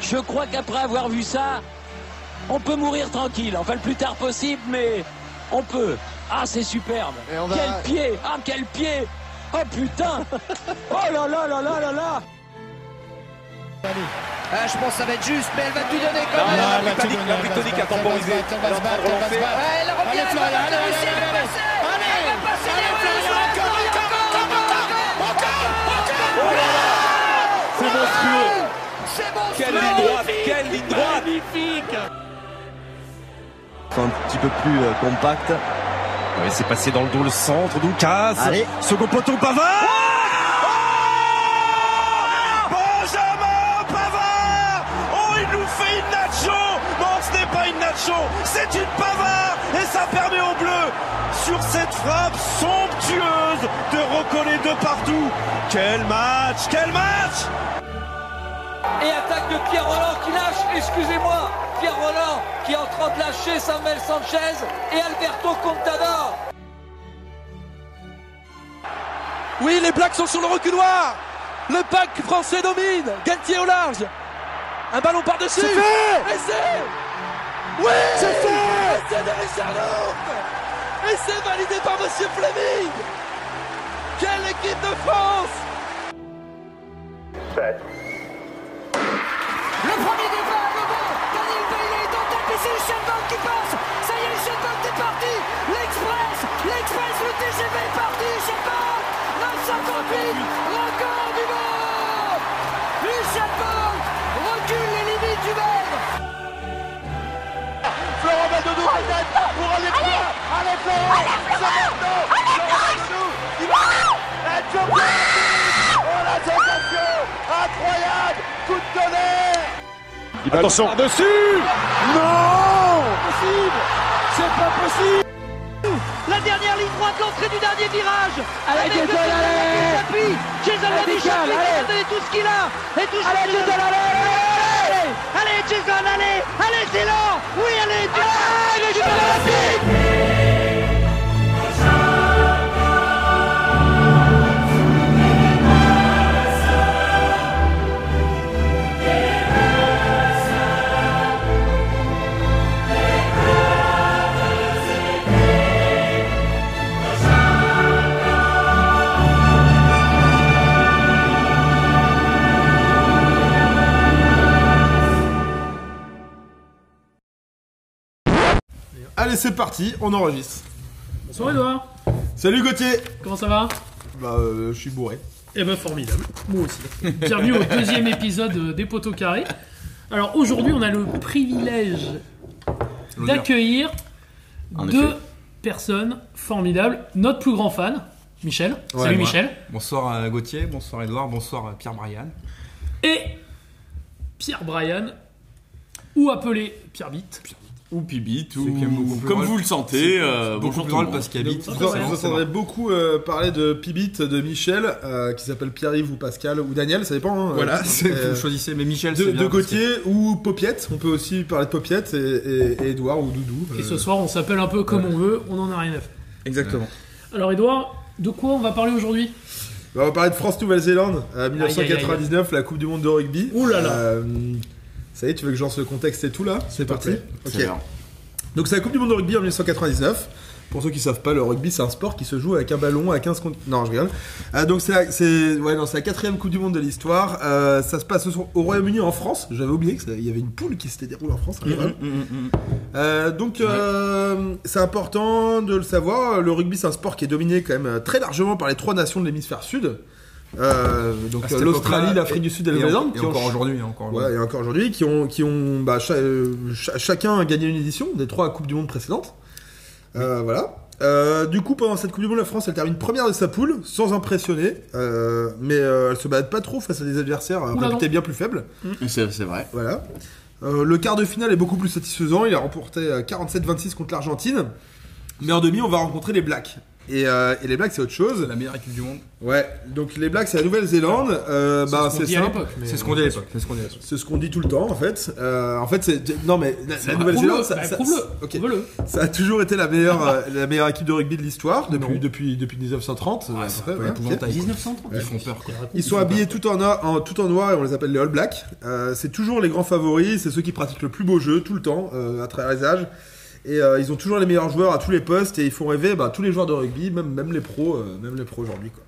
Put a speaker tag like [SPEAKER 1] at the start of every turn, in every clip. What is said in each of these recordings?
[SPEAKER 1] Je crois qu'après avoir vu ça, on peut mourir tranquille. Enfin, le plus tard possible, mais on peut. Ah, c'est superbe.
[SPEAKER 2] Et on va-
[SPEAKER 1] Quel pied Ah, quel pied Oh putain Oh là là là là là là
[SPEAKER 3] Ah, je pense que ça va être juste, mais elle va tout donner quand
[SPEAKER 4] Non,
[SPEAKER 3] même.
[SPEAKER 4] non,
[SPEAKER 3] Ah,
[SPEAKER 4] elle va tout
[SPEAKER 5] la
[SPEAKER 4] donner, elle va se
[SPEAKER 5] Britannique a
[SPEAKER 4] battre, elle va se
[SPEAKER 5] temporisé.
[SPEAKER 4] battre,
[SPEAKER 5] Elle est en train de
[SPEAKER 4] elle va se
[SPEAKER 5] relancer.
[SPEAKER 4] battre.
[SPEAKER 3] elle
[SPEAKER 4] Allez,
[SPEAKER 3] revient, elle va
[SPEAKER 4] Florian,
[SPEAKER 3] la
[SPEAKER 4] allez, allez,
[SPEAKER 3] réussir, elle va
[SPEAKER 4] allez,
[SPEAKER 3] passer.
[SPEAKER 4] allez.
[SPEAKER 3] Elle va passer,
[SPEAKER 4] Allez,
[SPEAKER 3] elle va
[SPEAKER 4] Florian,
[SPEAKER 3] passer.
[SPEAKER 4] encore, encore, encore, encore, encore, encore.
[SPEAKER 5] C'est monstrueux.
[SPEAKER 3] C'est bon,
[SPEAKER 5] Quelle ligne droite, quelle ligne droite.
[SPEAKER 6] un petit peu plus euh, compact.
[SPEAKER 4] Ouais, c'est passé dans le dos le centre, Doukas.
[SPEAKER 6] Allez.
[SPEAKER 4] Second poteau, Pavard. Oh Benjamin Pavard. Oh, il nous fait une nacho. Non, ce n'est pas une nacho. C'est une Pavard. Et ça permet aux Bleus, sur cette frappe somptueuse, de recoller de partout. Quel match, quel match
[SPEAKER 7] et attaque de Pierre Roland qui lâche, excusez-moi, Pierre Roland qui est en train de lâcher Samuel Sanchez et Alberto Contador.
[SPEAKER 5] Oui, les Blacks sont sur le reculoir. Le pack français domine. Galtier au large. Un ballon par-dessus. C'est fait. Et c'est. Oui. C'est fait. Et c'est de Richarlison. Et c'est validé par Monsieur Fleming. Quelle équipe de France
[SPEAKER 3] Le premier départ, le bon, Daniel Bailly est en tête, et c'est Usain Bolt qui passe. Ça y est, Usain Bolt est parti. L'Express, l'Express, le TGV est parti. Usain Bolt, 958, record du monde. Usain Bolt recule les limites du monde.
[SPEAKER 2] Florent Maldonado arrête pour aller plus loin. Allez Florent, c'est maintenant. Florent Maldonado, il va Et Djokovic. Oh la sensation incroyable, coup de tonnerre.
[SPEAKER 4] Attention. Par-dessus.
[SPEAKER 3] La dernière ligne droite, l'entrée du dernier virage. Avec le appui. Jason Lamy Chapuis qui a donné tout ce qu'il a. Et toujours allez, Jason, allez Allez, Jason, allez Allez, c'est là Oui, allez, Jason
[SPEAKER 8] Allez, c'est parti, on enregistre.
[SPEAKER 9] Bonsoir Edouard,
[SPEAKER 8] Salut Gauthier
[SPEAKER 9] comment ça va
[SPEAKER 8] Bah, euh, je suis bourré.
[SPEAKER 9] Eh ben formidable, moi aussi. Bienvenue au deuxième épisode euh, des Poteaux Carrés. Alors aujourd'hui, on a le privilège d'accueillir deux personnes formidables. Notre plus grand fan, Michel.
[SPEAKER 8] Ouais,
[SPEAKER 9] Salut
[SPEAKER 8] moi.
[SPEAKER 9] Michel.
[SPEAKER 10] Bonsoir euh, Gauthier, bonsoir Edouard, bonsoir euh, Pierre Brian.
[SPEAKER 9] Et Pierre Bryan, ou appelé Pierre Bitt.
[SPEAKER 5] Ou Pibi,
[SPEAKER 10] C'est quand même beaucoup plus
[SPEAKER 5] comme
[SPEAKER 10] drôle.
[SPEAKER 5] vous le sentez.
[SPEAKER 10] C'est
[SPEAKER 5] euh,
[SPEAKER 10] beaucoup
[SPEAKER 5] bonjour
[SPEAKER 10] plus
[SPEAKER 5] tout le
[SPEAKER 10] drôle
[SPEAKER 5] monde.
[SPEAKER 10] parce qu'il habite.
[SPEAKER 8] Vous,
[SPEAKER 9] Ah, ouais.
[SPEAKER 8] vous entendrez beaucoup euh, parler de Pibit, de Michel, euh, qui s'appelle Pierre-Yves ou Pascal ou Daniel, ça dépend. hein,
[SPEAKER 10] Voilà,
[SPEAKER 8] euh,
[SPEAKER 10] c'est-
[SPEAKER 8] euh,
[SPEAKER 10] vous choisissez, mais Michel,
[SPEAKER 8] de,
[SPEAKER 10] c'est
[SPEAKER 8] de
[SPEAKER 10] bien parce
[SPEAKER 8] Gauthier ou Popiette, on peut aussi parler de Popiette et, et, et Edouard ou Doudou.
[SPEAKER 9] Et
[SPEAKER 8] euh,
[SPEAKER 9] ce soir, on s'appelle un peu comme on veut, on en a rien à faire.
[SPEAKER 10] que- Exactement.
[SPEAKER 9] Alors Edouard, de quoi on va parler aujourd'hui
[SPEAKER 8] bah, on va parler de France-Nouvelle-Zélande, euh,
[SPEAKER 9] aïe, aïe.
[SPEAKER 8] 1999, la Coupe du Monde de rugby.
[SPEAKER 9] Ouh là là.
[SPEAKER 8] Euh, ça y est, tu veux que je lance le contexte et tout là C'est parti. Ok.
[SPEAKER 5] C'est bien.
[SPEAKER 8] Donc c'est la Coupe du Monde de rugby en 1999. Pour ceux qui savent pas, le rugby c'est un sport qui se joue avec un ballon à 15 contre. Non, je rigole. Euh, donc c'est la, c'est- ouais, non, c'est la quatrième Coupe du Monde de l'histoire. Euh, ça se passe au, au Royaume-Uni en France. J'avais oublié qu'il y avait une poule qui s'était déroulée en France. hein,
[SPEAKER 10] Mm,
[SPEAKER 8] incroyable. Euh, donc euh, c'est important de le savoir. Le rugby c'est un sport qui est dominé quand même euh, très largement par les trois nations de l'hémisphère sud. Euh, donc
[SPEAKER 10] À cette
[SPEAKER 8] euh, l'Australie,
[SPEAKER 10] époque-là,
[SPEAKER 8] l'Afrique du Sud et
[SPEAKER 10] Et,
[SPEAKER 8] la
[SPEAKER 10] en-
[SPEAKER 8] Nouvelle-Zélande
[SPEAKER 10] et
[SPEAKER 8] qui ont
[SPEAKER 10] encore aujourd'hui, hein, encore
[SPEAKER 8] voilà,
[SPEAKER 10] aujourd'hui.
[SPEAKER 8] et encore aujourd'hui, qui ont, qui ont bah, cha- euh, cha- chacun a gagné une édition des trois Coupes du Monde précédentes. Euh, voilà. Euh, du coup, pendant cette Coupe du Monde, la France, elle termine première de sa poule, sans impressionner, euh, mais euh, elle se bat pas trop face à des adversaires euh,
[SPEAKER 9] Oula,
[SPEAKER 8] réputés bien plus faibles.
[SPEAKER 5] C'est c'est vrai.
[SPEAKER 8] Voilà. Euh, le quart de finale est beaucoup plus satisfaisant. Il a remporté euh, 47-26 contre l'Argentine. Mais en demi, on va rencontrer les Blacks. Et, euh, et les Blacks, c'est autre chose.
[SPEAKER 10] La meilleure équipe du monde.
[SPEAKER 8] Ouais, donc les Blacks, c'est la Nouvelle-Zélande. Euh, bah,
[SPEAKER 9] ce qu'on
[SPEAKER 8] c'est
[SPEAKER 9] dit à
[SPEAKER 8] simple.
[SPEAKER 9] l'époque. mais-
[SPEAKER 10] C'est ce qu'on dit à l'époque. C'est ce qu'on dit à l'époque.
[SPEAKER 8] C'est ce qu'on dit tout le temps, en fait. Euh, en fait, c'est. Non, mais la, la
[SPEAKER 9] Bah,
[SPEAKER 8] Nouvelle-Zélande,
[SPEAKER 9] prouve-le,
[SPEAKER 8] ça,
[SPEAKER 9] bah,
[SPEAKER 8] ça-
[SPEAKER 9] prouve-le,
[SPEAKER 8] ok.
[SPEAKER 9] prouve-le.
[SPEAKER 8] ça a toujours été la meilleure, euh, la meilleure équipe de rugby de l'histoire depuis, depuis, depuis 1930. euh, à peu
[SPEAKER 10] C'est
[SPEAKER 8] près,
[SPEAKER 10] un peu
[SPEAKER 8] ouais, ok.
[SPEAKER 10] épouvantable.
[SPEAKER 9] 1930.
[SPEAKER 10] Ils font peur, quoi.
[SPEAKER 8] Ils sont habillés tout en, or- en- tout en noir et on les appelle les All Blacks. Euh, c'est toujours les grands favoris, c'est ceux qui pratiquent le plus beau jeu tout le temps, euh, à travers les âges. Et euh, ils ont toujours les meilleurs joueurs à tous les postes et ils font rêver bah, tous les joueurs de rugby, même, même les pros, euh, même les pros aujourd'hui. Quoi.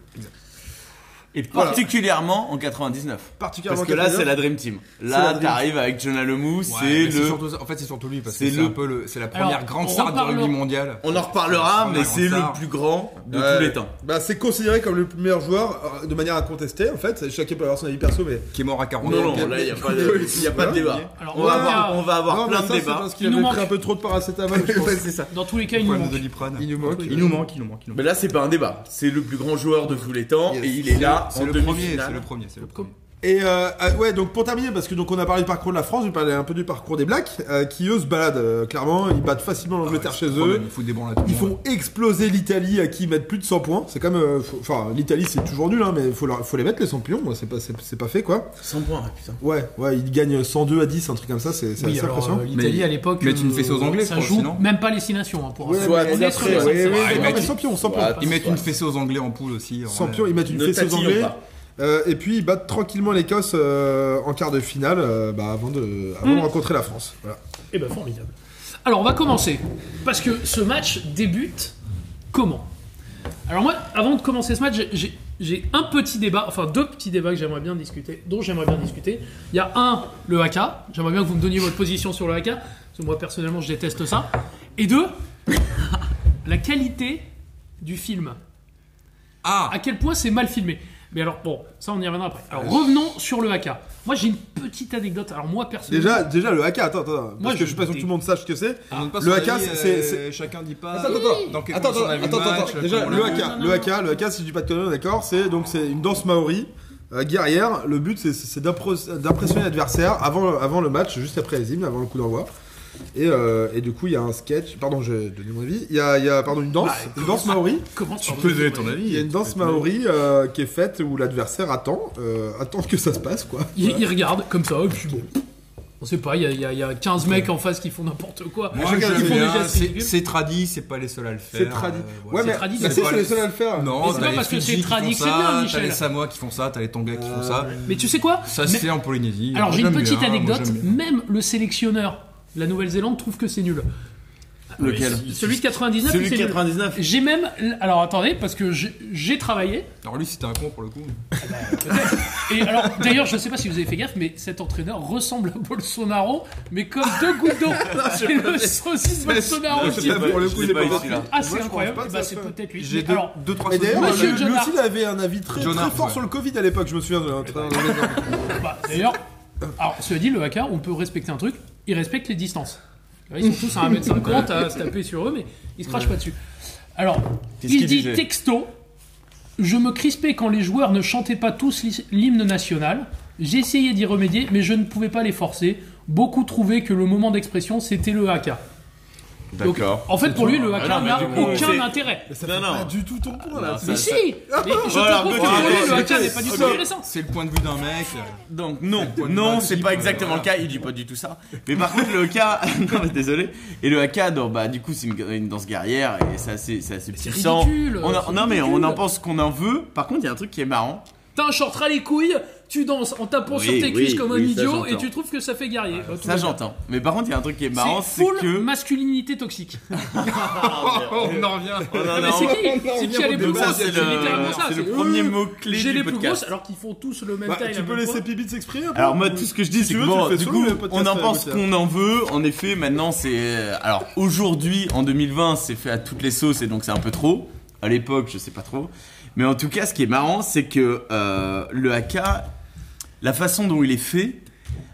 [SPEAKER 11] Et particulièrement en 99.
[SPEAKER 8] Particulièrement
[SPEAKER 11] Parce que là,
[SPEAKER 8] Canadien.
[SPEAKER 11] c'est la Dream Team.
[SPEAKER 8] C'est la
[SPEAKER 11] Là,
[SPEAKER 8] Dream
[SPEAKER 11] t'arrives avec Jonah Lemou,
[SPEAKER 10] Ouais,
[SPEAKER 11] c'est
[SPEAKER 10] mais c'est
[SPEAKER 11] le.
[SPEAKER 10] surtout ça- en fait, c'est surtout lui parce que
[SPEAKER 11] c'est
[SPEAKER 10] c'est
[SPEAKER 11] le-
[SPEAKER 10] un peu le, c'est la
[SPEAKER 9] Alors,
[SPEAKER 10] première grande
[SPEAKER 9] on
[SPEAKER 10] star du
[SPEAKER 9] reparle-
[SPEAKER 10] rugby mondial.
[SPEAKER 11] On en reparlera,
[SPEAKER 10] C'est
[SPEAKER 11] mais c'est
[SPEAKER 10] vraiment
[SPEAKER 11] le
[SPEAKER 10] ça.
[SPEAKER 11] plus grand de
[SPEAKER 8] Ouais.
[SPEAKER 11] tous les temps.
[SPEAKER 8] Bah, c'est considéré comme le meilleur joueur euh, de manière incontestée en fait. Chacun peut avoir son avis perso, mais.
[SPEAKER 10] Qui est mort à 40
[SPEAKER 11] Non,
[SPEAKER 10] ans.
[SPEAKER 11] non, là, il n'y a pas de, il y a pas de débat.
[SPEAKER 9] Alors,
[SPEAKER 11] On va
[SPEAKER 9] ouais,
[SPEAKER 11] avoir,
[SPEAKER 9] ouais.
[SPEAKER 11] on va avoir
[SPEAKER 8] Non,
[SPEAKER 11] plein
[SPEAKER 8] mais
[SPEAKER 11] de
[SPEAKER 8] ça, c'est
[SPEAKER 11] débats.
[SPEAKER 8] parce qu'il
[SPEAKER 9] Il nous
[SPEAKER 8] avait pris
[SPEAKER 9] manque.
[SPEAKER 8] un peu trop de paracétamol, je pense.
[SPEAKER 10] Ouais, c'est ça.
[SPEAKER 9] Dans tous les cas, il nous
[SPEAKER 10] Problème
[SPEAKER 9] manque.
[SPEAKER 10] de Doliprane.
[SPEAKER 8] Il nous manque.
[SPEAKER 10] Il nous manque, il nous manque, il nous
[SPEAKER 11] Mais
[SPEAKER 10] manque.
[SPEAKER 11] là, c'est pas un débat. C'est le plus grand joueur de tous les temps et il est là
[SPEAKER 10] C'est
[SPEAKER 11] en
[SPEAKER 10] le premier, c'est
[SPEAKER 11] demi-finale.
[SPEAKER 10] le premier, c'est le premier.
[SPEAKER 8] Et euh, euh, ouais, donc pour terminer, parce que donc on a parlé du parcours de la France, on a parlé un peu du parcours des Blacks, euh, qui eux se baladent euh, clairement, ils battent facilement
[SPEAKER 11] Ah
[SPEAKER 8] l'Angleterre
[SPEAKER 10] C'est le
[SPEAKER 8] chez
[SPEAKER 10] problème,
[SPEAKER 8] eux.
[SPEAKER 10] Ils foutent des bancs là tout le
[SPEAKER 8] Ils
[SPEAKER 10] monde.
[SPEAKER 8] font exploser l'Italie à qui ils mettent plus de 100 points. C'est quand même, euh, faut- enfin l'Italie c'est toujours nul, hein, mais faut, leur- faut les mettre les 100 pions, c'est pas, c'est- c'est pas fait quoi.
[SPEAKER 11] 100 points, ah, putain.
[SPEAKER 8] Ouais, ouais, ils gagnent 102 à 10, un truc comme ça, c'est c'est
[SPEAKER 9] Oui,
[SPEAKER 8] assez
[SPEAKER 9] alors,
[SPEAKER 8] impressionnant.
[SPEAKER 9] euh, l'Italie
[SPEAKER 10] Mais-
[SPEAKER 9] à l'époque.
[SPEAKER 10] mais tu ne
[SPEAKER 9] euh,
[SPEAKER 10] fais ça aux Anglais, je
[SPEAKER 9] Ça
[SPEAKER 10] crois,
[SPEAKER 9] joue
[SPEAKER 10] sinon.
[SPEAKER 9] même pas les six nations. hein, pour
[SPEAKER 8] Ouais,
[SPEAKER 9] un-
[SPEAKER 11] Soit
[SPEAKER 8] mais
[SPEAKER 9] on est
[SPEAKER 11] après,
[SPEAKER 9] sur
[SPEAKER 8] Ouais,
[SPEAKER 9] les
[SPEAKER 11] ouais,
[SPEAKER 9] cinq,
[SPEAKER 8] ouais,
[SPEAKER 9] cinq,
[SPEAKER 8] ouais,
[SPEAKER 9] cinq.
[SPEAKER 8] non,
[SPEAKER 11] mais
[SPEAKER 8] mais
[SPEAKER 11] tu-
[SPEAKER 8] 100 pions, 100 pions.
[SPEAKER 11] Voilà,
[SPEAKER 8] faut
[SPEAKER 10] Ils
[SPEAKER 8] pas-
[SPEAKER 10] mettent une fessée aux Anglais en poule aussi. en
[SPEAKER 8] Sans
[SPEAKER 10] vrai.
[SPEAKER 8] pion, ils mettent une
[SPEAKER 11] Ne
[SPEAKER 8] fessée aux
[SPEAKER 11] tatillons
[SPEAKER 8] Anglais.
[SPEAKER 11] pas.
[SPEAKER 8] Euh, et puis ils battent tranquillement l'Écosse euh, en quart de finale euh, bah, avant, de, avant de rencontrer la France. Voilà.
[SPEAKER 9] Eh ben formidable. Alors on va commencer. Parce que ce match débute comment Alors moi, avant de commencer ce match, j'ai- j'ai- j'ai un petit débat, enfin deux petits débats que j'aimerais bien discuter, dont j'aimerais bien discuter. Il y a un, le AK. J'aimerais bien que vous me donniez votre position sur le AK. Parce que moi personnellement, je déteste ça. Et deux, la qualité du film.
[SPEAKER 10] Ah
[SPEAKER 9] À quel point c'est mal filmé. Mais alors bon, ça on y reviendra après. Alors revenons sur le AK. Moi j'ai une petite anecdote. Alors moi personnellement...
[SPEAKER 8] Déjà, déjà le haka, attends, attends, parce
[SPEAKER 9] Moi,
[SPEAKER 8] que
[SPEAKER 9] je-
[SPEAKER 8] je suis pas sûr que tout le monde sache ce que c'est.
[SPEAKER 10] Ah, On donne pas
[SPEAKER 8] le
[SPEAKER 10] son
[SPEAKER 8] AK,
[SPEAKER 10] avis,
[SPEAKER 8] c'est-
[SPEAKER 10] euh,
[SPEAKER 8] c'est-
[SPEAKER 10] Chacun dit pas.
[SPEAKER 8] Attends, attends,
[SPEAKER 10] Dans quel
[SPEAKER 8] attends,
[SPEAKER 10] contexte on a vu le
[SPEAKER 8] attends, attends,
[SPEAKER 10] match,
[SPEAKER 8] Déjà,
[SPEAKER 10] comment
[SPEAKER 8] le
[SPEAKER 10] on l'a vu.
[SPEAKER 8] haka, le haka, le haka, si je dis pas de conneries, d'accord, c'est donc c'est une danse maori euh, guerrière. Le but, c'est- c'est d'impro- d'impressionner l'adversaire avant, avant le match, juste après les hymnes, avant le coup d'envoi. Et, euh, et du coup, il y a un sketch. Pardon, je donné mon avis. Il y a, il y a, pardon, une danse, une danse maori.
[SPEAKER 9] Comment
[SPEAKER 10] Tu peux donner ton avis.
[SPEAKER 8] Il y a une danse maori euh, qui est faite où l'adversaire attend, euh, attend que ça se passe, quoi.
[SPEAKER 9] Il, il regarde comme ça, et puis bon. On sait pas, il y a- il y, a- il y a 15 mecs en face qui font n'importe quoi.
[SPEAKER 10] Moi,
[SPEAKER 9] Ils
[SPEAKER 10] j'aime
[SPEAKER 9] font
[SPEAKER 10] bien,
[SPEAKER 9] des gestes
[SPEAKER 10] c'est-
[SPEAKER 9] ridicules.
[SPEAKER 10] C'est tradi, c'est pas les seuls à le faire.
[SPEAKER 8] C'est tradi.
[SPEAKER 10] euh,
[SPEAKER 8] ouais,
[SPEAKER 10] c'est
[SPEAKER 8] mais,
[SPEAKER 9] tradi,
[SPEAKER 8] mais
[SPEAKER 10] c'est
[SPEAKER 8] si,
[SPEAKER 10] pas
[SPEAKER 8] c'est
[SPEAKER 10] les-
[SPEAKER 8] les seuls à le faire.
[SPEAKER 10] Non,
[SPEAKER 9] c'est
[SPEAKER 10] t'as
[SPEAKER 9] pas
[SPEAKER 10] les
[SPEAKER 9] parce que
[SPEAKER 10] Fidji
[SPEAKER 9] c'est
[SPEAKER 10] qui font
[SPEAKER 9] tradi que c'est
[SPEAKER 10] ça,
[SPEAKER 9] bien,
[SPEAKER 10] T'as
[SPEAKER 9] Michel.
[SPEAKER 10] les Samoa qui font ça, t'as les Tonga qui font ça.
[SPEAKER 9] Mais tu sais quoi
[SPEAKER 10] Ça
[SPEAKER 9] Mais-
[SPEAKER 10] se fait en Polynésie.
[SPEAKER 9] Alors
[SPEAKER 10] Moi,
[SPEAKER 9] j'ai une
[SPEAKER 10] j'aime
[SPEAKER 9] petite
[SPEAKER 10] bien, moi,
[SPEAKER 9] anecdote,
[SPEAKER 10] j'aime bien.
[SPEAKER 9] même le sélectionneur de la Nouvelle-Zélande trouve que c'est nul.
[SPEAKER 11] Lequel
[SPEAKER 9] Celui de 99,
[SPEAKER 11] Celui
[SPEAKER 9] c'est
[SPEAKER 11] de
[SPEAKER 9] nul.
[SPEAKER 11] 99.
[SPEAKER 9] J'ai même. Alors attendez, parce que j'ai- j'ai travaillé.
[SPEAKER 10] Alors lui, c'était un con pour le coup.
[SPEAKER 9] Et alors, d'ailleurs, je sais pas si vous avez fait gaffe, mais cet entraîneur ressemble à Bolsonaro, mais comme deux gouttes d'eau. C'est le saucisse Bolsonaro
[SPEAKER 11] je
[SPEAKER 9] qui
[SPEAKER 11] l'ai
[SPEAKER 8] Là, Ah, pour le coup,
[SPEAKER 11] l'ai
[SPEAKER 8] c'est
[SPEAKER 11] pas
[SPEAKER 8] pas
[SPEAKER 11] ici,
[SPEAKER 8] possible.
[SPEAKER 11] là.
[SPEAKER 9] Ah,
[SPEAKER 8] Moi,
[SPEAKER 9] c'est
[SPEAKER 8] je
[SPEAKER 9] incroyable.
[SPEAKER 8] pense pas que
[SPEAKER 9] Bah,
[SPEAKER 8] ça
[SPEAKER 9] c'est
[SPEAKER 8] soit.
[SPEAKER 9] peut-être lui.
[SPEAKER 10] J'ai
[SPEAKER 9] Mais
[SPEAKER 10] deux,
[SPEAKER 9] alors,
[SPEAKER 10] deux, trois
[SPEAKER 8] Et d'ailleurs, euh,
[SPEAKER 10] saucisses.
[SPEAKER 9] Monsieur
[SPEAKER 8] le,
[SPEAKER 9] John
[SPEAKER 8] le
[SPEAKER 9] Hart.
[SPEAKER 8] Sud avait un avis très,
[SPEAKER 10] John
[SPEAKER 8] très
[SPEAKER 10] Hart, ouais. Eh
[SPEAKER 8] fort
[SPEAKER 10] ben.
[SPEAKER 8] sur le Covid à l'époque, je me souviens. de- en train de-
[SPEAKER 9] Bah, D'ailleurs, alors, cela dit, le hacker, on peut respecter un truc, il respecte les distances. Ils sont tous à 1m50 à se taper sur eux, mais ils se crachent pas dessus. Alors,
[SPEAKER 11] Qu'est-ce
[SPEAKER 9] il
[SPEAKER 11] qu'il
[SPEAKER 9] dit
[SPEAKER 11] disait
[SPEAKER 9] texto Je me crispais quand les joueurs ne chantaient pas tous l'hy- l'hymne national. J'essayais d'y remédier, mais je ne pouvais pas les forcer. Beaucoup trouvaient que le moment d'expression, c'était le haka. Donc,
[SPEAKER 11] D'accord.
[SPEAKER 9] en fait, pour lui, le haka
[SPEAKER 11] Ah non, mais
[SPEAKER 9] n'a
[SPEAKER 11] du coup,
[SPEAKER 9] aucun
[SPEAKER 11] c'est-
[SPEAKER 9] intérêt.
[SPEAKER 11] Non, non.
[SPEAKER 8] Pas du tout ton point là.
[SPEAKER 11] Non, ça-
[SPEAKER 9] Mais si
[SPEAKER 11] ça-
[SPEAKER 9] Mais Je
[SPEAKER 11] Voilà,
[SPEAKER 9] te confirme,
[SPEAKER 11] voilà,
[SPEAKER 9] pour lui, le
[SPEAKER 11] voilà,
[SPEAKER 9] haka
[SPEAKER 11] c'est-
[SPEAKER 9] n'est pas du tout
[SPEAKER 11] ok.
[SPEAKER 9] intéressant.
[SPEAKER 10] C'est le point de vue d'un mec.
[SPEAKER 11] Donc non,
[SPEAKER 10] point de
[SPEAKER 11] non,
[SPEAKER 10] vue
[SPEAKER 11] c'est
[SPEAKER 10] type,
[SPEAKER 11] pas
[SPEAKER 10] euh,
[SPEAKER 11] exactement le
[SPEAKER 10] voilà.
[SPEAKER 11] cas, il dit pas du tout ça. Mais par contre le cas, non mais désolé, et le haka, donc, bah du coup c'est une, une danse guerrière et c'est assez, c'est assez
[SPEAKER 9] c'est
[SPEAKER 11] puissant.
[SPEAKER 9] ridicule,
[SPEAKER 11] On en-
[SPEAKER 9] c'est
[SPEAKER 11] non mais on
[SPEAKER 9] ridicule.
[SPEAKER 11] en pense qu'on en veut. Par contre il y a un truc qui est marrant.
[SPEAKER 9] T'as un short ras les couilles, tu danses en tapant
[SPEAKER 11] Oui,
[SPEAKER 9] sur tes
[SPEAKER 11] oui,
[SPEAKER 9] cuisses comme un
[SPEAKER 11] oui, ça,
[SPEAKER 9] idiot et
[SPEAKER 11] j'entends.
[SPEAKER 9] tu trouves que ça fait guerrier. Bah, tout
[SPEAKER 11] Ça
[SPEAKER 9] va bien.
[SPEAKER 11] j'entends. Mais par contre il y a un truc qui est marrant,
[SPEAKER 9] C'est
[SPEAKER 11] c'est
[SPEAKER 9] full
[SPEAKER 11] que
[SPEAKER 9] masculinité toxique.
[SPEAKER 10] On en revient.
[SPEAKER 11] Oh, non,
[SPEAKER 9] Mais
[SPEAKER 11] non.
[SPEAKER 9] c'est qui C'est qui a les plus
[SPEAKER 11] Ça,
[SPEAKER 9] grosses
[SPEAKER 11] c'est
[SPEAKER 9] C'est
[SPEAKER 11] le,
[SPEAKER 9] littéralement ça.
[SPEAKER 11] c'est le
[SPEAKER 9] c'est,
[SPEAKER 11] premier
[SPEAKER 9] euh,
[SPEAKER 11] mot clé
[SPEAKER 9] J'ai
[SPEAKER 11] du
[SPEAKER 9] les plus grosses
[SPEAKER 11] podcast.
[SPEAKER 9] alors qu'ils font tous le même
[SPEAKER 8] Bah,
[SPEAKER 9] taille.
[SPEAKER 8] tu
[SPEAKER 9] la
[SPEAKER 8] peux
[SPEAKER 9] même
[SPEAKER 8] laisser
[SPEAKER 9] poids.
[SPEAKER 8] Pibi s'exprimer un peu
[SPEAKER 11] Alors moi tout ce que je dis c'est
[SPEAKER 8] Si
[SPEAKER 11] que
[SPEAKER 8] tu veux,
[SPEAKER 11] bon,
[SPEAKER 8] tu le
[SPEAKER 11] du
[SPEAKER 8] fais solo,
[SPEAKER 11] coup
[SPEAKER 8] le podcast
[SPEAKER 11] on en
[SPEAKER 8] à
[SPEAKER 11] pense
[SPEAKER 8] Gauthier.
[SPEAKER 11] qu'on en veut. En effet maintenant c'est euh, alors aujourd'hui en 2020 c'est fait à toutes les sauces et donc c'est un peu trop. À l'époque je sais pas trop. Mais en tout cas ce qui est marrant c'est que euh, le haka, la façon dont il est fait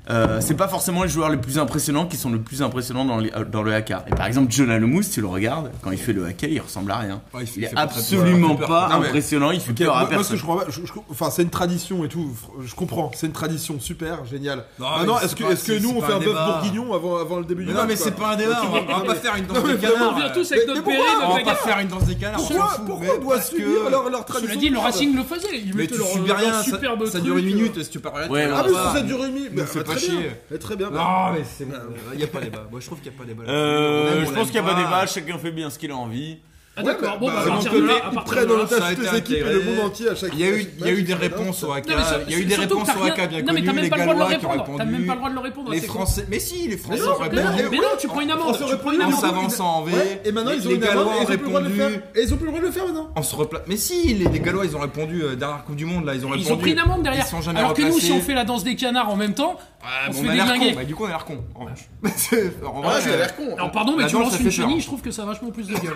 [SPEAKER 11] euh, c'est pas forcément les joueurs les plus impressionnants qui sont le plus impressionnants dans, les- euh, dans le haka. Et par exemple, Jonah Lemus, tu le regardes, quand il fait le haka, il ressemble à rien.
[SPEAKER 8] Ouais,
[SPEAKER 11] il,
[SPEAKER 8] fait-
[SPEAKER 11] est
[SPEAKER 8] fait pas très peur.
[SPEAKER 11] absolument
[SPEAKER 8] Il fait
[SPEAKER 11] pas
[SPEAKER 8] peur. Non, mais-
[SPEAKER 11] impressionnant, il fait
[SPEAKER 8] Ok,
[SPEAKER 11] peur à
[SPEAKER 8] moi, moi, ce que
[SPEAKER 11] personne.
[SPEAKER 8] je comprends pas, je- je- enfin, c'est une tradition et tout, fr- je comprends, c'est une tradition super, génial.
[SPEAKER 10] Non,
[SPEAKER 8] Ah
[SPEAKER 10] mais
[SPEAKER 8] non,
[SPEAKER 10] c'est
[SPEAKER 8] est-ce que,
[SPEAKER 10] pas-
[SPEAKER 8] est-ce que
[SPEAKER 10] c'est-
[SPEAKER 8] nous
[SPEAKER 10] c'est
[SPEAKER 8] on
[SPEAKER 10] pas
[SPEAKER 8] fait
[SPEAKER 10] un
[SPEAKER 8] un bœuf
[SPEAKER 10] débat.
[SPEAKER 8] bourguignon avant, avant le début
[SPEAKER 10] Mais
[SPEAKER 8] du
[SPEAKER 10] non,
[SPEAKER 8] match,
[SPEAKER 10] mais
[SPEAKER 8] quoi.
[SPEAKER 10] c'est pas un débat, on va- on va pas faire une danse des canards,
[SPEAKER 9] On revient
[SPEAKER 10] là.
[SPEAKER 9] tous avec
[SPEAKER 8] Mais-
[SPEAKER 9] notre
[SPEAKER 8] mais
[SPEAKER 9] béret,
[SPEAKER 10] on
[SPEAKER 8] pourquoi
[SPEAKER 9] notre
[SPEAKER 10] va pas
[SPEAKER 9] baguette.
[SPEAKER 10] faire une danse des canards. on
[SPEAKER 8] Pourquoi-
[SPEAKER 10] s'en fout,
[SPEAKER 8] pourquoi
[SPEAKER 10] mais
[SPEAKER 8] on doit
[SPEAKER 10] parce que-
[SPEAKER 8] subir leur- leur
[SPEAKER 9] Cela
[SPEAKER 8] tradition
[SPEAKER 9] dit, le
[SPEAKER 8] de
[SPEAKER 9] Racing le faisait. Ils
[SPEAKER 10] Mais
[SPEAKER 9] mettaient
[SPEAKER 10] tu
[SPEAKER 9] leur,
[SPEAKER 10] subis
[SPEAKER 9] leur
[SPEAKER 10] rien, ça,
[SPEAKER 9] superbe
[SPEAKER 10] ça
[SPEAKER 9] truc,
[SPEAKER 10] dure une
[SPEAKER 9] euh,
[SPEAKER 10] minute, si tu parles rien. tu
[SPEAKER 11] Ouais,
[SPEAKER 10] parles
[SPEAKER 11] mais
[SPEAKER 8] Ah, mais
[SPEAKER 11] on
[SPEAKER 10] pas.
[SPEAKER 8] ça, ça dure une minute,
[SPEAKER 10] Mais
[SPEAKER 8] bah,
[SPEAKER 10] c'est
[SPEAKER 8] très
[SPEAKER 10] pas
[SPEAKER 8] bien.
[SPEAKER 10] chier.
[SPEAKER 8] Mais Très bien, bah.
[SPEAKER 10] Non, mais c'est. Il n'y a pas débat. Moi, je trouve qu'il n'y a pas débat. On aime,
[SPEAKER 11] Euh,
[SPEAKER 10] on
[SPEAKER 11] je pense
[SPEAKER 10] l'aime
[SPEAKER 11] qu'il y a pas des vaches, chacun fait bien ce qu'il a envie.
[SPEAKER 9] Ah d'accord,
[SPEAKER 8] Ouais,
[SPEAKER 9] bon, bah,
[SPEAKER 8] bah,
[SPEAKER 9] à
[SPEAKER 8] bah,
[SPEAKER 9] partir
[SPEAKER 8] on
[SPEAKER 9] de
[SPEAKER 8] peut-
[SPEAKER 9] là, à
[SPEAKER 8] ils
[SPEAKER 9] partir
[SPEAKER 8] prennent
[SPEAKER 9] de
[SPEAKER 8] en
[SPEAKER 9] là-
[SPEAKER 10] ça a
[SPEAKER 8] otage
[SPEAKER 10] été
[SPEAKER 8] toutes les équipes et le
[SPEAKER 10] intégré.
[SPEAKER 8] monde entier à chaque
[SPEAKER 10] Il y a eu, il y
[SPEAKER 8] chaque
[SPEAKER 10] a eu
[SPEAKER 8] match,
[SPEAKER 10] des
[SPEAKER 8] etc.
[SPEAKER 10] réponses au
[SPEAKER 9] Non, mais
[SPEAKER 10] Haka. Il y a
[SPEAKER 9] sur-
[SPEAKER 10] eu des
[SPEAKER 9] surtout que
[SPEAKER 10] réponses
[SPEAKER 9] t'as
[SPEAKER 10] au
[SPEAKER 9] rien-
[SPEAKER 10] Haka bien
[SPEAKER 9] Non, mais
[SPEAKER 10] connues.
[SPEAKER 9] t'as
[SPEAKER 10] Les
[SPEAKER 9] même pas le droit de leur
[SPEAKER 10] Gallois qui ont
[SPEAKER 9] répondre. T'as même
[SPEAKER 10] répondu.
[SPEAKER 9] pas le droit de leur répondre.
[SPEAKER 10] Les
[SPEAKER 9] c'est con.
[SPEAKER 10] Français. Mais si, les Français ont
[SPEAKER 9] Mais non, mais non,
[SPEAKER 10] répondu.
[SPEAKER 9] mais non, tu prends une
[SPEAKER 8] On
[SPEAKER 9] amende.
[SPEAKER 8] se
[SPEAKER 9] Tu prends
[SPEAKER 8] reprend
[SPEAKER 9] une
[SPEAKER 8] une
[SPEAKER 10] en
[SPEAKER 9] amende.
[SPEAKER 8] amende.
[SPEAKER 10] s'avançant en V.
[SPEAKER 8] Ouais, et maintenant
[SPEAKER 10] Les-
[SPEAKER 8] ils ont
[SPEAKER 10] les
[SPEAKER 8] une amende
[SPEAKER 10] Gallois ont
[SPEAKER 8] et ils ont plus le droit de le
[SPEAKER 10] répondu.
[SPEAKER 8] faire. Et ils ont plus le droit de le faire maintenant.
[SPEAKER 10] On se repla- Mais si, les, les Gallois, ils ont répondu euh, dernière Coupe du Monde, là, ils ont répondu.
[SPEAKER 9] Ils ont pris une amende derrière.
[SPEAKER 10] Ils sont jamais
[SPEAKER 9] Alors que nous,
[SPEAKER 10] replacés.
[SPEAKER 9] si on fait la danse des canards en même temps,
[SPEAKER 10] Ah,
[SPEAKER 9] on
[SPEAKER 10] bon,
[SPEAKER 9] se
[SPEAKER 10] on
[SPEAKER 9] fait
[SPEAKER 10] a l'air
[SPEAKER 9] déglinguer.
[SPEAKER 10] con. Bah, du coup, on a l'air con. En vrai, C'est- en vrai,
[SPEAKER 12] Ah, j'ai
[SPEAKER 10] euh,
[SPEAKER 12] l'air con.
[SPEAKER 9] Alors pardon, mais
[SPEAKER 10] La
[SPEAKER 9] tu
[SPEAKER 10] danse,
[SPEAKER 9] lances
[SPEAKER 10] ça
[SPEAKER 9] une
[SPEAKER 10] fait peur.
[SPEAKER 9] chenille, je trouve que ça a vachement plus de gueule.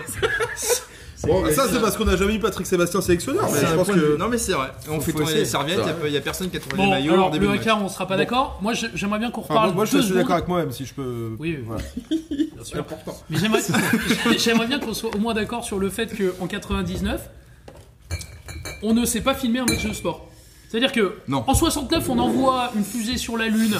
[SPEAKER 8] Bon, ça c'est parce qu'on a jamais eu Patrick Sébastien sélectionneur, mais
[SPEAKER 10] c'est
[SPEAKER 8] je
[SPEAKER 10] un
[SPEAKER 8] pense
[SPEAKER 10] point de
[SPEAKER 8] que.
[SPEAKER 10] vue. Non, mais c'est vrai. On fait
[SPEAKER 8] faut
[SPEAKER 10] tourner
[SPEAKER 8] essayer.
[SPEAKER 10] les serviettes, il n'y a personne qui a trouvé des
[SPEAKER 9] Bon,
[SPEAKER 10] maillots en
[SPEAKER 9] alors
[SPEAKER 10] début
[SPEAKER 9] le
[SPEAKER 10] de match.
[SPEAKER 9] hacker, on sera pas d'accord. Moi, je- j'aimerais bien qu'on
[SPEAKER 8] Enfin,
[SPEAKER 9] reparle
[SPEAKER 8] moi je
[SPEAKER 9] deux
[SPEAKER 8] suis
[SPEAKER 9] secondes.
[SPEAKER 8] d'accord avec moi-même si je peux.
[SPEAKER 9] Oui, oui.
[SPEAKER 8] Voilà.
[SPEAKER 9] C'est important. Mais j'aimerais, j'aimerais bien qu'on soit au moins d'accord sur le fait qu'en 99, on ne sait pas filmer un match de sport. C'est-à-dire que
[SPEAKER 10] Non.
[SPEAKER 9] en 69, on envoie une fusée sur la Lune.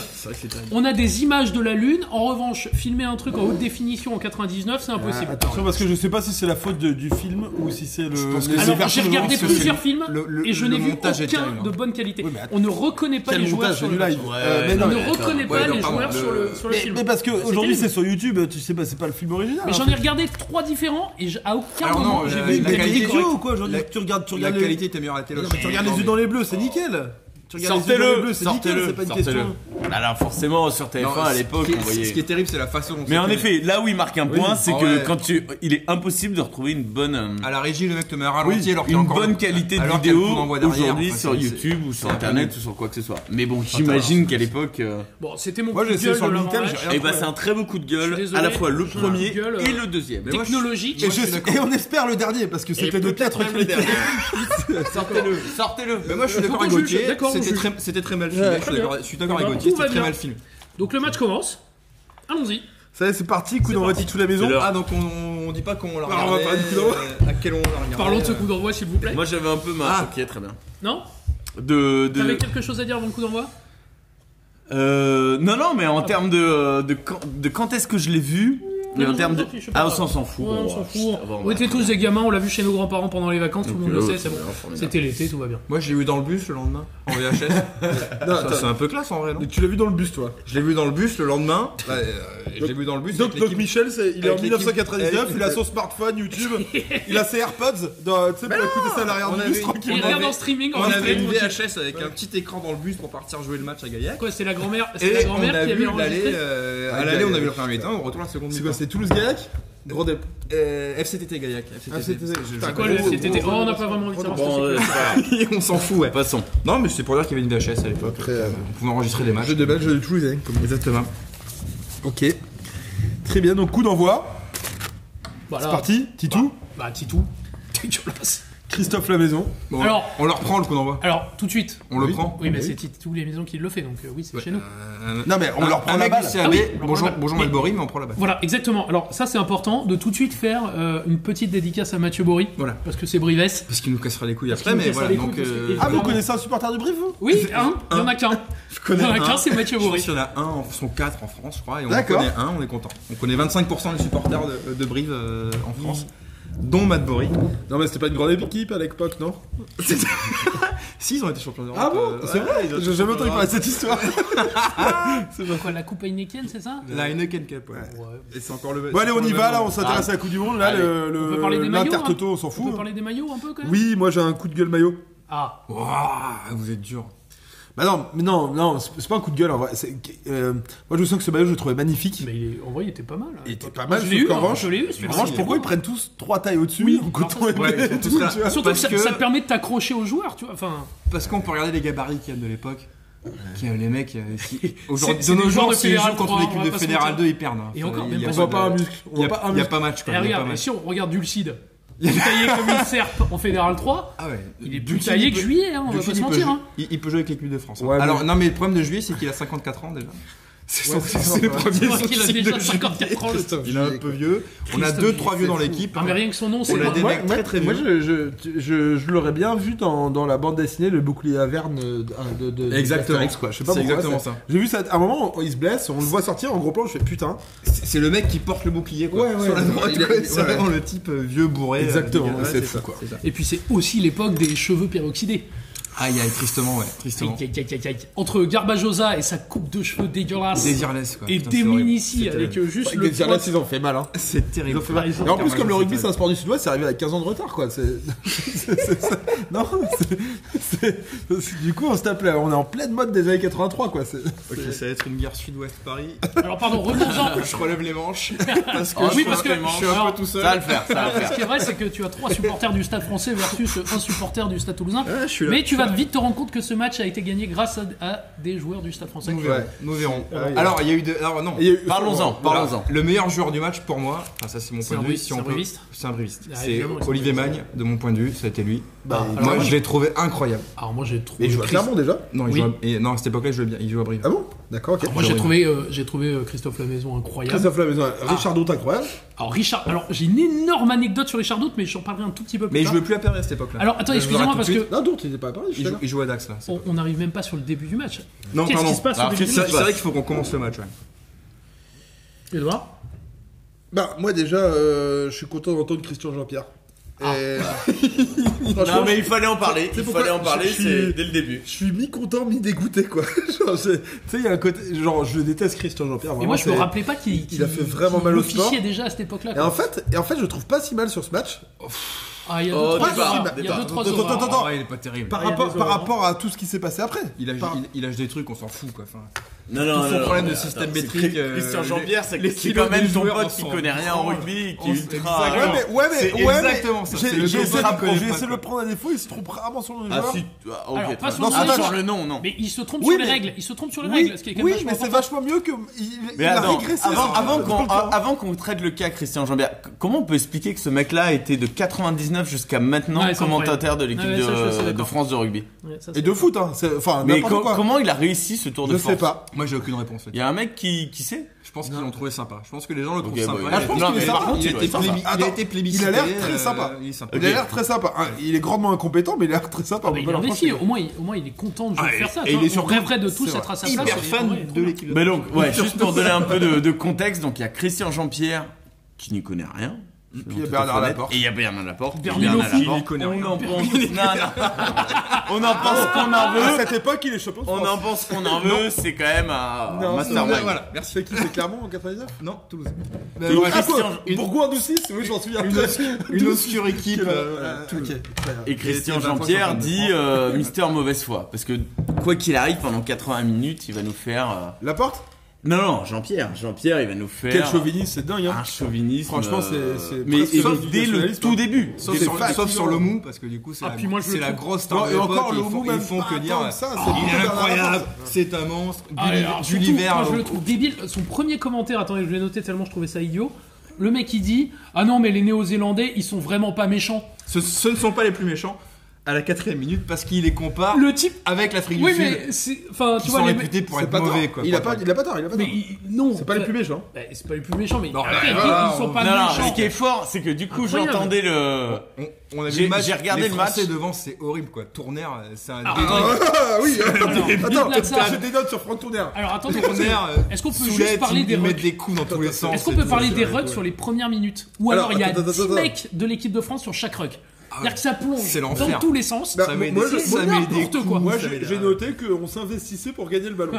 [SPEAKER 9] On a des images de la Lune. En revanche, filmer un truc en haute définition en 99, c'est impossible.
[SPEAKER 13] Attention, parce que je sais pas si c'est la faute de- du film ou si c'est le.
[SPEAKER 10] pense que
[SPEAKER 13] le-
[SPEAKER 10] c'est
[SPEAKER 9] Alors
[SPEAKER 10] version
[SPEAKER 9] j'ai regardé
[SPEAKER 10] parce que
[SPEAKER 9] plusieurs
[SPEAKER 10] c'est-
[SPEAKER 9] films
[SPEAKER 10] le- le-
[SPEAKER 9] et je
[SPEAKER 10] le
[SPEAKER 9] n'ai vu
[SPEAKER 10] montage est
[SPEAKER 9] aucun
[SPEAKER 10] terrible, hein.
[SPEAKER 9] de bonne qualité. on ne reconnaît pas
[SPEAKER 8] Quel
[SPEAKER 9] les joueurs
[SPEAKER 8] montage
[SPEAKER 9] sur
[SPEAKER 8] du
[SPEAKER 9] le
[SPEAKER 8] live
[SPEAKER 9] match.
[SPEAKER 8] Euh, Mais non,
[SPEAKER 9] On ne
[SPEAKER 8] mais-
[SPEAKER 9] reconnaît pas
[SPEAKER 10] non,
[SPEAKER 9] les
[SPEAKER 10] pardon,
[SPEAKER 9] joueurs
[SPEAKER 10] le-
[SPEAKER 9] sur le sur le
[SPEAKER 13] Mais,
[SPEAKER 9] film.
[SPEAKER 13] mais parce que
[SPEAKER 9] C'est
[SPEAKER 13] aujourd'hui
[SPEAKER 9] terrible.
[SPEAKER 13] c'est sur YouTube, tu sais pas, c'est pas le film original.
[SPEAKER 9] Mais
[SPEAKER 13] hein.
[SPEAKER 9] j'en ai regardé trois différents et j- à aucun
[SPEAKER 10] Alors non,
[SPEAKER 9] moment
[SPEAKER 10] euh,
[SPEAKER 9] j'ai
[SPEAKER 10] la
[SPEAKER 9] vu une
[SPEAKER 13] Mais t'es
[SPEAKER 10] qualité
[SPEAKER 9] qualité
[SPEAKER 13] idiot
[SPEAKER 9] correcte.
[SPEAKER 13] ou quoi Aujourd'hui, tu regardes, tu
[SPEAKER 10] La
[SPEAKER 13] regardes, les...
[SPEAKER 10] qualité était meilleure à la télé.
[SPEAKER 13] Non, mais tu regardes les yeux dans les bleus, c'est nickel. Tu regardes les yeux dans les bleus,
[SPEAKER 11] Sortez-le,
[SPEAKER 13] c'est nickel, c'est pas
[SPEAKER 11] sortez-le,
[SPEAKER 13] une
[SPEAKER 11] sortez-le.
[SPEAKER 13] question.
[SPEAKER 11] Alors Ah forcément, sur
[SPEAKER 10] Non,
[SPEAKER 11] TF1 à
[SPEAKER 10] ce
[SPEAKER 11] l'époque,
[SPEAKER 10] qui est-
[SPEAKER 11] on
[SPEAKER 10] Ce qui est
[SPEAKER 11] voyait.
[SPEAKER 10] terrible, c'est la façon dont
[SPEAKER 11] Mais
[SPEAKER 10] c'est
[SPEAKER 11] en
[SPEAKER 10] fait.
[SPEAKER 11] effet, là où il marque un
[SPEAKER 10] Oui.
[SPEAKER 11] point, c'est
[SPEAKER 10] Ah
[SPEAKER 11] que
[SPEAKER 10] ouais.
[SPEAKER 11] quand tu, il est impossible de retrouver une bonne, euh,
[SPEAKER 10] À la régie, le mec te met un ralenti Ah, alors qu'il y a
[SPEAKER 11] une
[SPEAKER 10] encore
[SPEAKER 11] bonne qualité de
[SPEAKER 10] alors qu'il y a le coup
[SPEAKER 11] vidéo
[SPEAKER 10] d'envoi derrière.
[SPEAKER 11] aujourd'hui
[SPEAKER 10] Enfin,
[SPEAKER 11] sur
[SPEAKER 10] c'est-
[SPEAKER 11] YouTube ou sur
[SPEAKER 10] c'est
[SPEAKER 11] Internet
[SPEAKER 10] abusé.
[SPEAKER 11] ou sur quoi que ce soit. Mais bon, j'imagine qu'à l'époque, euh,
[SPEAKER 9] Bon, c'était mon
[SPEAKER 10] Moi,
[SPEAKER 9] coup
[SPEAKER 10] j'ai
[SPEAKER 9] de
[SPEAKER 10] essayé
[SPEAKER 9] gueule
[SPEAKER 10] sur
[SPEAKER 9] de
[SPEAKER 10] le
[SPEAKER 9] la
[SPEAKER 10] Minitel,
[SPEAKER 9] rencontre.
[SPEAKER 10] j'ai
[SPEAKER 11] eh ben c'est un très beau coup de
[SPEAKER 9] Je
[SPEAKER 11] gueule,
[SPEAKER 9] suis
[SPEAKER 11] à la
[SPEAKER 9] désolé,
[SPEAKER 11] fois le
[SPEAKER 9] j'ai un
[SPEAKER 11] premier
[SPEAKER 9] gueule, euh,
[SPEAKER 11] et le deuxième.
[SPEAKER 10] moi, je suis-
[SPEAKER 9] technologique.
[SPEAKER 10] Et
[SPEAKER 8] Et, je- et on espère le dernier parce que c'était de
[SPEAKER 11] peut-être
[SPEAKER 8] piètre
[SPEAKER 11] même le
[SPEAKER 8] qualité.
[SPEAKER 11] Sortez-le, sortez-le.
[SPEAKER 10] Mais moi, je suis
[SPEAKER 9] Faut
[SPEAKER 10] d'accord
[SPEAKER 9] qu'on
[SPEAKER 10] avec
[SPEAKER 9] juge,
[SPEAKER 10] Gauthier.
[SPEAKER 9] d'accord, on
[SPEAKER 10] C'était
[SPEAKER 9] juge.
[SPEAKER 10] très- C'était très mal filmé. Je suis d'accord- Je suis d'accord
[SPEAKER 9] Eh
[SPEAKER 10] avec
[SPEAKER 9] ben,
[SPEAKER 10] Gauthier.
[SPEAKER 9] tout va
[SPEAKER 10] C'était très
[SPEAKER 9] bien.
[SPEAKER 10] mal filmé.
[SPEAKER 9] Donc le match commence. Allons-y.
[SPEAKER 8] Ça y est, c'est parti, coup d'envoi de toute la maison.
[SPEAKER 10] Ah, donc on on dit pas qu'on l'a
[SPEAKER 8] Ah, on va
[SPEAKER 10] regardé.
[SPEAKER 8] parler du coup d'envoi.
[SPEAKER 10] euh, À quel on l'a regardé.
[SPEAKER 9] Parlons de ce
[SPEAKER 10] euh,
[SPEAKER 9] coup d'envoi, s'il vous plaît.
[SPEAKER 11] Moi j'avais un peu marre.
[SPEAKER 10] Ah.
[SPEAKER 11] Ok, très bien.
[SPEAKER 9] Non
[SPEAKER 11] De, de-
[SPEAKER 9] T'avais quelque chose à dire avant le coup d'envoi
[SPEAKER 11] Euh, non, non, mais en termes de, euh, de, quand, de quand est-ce que je l'ai vu mais
[SPEAKER 9] Non,
[SPEAKER 11] en
[SPEAKER 9] non,
[SPEAKER 11] termes de...
[SPEAKER 9] non, je sais pas.
[SPEAKER 11] Ah, on s'en fout.
[SPEAKER 9] Ouais,
[SPEAKER 11] bon,
[SPEAKER 9] on
[SPEAKER 11] bah,
[SPEAKER 9] s'en
[SPEAKER 11] chut,
[SPEAKER 9] fout.
[SPEAKER 11] avant,
[SPEAKER 9] On
[SPEAKER 11] bah,
[SPEAKER 9] était tous des gamins, on l'a vu chez nos grands-parents pendant les vacances, tout le
[SPEAKER 11] Donc,
[SPEAKER 9] monde le
[SPEAKER 11] euh,
[SPEAKER 9] sait, c'est bon.
[SPEAKER 11] formidable, formidable.
[SPEAKER 9] C'était l'été, tout va bien.
[SPEAKER 10] Moi, je l'ai vu dans le bus le lendemain, en VHS.
[SPEAKER 8] Non,
[SPEAKER 10] Ça,
[SPEAKER 8] attends.
[SPEAKER 10] C'est un peu classe en vrai, non
[SPEAKER 8] Mais tu l'as vu dans le bus, toi.
[SPEAKER 10] Je l'ai vu dans le bus le lendemain. Bah, euh, je l'ai vu dans le bus.
[SPEAKER 8] Donc,
[SPEAKER 10] avec
[SPEAKER 8] donc
[SPEAKER 10] l'équipe.
[SPEAKER 8] Michel, c'est- il est
[SPEAKER 10] avec l'équipe-
[SPEAKER 8] en 1999,
[SPEAKER 10] avec-
[SPEAKER 8] il a son smartphone, YouTube, il a ses AirPods, dans- tu sais, pour écouter ça à l'arrière
[SPEAKER 10] on
[SPEAKER 8] du
[SPEAKER 10] avait-
[SPEAKER 8] bus,
[SPEAKER 9] Il
[SPEAKER 8] tranquille.
[SPEAKER 10] On
[SPEAKER 9] regarde
[SPEAKER 10] avait-
[SPEAKER 9] en streaming, en
[SPEAKER 10] On avait une
[SPEAKER 9] streaming.
[SPEAKER 10] VHS avec un petit écran dans le bus pour partir jouer le match à Gaillac.
[SPEAKER 9] Quoi, c'est la grand-mère c'est la
[SPEAKER 10] Et on
[SPEAKER 9] grand-mère
[SPEAKER 10] a
[SPEAKER 9] qui avait
[SPEAKER 10] vu l'aller.
[SPEAKER 9] enregistré
[SPEAKER 10] euh,
[SPEAKER 8] Ah,
[SPEAKER 10] À l'aller, on a
[SPEAKER 8] Gaillac.
[SPEAKER 10] vu le premier mi-temps, on retourne la seconde
[SPEAKER 8] C'est quoi,
[SPEAKER 10] mi-temps.
[SPEAKER 8] c'est Ah, Toulouse-Gaillac Gros dé-
[SPEAKER 10] Euh, FCTT Gaillac.
[SPEAKER 8] FCTT.
[SPEAKER 10] Je- je-
[SPEAKER 8] Putain,
[SPEAKER 10] je-
[SPEAKER 9] Quoi, le FCTT Oh, on n'a pas vraiment envie de savoir
[SPEAKER 11] Bon,
[SPEAKER 9] ce
[SPEAKER 11] euh,
[SPEAKER 9] que
[SPEAKER 11] c'est pas grave.
[SPEAKER 10] On s'en fout, ouais.
[SPEAKER 11] Passons.
[SPEAKER 10] Non, mais c'est pour dire qu'il y avait une VHS à l'époque. On pouvait enregistrer des matchs.
[SPEAKER 8] Jeu de Belge de Toulouse, comme
[SPEAKER 10] Exactement.
[SPEAKER 8] Ok. Très bien, donc coup d'envoi.
[SPEAKER 9] c'est. Voilà.
[SPEAKER 8] C'est parti, Titou,
[SPEAKER 9] Bah, Titou. Dégueulasse.
[SPEAKER 8] Christophe Lamaison.
[SPEAKER 10] Bon,
[SPEAKER 9] Alors-
[SPEAKER 10] on leur prend le coup d'envoi.
[SPEAKER 9] Alors, tout de suite.
[SPEAKER 10] On le prend.
[SPEAKER 9] Oui, mais c'est Titou les maisons qui le fait, donc euh, oui, c'est chez nous.
[SPEAKER 10] Euh,
[SPEAKER 8] Non, mais on leur prend la
[SPEAKER 10] mec du
[SPEAKER 8] balle.
[SPEAKER 10] CAB,
[SPEAKER 9] Ah oui, on leur prend
[SPEAKER 10] bonjour,
[SPEAKER 9] la balle.
[SPEAKER 10] bonjour
[SPEAKER 9] Mais-
[SPEAKER 10] Malbory, mais on prend la balle.
[SPEAKER 9] Voilà, exactement. Alors, ça, c'est important de tout de suite faire euh, une petite dédicace à Mathieu Bory.
[SPEAKER 10] Voilà.
[SPEAKER 9] Parce que c'est Brives.
[SPEAKER 10] Parce qu'il nous cassera les couilles
[SPEAKER 9] Parce
[SPEAKER 10] après,
[SPEAKER 9] qu'il nous
[SPEAKER 10] mais
[SPEAKER 9] cassera
[SPEAKER 10] voilà.
[SPEAKER 9] les
[SPEAKER 10] Donc,
[SPEAKER 9] couilles, parce que-
[SPEAKER 10] euh,
[SPEAKER 9] Ah,
[SPEAKER 8] Ah,
[SPEAKER 9] vous
[SPEAKER 8] vous connaissez un supporter du brief, vous
[SPEAKER 9] Oui, un. Il y en a qu'un.
[SPEAKER 10] Je connais
[SPEAKER 9] Il y en a
[SPEAKER 10] un.
[SPEAKER 9] qu'un, c'est Mathieu
[SPEAKER 10] Je pense
[SPEAKER 9] Bory.
[SPEAKER 10] qu'il y en a un, en- sont quatre en France, je crois, et on en
[SPEAKER 8] D'accord.
[SPEAKER 10] connaît un, on est content. On connaît 25% des supporters de, de Brive euh, en France, dont Matt Bory.
[SPEAKER 8] Non, mais c'était pas une grande équipe à l'époque, non
[SPEAKER 10] si, ils ont été champions d'Europe.
[SPEAKER 8] Ah bon
[SPEAKER 10] euh,
[SPEAKER 8] C'est
[SPEAKER 10] ouais,
[SPEAKER 8] vrai
[SPEAKER 10] ils ont été
[SPEAKER 8] J'ai jamais
[SPEAKER 10] champions
[SPEAKER 8] entendu
[SPEAKER 10] d'Europe.
[SPEAKER 8] parler de cette histoire.
[SPEAKER 9] Quoi, la Coupe Heineken, c'est ça
[SPEAKER 10] La Heineken Cup, ouais. Et c'est encore le.
[SPEAKER 8] Bon, allez,
[SPEAKER 10] c'est
[SPEAKER 8] on
[SPEAKER 10] encore
[SPEAKER 8] y
[SPEAKER 10] le
[SPEAKER 8] va,
[SPEAKER 10] même
[SPEAKER 8] là,
[SPEAKER 10] nom.
[SPEAKER 8] on s'intéresse à la Coupe du Monde. Là,
[SPEAKER 11] Allez.
[SPEAKER 8] le,
[SPEAKER 9] On peut parler
[SPEAKER 8] le,
[SPEAKER 9] des maillots. hein
[SPEAKER 8] l'Intertoto, on s'en
[SPEAKER 9] On peut
[SPEAKER 8] fout.
[SPEAKER 9] parler des maillots un peu quand même
[SPEAKER 8] Oui, moi j'ai un coup de gueule maillot.
[SPEAKER 9] Ah,
[SPEAKER 10] Ouah, vous êtes dur.
[SPEAKER 8] Bah non, mais non, non, c'est c'est pas un coup de gueule en vrai. c'est- euh, moi je sens que ce maillot je le trouvais magnifique.
[SPEAKER 9] mais il est- en vrai, il était pas mal.
[SPEAKER 8] Il était pas mal,
[SPEAKER 9] Je
[SPEAKER 8] sauf
[SPEAKER 9] l'ai eu,
[SPEAKER 8] qu'en
[SPEAKER 9] hein,
[SPEAKER 8] revanche,
[SPEAKER 9] je l'ai eu,
[SPEAKER 8] en
[SPEAKER 9] celui-là.
[SPEAKER 8] revanche, pourquoi ils prennent tous trois tailles au-dessus
[SPEAKER 9] Oui,
[SPEAKER 8] en coton
[SPEAKER 9] alors
[SPEAKER 8] et
[SPEAKER 10] Ouais, ils sont tous là.
[SPEAKER 8] tu vois.
[SPEAKER 9] Ah, Surtout que ça,
[SPEAKER 10] Parce que-
[SPEAKER 9] ça te permet de t'accrocher aux joueurs, tu vois. Enfin,
[SPEAKER 10] Parce qu'on peut regarder les gabarits qu'il y a de l'époque. Qui, euh, les mecs, euh, qui, aujourd'hui,
[SPEAKER 9] c'est
[SPEAKER 10] de nos
[SPEAKER 9] des joueurs
[SPEAKER 10] jours,
[SPEAKER 9] de
[SPEAKER 10] s'ils
[SPEAKER 9] Fédéral
[SPEAKER 10] jouent contre
[SPEAKER 9] 3, on
[SPEAKER 10] l'équipe
[SPEAKER 9] va
[SPEAKER 10] de
[SPEAKER 9] pas se
[SPEAKER 10] Fédéral
[SPEAKER 9] mentir.
[SPEAKER 10] 2, ils perdent. hein.
[SPEAKER 9] Et encore,
[SPEAKER 10] Il y
[SPEAKER 9] même
[SPEAKER 10] a
[SPEAKER 9] pas
[SPEAKER 10] pas de-
[SPEAKER 9] sur-
[SPEAKER 8] On voit pas un muscle.
[SPEAKER 10] Il
[SPEAKER 8] On voit pas un
[SPEAKER 10] n'y a
[SPEAKER 8] muscle.
[SPEAKER 10] pas match, quoi. il
[SPEAKER 9] et
[SPEAKER 10] y a pas
[SPEAKER 9] regarde, mais
[SPEAKER 10] match.
[SPEAKER 9] si on regarde Dulcide, Il est taillé comme une serpe en Fédéral 3.
[SPEAKER 10] Ah ouais.
[SPEAKER 9] Il est
[SPEAKER 10] Du
[SPEAKER 9] plus
[SPEAKER 10] Kid,
[SPEAKER 9] taillé
[SPEAKER 10] il
[SPEAKER 9] que
[SPEAKER 10] peut-
[SPEAKER 9] juillet, hein, on
[SPEAKER 10] Du
[SPEAKER 9] va
[SPEAKER 10] Kid,
[SPEAKER 9] pas se
[SPEAKER 10] il peut
[SPEAKER 9] mentir.
[SPEAKER 10] jouer-
[SPEAKER 9] hein.
[SPEAKER 10] il, il peut jouer avec l'équipe de France. hein.
[SPEAKER 9] Ouais,
[SPEAKER 10] Alors,
[SPEAKER 9] mais-
[SPEAKER 10] non, mais le problème de Juillet, c'est qu'il a 54 ans déjà. C'est son,
[SPEAKER 9] Ouais,
[SPEAKER 10] c'est
[SPEAKER 9] c'est
[SPEAKER 10] le
[SPEAKER 9] vrai.
[SPEAKER 10] premier
[SPEAKER 9] C'est vrai
[SPEAKER 10] souci
[SPEAKER 9] qu'il a
[SPEAKER 10] de
[SPEAKER 9] déjà
[SPEAKER 10] Juillet,
[SPEAKER 9] 54 ans, le
[SPEAKER 10] Christophe. Il est un peu vieux. On a
[SPEAKER 9] Christophe
[SPEAKER 10] deux
[SPEAKER 9] Juillet,
[SPEAKER 10] trois vieux dans
[SPEAKER 9] c'est
[SPEAKER 10] l'équipe.
[SPEAKER 9] fou. Ah, mais rien que son nom,
[SPEAKER 10] On
[SPEAKER 9] c'est
[SPEAKER 10] a des
[SPEAKER 9] marrant.
[SPEAKER 10] mecs très très
[SPEAKER 8] Moi,
[SPEAKER 10] vieux.
[SPEAKER 8] je, je, je, je l'aurais bien vu dans, dans la bande dessinée Le bouclier averne de, de, de- de
[SPEAKER 10] Exactement.
[SPEAKER 8] After X, quoi. Je sais pas
[SPEAKER 10] C'est
[SPEAKER 8] pourquoi,
[SPEAKER 10] exactement ça.
[SPEAKER 8] J'ai vu ça à un moment, on- il se blesse, on le voit sortir en gros plan, je fais putain.
[SPEAKER 10] C'est le mec qui porte le bouclier quoi.
[SPEAKER 8] Ouais, ouais,
[SPEAKER 10] Sur la
[SPEAKER 8] ouais,
[SPEAKER 10] droite,
[SPEAKER 8] il a-
[SPEAKER 10] quoi.
[SPEAKER 8] il-
[SPEAKER 10] C'est
[SPEAKER 8] ouais,
[SPEAKER 10] vraiment
[SPEAKER 8] ouais.
[SPEAKER 10] le type euh, vieux bourré. euh,
[SPEAKER 8] Exactement,
[SPEAKER 10] dégueulasse,
[SPEAKER 8] c'est
[SPEAKER 10] et
[SPEAKER 8] ça,
[SPEAKER 10] tout, quoi.
[SPEAKER 9] Et puis c'est aussi l'époque des cheveux peroxydés.
[SPEAKER 10] Aïe aïe, tristement, ouais. Tristement.
[SPEAKER 9] Aïe, aïe, aïe, aïe. Entre Garbajosa et sa coupe de cheveux dégueulasse.
[SPEAKER 10] Désirless, quoi.
[SPEAKER 9] Et
[SPEAKER 10] Putain, c'est horrible.
[SPEAKER 9] Deminici
[SPEAKER 10] C'était-
[SPEAKER 9] avec euh, juste
[SPEAKER 10] Ouais,
[SPEAKER 9] le.
[SPEAKER 10] Désirless,
[SPEAKER 9] poids-
[SPEAKER 8] Ils ont fait mal, hein.
[SPEAKER 10] C'est terrible.
[SPEAKER 8] Ils ont fait mal.
[SPEAKER 9] Ils ont
[SPEAKER 8] Et en plus,
[SPEAKER 9] fait
[SPEAKER 8] comme
[SPEAKER 9] mal,
[SPEAKER 8] le rugby,
[SPEAKER 9] c'est
[SPEAKER 8] c'est un sport du sud-ouest, c'est arrivé à 15 ans de retard, quoi. C'est- c'est- c'est- c'est- Non, c'est- c'est- c'est- du coup, on se tape là, on est en pleine mode des années 83, quoi. C'est-
[SPEAKER 10] Ok, ça va être une guerre sud-ouest Paris.
[SPEAKER 9] euh, Alors pardon, revenons-en.
[SPEAKER 10] je relève les manches. Parce que
[SPEAKER 9] Ah,
[SPEAKER 10] Ah, je
[SPEAKER 9] oui,
[SPEAKER 10] suis
[SPEAKER 9] parce que-
[SPEAKER 10] un peu- je suis un
[SPEAKER 9] alors-
[SPEAKER 10] peu tout seul.
[SPEAKER 11] Ça va le faire, ça va le
[SPEAKER 9] Ce
[SPEAKER 11] faire.
[SPEAKER 9] qui est vrai, c'est que tu as trois supporters du Stade français versus un supporter du Stade toulousain.
[SPEAKER 10] Ouais, je suis là.
[SPEAKER 9] Mais tu vas vite te rendre compte que ce match a été gagné grâce à, à des joueurs du Stade français.
[SPEAKER 10] Nous verrons. Nous verrons.
[SPEAKER 8] Ouais,
[SPEAKER 10] Alors, il y a eu de. Alors, non.
[SPEAKER 8] Il y a eu-
[SPEAKER 11] Parlons-en, parlons-en.
[SPEAKER 10] Alors, Le meilleur joueur du match pour moi, enfin, ça c'est mon
[SPEAKER 9] C'est
[SPEAKER 10] point
[SPEAKER 9] un
[SPEAKER 10] de vue.
[SPEAKER 9] bri- c'est un
[SPEAKER 10] peut-
[SPEAKER 9] briviste
[SPEAKER 10] C'est un briviste.
[SPEAKER 9] Ah,
[SPEAKER 10] C'est
[SPEAKER 9] évidemment, c'est un
[SPEAKER 10] Olivier
[SPEAKER 9] briviste.
[SPEAKER 10] Magne, de mon point de vue, ça a été lui.
[SPEAKER 8] Bah,
[SPEAKER 9] alors,
[SPEAKER 10] Moi
[SPEAKER 9] moi,
[SPEAKER 10] je l'ai trouvé incroyable.
[SPEAKER 9] Alors moi j'ai
[SPEAKER 8] Mais
[SPEAKER 9] trouvé.
[SPEAKER 8] il joue à
[SPEAKER 9] Christ-
[SPEAKER 8] Clermont déjà
[SPEAKER 10] Non, il
[SPEAKER 9] Oui.
[SPEAKER 10] joue à- et- non, à cette époque-là, il jouait bien. Il jouait à Brive.
[SPEAKER 8] Ah bon D'accord, ok.
[SPEAKER 9] Alors, moi j'ai trouvé, euh, j'ai trouvé euh, Christophe Lamaison incroyable.
[SPEAKER 8] Christophe Lamaison,
[SPEAKER 10] Ah.
[SPEAKER 8] Richard Dout incroyable.
[SPEAKER 9] Alors Richard, alors j'ai une énorme anecdote sur Richard Doute, mais j'en parlerai un tout petit peu plus
[SPEAKER 10] Mais il
[SPEAKER 9] tard.
[SPEAKER 10] jouait plus à Paris à cette époque-là.
[SPEAKER 9] Alors attends,
[SPEAKER 10] Je vous le
[SPEAKER 9] excusez-moi
[SPEAKER 10] rate
[SPEAKER 9] parce
[SPEAKER 10] tout de
[SPEAKER 9] que
[SPEAKER 10] suite.
[SPEAKER 8] Non, Dout, il était pas à Paris, je suis
[SPEAKER 10] Il joue-
[SPEAKER 8] d'accord.
[SPEAKER 10] il joue à Dax là.
[SPEAKER 9] on on n'arrive même pas sur le début du match.
[SPEAKER 10] Non,
[SPEAKER 9] Qu'est-ce
[SPEAKER 10] pardon.
[SPEAKER 9] qui se passe au
[SPEAKER 11] Alors,
[SPEAKER 9] début
[SPEAKER 10] C'est
[SPEAKER 9] du
[SPEAKER 10] c'est
[SPEAKER 9] match
[SPEAKER 10] vrai qu'il faut qu'on commence le match. ouais.
[SPEAKER 9] Edouard
[SPEAKER 8] Bah, moi déjà, euh, je suis content d'entendre Christian Jean-Pierre. Et... euh, Franchement,
[SPEAKER 11] Ah. Non, mais il fallait en parler.
[SPEAKER 8] C'est
[SPEAKER 11] Il
[SPEAKER 8] pourquoi
[SPEAKER 11] fallait en
[SPEAKER 8] je-
[SPEAKER 11] parler
[SPEAKER 8] je suis-
[SPEAKER 11] c'est dès le début.
[SPEAKER 8] Je suis mi-content, mi-dégoûté, quoi. Genre, c'est- tu sais, il y a un côté. Genre, je déteste Christian Jean-Pierre.
[SPEAKER 9] Et
[SPEAKER 8] vraiment,
[SPEAKER 9] moi je me
[SPEAKER 8] c'est-
[SPEAKER 9] rappelais pas qu'il
[SPEAKER 8] il a
[SPEAKER 9] qu'il-
[SPEAKER 8] fait vraiment
[SPEAKER 9] qu'il
[SPEAKER 8] mal au
[SPEAKER 9] officiait
[SPEAKER 8] sport.
[SPEAKER 9] déjà à cette époque-là.
[SPEAKER 8] Et en, fait, et en fait, je trouve pas si mal sur ce match.
[SPEAKER 9] Ah, il y a deux
[SPEAKER 11] Oh,
[SPEAKER 9] trois
[SPEAKER 11] départ,
[SPEAKER 9] erreurs. Il y a
[SPEAKER 11] départ.
[SPEAKER 9] deux trois
[SPEAKER 8] Attends,
[SPEAKER 9] erreurs.
[SPEAKER 8] attends, attends.
[SPEAKER 11] Ah ouais, il est pas terrible.
[SPEAKER 8] Par,
[SPEAKER 9] Il y a
[SPEAKER 8] rapport,
[SPEAKER 9] des
[SPEAKER 8] par
[SPEAKER 11] hein.
[SPEAKER 9] erreurs.
[SPEAKER 8] rapport à tout ce qui s'est passé après.
[SPEAKER 10] Il lâche,
[SPEAKER 8] Par-
[SPEAKER 10] il, il lâche des trucs, on s'en fout quoi. Enfin,
[SPEAKER 11] Non, non,
[SPEAKER 10] Tout son
[SPEAKER 11] non, non,
[SPEAKER 10] problème
[SPEAKER 11] mais
[SPEAKER 10] de
[SPEAKER 11] attends,
[SPEAKER 10] système
[SPEAKER 11] c'est
[SPEAKER 10] métrique,
[SPEAKER 11] Christ-
[SPEAKER 10] euh,
[SPEAKER 11] Christian
[SPEAKER 10] les-
[SPEAKER 11] Jean-Pierre, c'est
[SPEAKER 10] les
[SPEAKER 11] c'est
[SPEAKER 10] kilos
[SPEAKER 11] quand même
[SPEAKER 10] des
[SPEAKER 11] ton
[SPEAKER 10] joueurs
[SPEAKER 11] pote qui
[SPEAKER 10] sont-
[SPEAKER 11] connaît rien en
[SPEAKER 10] sont-
[SPEAKER 11] rugby, qui est
[SPEAKER 10] on-
[SPEAKER 11] ultra. euh,
[SPEAKER 10] Exactement.
[SPEAKER 8] Ah, Ouais, mais, ouais,
[SPEAKER 11] C'est
[SPEAKER 8] mais, ouais, mais-
[SPEAKER 11] exactement ça,
[SPEAKER 8] j'ai-
[SPEAKER 11] c'est le
[SPEAKER 8] J'ai essayé,
[SPEAKER 11] contrat
[SPEAKER 8] de-
[SPEAKER 11] qu'on
[SPEAKER 8] j'ai essayé
[SPEAKER 11] fait,
[SPEAKER 8] de le prendre à défaut, il se trompe rarement sur le
[SPEAKER 11] Ah,
[SPEAKER 8] joueur.
[SPEAKER 11] si. ah, ok,
[SPEAKER 9] Alors,
[SPEAKER 11] très
[SPEAKER 9] passons
[SPEAKER 11] bien.
[SPEAKER 9] sur
[SPEAKER 11] Ah,
[SPEAKER 9] les
[SPEAKER 11] sur
[SPEAKER 9] matchs.
[SPEAKER 11] le nom, non.
[SPEAKER 9] Mais il se trompe
[SPEAKER 8] Oui,
[SPEAKER 9] sur les
[SPEAKER 8] mais-
[SPEAKER 9] règles. Il se trompe sur les
[SPEAKER 8] Oui,
[SPEAKER 9] règles. Ce qui est quand même
[SPEAKER 8] oui,
[SPEAKER 9] vachement
[SPEAKER 8] mais c'est
[SPEAKER 9] important.
[SPEAKER 8] vachement mieux que. Il, il
[SPEAKER 11] Mais
[SPEAKER 8] a
[SPEAKER 11] attends,
[SPEAKER 8] régressé.
[SPEAKER 11] avant,
[SPEAKER 8] sur-
[SPEAKER 11] avant
[SPEAKER 8] sur
[SPEAKER 11] qu'on,
[SPEAKER 8] le plan.
[SPEAKER 11] avant qu'on traite le cas Christian Jean-Pierre, c- comment on peut expliquer que ce mec-là était de 99 jusqu'à maintenant
[SPEAKER 9] Ouais, c'est
[SPEAKER 11] commentateur de l'équipe
[SPEAKER 9] Ouais,
[SPEAKER 11] de,
[SPEAKER 9] ça, je suis d'accord.
[SPEAKER 11] de France de rugby
[SPEAKER 9] Ouais, ça,
[SPEAKER 8] Et
[SPEAKER 9] c'est-
[SPEAKER 8] de foot, hein. c'est-
[SPEAKER 10] Ah,
[SPEAKER 8] Enfin,
[SPEAKER 11] Mais
[SPEAKER 8] n'importe
[SPEAKER 11] co-
[SPEAKER 8] quoi.
[SPEAKER 11] comment il a réussi ce tour de
[SPEAKER 8] Je
[SPEAKER 11] force
[SPEAKER 8] sais pas.
[SPEAKER 10] Moi j'ai aucune réponse.
[SPEAKER 11] Il y a un mec qui, qui sait
[SPEAKER 10] Je pense qu'ils l'ont trouvé sympa. Je pense que les gens le trouvent
[SPEAKER 11] Ok,
[SPEAKER 10] sympa. Ah,
[SPEAKER 11] bah,
[SPEAKER 10] Il a-
[SPEAKER 8] je pense
[SPEAKER 11] non,
[SPEAKER 8] qu'il est
[SPEAKER 11] mais
[SPEAKER 8] sympa.
[SPEAKER 11] par contre,
[SPEAKER 10] il, a
[SPEAKER 11] doit
[SPEAKER 10] été
[SPEAKER 11] être sympa.
[SPEAKER 10] plébi- il
[SPEAKER 8] Attends,
[SPEAKER 10] a été plébiscité.
[SPEAKER 8] il a l'air très
[SPEAKER 10] euh,
[SPEAKER 8] sympa.
[SPEAKER 10] il est sympa.
[SPEAKER 8] Il a l'air très sympa. Hein, Il est grandement incompétent, mais il a l'air très sympa.
[SPEAKER 9] Ah, mais il est investi. Au moins, il- au moins, il est content de jouer-
[SPEAKER 10] Ah, et-
[SPEAKER 9] faire ça.
[SPEAKER 10] et
[SPEAKER 9] tu vois.
[SPEAKER 10] il est
[SPEAKER 9] On
[SPEAKER 10] surtout-
[SPEAKER 9] rêverait de tous
[SPEAKER 10] c'est
[SPEAKER 9] être à sa place.
[SPEAKER 10] hyper
[SPEAKER 9] et-
[SPEAKER 10] fan
[SPEAKER 9] ouais, il est trop
[SPEAKER 10] de
[SPEAKER 9] bien.
[SPEAKER 10] l'équipe. de
[SPEAKER 11] Mais
[SPEAKER 10] France.
[SPEAKER 11] donc, ouais, juste pour donner un peu de, de contexte, donc il y a Christian Jean-Pierre qui n'y connaît rien.
[SPEAKER 8] il y a Bernard Laporte.
[SPEAKER 11] Et il y a Bernard Laporte. Et
[SPEAKER 9] Bernard
[SPEAKER 11] Bernard
[SPEAKER 9] Laporte.
[SPEAKER 11] Laporte.
[SPEAKER 10] Il connaît
[SPEAKER 11] On
[SPEAKER 10] rien.
[SPEAKER 11] en pense. Non, non. On en pense qu'on en
[SPEAKER 8] Ah, À
[SPEAKER 11] veut.
[SPEAKER 8] cette époque, il est champion de
[SPEAKER 11] On en pense qu'on en veut. C'est quand même un un mastermind.
[SPEAKER 10] Voilà, merci.
[SPEAKER 8] C'est qui C'est Clermont en 99
[SPEAKER 10] Non, Toulouse.
[SPEAKER 8] Mais
[SPEAKER 11] ouais,
[SPEAKER 8] ah,
[SPEAKER 11] Christian-
[SPEAKER 8] quoi
[SPEAKER 11] une-
[SPEAKER 8] Bourgoin de 6 Oui, j'en souviens.
[SPEAKER 10] Une, os- une obscure équipe.
[SPEAKER 8] Ok, bah,
[SPEAKER 10] euh,
[SPEAKER 8] voilà,
[SPEAKER 10] Toulouse.
[SPEAKER 8] ok.
[SPEAKER 11] Et Christian
[SPEAKER 10] Il était
[SPEAKER 11] Jean-Pierre
[SPEAKER 10] vingt-trois
[SPEAKER 11] dit euh, Mister Mauvaise Foi. Parce que quoi qu'il arrive, pendant 80 minutes, il va nous faire. euh,
[SPEAKER 8] La porte
[SPEAKER 11] Non, non, Jean-Pierre. Jean-Pierre, il va nous faire.
[SPEAKER 8] Quel chauviniste, c'est dingue.
[SPEAKER 10] ah,
[SPEAKER 11] Un
[SPEAKER 8] Hein.
[SPEAKER 11] chauvinisme.
[SPEAKER 8] Franchement,
[SPEAKER 11] euh,
[SPEAKER 8] c'est- c'est
[SPEAKER 11] Mais
[SPEAKER 8] presque
[SPEAKER 11] et
[SPEAKER 8] sauf
[SPEAKER 11] dès
[SPEAKER 8] du
[SPEAKER 11] le
[SPEAKER 8] nationalisme,
[SPEAKER 11] tout
[SPEAKER 8] hein.
[SPEAKER 11] début.
[SPEAKER 10] Sauf,
[SPEAKER 8] Des
[SPEAKER 10] sur,
[SPEAKER 8] fois,
[SPEAKER 10] sauf sur
[SPEAKER 8] qui-
[SPEAKER 10] le mou, parce que du coup, c'est
[SPEAKER 9] Ah,
[SPEAKER 10] la,
[SPEAKER 9] puis moi, je
[SPEAKER 10] c'est
[SPEAKER 9] le
[SPEAKER 10] la
[SPEAKER 9] trouve.
[SPEAKER 10] grosse star.
[SPEAKER 8] Non,
[SPEAKER 10] de
[SPEAKER 8] et
[SPEAKER 10] l'époque,
[SPEAKER 8] encore,
[SPEAKER 10] ils
[SPEAKER 8] le
[SPEAKER 10] font-
[SPEAKER 8] mou,
[SPEAKER 10] ils
[SPEAKER 8] même
[SPEAKER 10] font
[SPEAKER 8] pas
[SPEAKER 10] que dire.
[SPEAKER 8] attendre ça,
[SPEAKER 10] Ah,
[SPEAKER 8] c'est
[SPEAKER 10] il
[SPEAKER 8] pas
[SPEAKER 10] est
[SPEAKER 8] Bernard
[SPEAKER 10] incroyable,
[SPEAKER 8] Laporte.
[SPEAKER 10] c'est un monstre.
[SPEAKER 9] Ah,
[SPEAKER 10] Gulli-
[SPEAKER 9] et alors, surtout,
[SPEAKER 10] Gulliver.
[SPEAKER 9] moi je
[SPEAKER 10] au-
[SPEAKER 9] le trouve débile. Son premier commentaire, attendez, je l'ai noté tellement je trouvais ça idiot. Le mec il dit Ah non, mais les Néo-Zélandais ils sont vraiment pas méchants.
[SPEAKER 10] Ce, ce ne sont pas les plus méchants à la quatrième minute parce qu'il les compare
[SPEAKER 9] Le type.
[SPEAKER 10] avec l'Afrique du
[SPEAKER 9] Oui,
[SPEAKER 10] Sud.
[SPEAKER 9] mais c'est. Enfin, tu
[SPEAKER 10] qui
[SPEAKER 9] vois,
[SPEAKER 10] sont
[SPEAKER 9] les
[SPEAKER 10] réputés pour
[SPEAKER 8] C'est
[SPEAKER 10] être
[SPEAKER 8] pas
[SPEAKER 10] mauvais
[SPEAKER 8] tort.
[SPEAKER 10] quoi.
[SPEAKER 8] Il a
[SPEAKER 10] Pour
[SPEAKER 8] pas,
[SPEAKER 10] être-
[SPEAKER 8] il a pas tort, il a pas
[SPEAKER 9] Mais
[SPEAKER 8] tort.
[SPEAKER 9] il- non.
[SPEAKER 8] C'est pas les plus méchants.
[SPEAKER 9] Bah, c'est pas les plus méchants, mais
[SPEAKER 10] Non,
[SPEAKER 9] après,
[SPEAKER 10] bah,
[SPEAKER 9] ils,
[SPEAKER 10] voilà,
[SPEAKER 9] disent, ils sont
[SPEAKER 10] on-
[SPEAKER 9] pas
[SPEAKER 11] Non, non,
[SPEAKER 9] méchants.
[SPEAKER 11] ce qui est fort, c'est que du coup,
[SPEAKER 9] Incroyable.
[SPEAKER 11] j'entendais le.
[SPEAKER 10] on, on a vu
[SPEAKER 11] J'ai-
[SPEAKER 10] le match,
[SPEAKER 11] j'ai regardé
[SPEAKER 10] les
[SPEAKER 11] le match.
[SPEAKER 10] Français devant, c'est horrible quoi. Tournaire, euh, c'est un
[SPEAKER 9] Ah,
[SPEAKER 10] délire.
[SPEAKER 9] attends,
[SPEAKER 8] Ah oui
[SPEAKER 9] Alors,
[SPEAKER 8] Attends,
[SPEAKER 9] au-delà de ça-
[SPEAKER 8] j'ai des notes sur Franck Tournaire.
[SPEAKER 9] Alors attendez,
[SPEAKER 10] Tournaire, euh,
[SPEAKER 9] est-ce qu'on peut
[SPEAKER 10] Soulette,
[SPEAKER 9] juste parler
[SPEAKER 10] ils-
[SPEAKER 9] des
[SPEAKER 10] ils mettent
[SPEAKER 9] rucks
[SPEAKER 10] des coups dans tous les sens.
[SPEAKER 9] Est-ce qu'on
[SPEAKER 10] et
[SPEAKER 9] peut
[SPEAKER 10] tout,
[SPEAKER 9] parler
[SPEAKER 10] c'est-
[SPEAKER 9] des rucks sur les premières minutes Ou alors,
[SPEAKER 8] Alors,
[SPEAKER 9] il y a
[SPEAKER 8] attends, attends,
[SPEAKER 9] 10
[SPEAKER 8] attends.
[SPEAKER 9] mecs de l'équipe de France sur chaque ruck. C'est-à-dire que ça plonge
[SPEAKER 10] C'est
[SPEAKER 9] dans
[SPEAKER 10] l'enfer.
[SPEAKER 9] tous les sens.
[SPEAKER 8] Bah,
[SPEAKER 10] Ça met
[SPEAKER 8] moi,
[SPEAKER 10] des-
[SPEAKER 8] je-
[SPEAKER 10] ça met des
[SPEAKER 9] n'importe
[SPEAKER 10] coups.
[SPEAKER 9] quoi.
[SPEAKER 8] Moi,
[SPEAKER 10] ça met
[SPEAKER 8] j'ai
[SPEAKER 10] des-
[SPEAKER 8] j'ai noté qu'on s'investissait pour gagner le ballon.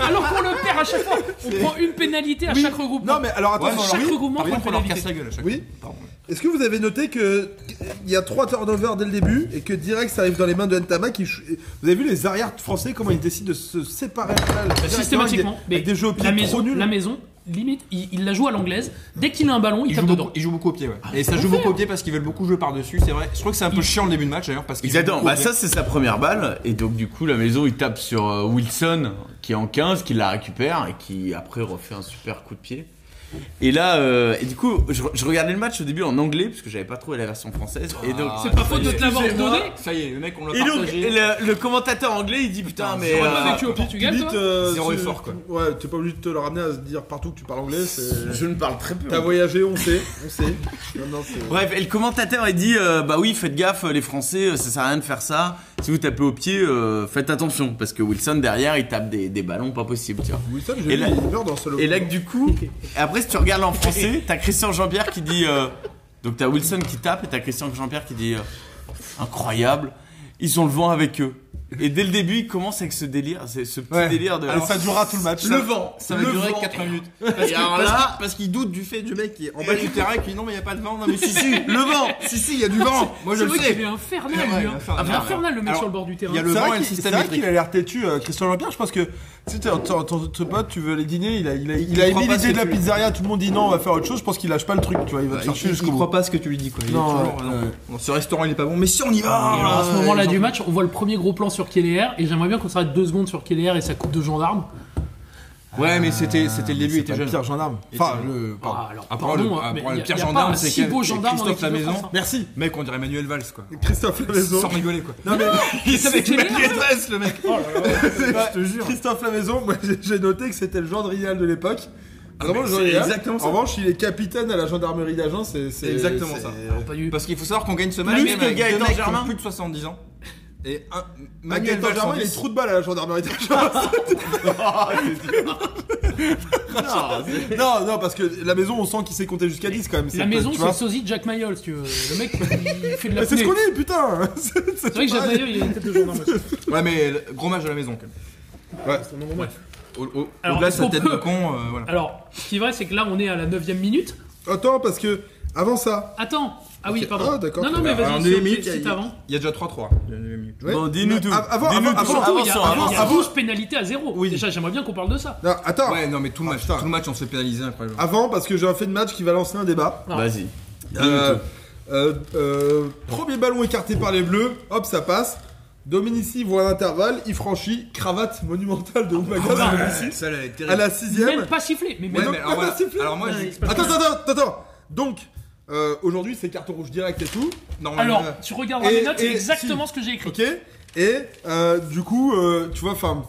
[SPEAKER 9] Alors qu'on le perd à chaque fois. On prend une pénalité à chaque regroupement.
[SPEAKER 8] Non, mais alors attends,
[SPEAKER 10] Ouais, mais
[SPEAKER 9] chaque
[SPEAKER 10] alors, oui,
[SPEAKER 9] regroupement
[SPEAKER 10] par
[SPEAKER 9] prend
[SPEAKER 10] contre,
[SPEAKER 9] une
[SPEAKER 10] on leur
[SPEAKER 9] pénalité.
[SPEAKER 10] casse la gueule à chaque
[SPEAKER 8] Oui.
[SPEAKER 10] fois. Pardon.
[SPEAKER 8] Est-ce que vous avez noté que il y a trois turnovers dès le début et que direct ça arrive dans les mains de Ntama qui chou- Vous avez vu les arrières français comment ils décident de se séparer de la balle directement
[SPEAKER 9] Bah, Systématiquement.
[SPEAKER 8] avec des-
[SPEAKER 9] Mais
[SPEAKER 8] avec des jeux au pied
[SPEAKER 9] la
[SPEAKER 8] trop
[SPEAKER 9] maison,
[SPEAKER 8] nuls.
[SPEAKER 9] la maison, limite, il, il la joue à l'anglaise. Dès qu'il a un ballon,
[SPEAKER 10] Ils
[SPEAKER 9] il,
[SPEAKER 10] Ah,
[SPEAKER 9] tape
[SPEAKER 10] jouent,
[SPEAKER 9] dedans.
[SPEAKER 10] beaucoup, ils jouent beaucoup au pied, ouais. et ça joue beaucoup au pied parce qu'ils veulent beaucoup jouer par-dessus, c'est vrai. Je trouve que c'est un peu chiant le début de match d'ailleurs. parce qu'ils
[SPEAKER 11] Ils adorent.
[SPEAKER 10] jouent beaucoup au
[SPEAKER 11] Bah,
[SPEAKER 10] pied.
[SPEAKER 11] ça, c'est sa première balle. Et donc, du coup, la maison, il tape sur euh, Wilson, qui est en 15, qui la récupère et qui, après, refait un super coup de pied. Et là, euh, et du coup, je, je regardais le match au début en anglais parce que j'avais pas trouvé la version française. Et donc,
[SPEAKER 9] Ah, C'est pas faute de te l'avoir
[SPEAKER 11] Excusez-moi.
[SPEAKER 9] donné.
[SPEAKER 11] Ça y est, le mec, on
[SPEAKER 9] l'a
[SPEAKER 11] Et donc,
[SPEAKER 9] partagé.
[SPEAKER 11] le, le commentateur anglais, il dit putain, mais.
[SPEAKER 9] j'aurais Ah, pas
[SPEAKER 11] euh,
[SPEAKER 9] vécu au Portugal,
[SPEAKER 11] limite,
[SPEAKER 9] toi.
[SPEAKER 11] euh,
[SPEAKER 14] Zéro
[SPEAKER 11] tu-
[SPEAKER 14] effort, quoi.
[SPEAKER 8] Ouais, t'es pas obligé de te le ramener à se dire partout que tu parles anglais. c'est-
[SPEAKER 11] Je ne parle très peu.
[SPEAKER 8] T'as voyagé, on sait, on sait. Non, non, c'est-
[SPEAKER 11] Bref, et le commentateur il dit euh, bah oui, faites gaffe, les Français, euh, ça sert à rien de faire ça. Si vous tapez au pied, euh, faites attention parce que Wilson derrière, il tape des, des ballons pas possible, tu vois.
[SPEAKER 8] Wilson,
[SPEAKER 11] Et
[SPEAKER 8] j'ai vu,
[SPEAKER 11] là-
[SPEAKER 8] il meurt dans Solo.
[SPEAKER 11] Et là, que du coup, et après, si tu regardes en français, t'as Christian Jean-Pierre qui dit. euh, donc t'as Wilson qui tape et t'as Christian Jean-Pierre qui dit euh, incroyable, ils ont le vent avec eux. Et dès le début, il commence avec ce délire, c'est ce petit
[SPEAKER 10] Ouais.
[SPEAKER 11] délire de.
[SPEAKER 10] Alors, ça durera tout le match,
[SPEAKER 11] Le
[SPEAKER 10] ça.
[SPEAKER 11] vent,
[SPEAKER 10] Ça va
[SPEAKER 11] le
[SPEAKER 10] durer
[SPEAKER 11] vent.
[SPEAKER 10] 80 minutes.
[SPEAKER 11] Et
[SPEAKER 10] Parce que-
[SPEAKER 11] alors
[SPEAKER 10] parce
[SPEAKER 11] là,
[SPEAKER 10] que- parce qu'il doute du fait du mec qui est en bas du terrain et qui dit non mais il y a pas de vent, non mais si si, le vent, si si, il y a du vent. Moi je
[SPEAKER 9] C'est
[SPEAKER 10] le
[SPEAKER 9] vrai
[SPEAKER 10] sais.
[SPEAKER 9] qu'il est infernal,
[SPEAKER 10] Ouais,
[SPEAKER 9] lui.
[SPEAKER 10] il est
[SPEAKER 9] hein.
[SPEAKER 10] infernal.
[SPEAKER 9] Il est infernal, le mec
[SPEAKER 10] Alors,
[SPEAKER 9] sur le bord du terrain.
[SPEAKER 10] il y a le
[SPEAKER 8] C'est
[SPEAKER 10] vent
[SPEAKER 8] vrai
[SPEAKER 10] et le
[SPEAKER 8] qu'il-
[SPEAKER 10] système
[SPEAKER 8] C'est vrai
[SPEAKER 10] métrique.
[SPEAKER 8] qu'il a l'air têtu, euh, Christian Jean-Pierre. Je pense que tu sais, t'as- ton, ton- ton pote, tu veux aller dîner, il a, il a, il a
[SPEAKER 10] Il croit
[SPEAKER 8] aimé
[SPEAKER 10] pas ce
[SPEAKER 8] l'idée de
[SPEAKER 10] que
[SPEAKER 8] la
[SPEAKER 10] tu lui-
[SPEAKER 8] pizzeria. Tout le monde dit non, on va faire autre chose. Je pense qu'il lâche pas le truc, tu vois. Il va te
[SPEAKER 10] Bah,
[SPEAKER 8] chercher
[SPEAKER 10] il-
[SPEAKER 8] jusqu'au
[SPEAKER 10] il
[SPEAKER 8] bout.
[SPEAKER 10] croit pas à ce que tu lui dis quoi. Il est
[SPEAKER 8] Non,
[SPEAKER 10] toujours,
[SPEAKER 8] ouais,
[SPEAKER 10] euh, non, Ce restaurant il est pas bon, mais si on y va.
[SPEAKER 9] Et alors, à ce moment-là
[SPEAKER 10] Ils
[SPEAKER 9] du
[SPEAKER 10] ont-
[SPEAKER 9] match, on voit le premier gros plan sur Keller et j'aimerais bien qu'on s'arrête deux secondes sur Keller et sa coupe de gendarme.
[SPEAKER 10] Ouais, mais c'était c'était le début, il était jeune.
[SPEAKER 8] Pierre gendarme.
[SPEAKER 10] Il
[SPEAKER 8] Enfin,
[SPEAKER 10] était-
[SPEAKER 8] le. pardon.
[SPEAKER 9] Ah, alors,
[SPEAKER 10] Après,
[SPEAKER 9] pardon,
[SPEAKER 10] le,
[SPEAKER 9] hein,
[SPEAKER 10] après,
[SPEAKER 9] mais
[SPEAKER 10] le
[SPEAKER 9] y a-
[SPEAKER 10] pire
[SPEAKER 9] y a pas
[SPEAKER 10] gendarme,
[SPEAKER 9] un
[SPEAKER 10] c'est
[SPEAKER 9] si
[SPEAKER 10] quel-
[SPEAKER 9] beau
[SPEAKER 10] c'est
[SPEAKER 9] gendarme en
[SPEAKER 10] Christophe
[SPEAKER 9] équipe de
[SPEAKER 10] Lamaison.
[SPEAKER 9] France. hein.
[SPEAKER 10] Merci. Mec, on dirait Manuel Valls, quoi.
[SPEAKER 8] Christophe Lamaison.
[SPEAKER 10] Sans rigoler, quoi.
[SPEAKER 8] Non, mais
[SPEAKER 10] Il savait que
[SPEAKER 9] Keller,
[SPEAKER 10] Manuel Valls, le mec.
[SPEAKER 8] je te jure. Christophe Lamaison, moi j'ai- j'ai noté que c'était le genre de Rial de l'époque. Vraiment
[SPEAKER 10] mais
[SPEAKER 8] le genre de
[SPEAKER 10] c'est
[SPEAKER 8] Rial.
[SPEAKER 10] exactement ça.
[SPEAKER 8] En revanche, il est capitaine à la gendarmerie d'Agen. C'est c'est-
[SPEAKER 10] exactement
[SPEAKER 8] c'est-
[SPEAKER 10] ça.
[SPEAKER 9] Pas du-
[SPEAKER 10] Parce qu'il faut savoir qu'on gagne ce match
[SPEAKER 11] Plus
[SPEAKER 10] même
[SPEAKER 11] que
[SPEAKER 10] avec
[SPEAKER 11] Gaëtan
[SPEAKER 10] deux mecs qui
[SPEAKER 11] Germain.
[SPEAKER 10] ont plus de 70 ans. Et un,
[SPEAKER 8] Manuel
[SPEAKER 10] Manuel Valls,
[SPEAKER 8] Benjamin,
[SPEAKER 10] en
[SPEAKER 8] il est
[SPEAKER 10] dix.
[SPEAKER 8] trou de balle à la gendarmerie d'Agen. non, non, parce que la maison, on sent qu'il sait compter jusqu'à 10 quand même.
[SPEAKER 9] La
[SPEAKER 8] cette-
[SPEAKER 9] maison,
[SPEAKER 8] tu
[SPEAKER 9] c'est
[SPEAKER 8] vois.
[SPEAKER 9] le sosie de Jack Mayol, si tu veux. Le mec, il fait de la
[SPEAKER 8] Mais c'est ce qu'on Ah,
[SPEAKER 9] apnée.
[SPEAKER 8] est, Eh, putain C'est
[SPEAKER 9] C'est vrai que Jack Mayol, il a une tête de gendarme. aussi.
[SPEAKER 10] Ouais, mais le- gros match à la maison, quand même.
[SPEAKER 9] Bon, bref.
[SPEAKER 10] Au, au,
[SPEAKER 9] Alors, Ah,
[SPEAKER 10] au-delà de
[SPEAKER 9] est-ce
[SPEAKER 10] sa
[SPEAKER 9] qu'on
[SPEAKER 10] tête
[SPEAKER 9] peut-
[SPEAKER 10] de con, euh, voilà.
[SPEAKER 9] Alors, ce qui est vrai, c'est que là, on est à la 9 minute.
[SPEAKER 8] Attends, parce que avant ça,
[SPEAKER 9] Attends Ah oui,
[SPEAKER 8] Ok.
[SPEAKER 9] pardon.
[SPEAKER 8] Ah, d'accord.
[SPEAKER 9] Non, non, mais
[SPEAKER 10] Alors,
[SPEAKER 9] vas-y,
[SPEAKER 10] en
[SPEAKER 9] c'est-
[SPEAKER 10] deux minutes,
[SPEAKER 9] c'est
[SPEAKER 10] il
[SPEAKER 9] c'est
[SPEAKER 10] y a-
[SPEAKER 9] avant.
[SPEAKER 10] Il y a déjà 3-3. Il y a deux minutes.
[SPEAKER 8] ouais.
[SPEAKER 11] Bon, dis-nous
[SPEAKER 8] Mais
[SPEAKER 11] tout.
[SPEAKER 8] av- Avant,
[SPEAKER 11] Dis-nous tout.
[SPEAKER 8] avant, avant-
[SPEAKER 11] Ah,
[SPEAKER 9] Surtout, il y a-
[SPEAKER 11] avançons,
[SPEAKER 9] avant, il y a
[SPEAKER 8] avançons.
[SPEAKER 9] 12 pénalités à 0.
[SPEAKER 8] Oui.
[SPEAKER 9] Déjà, j'aimerais bien qu'on parle de ça.
[SPEAKER 8] Non, attends.
[SPEAKER 10] Ouais, non, mais tout le match,
[SPEAKER 8] putain.
[SPEAKER 10] tout le match, on se fait pénaliser après.
[SPEAKER 8] Avant, parce que j'ai un fait de match qui va lancer un débat.
[SPEAKER 11] Vas-y.
[SPEAKER 8] Euh, euh, euh, premier ballon écarté par les bleus, hop ça passe. Dominici voit l'intervalle, il franchit, cravate monumentale de Oumaga
[SPEAKER 9] Ah,
[SPEAKER 8] Dominici,
[SPEAKER 10] Ça, là, elle est terrible.
[SPEAKER 8] à la sixième.
[SPEAKER 9] Même pas sifflé. Mais
[SPEAKER 10] Ouais,
[SPEAKER 9] même.
[SPEAKER 10] mais alors,
[SPEAKER 8] même
[SPEAKER 10] voilà.
[SPEAKER 8] pas sifflé.
[SPEAKER 10] Alors, moi,
[SPEAKER 9] Ouais,
[SPEAKER 10] j'ai-
[SPEAKER 9] il se passe
[SPEAKER 8] Attends, attends, attends, attends. Donc, euh, aujourd'hui c'est carton rouge direct et tout.
[SPEAKER 10] normalement.
[SPEAKER 9] Alors, tu regarderas
[SPEAKER 8] Et-
[SPEAKER 9] mes notes, c'est
[SPEAKER 8] et-
[SPEAKER 9] exactement
[SPEAKER 8] si.
[SPEAKER 9] ce que j'ai écrit.
[SPEAKER 8] Ok Et euh, du coup, euh, tu vois, enfin,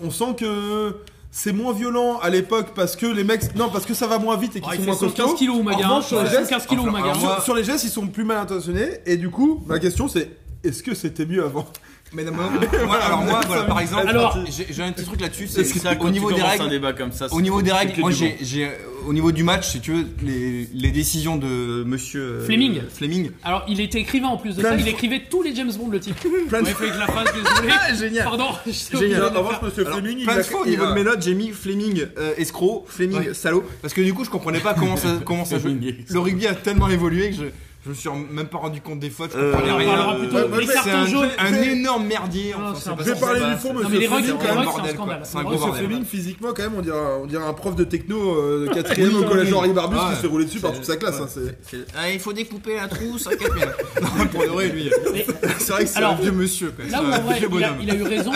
[SPEAKER 8] on sent que c'est moins violent à l'époque parce que les mecs. Non, parce que ça va moins vite et qu'ils
[SPEAKER 9] Ah,
[SPEAKER 8] sont
[SPEAKER 9] il fait
[SPEAKER 8] moins
[SPEAKER 9] 115
[SPEAKER 8] costauds.
[SPEAKER 9] kilos, Oumaga.
[SPEAKER 8] En
[SPEAKER 9] hein.
[SPEAKER 8] revanche, sur les gestes,
[SPEAKER 9] 115 kilos,
[SPEAKER 10] alors,
[SPEAKER 9] Oumaga.
[SPEAKER 10] alors,
[SPEAKER 8] sur-
[SPEAKER 10] moi-
[SPEAKER 8] sur les gestes, ils sont plus mal intentionnés. Et du coup, ma question c'est est-ce que c'était mieux avant
[SPEAKER 10] Mais non, moi, moi, alors, moi, voilà, par exemple,
[SPEAKER 9] Alors-
[SPEAKER 10] j'ai j'ai un petit truc là-dessus.
[SPEAKER 11] C'est
[SPEAKER 10] c'est
[SPEAKER 11] ça,
[SPEAKER 10] Au niveau des
[SPEAKER 11] un
[SPEAKER 10] règles,
[SPEAKER 11] débat comme ça.
[SPEAKER 10] Au niveau des
[SPEAKER 11] que
[SPEAKER 10] règles, moi
[SPEAKER 11] du
[SPEAKER 10] j'ai, j'ai- euh, au niveau du match, si tu veux, les, les décisions de monsieur euh,
[SPEAKER 9] Fleming.
[SPEAKER 10] Fleming.
[SPEAKER 9] Alors, il était écrivain en plus de
[SPEAKER 8] Plein
[SPEAKER 9] ça,
[SPEAKER 8] de
[SPEAKER 9] il
[SPEAKER 8] fois.
[SPEAKER 9] écrivait tous les James Bond, le type.
[SPEAKER 8] Plein de
[SPEAKER 9] Ouais, avec la phrase, désolé.
[SPEAKER 10] Génial.
[SPEAKER 9] Pardon, je sais pas.
[SPEAKER 8] En revanche, monsieur Fleming,
[SPEAKER 10] Plein
[SPEAKER 8] il a-
[SPEAKER 10] de fois au
[SPEAKER 8] il
[SPEAKER 10] niveau
[SPEAKER 8] a-
[SPEAKER 10] de mes notes, j'ai mis Fleming euh, escroc, Fleming salaud, parce que du coup je comprenais pas comment ça, comment ça joue.
[SPEAKER 11] Fleming escroc.
[SPEAKER 10] Le rugby a tellement évolué que je, je me suis même pas rendu compte des fautes, je
[SPEAKER 11] Euh,
[SPEAKER 10] comprenais
[SPEAKER 11] on
[SPEAKER 10] rien.
[SPEAKER 9] parlera plus tôt.
[SPEAKER 10] Euh,
[SPEAKER 9] Les
[SPEAKER 10] c'est
[SPEAKER 9] cartons
[SPEAKER 10] un,
[SPEAKER 9] jaunes.
[SPEAKER 10] un énorme merdier.
[SPEAKER 9] Non,
[SPEAKER 10] enfin,
[SPEAKER 9] c'est
[SPEAKER 10] c'est
[SPEAKER 9] un
[SPEAKER 10] pas
[SPEAKER 8] Je vais
[SPEAKER 10] ça,
[SPEAKER 8] parler
[SPEAKER 10] c'est
[SPEAKER 8] du
[SPEAKER 10] pas-
[SPEAKER 8] fond,
[SPEAKER 9] Non, mais
[SPEAKER 8] monsieur
[SPEAKER 9] les
[SPEAKER 10] règles,
[SPEAKER 8] Fleming,
[SPEAKER 9] règles,
[SPEAKER 10] c'est un
[SPEAKER 8] quand
[SPEAKER 9] c'est un
[SPEAKER 8] même.
[SPEAKER 10] bordel, quoi.
[SPEAKER 9] scandale.
[SPEAKER 10] C'est un gros
[SPEAKER 8] Monsieur
[SPEAKER 10] bordel.
[SPEAKER 8] Fleming, physiquement, quand même, on dirait, on dirait un prof de techno euh, quatrième au collège Henri Barbus
[SPEAKER 10] Ouais.
[SPEAKER 8] qui se fait rouler dessus par toute sa classe.
[SPEAKER 10] Ouais.
[SPEAKER 8] hein, c'est-
[SPEAKER 10] C'est- Ah, il faut découper un trou, ça 4 000. Non, Pour de vrai, lui. euh, C'est vrai que c'est un
[SPEAKER 9] Alors,
[SPEAKER 10] vieux monsieur. quoi.
[SPEAKER 9] Là où
[SPEAKER 10] C'est
[SPEAKER 9] en
[SPEAKER 10] un
[SPEAKER 9] vrai,
[SPEAKER 10] vieux
[SPEAKER 9] il a,
[SPEAKER 10] bonhomme.
[SPEAKER 9] il a eu raison,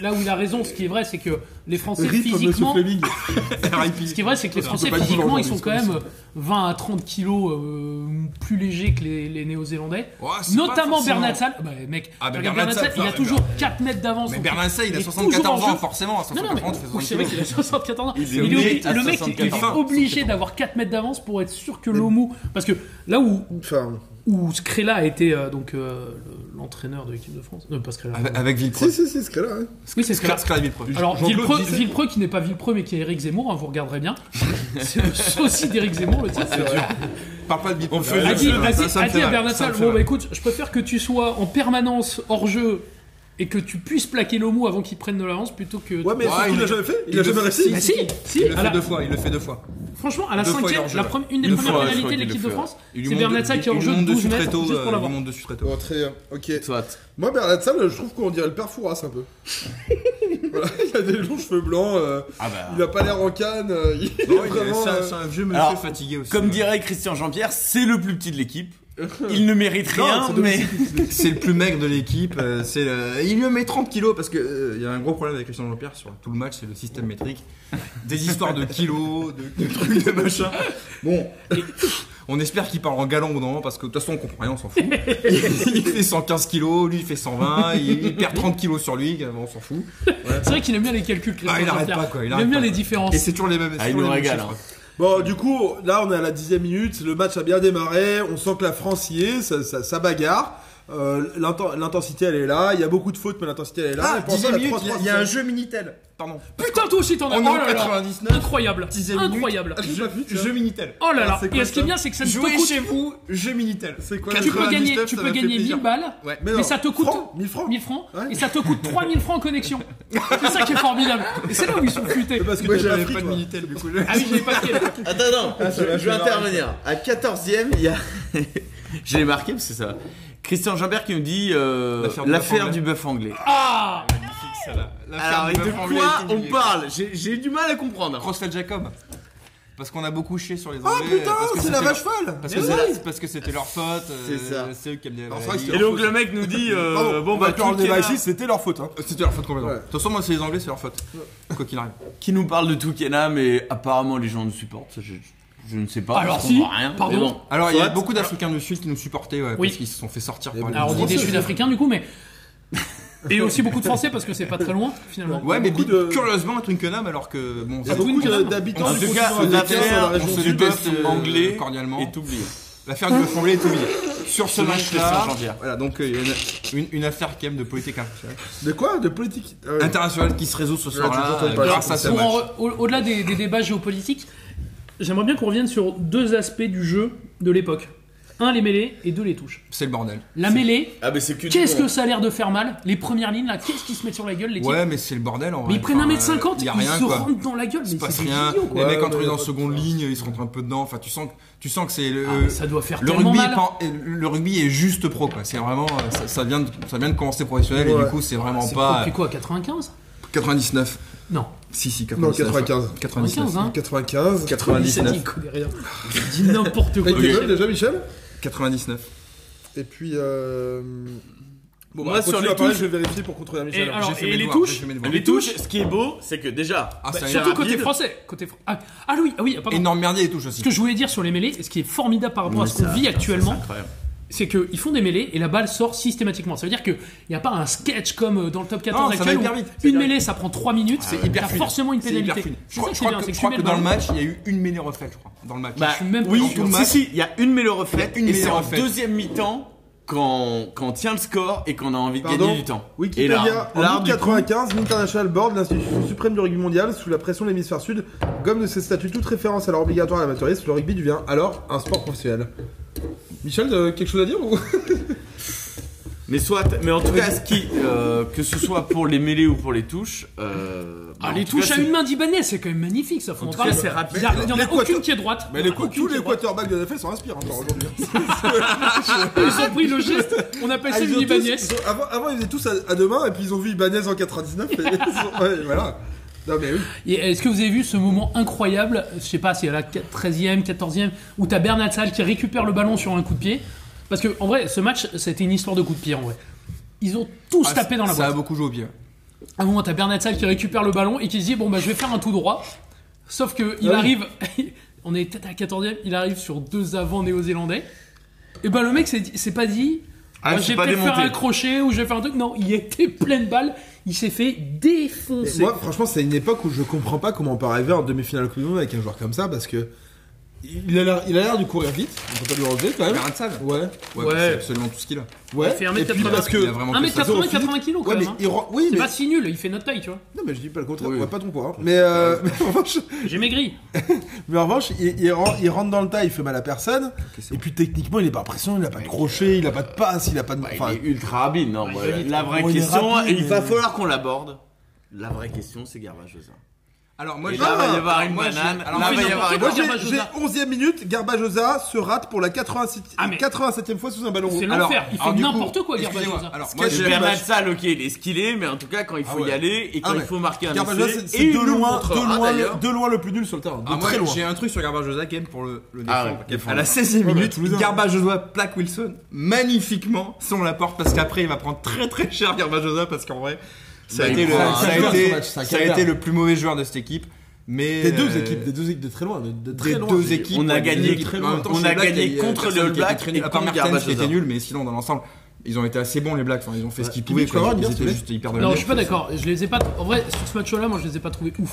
[SPEAKER 9] là où il a raison, ce qui est vrai, c'est que les Français
[SPEAKER 8] Rythme, monsieur
[SPEAKER 9] physiquement,
[SPEAKER 8] Fleming.
[SPEAKER 9] ce qui est vrai, c'est que les
[SPEAKER 8] On
[SPEAKER 9] Français
[SPEAKER 8] peut pas le dire
[SPEAKER 9] physiquement, ils
[SPEAKER 8] aujourd'hui,
[SPEAKER 9] sont
[SPEAKER 8] c'est
[SPEAKER 9] quand même 20 à 30 kilos euh, plus légers que les, les Néo-Zélandais.
[SPEAKER 10] Ouais, c'est pas
[SPEAKER 9] Notamment
[SPEAKER 10] forcément-
[SPEAKER 9] Bernard Sall. Bah, mec,
[SPEAKER 10] Ah, mais
[SPEAKER 9] regarde
[SPEAKER 10] Bernard
[SPEAKER 9] Bernard
[SPEAKER 10] Sall,
[SPEAKER 9] Sall, il a
[SPEAKER 10] enfin,
[SPEAKER 9] toujours 4 mètres d'avance.
[SPEAKER 10] Mais
[SPEAKER 9] sur-
[SPEAKER 10] Bernard Sall, il a
[SPEAKER 9] est toujours en
[SPEAKER 10] 74 ans,
[SPEAKER 9] jeu.
[SPEAKER 10] forcément. à
[SPEAKER 9] Non, non, mais
[SPEAKER 10] 74, c'est
[SPEAKER 9] oui, c'est vrai qu'il a 74 ans.
[SPEAKER 11] Il est
[SPEAKER 9] Mais il est
[SPEAKER 11] obligé
[SPEAKER 9] obli-
[SPEAKER 11] à
[SPEAKER 9] le mec, il
[SPEAKER 11] 74
[SPEAKER 9] est
[SPEAKER 11] ans.
[SPEAKER 9] obligé d'avoir 4 mètres d'avance pour être sûr que l'OMU. Parce que là où,
[SPEAKER 8] Enfin,
[SPEAKER 9] où Scrella a été euh, donc euh, le- l'entraîneur de l'équipe de France. Non, pas Scrella.
[SPEAKER 10] Avec, avec Villepreux.
[SPEAKER 8] si, si, si, ce hein. que là.
[SPEAKER 9] Oui, c'est Scrella.
[SPEAKER 10] Ah, Scrella Villepreux.
[SPEAKER 9] Alors,
[SPEAKER 10] Jean-Claude
[SPEAKER 9] Villepreux,
[SPEAKER 10] Bisset.
[SPEAKER 9] Villepreux qui n'est pas Villepreux mais qui est Eric Zemmour, hein, vous regarderez bien. C'est le sosie d'Eric Zemmour, le titre.
[SPEAKER 10] Ah, Parle pas de Villepreux.
[SPEAKER 11] fait
[SPEAKER 9] a dit,
[SPEAKER 11] Ça me-
[SPEAKER 9] a dit-
[SPEAKER 10] Ah, ça me
[SPEAKER 9] a
[SPEAKER 10] fait
[SPEAKER 9] dit à
[SPEAKER 10] mal,
[SPEAKER 9] Bernard
[SPEAKER 10] ça me
[SPEAKER 9] Sall,
[SPEAKER 10] fait
[SPEAKER 9] bon
[SPEAKER 10] mal.
[SPEAKER 9] bah écoute, je préfère que tu sois en permanence hors jeu et que tu puisses plaquer l'OMU avant qu'il prenne de l'avance plutôt que.
[SPEAKER 8] Ouais, mais
[SPEAKER 10] Ouais,
[SPEAKER 8] surtout, il
[SPEAKER 10] il-
[SPEAKER 8] l'a jamais fait.
[SPEAKER 10] il
[SPEAKER 8] Il a
[SPEAKER 10] le
[SPEAKER 8] jamais
[SPEAKER 10] fait-
[SPEAKER 8] réussi.
[SPEAKER 9] Ah, si, si,
[SPEAKER 10] Il le
[SPEAKER 9] à
[SPEAKER 10] fait
[SPEAKER 9] la-
[SPEAKER 10] deux fois. Il le fait deux fois.
[SPEAKER 9] franchement, à la
[SPEAKER 10] Deux fois, il est
[SPEAKER 9] cinquième,
[SPEAKER 10] hors jeu,
[SPEAKER 9] la
[SPEAKER 10] ouais.
[SPEAKER 9] première- une des
[SPEAKER 11] Deux
[SPEAKER 9] premières
[SPEAKER 11] fois, je crois
[SPEAKER 9] pénalités
[SPEAKER 11] qu'il
[SPEAKER 9] de
[SPEAKER 11] le
[SPEAKER 9] l'équipe de
[SPEAKER 11] fait,
[SPEAKER 9] France,
[SPEAKER 10] Il lui
[SPEAKER 9] c'est
[SPEAKER 10] monte-
[SPEAKER 9] Bernard Sall
[SPEAKER 10] il-
[SPEAKER 9] qui est hors
[SPEAKER 10] il
[SPEAKER 9] jeu
[SPEAKER 10] monte
[SPEAKER 9] 12
[SPEAKER 10] dessus très
[SPEAKER 9] mètres
[SPEAKER 10] tôt,
[SPEAKER 9] juste pour
[SPEAKER 10] euh,
[SPEAKER 9] l'avoir.
[SPEAKER 10] Il monte dessus très tôt.
[SPEAKER 8] Bon, très bien. Ok.
[SPEAKER 11] Soit.
[SPEAKER 8] Moi, Bernard Salle, je trouve qu'on dirait le père Fouras un peu. voilà, il a des longs cheveux blancs, euh,
[SPEAKER 11] Ah bah.
[SPEAKER 8] il a pas l'air en canne, euh, il est
[SPEAKER 10] Non, il est-
[SPEAKER 8] vraiment.
[SPEAKER 10] C'est un-
[SPEAKER 8] euh,
[SPEAKER 10] c'est un vieux
[SPEAKER 11] Alors,
[SPEAKER 10] monsieur fatigué aussi. hein.
[SPEAKER 11] Comme dirait Christian Jean-Pierre, c'est le plus petit de l'équipe. Il ne mérite rien, mais.
[SPEAKER 10] c'est le plus maigre de l'équipe. euh, c'est le- Il lui met 30 kilos parce que euh, il y a un gros problème avec Christian Jean-Pierre sur tout le match, c'est le système métrique. Des histoires de kilos, de, de trucs, de machins. Bon, et- on espère qu'il parle en galant au bout d'un moment parce que de toute façon on comprend rien, on s'en fout. il fait 115 kilos, lui il fait 120, il, il perd 30 kilos sur lui, on s'en fout.
[SPEAKER 9] C'est vrai qu'il aime bien les calculs, Christian
[SPEAKER 10] Ah, il arrête
[SPEAKER 9] Jean-Pierre.
[SPEAKER 10] pas, quoi, il
[SPEAKER 9] Il
[SPEAKER 10] arrête
[SPEAKER 9] aime bien
[SPEAKER 10] pas,
[SPEAKER 9] les
[SPEAKER 10] quoi.
[SPEAKER 9] différences.
[SPEAKER 10] Et c'est toujours les mêmes. c'est toujours les mêmes chiffres.
[SPEAKER 8] Bon, du coup, là, on est à la dixième minute. Le match a bien démarré. On sent que la France y est. Ça, ça- ça bagarre. Euh, l'inten- L'intensité, elle est là. Il y a beaucoup de fautes, mais l'intensité, elle est là.
[SPEAKER 10] Ah,
[SPEAKER 8] Et pour ça,
[SPEAKER 10] 10
[SPEAKER 8] la
[SPEAKER 10] minutes, il y a-
[SPEAKER 8] 3-3,
[SPEAKER 10] il y a un
[SPEAKER 8] c'est-
[SPEAKER 10] jeu Minitel. Pardon.
[SPEAKER 9] Putain, toi aussi t'en as
[SPEAKER 10] On est en Ah,
[SPEAKER 9] oh là là.
[SPEAKER 10] 99.
[SPEAKER 9] Incroyable. Incroyable.
[SPEAKER 10] Jeu Minitel.
[SPEAKER 9] Oh là là. Et ce qui est bien, c'est que ça ne te
[SPEAKER 10] Jouez
[SPEAKER 9] coûte-
[SPEAKER 10] chez vous, jeu Minitel. C'est quoi
[SPEAKER 9] Tu peux gagner, tu peux gagner 1000 balles,
[SPEAKER 10] Ouais.
[SPEAKER 9] mais,
[SPEAKER 10] non.
[SPEAKER 9] ça te coûte 1000 francs, et ça te coûte 3000 francs en connexion. C'est ça qui est formidable. Et c'est là où ils sont futés.
[SPEAKER 8] Parce que
[SPEAKER 10] Moi,
[SPEAKER 8] t'avais
[SPEAKER 10] j'avais
[SPEAKER 8] pris,
[SPEAKER 10] pas de
[SPEAKER 8] toi.
[SPEAKER 10] Minitel, du coup.
[SPEAKER 9] Ah oui, j'ai pas de
[SPEAKER 11] Attends, non,
[SPEAKER 8] Ah, ça
[SPEAKER 11] je,
[SPEAKER 8] va,
[SPEAKER 11] je vais
[SPEAKER 8] ça va,
[SPEAKER 11] intervenir. À 14 e il y a. J'ai marqué parce que ça. Christian Jambert qui nous dit euh,
[SPEAKER 10] L'affaire du
[SPEAKER 11] l'affaire
[SPEAKER 10] bœuf
[SPEAKER 11] du bœuf anglais.
[SPEAKER 9] Ah
[SPEAKER 11] Alors, et de quoi on parle J'ai j'ai eu du mal à comprendre.
[SPEAKER 10] Crossfit Jacob. Parce qu'on a beaucoup chié sur les
[SPEAKER 8] Ah,
[SPEAKER 10] Anglais.
[SPEAKER 8] putain,
[SPEAKER 10] parce que
[SPEAKER 8] c'est la
[SPEAKER 10] c'était-
[SPEAKER 8] vache folle
[SPEAKER 10] Parce
[SPEAKER 8] Mais
[SPEAKER 10] que c'est-
[SPEAKER 8] oui.
[SPEAKER 10] parce que c'était leur faute. euh,
[SPEAKER 11] C'est ça.
[SPEAKER 10] C'est eux qui aiment bien.
[SPEAKER 8] Alors, c'est vrai que
[SPEAKER 11] Et donc le mec nous dit euh,
[SPEAKER 8] Pardon,
[SPEAKER 11] bon
[SPEAKER 8] on
[SPEAKER 11] bah
[SPEAKER 8] va
[SPEAKER 11] tout
[SPEAKER 8] parler
[SPEAKER 11] le
[SPEAKER 8] des
[SPEAKER 11] Kenya-
[SPEAKER 8] Vikings, c'était leur faute. hein.
[SPEAKER 10] C'était leur faute complètement.
[SPEAKER 8] Ouais.
[SPEAKER 10] De toute façon, moi, c'est les Anglais, c'est leur faute. Quoi qu'il arrive.
[SPEAKER 11] qui nous parle de tout Kena mais apparemment les gens nous supportent. ça, Je, je ne sais pas.
[SPEAKER 9] Alors
[SPEAKER 11] je
[SPEAKER 9] si,
[SPEAKER 11] comprends rien. mais
[SPEAKER 9] pardon.
[SPEAKER 11] bon.
[SPEAKER 10] Alors, il y a
[SPEAKER 11] Soit.
[SPEAKER 10] beaucoup d'Africains du Sud qui nous supportaient, ouais,
[SPEAKER 9] Oui.
[SPEAKER 10] parce qu'ils se sont fait sortir
[SPEAKER 8] Et
[SPEAKER 10] par les
[SPEAKER 9] Alors on dit
[SPEAKER 10] Anglais.
[SPEAKER 9] des Sud-Africains du coup, mais et aussi beaucoup de Français parce que c'est pas très loin finalement.
[SPEAKER 10] Ouais, mais
[SPEAKER 8] beaucoup de-
[SPEAKER 10] curieusement, un Twickenham, alors que bon,
[SPEAKER 8] Il y a
[SPEAKER 10] c'est-
[SPEAKER 8] beaucoup
[SPEAKER 9] Twickenham.
[SPEAKER 8] de- d'habitants
[SPEAKER 11] En
[SPEAKER 8] du
[SPEAKER 11] tout cas,
[SPEAKER 8] continent américain
[SPEAKER 11] l'affaire,
[SPEAKER 8] sur la
[SPEAKER 11] on
[SPEAKER 8] région
[SPEAKER 11] se
[SPEAKER 8] sud.
[SPEAKER 11] déteste
[SPEAKER 10] euh,
[SPEAKER 11] anglais
[SPEAKER 10] cordialement.
[SPEAKER 11] et oublié.
[SPEAKER 10] L'affaire du bœuf anglais est oubliée. Sur ce
[SPEAKER 11] Je lâche
[SPEAKER 10] match-là,
[SPEAKER 11] Christian Jean-Pierre.
[SPEAKER 10] voilà, donc euh, il y en a une, une affaire qui aime de politique internationale,
[SPEAKER 8] De quoi De politique Ah oui.
[SPEAKER 10] internationale qui se résout ce soir-là
[SPEAKER 8] toujours
[SPEAKER 10] euh,
[SPEAKER 8] pas
[SPEAKER 10] grâce
[SPEAKER 8] ça,
[SPEAKER 10] à ce
[SPEAKER 9] Pour en
[SPEAKER 10] match.
[SPEAKER 9] re- au- Au-delà des, des débats géopolitiques, j'aimerais bien qu'on revienne sur deux aspects du jeu de l'époque. Un, les mêlées, et deux, les touches.
[SPEAKER 10] C'est le bordel.
[SPEAKER 9] La mêlée,
[SPEAKER 11] Ah mais c'est que. du
[SPEAKER 9] qu'est-ce
[SPEAKER 11] bon.
[SPEAKER 9] que ça a l'air de faire mal Les premières lignes, là, qu'est-ce qu'ils se mettent sur la gueule, les types
[SPEAKER 10] Ouais, mais c'est le bordel en vrai.
[SPEAKER 9] Mais ils prennent
[SPEAKER 10] Enfin,
[SPEAKER 9] 1m50,
[SPEAKER 10] euh, y a
[SPEAKER 9] ils
[SPEAKER 10] rien,
[SPEAKER 9] se
[SPEAKER 10] quoi.
[SPEAKER 9] rentrent dans la gueule,
[SPEAKER 10] Il
[SPEAKER 9] mais
[SPEAKER 10] se passe
[SPEAKER 9] c'est
[SPEAKER 10] rien.
[SPEAKER 9] idiot, quoi.
[SPEAKER 10] Les mecs
[SPEAKER 8] Ouais,
[SPEAKER 10] entrés
[SPEAKER 8] mais-
[SPEAKER 10] dans seconde ligne, ils se rentrent un peu dedans. Enfin, tu sens que tu sens que c'est le.
[SPEAKER 9] Ah, mais ça doit faire
[SPEAKER 10] le
[SPEAKER 9] tellement
[SPEAKER 10] rugby, est
[SPEAKER 9] mal.
[SPEAKER 10] pas- le rugby est juste pro quoi. C'est vraiment euh, ça, ça vient de, ça vient de commencer professionnel et
[SPEAKER 8] Ouais.
[SPEAKER 10] du coup c'est vraiment
[SPEAKER 9] C'est
[SPEAKER 10] pas
[SPEAKER 9] compris quoi, 95
[SPEAKER 10] 99.
[SPEAKER 9] Non,
[SPEAKER 10] Si si
[SPEAKER 8] Non,
[SPEAKER 10] 99.
[SPEAKER 8] 95.
[SPEAKER 9] 95, hein
[SPEAKER 8] 95.
[SPEAKER 10] 99.
[SPEAKER 9] Il connaît rien. Il dit n'importe quoi.
[SPEAKER 8] T'as été jeune déjà, Michel
[SPEAKER 10] 99.
[SPEAKER 8] Et puis. Euh... Bon,
[SPEAKER 11] Moi, sur
[SPEAKER 8] continue
[SPEAKER 11] les
[SPEAKER 8] à parler,
[SPEAKER 11] touches-
[SPEAKER 8] je vais vérifier pour contrôler Michel.
[SPEAKER 9] Et alors,
[SPEAKER 10] J'ai fait
[SPEAKER 9] et
[SPEAKER 10] mes
[SPEAKER 9] les
[SPEAKER 10] devoirs,
[SPEAKER 9] touches Bah,
[SPEAKER 10] j'ai fait mes devoirs.
[SPEAKER 11] Les touches, ce qui est beau, c'est que déjà.
[SPEAKER 10] Ah, ça a
[SPEAKER 9] Surtout
[SPEAKER 10] l'air
[SPEAKER 9] côté
[SPEAKER 11] rapide.
[SPEAKER 9] français. Côté fr- ah, ah oui, ah oui, pardon.
[SPEAKER 10] énorme merdier les touches aussi.
[SPEAKER 9] Ce que je voulais dire sur les mêlées, et ce qui est formidable par rapport à ce qu'on vit
[SPEAKER 11] C'est
[SPEAKER 9] actuellement,
[SPEAKER 11] incroyable.
[SPEAKER 9] c'est qu'ils font des mêlées et la balle sort systématiquement. Ça veut dire qu'il n'y a pas un sketch comme euh, dans le top 14
[SPEAKER 10] Non, ça va
[SPEAKER 9] actuel.
[SPEAKER 10] hyper
[SPEAKER 9] où
[SPEAKER 10] vite. C'est
[SPEAKER 9] Une
[SPEAKER 10] hyper
[SPEAKER 9] mêlée, ça prend 3 minutes. C'est
[SPEAKER 10] hyper fluide.
[SPEAKER 9] forcément une
[SPEAKER 10] C'est hyper
[SPEAKER 9] pénalité.
[SPEAKER 10] fluide.
[SPEAKER 9] C'est
[SPEAKER 10] Je
[SPEAKER 9] ça
[SPEAKER 10] crois,
[SPEAKER 9] qui
[SPEAKER 10] je
[SPEAKER 9] est
[SPEAKER 10] crois
[SPEAKER 9] bien,
[SPEAKER 10] que,
[SPEAKER 9] c'est que
[SPEAKER 10] je
[SPEAKER 9] tu
[SPEAKER 10] crois
[SPEAKER 9] mets
[SPEAKER 10] que
[SPEAKER 9] le
[SPEAKER 10] dans le
[SPEAKER 9] ballon.
[SPEAKER 10] match, il y a eu une mêlée refaite, je crois. Dans le match.
[SPEAKER 11] Bah,
[SPEAKER 9] suis même pas
[SPEAKER 11] oui,
[SPEAKER 9] sûr.
[SPEAKER 11] si, si, il y a une mêlée refaite.
[SPEAKER 10] Il y a une
[SPEAKER 11] et
[SPEAKER 10] mêlée
[SPEAKER 11] c'est en
[SPEAKER 10] refaite.
[SPEAKER 11] deuxième mi-temps quand, quand on tient le score et qu'on a envie de
[SPEAKER 8] Pardon
[SPEAKER 11] gagner du temps. et
[SPEAKER 8] Wikipédia,
[SPEAKER 11] là,
[SPEAKER 8] en
[SPEAKER 11] l'art
[SPEAKER 8] août
[SPEAKER 11] du
[SPEAKER 8] 95, l'International Board, l'institution suprême du rugby mondial, sous la pression de l'hémisphère sud, gomme de ses statuts toute référence alors obligatoire à l'amateurisme, le rugby devient alors un sport professionnel. Michel, euh, quelque chose à dire ou
[SPEAKER 11] Mais soit, mais en tout cas, ce qui, euh, que ce soit pour les mêlées ou pour les touches, euh, bah,
[SPEAKER 9] Ah,
[SPEAKER 11] en
[SPEAKER 9] les
[SPEAKER 11] tout cas,
[SPEAKER 9] touches à
[SPEAKER 11] c'est-
[SPEAKER 9] une main d'Ibanez, c'est quand même magnifique, ça faut en,
[SPEAKER 11] tout
[SPEAKER 9] parler.
[SPEAKER 11] cas, c'est rapide.
[SPEAKER 9] Il y a- il y en a
[SPEAKER 8] Les
[SPEAKER 9] aucune
[SPEAKER 8] quator-
[SPEAKER 9] qui est droite. Il
[SPEAKER 8] Mais
[SPEAKER 9] y en
[SPEAKER 8] les
[SPEAKER 9] a
[SPEAKER 8] coups,
[SPEAKER 9] aucune
[SPEAKER 8] tous
[SPEAKER 9] qui est
[SPEAKER 8] les
[SPEAKER 9] droite.
[SPEAKER 8] quarterbacks de la NFL s'en inspirent encore aujourd'hui. hein.
[SPEAKER 9] Ils ont pris le geste, on appelle
[SPEAKER 8] Ah,
[SPEAKER 9] ça
[SPEAKER 8] ils
[SPEAKER 9] une
[SPEAKER 8] ont tous-
[SPEAKER 9] Ibanez.
[SPEAKER 8] ils ont- avant, avant, ils étaient tous à, à deux mains, et puis ils ont vu Ibanez en 99, et ils ont- ouais, voilà. Non mais oui.
[SPEAKER 9] Et Est-ce que vous avez vu ce moment incroyable, je sais pas, c'est à la 13e, 14e, où t'as Bernard Salle qui récupère le ballon sur un coup de pied Parce que en vrai, ce match, c'était une histoire de coup de pied en vrai. Ils ont tous
[SPEAKER 10] Ah,
[SPEAKER 9] tapé dans la
[SPEAKER 10] Ça a
[SPEAKER 9] boîte.
[SPEAKER 10] beaucoup joué au pied.
[SPEAKER 9] À un moment, Ah t'as Bernard Salle qui récupère le ballon et qui se dit Bon, bah, je vais faire un tout droit. Sauf que il
[SPEAKER 8] oui.
[SPEAKER 11] Ah
[SPEAKER 9] arrive, on est peut-être à la 14e, il arrive sur deux avants néo-zélandais. Et ben le mec s'est dit- s'est pas dit
[SPEAKER 11] Ah,
[SPEAKER 9] bah,
[SPEAKER 11] je
[SPEAKER 9] Je
[SPEAKER 11] suis
[SPEAKER 9] vais
[SPEAKER 11] pas
[SPEAKER 9] peut-être faire
[SPEAKER 11] démonté.
[SPEAKER 9] un crochet ou je vais faire un truc. Non, il était plein de balles, il s'est fait
[SPEAKER 8] Et
[SPEAKER 9] défoncer.
[SPEAKER 8] moi, franchement, c'est une époque où je comprends pas comment on peut arriver en demi-finale Coupe du Monde avec un joueur comme ça, parce que il a l'air, il a l'air de courir vite. On peut pas lui enlever quand même.
[SPEAKER 10] Bernard Salle
[SPEAKER 8] Ouais.
[SPEAKER 10] Ouais,
[SPEAKER 9] Ouais.
[SPEAKER 10] bah, c'est absolument tout ce qu'il a.
[SPEAKER 9] Il
[SPEAKER 8] Ouais.
[SPEAKER 9] fait
[SPEAKER 8] et puis
[SPEAKER 9] 1m80.
[SPEAKER 8] parce que
[SPEAKER 10] Il a vraiment fait ça.
[SPEAKER 9] 1m80, 80 kilos quand
[SPEAKER 8] Ouais,
[SPEAKER 9] même.
[SPEAKER 8] mais
[SPEAKER 9] hein.
[SPEAKER 8] il rend- oui,
[SPEAKER 9] C'est
[SPEAKER 8] mais
[SPEAKER 9] pas si nul, il fait notre taille, tu vois.
[SPEAKER 8] non, mais je dis pas le contraire.
[SPEAKER 10] Oui.
[SPEAKER 8] Ouais, pas ton poids. hein. Mais, euh, mais en revanche,
[SPEAKER 9] J'ai maigri.
[SPEAKER 8] mais en revanche, il, il rend- il rentre dans le tas, il fait mal à personne. et puis techniquement, il est pas pressant, il a pas de crochet,
[SPEAKER 9] euh,
[SPEAKER 8] il a pas de passe, il a pas de.
[SPEAKER 11] bah, il
[SPEAKER 8] enfin,
[SPEAKER 11] est ultra rapide. Non, bah, la vraie
[SPEAKER 8] Bon, il est
[SPEAKER 11] question,
[SPEAKER 8] rapide,
[SPEAKER 11] et il va
[SPEAKER 8] mais-
[SPEAKER 11] falloir qu'on l'aborde. La vraie question, c'est Garbage Ozin.
[SPEAKER 10] Alors moi,
[SPEAKER 11] Et
[SPEAKER 10] je-
[SPEAKER 11] là, va y
[SPEAKER 10] Ah
[SPEAKER 11] avoir
[SPEAKER 10] Alors,
[SPEAKER 11] une
[SPEAKER 10] moi, je-
[SPEAKER 11] banane.
[SPEAKER 10] alors,
[SPEAKER 11] Là,
[SPEAKER 10] moi,
[SPEAKER 11] va y
[SPEAKER 10] j'ai-
[SPEAKER 11] avoir une
[SPEAKER 10] moi,
[SPEAKER 11] banane.
[SPEAKER 10] j'ai-
[SPEAKER 8] J'ai 11ème minute, Garbajosa se rate pour la 86... 87ème fois sous un ballon rond.
[SPEAKER 9] Ah, C'est
[SPEAKER 8] Alors,
[SPEAKER 9] l'enfer, il fait
[SPEAKER 8] alors, du
[SPEAKER 9] n'importe
[SPEAKER 8] coup,
[SPEAKER 9] quoi,
[SPEAKER 8] excusez-moi,
[SPEAKER 9] Garbajosa.
[SPEAKER 8] alors,
[SPEAKER 11] Moi,
[SPEAKER 8] ce
[SPEAKER 11] je
[SPEAKER 8] qui est
[SPEAKER 11] Bernard
[SPEAKER 8] dommage-
[SPEAKER 11] Salle, ok, il est ce qu'il est, mais en tout cas, quand il faut
[SPEAKER 8] Ah ouais.
[SPEAKER 11] y aller et quand
[SPEAKER 8] Ah
[SPEAKER 11] il
[SPEAKER 8] ouais.
[SPEAKER 11] faut marquer un
[SPEAKER 8] Garbajosa,
[SPEAKER 11] essai,
[SPEAKER 8] c'est- c'est
[SPEAKER 11] et il
[SPEAKER 8] de
[SPEAKER 11] le
[SPEAKER 8] loin,
[SPEAKER 11] montrera,
[SPEAKER 8] de
[SPEAKER 9] Ah,
[SPEAKER 8] loin,
[SPEAKER 11] d'ailleurs.
[SPEAKER 8] le- de loin le plus nul sur le terrain. De
[SPEAKER 10] Ah, moi,
[SPEAKER 8] très loin.
[SPEAKER 10] j'ai un truc sur Garbajosa qui aime pour le, le
[SPEAKER 11] Ah
[SPEAKER 10] défendre.
[SPEAKER 11] ouais,
[SPEAKER 10] qui aime
[SPEAKER 11] défendre.
[SPEAKER 10] à la 16ème
[SPEAKER 8] Ouais,
[SPEAKER 10] minute,
[SPEAKER 8] tous les ans.
[SPEAKER 10] Garbajosa plaque Wilson magnifiquement si on la porte parce qu'après il va prendre très très cher Garbajosa parce qu'en vrai ça a
[SPEAKER 11] Bah, il
[SPEAKER 10] été le-
[SPEAKER 11] prend un
[SPEAKER 10] ça a
[SPEAKER 8] carton
[SPEAKER 10] été-
[SPEAKER 8] ce match, c'est un
[SPEAKER 10] ça a
[SPEAKER 8] calvaire.
[SPEAKER 10] été le plus mauvais joueur de cette équipe. Mais
[SPEAKER 8] Des deux
[SPEAKER 10] euh,
[SPEAKER 8] équipes, des deux équipes de très loin. De, de très
[SPEAKER 10] des
[SPEAKER 8] loin.
[SPEAKER 10] deux équipes.
[SPEAKER 11] on a
[SPEAKER 10] ouais,
[SPEAKER 11] gagné-
[SPEAKER 10] des équipes très loin.
[SPEAKER 11] on
[SPEAKER 10] En même temps,
[SPEAKER 11] a
[SPEAKER 10] chez les Blacks,
[SPEAKER 11] gagné
[SPEAKER 10] il y a
[SPEAKER 11] contre
[SPEAKER 10] personne qui
[SPEAKER 11] le
[SPEAKER 10] a été
[SPEAKER 11] Black
[SPEAKER 10] traîné,
[SPEAKER 11] et
[SPEAKER 10] à part
[SPEAKER 11] contre
[SPEAKER 10] Mertens qui
[SPEAKER 11] Garbajosa.
[SPEAKER 10] était nul, mais sinon dans l'ensemble, ils ont été assez bons les Blacks. Enfin, ils ont fait ce qu'ils
[SPEAKER 8] Kimi
[SPEAKER 10] pouvaient. quoi.
[SPEAKER 8] Clement,
[SPEAKER 10] Ils
[SPEAKER 8] bien
[SPEAKER 10] étaient
[SPEAKER 8] sûr.
[SPEAKER 10] juste hyper
[SPEAKER 9] Non,
[SPEAKER 10] dominants.
[SPEAKER 9] je suis pas d'accord. Je les ai pas. En vrai, sur ce match-là, moi, je les ai pas trouvés ouf.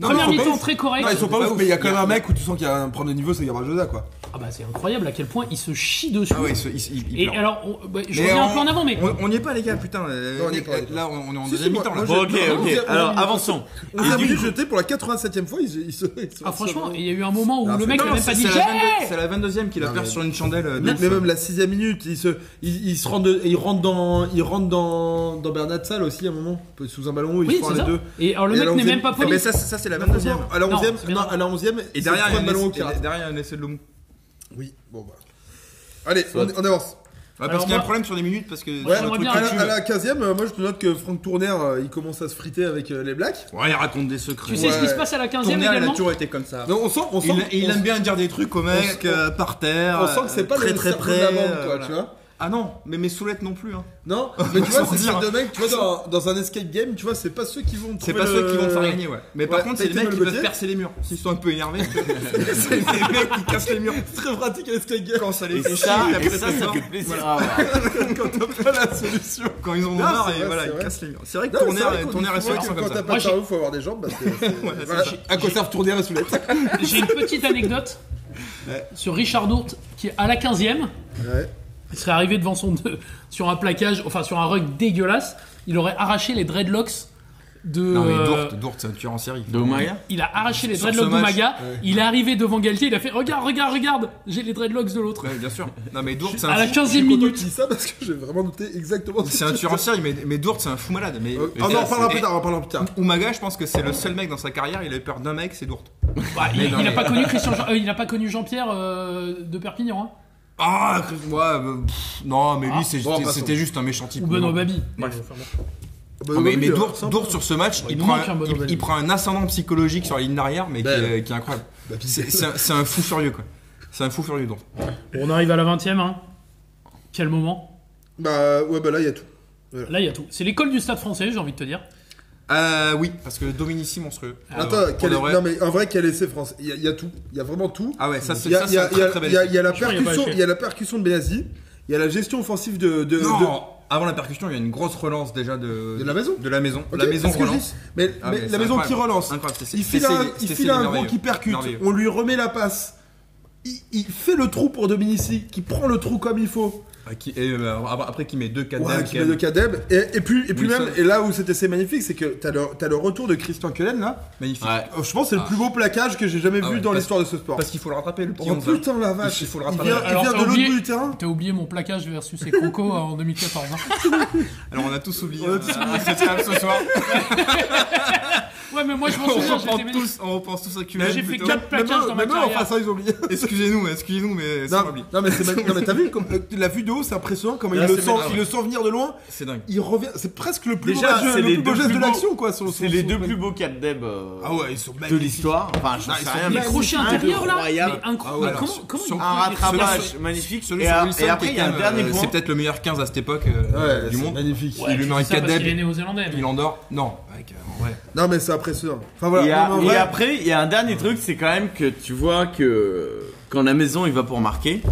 [SPEAKER 8] Non,
[SPEAKER 9] Première
[SPEAKER 8] ils sont pas
[SPEAKER 9] mi-temps
[SPEAKER 8] ouf.
[SPEAKER 9] très correct.
[SPEAKER 8] Non, ils sont pas
[SPEAKER 10] Ils sont
[SPEAKER 8] ouf,
[SPEAKER 10] pas
[SPEAKER 8] mais il y a
[SPEAKER 10] ouf.
[SPEAKER 8] quand même un mec où tu sens qu'il y a un problème de niveau, c'est Garbajosa quoi.
[SPEAKER 9] Ah bah c'est incroyable à quel point ils se chient dessus.
[SPEAKER 10] Ah ouais, ils se- ils- ils- ils
[SPEAKER 9] Et
[SPEAKER 10] pleurent.
[SPEAKER 9] alors, on- bah, je
[SPEAKER 10] Mais
[SPEAKER 9] reviens un
[SPEAKER 10] on-
[SPEAKER 9] peu en avant, mais
[SPEAKER 10] On on n'y est pas les gars, putain. euh,
[SPEAKER 8] Non, on y est pas, on y est pas.
[SPEAKER 10] Là, on on est en
[SPEAKER 8] Si,
[SPEAKER 10] deuxième
[SPEAKER 8] si,
[SPEAKER 10] mi-temps.
[SPEAKER 8] moi,
[SPEAKER 10] là.
[SPEAKER 8] moi,
[SPEAKER 11] Bon, ok, ok. Alors, avançons.
[SPEAKER 8] On a voulu jeter pour la 87ème fois, ils, ils se. ils se-
[SPEAKER 9] ah franchement, il y a eu un moment où
[SPEAKER 8] Non,
[SPEAKER 9] le
[SPEAKER 8] c'est-
[SPEAKER 9] mec
[SPEAKER 10] Non,
[SPEAKER 9] n'a même
[SPEAKER 10] c'est-
[SPEAKER 9] pas dit
[SPEAKER 10] c'est la
[SPEAKER 9] j'ai.
[SPEAKER 10] 22 C'est la 22ème qu'il a
[SPEAKER 8] Non,
[SPEAKER 10] perdu
[SPEAKER 8] mais-
[SPEAKER 10] sur une chandelle. euh, de
[SPEAKER 8] Mais
[SPEAKER 10] ouf.
[SPEAKER 8] même la 6ème minute, ils se, ils, ils se rendent, de- ils rentrent dans, ils rentrent dans, dans Bernat Salle aussi à un moment, sous un ballon, ils
[SPEAKER 9] Oui,
[SPEAKER 8] font
[SPEAKER 9] c'est
[SPEAKER 8] les
[SPEAKER 9] ça.
[SPEAKER 8] deux.
[SPEAKER 9] Et alors le
[SPEAKER 8] Et
[SPEAKER 9] mec
[SPEAKER 8] alors,
[SPEAKER 9] n'est
[SPEAKER 8] vous
[SPEAKER 9] même
[SPEAKER 8] avez-
[SPEAKER 9] pas
[SPEAKER 8] eh
[SPEAKER 10] Mais
[SPEAKER 9] poli.
[SPEAKER 10] ça, ça, c'est la
[SPEAKER 8] Non,
[SPEAKER 10] 22ème.
[SPEAKER 8] à la
[SPEAKER 9] Non,
[SPEAKER 8] 11ème,
[SPEAKER 9] c'est
[SPEAKER 8] non,
[SPEAKER 9] bien.
[SPEAKER 8] à la 11ème,
[SPEAKER 10] Et derrière, il y a
[SPEAKER 8] un
[SPEAKER 10] un
[SPEAKER 8] ballon
[SPEAKER 10] essai-
[SPEAKER 8] au qui
[SPEAKER 10] et
[SPEAKER 8] rate.
[SPEAKER 10] derrière, il y a un essai de Lomou.
[SPEAKER 8] Oui, bon bah. Allez, on, on avance.
[SPEAKER 10] Ouais,
[SPEAKER 9] Alors
[SPEAKER 10] parce qu'il y a un
[SPEAKER 9] moi-
[SPEAKER 10] problème sur les minutes parce que. sur
[SPEAKER 9] Ouais, j'aimerais
[SPEAKER 10] le
[SPEAKER 9] bien
[SPEAKER 10] truc
[SPEAKER 8] À la,
[SPEAKER 10] YouTube.
[SPEAKER 8] à la 15ème, euh, moi je te note que Franck Tourner, euh, il commence à se friter avec euh, les Blacks.
[SPEAKER 10] Ouais, il raconte des secrets.
[SPEAKER 9] Tu sais ce qui
[SPEAKER 8] Ouais.
[SPEAKER 9] se passe à la 15 e
[SPEAKER 10] Tournière, il a
[SPEAKER 9] également
[SPEAKER 10] toujours été comme ça.
[SPEAKER 8] Donc on sent, on sent,
[SPEAKER 10] Il,
[SPEAKER 8] on
[SPEAKER 10] il
[SPEAKER 8] sent-
[SPEAKER 10] aime bien dire des trucs aux mecs
[SPEAKER 8] on-
[SPEAKER 10] euh, par terre.
[SPEAKER 8] on sent que c'est
[SPEAKER 10] euh,
[SPEAKER 8] pas
[SPEAKER 10] très
[SPEAKER 8] le
[SPEAKER 10] très
[SPEAKER 8] cerveau
[SPEAKER 10] près.
[SPEAKER 8] de la bande, quoi,
[SPEAKER 10] euh, voilà.
[SPEAKER 8] tu vois.
[SPEAKER 10] Ah non, mais mes soulettes non plus. hein.
[SPEAKER 8] Non, mais tu vois,
[SPEAKER 10] Sans
[SPEAKER 8] c'est
[SPEAKER 10] dire.
[SPEAKER 8] ces deux mecs, tu vois, dans, dans un escape game, tu vois, c'est pas ceux qui vont.
[SPEAKER 10] C'est
[SPEAKER 8] trouver
[SPEAKER 10] pas
[SPEAKER 8] le-
[SPEAKER 10] ceux qui vont te faire gagner, ouais. Mais par
[SPEAKER 8] Ouais,
[SPEAKER 10] contre, c'est les
[SPEAKER 8] Tactical
[SPEAKER 10] mecs qui peuvent
[SPEAKER 8] Gauthier.
[SPEAKER 10] percer les murs. S'ils sont un peu énervés, c'est les mecs qui cassent les murs.
[SPEAKER 8] C'est très pratique à l'escape game.
[SPEAKER 10] Quand ça les
[SPEAKER 11] Et
[SPEAKER 10] fait
[SPEAKER 11] ça,
[SPEAKER 10] chier,
[SPEAKER 11] et
[SPEAKER 10] après,
[SPEAKER 11] ça,
[SPEAKER 10] c'est
[SPEAKER 11] ça
[SPEAKER 10] mort.
[SPEAKER 11] fait plaisir. Ah, bah. à voir.
[SPEAKER 10] Quand t'as pas la solution. Quand ils en ont
[SPEAKER 8] Ah,
[SPEAKER 10] marre,
[SPEAKER 8] c'est
[SPEAKER 10] et
[SPEAKER 8] vrai,
[SPEAKER 10] voilà,
[SPEAKER 8] c'est
[SPEAKER 10] ils
[SPEAKER 8] vrai.
[SPEAKER 10] cassent les murs. C'est vrai que
[SPEAKER 8] Non, mais c'est
[SPEAKER 10] Tournaire
[SPEAKER 8] vrai
[SPEAKER 10] et
[SPEAKER 8] qu'on
[SPEAKER 10] Tournaire et
[SPEAKER 8] dit souvent
[SPEAKER 10] Soler sont
[SPEAKER 8] que
[SPEAKER 10] comme
[SPEAKER 8] Quand
[SPEAKER 10] ça.
[SPEAKER 8] t'as pas
[SPEAKER 9] Moi,
[SPEAKER 8] de
[SPEAKER 9] j'ai-
[SPEAKER 8] cerveau, faut avoir des jambes. Parce que, c'est-
[SPEAKER 10] c'est
[SPEAKER 8] voilà.
[SPEAKER 10] ça.
[SPEAKER 8] À quoi servent tourner et soulette
[SPEAKER 9] J'ai une petite anecdote sur Richard Dourte qui est à la 15 e
[SPEAKER 8] Ouais.
[SPEAKER 9] Il serait arrivé devant son deux sur un plaquage, enfin sur un rug dégueulasse. Il aurait arraché les dreadlocks de.
[SPEAKER 10] Non, mais
[SPEAKER 9] euh,
[SPEAKER 10] Dourte, Dourte, c'est un tueur en série.
[SPEAKER 11] De Omaya
[SPEAKER 9] Il a arraché les
[SPEAKER 10] Sur
[SPEAKER 9] dreadlocks
[SPEAKER 10] ce match,
[SPEAKER 9] d'Umaga. Il est arrivé devant Galtier. Il a fait Regarde, regarde, regarde J'ai les dreadlocks de l'autre.
[SPEAKER 10] Ouais, bien sûr. Non, mais Dourte, c'est
[SPEAKER 9] À
[SPEAKER 10] un
[SPEAKER 9] la
[SPEAKER 10] fou.
[SPEAKER 9] 15 e
[SPEAKER 8] Quand on
[SPEAKER 9] minute.
[SPEAKER 8] dit ça, parce que j'ai vraiment noté exactement
[SPEAKER 10] C'est un tueur en série, mais, mais Dourte, c'est un fou malade. Mais,
[SPEAKER 8] Euh,
[SPEAKER 10] mais
[SPEAKER 8] Ah non,
[SPEAKER 10] ça,
[SPEAKER 8] on en parlera
[SPEAKER 10] c'est- Ah,
[SPEAKER 8] plus tard, on en parlera plus tard.
[SPEAKER 10] Umaga, je pense que c'est le seul mec dans sa carrière, il a eu peur d'un mec, c'est Dourte.
[SPEAKER 9] Bah, il
[SPEAKER 10] non,
[SPEAKER 9] il a
[SPEAKER 10] mais-
[SPEAKER 9] pas connu Christian Jean- euh, il a pas connu Jean-Pierre euh, de Perpignan. hein.
[SPEAKER 10] Ah, Chris- ouais, euh, pff, non, mais lui, c'est-
[SPEAKER 8] Bon,
[SPEAKER 10] c'était
[SPEAKER 8] passons.
[SPEAKER 10] c'était juste un méchant type.
[SPEAKER 9] Ou Ben Benoît
[SPEAKER 10] Non.
[SPEAKER 9] Babi.
[SPEAKER 8] Bah,
[SPEAKER 10] Non, mais,
[SPEAKER 8] oui,
[SPEAKER 10] mais
[SPEAKER 8] euh,
[SPEAKER 10] Dourte,
[SPEAKER 8] sympa.
[SPEAKER 10] Dourte, sur ce match, il,
[SPEAKER 9] Il
[SPEAKER 10] prend
[SPEAKER 9] manque un
[SPEAKER 10] un,
[SPEAKER 9] bon
[SPEAKER 10] il-
[SPEAKER 9] Benoît
[SPEAKER 10] il prend un ascendant psychologique sur la ligne d'arrière, mais qui,
[SPEAKER 8] Ben.
[SPEAKER 10] est- qui est incroyable.
[SPEAKER 8] Bah, puis-
[SPEAKER 10] C'est c'est un, c'est un fou furieux, quoi. C'est un fou furieux, Dourte.
[SPEAKER 9] On arrive à la 20 e hein. Quel moment
[SPEAKER 8] Bah ouais, bah là, il y a tout.
[SPEAKER 9] Là, il y a tout. C'est l'école du stade français, j'ai envie de te dire.
[SPEAKER 10] Euh, oui, parce que Dominici, monstrueux.
[SPEAKER 8] Attends,
[SPEAKER 10] ouais.
[SPEAKER 8] quel
[SPEAKER 10] On
[SPEAKER 8] est-
[SPEAKER 10] devrait-
[SPEAKER 8] non mais en vrai, quel essai France Il y, a- il y a tout, il y a vraiment tout.
[SPEAKER 10] Ah ouais, ça, c'est
[SPEAKER 8] Il y a,
[SPEAKER 10] ça,
[SPEAKER 8] il y
[SPEAKER 10] c'est
[SPEAKER 8] a-
[SPEAKER 10] un très, très
[SPEAKER 8] il
[SPEAKER 10] bel
[SPEAKER 8] y a-
[SPEAKER 10] essai.
[SPEAKER 8] il y a la
[SPEAKER 9] Franchement, il y a pas
[SPEAKER 8] percussion,
[SPEAKER 9] échec.
[SPEAKER 8] il y a la percussion de Benazzi, il y a la gestion offensive de, de,
[SPEAKER 10] Non,
[SPEAKER 8] euh, de-
[SPEAKER 10] avant la percussion, il y a une grosse relance déjà de,
[SPEAKER 8] De la maison
[SPEAKER 10] De la maison.
[SPEAKER 8] Ok,
[SPEAKER 10] la maison
[SPEAKER 8] parce que je
[SPEAKER 10] relance.
[SPEAKER 8] dis- Mais,
[SPEAKER 10] Ah,
[SPEAKER 8] mais
[SPEAKER 10] mais
[SPEAKER 8] la
[SPEAKER 10] c'est
[SPEAKER 8] maison qui
[SPEAKER 10] incroyable.
[SPEAKER 8] relance.
[SPEAKER 10] Incroyable, c'est- c'est-
[SPEAKER 8] il file
[SPEAKER 10] c'est-
[SPEAKER 8] un,
[SPEAKER 10] c'est-
[SPEAKER 8] il
[SPEAKER 10] c'est
[SPEAKER 8] file un gros
[SPEAKER 10] merveilleux.
[SPEAKER 8] qui percute.
[SPEAKER 10] Merveilleux.
[SPEAKER 8] On lui remet la passe. Il, il fait le trou pour Dominici, qui prend le trou comme il faut.
[SPEAKER 10] Ah, qui- et, euh, après, après, qui met deux cadets.
[SPEAKER 8] Ouais, qui met le cadeb. Et, et puis, et puis
[SPEAKER 10] Wilson.
[SPEAKER 8] même, et là où cet essai magnifique, c'est que t'as le, t'as le retour de Christian Cullen là.
[SPEAKER 10] Magnifique.
[SPEAKER 11] Ouais.
[SPEAKER 8] Oh, Je pense que c'est le plus beau plaquage que j'ai jamais
[SPEAKER 10] Ah
[SPEAKER 8] vu
[SPEAKER 10] ouais,
[SPEAKER 8] dans
[SPEAKER 10] parce-
[SPEAKER 8] l'histoire de ce sport.
[SPEAKER 10] Parce qu'il faut le rattraper, le petit
[SPEAKER 8] Oh
[SPEAKER 10] Honza.
[SPEAKER 8] putain la vache,
[SPEAKER 10] Il faut le
[SPEAKER 8] il
[SPEAKER 10] rattraper.
[SPEAKER 8] vient, il
[SPEAKER 9] Alors,
[SPEAKER 8] vient
[SPEAKER 9] t'as
[SPEAKER 8] de l'autre
[SPEAKER 9] oublié-
[SPEAKER 8] bout du terrain.
[SPEAKER 9] T'as oublié mon plaquage versus ses cocos en 2014. hein.
[SPEAKER 10] Alors, on a tous oublié. On a tous oublié cette table ce soir.
[SPEAKER 9] Ouais, mais moi je m'en
[SPEAKER 10] On
[SPEAKER 9] souviens,
[SPEAKER 10] repense
[SPEAKER 9] j'étais ménage.
[SPEAKER 10] tous, on repense tous à QM.
[SPEAKER 9] J'ai fait
[SPEAKER 10] plutôt.
[SPEAKER 9] 4 plaquages dans ma
[SPEAKER 8] Même eux,
[SPEAKER 9] carrière.
[SPEAKER 8] enfin ça ils ont oublié.
[SPEAKER 10] Excusez-nous, excusez-nous, mais c'est
[SPEAKER 8] Non,
[SPEAKER 10] pas oublié.
[SPEAKER 8] non, mais c'est même- non, mais t'as vu comme le- la vue de haut c'est impressionnant comment
[SPEAKER 10] Là,
[SPEAKER 8] il le
[SPEAKER 10] c'est
[SPEAKER 8] sent,
[SPEAKER 10] métal,
[SPEAKER 8] il le sent venir de loin.
[SPEAKER 10] C'est dingue.
[SPEAKER 8] Il revient, c'est presque le plus
[SPEAKER 11] Déjà,
[SPEAKER 8] beau,
[SPEAKER 11] c'est
[SPEAKER 8] geste- le
[SPEAKER 11] les
[SPEAKER 8] plus beau
[SPEAKER 11] deux
[SPEAKER 8] geste
[SPEAKER 11] plus
[SPEAKER 8] de
[SPEAKER 11] beaux-
[SPEAKER 8] l'action quoi. sur-
[SPEAKER 11] C'est
[SPEAKER 8] sur-
[SPEAKER 11] les
[SPEAKER 8] sur-
[SPEAKER 11] deux plus beaux 4 deb euh,
[SPEAKER 10] Ah ouais, ils sont
[SPEAKER 11] de
[SPEAKER 10] magnifiques.
[SPEAKER 11] l'histoire. Enfin, je sais
[SPEAKER 10] ils sont
[SPEAKER 11] rien,
[SPEAKER 9] Les
[SPEAKER 11] mais
[SPEAKER 10] magnifiques.
[SPEAKER 9] crochets intérieurs là
[SPEAKER 11] incroyable.
[SPEAKER 9] Mais incro-
[SPEAKER 10] Ah ouais,
[SPEAKER 9] mais
[SPEAKER 10] alors,
[SPEAKER 9] comment, comment
[SPEAKER 10] sur-
[SPEAKER 9] il
[SPEAKER 11] un
[SPEAKER 9] peut les faire
[SPEAKER 11] rattrapage
[SPEAKER 9] ça
[SPEAKER 11] magnifique.
[SPEAKER 10] Celui
[SPEAKER 11] et,
[SPEAKER 10] sur
[SPEAKER 11] a-
[SPEAKER 10] Wilson,
[SPEAKER 11] et après,
[SPEAKER 10] qui
[SPEAKER 11] il y a
[SPEAKER 10] est
[SPEAKER 11] un
[SPEAKER 10] quand
[SPEAKER 11] dernier
[SPEAKER 10] même, euh,
[SPEAKER 11] point.
[SPEAKER 10] C'est peut-être le meilleur 15 à cette époque euh,
[SPEAKER 8] Ouais,
[SPEAKER 10] du
[SPEAKER 8] c'est
[SPEAKER 10] monde.
[SPEAKER 8] magnifique.
[SPEAKER 9] Ouais,
[SPEAKER 10] il lui
[SPEAKER 9] je
[SPEAKER 10] met un
[SPEAKER 9] dis ça parce qu'il est
[SPEAKER 10] cadeb,
[SPEAKER 9] néo-zélandais. mais-
[SPEAKER 10] il endort. Non, mec, en vrai.
[SPEAKER 8] Non mais c'est impressionnant. Enfin voilà.
[SPEAKER 11] Et, à-
[SPEAKER 8] non, mais en
[SPEAKER 11] et
[SPEAKER 8] vrai-
[SPEAKER 11] après, il y a un dernier truc, c'est quand même que tu vois que quand la maison il va pour marquer,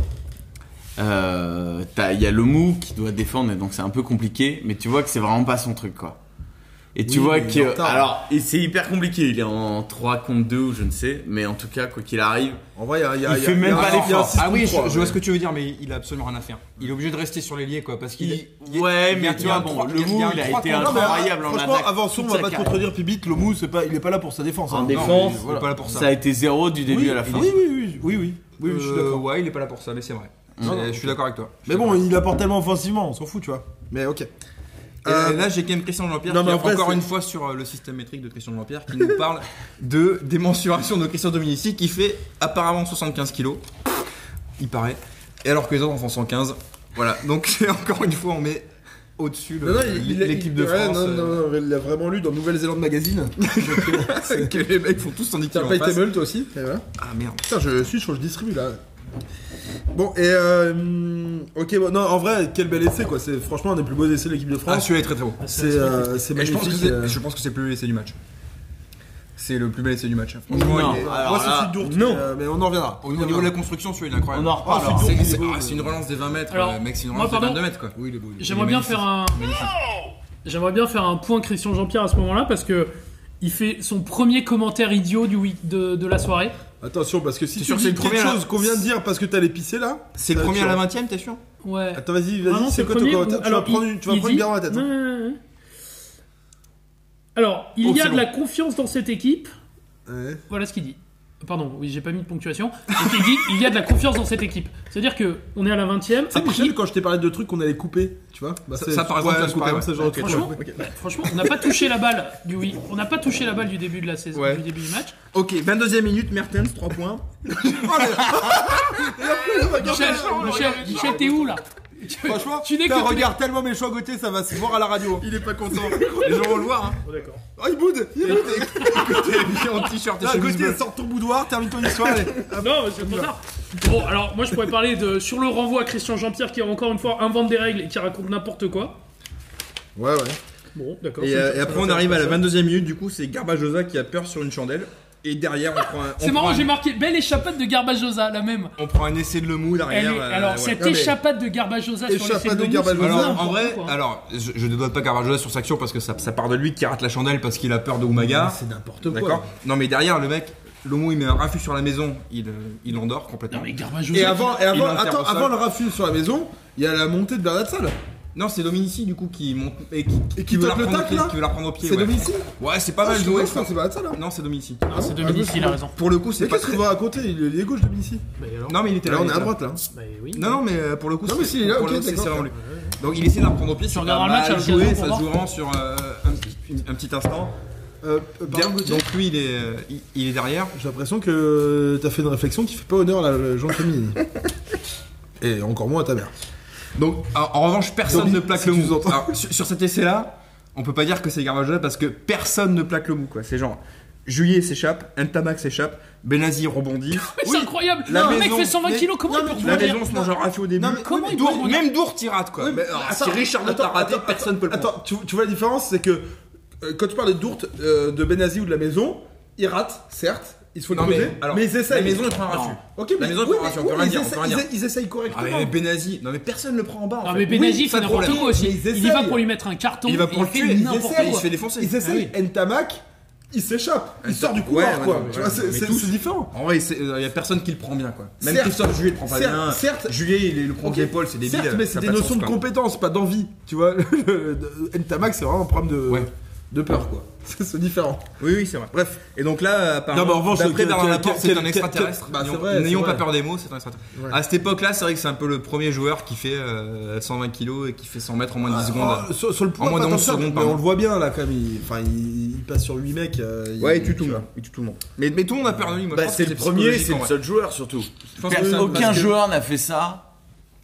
[SPEAKER 11] euh, t'as- il y a le mou qui doit défendre et donc c'est un peu compliqué, mais tu vois que c'est vraiment pas son truc quoi. Et tu
[SPEAKER 8] Oui,
[SPEAKER 11] vois
[SPEAKER 8] mais il est en
[SPEAKER 11] que.
[SPEAKER 8] retard.
[SPEAKER 11] Alors, et c'est hyper compliqué, il est en 3 contre 2 ou je ne sais, mais en tout cas, quoi qu'il arrive,
[SPEAKER 8] En vrai, il y a- il y a-
[SPEAKER 11] Il
[SPEAKER 8] il y a-
[SPEAKER 11] fait
[SPEAKER 8] il y a
[SPEAKER 11] même
[SPEAKER 8] un-
[SPEAKER 11] pas
[SPEAKER 8] il y a un
[SPEAKER 11] l'effort.
[SPEAKER 8] six
[SPEAKER 10] Ah oui, je,
[SPEAKER 8] contre
[SPEAKER 10] je
[SPEAKER 8] trois.
[SPEAKER 10] vois ce que tu veux dire, mais il a absolument rien à faire. Il est obligé de rester sur les liés, quoi, parce qu'il.
[SPEAKER 11] Il-
[SPEAKER 10] il-
[SPEAKER 11] ouais,
[SPEAKER 10] il y a-
[SPEAKER 11] mais
[SPEAKER 10] il
[SPEAKER 11] tu
[SPEAKER 10] y a
[SPEAKER 11] vois,
[SPEAKER 10] un
[SPEAKER 11] bon,
[SPEAKER 10] trois-
[SPEAKER 11] le
[SPEAKER 10] il y a-
[SPEAKER 11] mou,
[SPEAKER 10] il
[SPEAKER 11] il
[SPEAKER 10] y a
[SPEAKER 11] a
[SPEAKER 10] un
[SPEAKER 11] été
[SPEAKER 10] trois
[SPEAKER 8] Non, mais,
[SPEAKER 11] incroyable en
[SPEAKER 8] Franchement,
[SPEAKER 11] attaque.
[SPEAKER 8] avançons, on
[SPEAKER 11] toute
[SPEAKER 8] va
[SPEAKER 11] sa
[SPEAKER 8] pas te
[SPEAKER 11] carrière.
[SPEAKER 8] contredire, Pibit. Le mou, c'est pas, il est pas là pour sa défense.
[SPEAKER 11] En
[SPEAKER 8] hein.
[SPEAKER 11] défense,
[SPEAKER 10] Non, mais il est pas là pour ça.
[SPEAKER 11] Ça a été zéro du début
[SPEAKER 8] Oui,
[SPEAKER 11] à la fin.
[SPEAKER 8] Oui, oui, oui, oui, oui. Oui,
[SPEAKER 10] Euh,
[SPEAKER 8] je suis d'accord.
[SPEAKER 10] Ouais, il est pas là pour ça, mais c'est vrai.
[SPEAKER 8] Non, non,
[SPEAKER 10] Je suis d'accord avec toi.
[SPEAKER 8] Mais bon, il apporte tellement offensivement, on s'en fout, tu vois. Mais ok.
[SPEAKER 10] Et là, j'ai quand même Christian de Jean-Pierre,
[SPEAKER 8] Euh, Non,
[SPEAKER 10] qui
[SPEAKER 8] mais
[SPEAKER 10] est
[SPEAKER 8] après,
[SPEAKER 10] encore
[SPEAKER 8] c'est-
[SPEAKER 10] une fois sur euh, le système métrique de Christian de Jean-Pierre, qui nous parle de des mensurations de Christian Dominici, qui fait apparemment 75 kilos, il paraît, et alors que les autres en font 115. Voilà, donc encore une fois, on met au-dessus le-
[SPEAKER 8] Non, non, il- il-
[SPEAKER 10] Euh, l'équipe de
[SPEAKER 8] il- ouais,
[SPEAKER 10] France.
[SPEAKER 8] non,
[SPEAKER 10] euh,
[SPEAKER 8] non, non, il l'a vraiment lu dans Nouvelle-Zélande Magazine.
[SPEAKER 10] que les mecs font tous en
[SPEAKER 8] T'as
[SPEAKER 10] équipe.
[SPEAKER 8] pas été meul, toi aussi Et voilà.
[SPEAKER 10] Ah merde.
[SPEAKER 8] Putain, je suis chaud, je distribue là. Bon, et euh, hum, Ok, bon, non, en vrai, quel bel essai quoi. C'est franchement un des plus beaux essais de l'équipe de France.
[SPEAKER 10] Ah, celui-là est très très beau.
[SPEAKER 8] C'est euh, c'est
[SPEAKER 10] Et je pense que
[SPEAKER 8] magnifique.
[SPEAKER 10] c'est-
[SPEAKER 8] euh.
[SPEAKER 10] Je pense que c'est le plus bel essai du match. C'est le plus bel essai du match. hein.
[SPEAKER 8] Non,
[SPEAKER 10] Franchement, il est-
[SPEAKER 8] alors là- Non. euh, mais on en reviendra.
[SPEAKER 10] Au niveau de la construction, celui-là, il est incroyable.
[SPEAKER 8] On en reparle, alors.
[SPEAKER 10] C'est-
[SPEAKER 8] Il est
[SPEAKER 10] c'est-
[SPEAKER 8] beau,
[SPEAKER 10] ah, c'est une relance des 20 mètres,
[SPEAKER 9] Alors,
[SPEAKER 10] euh, mec. C'est une
[SPEAKER 9] moi,
[SPEAKER 10] relance des
[SPEAKER 9] pardon.
[SPEAKER 10] 22 mètres, quoi. Oui, il est beau. il est beau.
[SPEAKER 9] J'aimerais
[SPEAKER 10] Il est
[SPEAKER 9] bien
[SPEAKER 10] magnifique.
[SPEAKER 9] faire un. J'aimerais bien faire un point Christian Jean-Pierre à ce moment-là parce que il fait son premier commentaire idiot du week de, de la soirée.
[SPEAKER 8] Attention, parce que si
[SPEAKER 9] T'es
[SPEAKER 8] tu
[SPEAKER 9] sûr que c'est
[SPEAKER 8] dis
[SPEAKER 9] le premier
[SPEAKER 8] quelque
[SPEAKER 9] à la-
[SPEAKER 8] chose qu'on vient de dire parce que t'as l'épicé là.
[SPEAKER 10] C'est
[SPEAKER 8] ça-
[SPEAKER 10] le premier
[SPEAKER 8] tu
[SPEAKER 10] à la
[SPEAKER 8] vois.
[SPEAKER 10] 20ème, t'es sûr
[SPEAKER 9] Ouais.
[SPEAKER 8] Attends, vas-y, vas-y,
[SPEAKER 9] Ah non,
[SPEAKER 8] c'est
[SPEAKER 9] le
[SPEAKER 8] quoi ton
[SPEAKER 9] premier où-
[SPEAKER 8] commentaire Tu
[SPEAKER 9] alors,
[SPEAKER 8] vas prendre
[SPEAKER 9] il-
[SPEAKER 8] une- tu vas
[SPEAKER 9] il
[SPEAKER 8] prendre
[SPEAKER 9] dit-
[SPEAKER 8] une bière dans la tête. hein.
[SPEAKER 9] Ouais, ouais, ouais. Alors, il
[SPEAKER 8] Oh,
[SPEAKER 9] y a
[SPEAKER 8] c'est
[SPEAKER 9] de la
[SPEAKER 8] long.
[SPEAKER 9] confiance dans cette équipe. Voilà ce qu'il dit. Pardon, oui, j'ai pas mis de ponctuation. Donc, il dit il y a de la confiance dans cette équipe. C'est-à-dire que on est à la 20ème.
[SPEAKER 10] Ah,
[SPEAKER 8] Tu sais, Michel, quand je t'ai parlé de trucs qu'on allait couper, tu vois bah,
[SPEAKER 10] Ça-
[SPEAKER 8] c'est-
[SPEAKER 10] ça, par exemple,
[SPEAKER 8] ouais,
[SPEAKER 10] ça se
[SPEAKER 8] c'est pareil,
[SPEAKER 10] coupait,
[SPEAKER 8] ça,
[SPEAKER 10] ouais.
[SPEAKER 8] genre,
[SPEAKER 10] Ok,
[SPEAKER 8] tu vois.
[SPEAKER 9] Franchement, bah, franchement, on n'a pas touché la balle du oui. On n'a pas touché la balle du début de la saison,
[SPEAKER 10] Ouais.
[SPEAKER 9] du début du match.
[SPEAKER 10] Ok, 22ème minute, Mertens, 3 points.
[SPEAKER 9] Michel, Michel, Michel, t'es où là
[SPEAKER 8] Franchement,
[SPEAKER 9] tu n'es
[SPEAKER 8] putain,
[SPEAKER 9] que-
[SPEAKER 8] regarde tellement méchant à côté, ça va se voir à la radio.
[SPEAKER 10] Il est pas content. Les gens vont le voir. Hein.
[SPEAKER 9] D'accord.
[SPEAKER 8] Oh, il boude Il boude
[SPEAKER 10] Écoutez, lui, en t-shirt et
[SPEAKER 8] Là, à
[SPEAKER 10] chemise
[SPEAKER 8] côté,
[SPEAKER 10] bleue.
[SPEAKER 8] sors ton boudoir, termine ton histoire. allez.
[SPEAKER 9] Non, mais c'est trop tard. Bon, alors moi je pourrais parler de sur le renvoi à Christian Jean-Pierre qui encore une fois invente des règles et qui raconte n'importe quoi.
[SPEAKER 10] Ouais, ouais.
[SPEAKER 9] Bon, d'accord.
[SPEAKER 10] Et,
[SPEAKER 9] ça me-
[SPEAKER 10] euh,
[SPEAKER 9] ça
[SPEAKER 10] et
[SPEAKER 9] me-
[SPEAKER 10] après,
[SPEAKER 9] ça
[SPEAKER 10] on
[SPEAKER 9] me-
[SPEAKER 10] arrive à la
[SPEAKER 9] ça me-
[SPEAKER 10] 22ème minute. Du coup, c'est Garbajosa qui a peur sur une chandelle. Et derrière, on prend un. on
[SPEAKER 9] C'est marrant,
[SPEAKER 10] prend un-
[SPEAKER 9] j'ai marqué belle échappade de Garbajosa, la même.
[SPEAKER 10] On prend un essai de Lemou
[SPEAKER 9] Elle
[SPEAKER 10] derrière.
[SPEAKER 9] est-
[SPEAKER 10] euh,
[SPEAKER 9] alors
[SPEAKER 10] ouais.
[SPEAKER 9] cette
[SPEAKER 10] Non, mais-
[SPEAKER 9] échappade de Garbajosa sur les
[SPEAKER 8] Échappade de
[SPEAKER 9] Seine-Domus,
[SPEAKER 8] Garbajosa.
[SPEAKER 9] c'est
[SPEAKER 10] Alors,
[SPEAKER 9] n'importe
[SPEAKER 10] en vrai,
[SPEAKER 9] quoi. hein.
[SPEAKER 10] alors, je je ne donne pas Carvajal sur sa action parce que ça, ça part de lui qui rate la chandelle parce qu'il a peur de Umaga.
[SPEAKER 8] C'est n'importe quoi.
[SPEAKER 10] D'accord Non, mais derrière, le mec, Lomo, il met un raffut sur la maison, il, euh, il endort complètement.
[SPEAKER 9] Non mais Garbajosa.
[SPEAKER 8] Et avant, et
[SPEAKER 10] Il
[SPEAKER 8] avant,
[SPEAKER 10] l'enterre
[SPEAKER 8] attends,
[SPEAKER 10] au sol.
[SPEAKER 8] avant le rafut sur la maison, il y a la montée de Bernard Salle.
[SPEAKER 10] Non, c'est Dominici du coup qui monte et qui,
[SPEAKER 8] Et qui
[SPEAKER 10] veut la
[SPEAKER 8] tape le
[SPEAKER 10] reprendre au
[SPEAKER 8] tacle,
[SPEAKER 10] pied-
[SPEAKER 8] là
[SPEAKER 10] qui veut la prendre au pied.
[SPEAKER 8] C'est
[SPEAKER 10] ouais.
[SPEAKER 8] Dominici
[SPEAKER 10] Ouais, c'est pas
[SPEAKER 8] Ah,
[SPEAKER 10] mal
[SPEAKER 8] je
[SPEAKER 10] joué.
[SPEAKER 8] crois que c'est Bernard Salle. hein.
[SPEAKER 10] Non, c'est Dominici.
[SPEAKER 9] Ah, c'est Dominici, il a raison.
[SPEAKER 10] Pour le coup, c'est
[SPEAKER 8] Mais
[SPEAKER 10] pas
[SPEAKER 8] qu'est-ce
[SPEAKER 10] très.
[SPEAKER 8] qu'on va raconter Il est il est gauche, Dominici.
[SPEAKER 10] Non, mais il était là.
[SPEAKER 8] Là, on
[SPEAKER 10] il
[SPEAKER 8] est
[SPEAKER 10] était
[SPEAKER 8] à
[SPEAKER 10] là.
[SPEAKER 8] droite, là.
[SPEAKER 9] Bah oui.
[SPEAKER 10] Non, non, mais euh, pour le coup,
[SPEAKER 8] Non, mais s'il est là,
[SPEAKER 10] pour
[SPEAKER 8] ok,
[SPEAKER 10] le coup, c'est
[SPEAKER 8] d'accord.
[SPEAKER 10] c'est vraiment lui. Donc il essaie de la reprendre au pied. Tu
[SPEAKER 9] regarderas le match à l'occasion
[SPEAKER 10] joué,
[SPEAKER 9] pour
[SPEAKER 10] ça se
[SPEAKER 9] voir.
[SPEAKER 10] joue vraiment sur euh, un, petit- un petit instant.
[SPEAKER 8] Euh, euh, pardon,
[SPEAKER 10] Der-
[SPEAKER 8] Gauthier
[SPEAKER 10] donc lui, il est, euh, il- il est derrière.
[SPEAKER 8] J'ai l'impression que t'as fait une réflexion qui fait pas honneur à la jean Camille. Et encore moins à ta mère.
[SPEAKER 10] Donc, en, en revanche, personne
[SPEAKER 8] Domi,
[SPEAKER 10] ne plaque
[SPEAKER 8] si
[SPEAKER 10] le
[SPEAKER 8] tu
[SPEAKER 10] mou.
[SPEAKER 8] nous entends.
[SPEAKER 10] Alors, sur, sur cet essai-là, on peut pas dire que c'est Garbajosa parce que personne ne plaque le mou. quoi. C'est genre, Juillet s'échappe, Ntamak s'échappe, Benazir rebondit.
[SPEAKER 9] C'est incroyable.
[SPEAKER 10] la
[SPEAKER 9] Le mec
[SPEAKER 10] maison-
[SPEAKER 9] fait 120
[SPEAKER 10] mais-
[SPEAKER 9] kilos, comment
[SPEAKER 8] non,
[SPEAKER 9] il peut
[SPEAKER 8] mais-
[SPEAKER 10] La
[SPEAKER 9] rebondir
[SPEAKER 10] maison se mange un raffio au début.
[SPEAKER 8] Non, mais-
[SPEAKER 9] Comment il peut
[SPEAKER 10] Dour-
[SPEAKER 9] rebondir
[SPEAKER 10] même Dour t'y rate quoi.
[SPEAKER 8] Oui, mais
[SPEAKER 10] Mais alors,
[SPEAKER 8] attends,
[SPEAKER 10] Ah, si Richard ne
[SPEAKER 8] attends,
[SPEAKER 10] t'a raté,
[SPEAKER 8] attends,
[SPEAKER 10] personne peut le prendre.
[SPEAKER 8] Attends, tu, tu vois la différence C'est que euh, quand tu parles de Dourte, euh, de Benazi ou de la maison, ils ratent, certes, ils se font
[SPEAKER 10] Non, mais,
[SPEAKER 8] déposer,
[SPEAKER 10] alors,
[SPEAKER 8] mais ils essayent.
[SPEAKER 10] la maison, ils prennent un raffut.
[SPEAKER 8] Ok,
[SPEAKER 10] La
[SPEAKER 8] mais-
[SPEAKER 10] maison, ils
[SPEAKER 8] oui,
[SPEAKER 10] prennent un
[SPEAKER 8] mais-
[SPEAKER 10] raffut, on peut
[SPEAKER 8] oui,
[SPEAKER 10] rien
[SPEAKER 8] ils
[SPEAKER 10] dire, on
[SPEAKER 8] essa-
[SPEAKER 10] peut rien
[SPEAKER 8] ils
[SPEAKER 10] dire.
[SPEAKER 8] essa- Ils essayent
[SPEAKER 10] Ah,
[SPEAKER 8] correctement.
[SPEAKER 10] mais Benazi, non mais personne ne prend en bas. en
[SPEAKER 9] Non
[SPEAKER 10] fait.
[SPEAKER 9] Ah, mais Benazi
[SPEAKER 10] Oui,
[SPEAKER 9] fait
[SPEAKER 10] pas de
[SPEAKER 9] n'importe
[SPEAKER 10] problème.
[SPEAKER 9] quoi aussi.
[SPEAKER 8] mais ils
[SPEAKER 9] Il y va
[SPEAKER 8] essayent.
[SPEAKER 9] pour lui mettre un carton.
[SPEAKER 10] Il va
[SPEAKER 9] et
[SPEAKER 10] pour le
[SPEAKER 9] fait
[SPEAKER 10] tuer, il
[SPEAKER 9] n'importe
[SPEAKER 10] essaye,
[SPEAKER 9] quoi.
[SPEAKER 10] il se fait défoncer.
[SPEAKER 8] Ils essayent. Ntamak, il s'échappe. Il sort du couloir,
[SPEAKER 10] Ah ouais,
[SPEAKER 8] quoi.
[SPEAKER 10] non, mais
[SPEAKER 8] Tu vois,
[SPEAKER 10] ouais,
[SPEAKER 8] c'est-
[SPEAKER 10] mais
[SPEAKER 8] c'est
[SPEAKER 10] tous.
[SPEAKER 8] c'est différent.
[SPEAKER 10] En vrai, il n'y a personne qui le prend bien quoi. Même
[SPEAKER 8] Certes.
[SPEAKER 10] Christophe Juillet le prend pas
[SPEAKER 8] Certes,
[SPEAKER 10] bien.
[SPEAKER 8] certes.
[SPEAKER 10] Juillet il le prend
[SPEAKER 8] Ok.
[SPEAKER 10] de l'épaule, c'est débile.
[SPEAKER 8] Certes, mais
[SPEAKER 10] ça
[SPEAKER 8] c'est
[SPEAKER 10] a
[SPEAKER 8] des
[SPEAKER 10] pas de
[SPEAKER 8] notions
[SPEAKER 10] sens,
[SPEAKER 8] de
[SPEAKER 10] quoi.
[SPEAKER 8] compétence, pas d'envie. Tu vois, Le- le- Ntamak, c'est vraiment un problème de,
[SPEAKER 10] Ouais.
[SPEAKER 8] de peur, quoi. C'est c'est différent.
[SPEAKER 10] Oui, oui, c'est vrai. Bref. Et donc là, apparemment,
[SPEAKER 8] Non, mais en revanche,
[SPEAKER 10] d'après
[SPEAKER 8] quel-
[SPEAKER 10] Bernard
[SPEAKER 8] quel-
[SPEAKER 10] Laporte,
[SPEAKER 8] quel-
[SPEAKER 10] c'est un
[SPEAKER 8] quel-
[SPEAKER 10] extraterrestre.
[SPEAKER 8] quel- bah,
[SPEAKER 10] N'ayons-
[SPEAKER 8] c'est vrai, c'est
[SPEAKER 10] N'ayons
[SPEAKER 8] vrai.
[SPEAKER 10] pas peur des mots, c'est un extraterrestre.
[SPEAKER 8] Ouais.
[SPEAKER 10] À cette époque-là, c'est vrai que c'est un peu le premier joueur qui fait euh, 120 kilos et qui fait 100 mètres en moins de 10 secondes.
[SPEAKER 8] Oh, sur, sur le point,
[SPEAKER 10] En moins
[SPEAKER 8] pas
[SPEAKER 10] de
[SPEAKER 8] tant
[SPEAKER 10] 11
[SPEAKER 8] que ça,
[SPEAKER 10] secondes,
[SPEAKER 8] mais
[SPEAKER 10] pardon.
[SPEAKER 8] on le voit bien là quand même. Il, enfin, il, il passe sur 8 mecs. euh, il,
[SPEAKER 10] Ouais, il tue tout
[SPEAKER 8] tu
[SPEAKER 10] le
[SPEAKER 8] vois.
[SPEAKER 10] monde. Il tue tout le monde. Mais, mais tout le monde a perdu. Moi, je
[SPEAKER 15] Bah,
[SPEAKER 10] pense
[SPEAKER 15] c'est
[SPEAKER 10] que
[SPEAKER 15] le premier,
[SPEAKER 10] psychologique,
[SPEAKER 15] c'est
[SPEAKER 10] en
[SPEAKER 15] le
[SPEAKER 10] vrai.
[SPEAKER 15] seul joueur surtout.
[SPEAKER 10] Je pense que
[SPEAKER 11] Personne-
[SPEAKER 10] c'est-
[SPEAKER 11] Aucun
[SPEAKER 10] parce que
[SPEAKER 11] joueur n'a fait ça.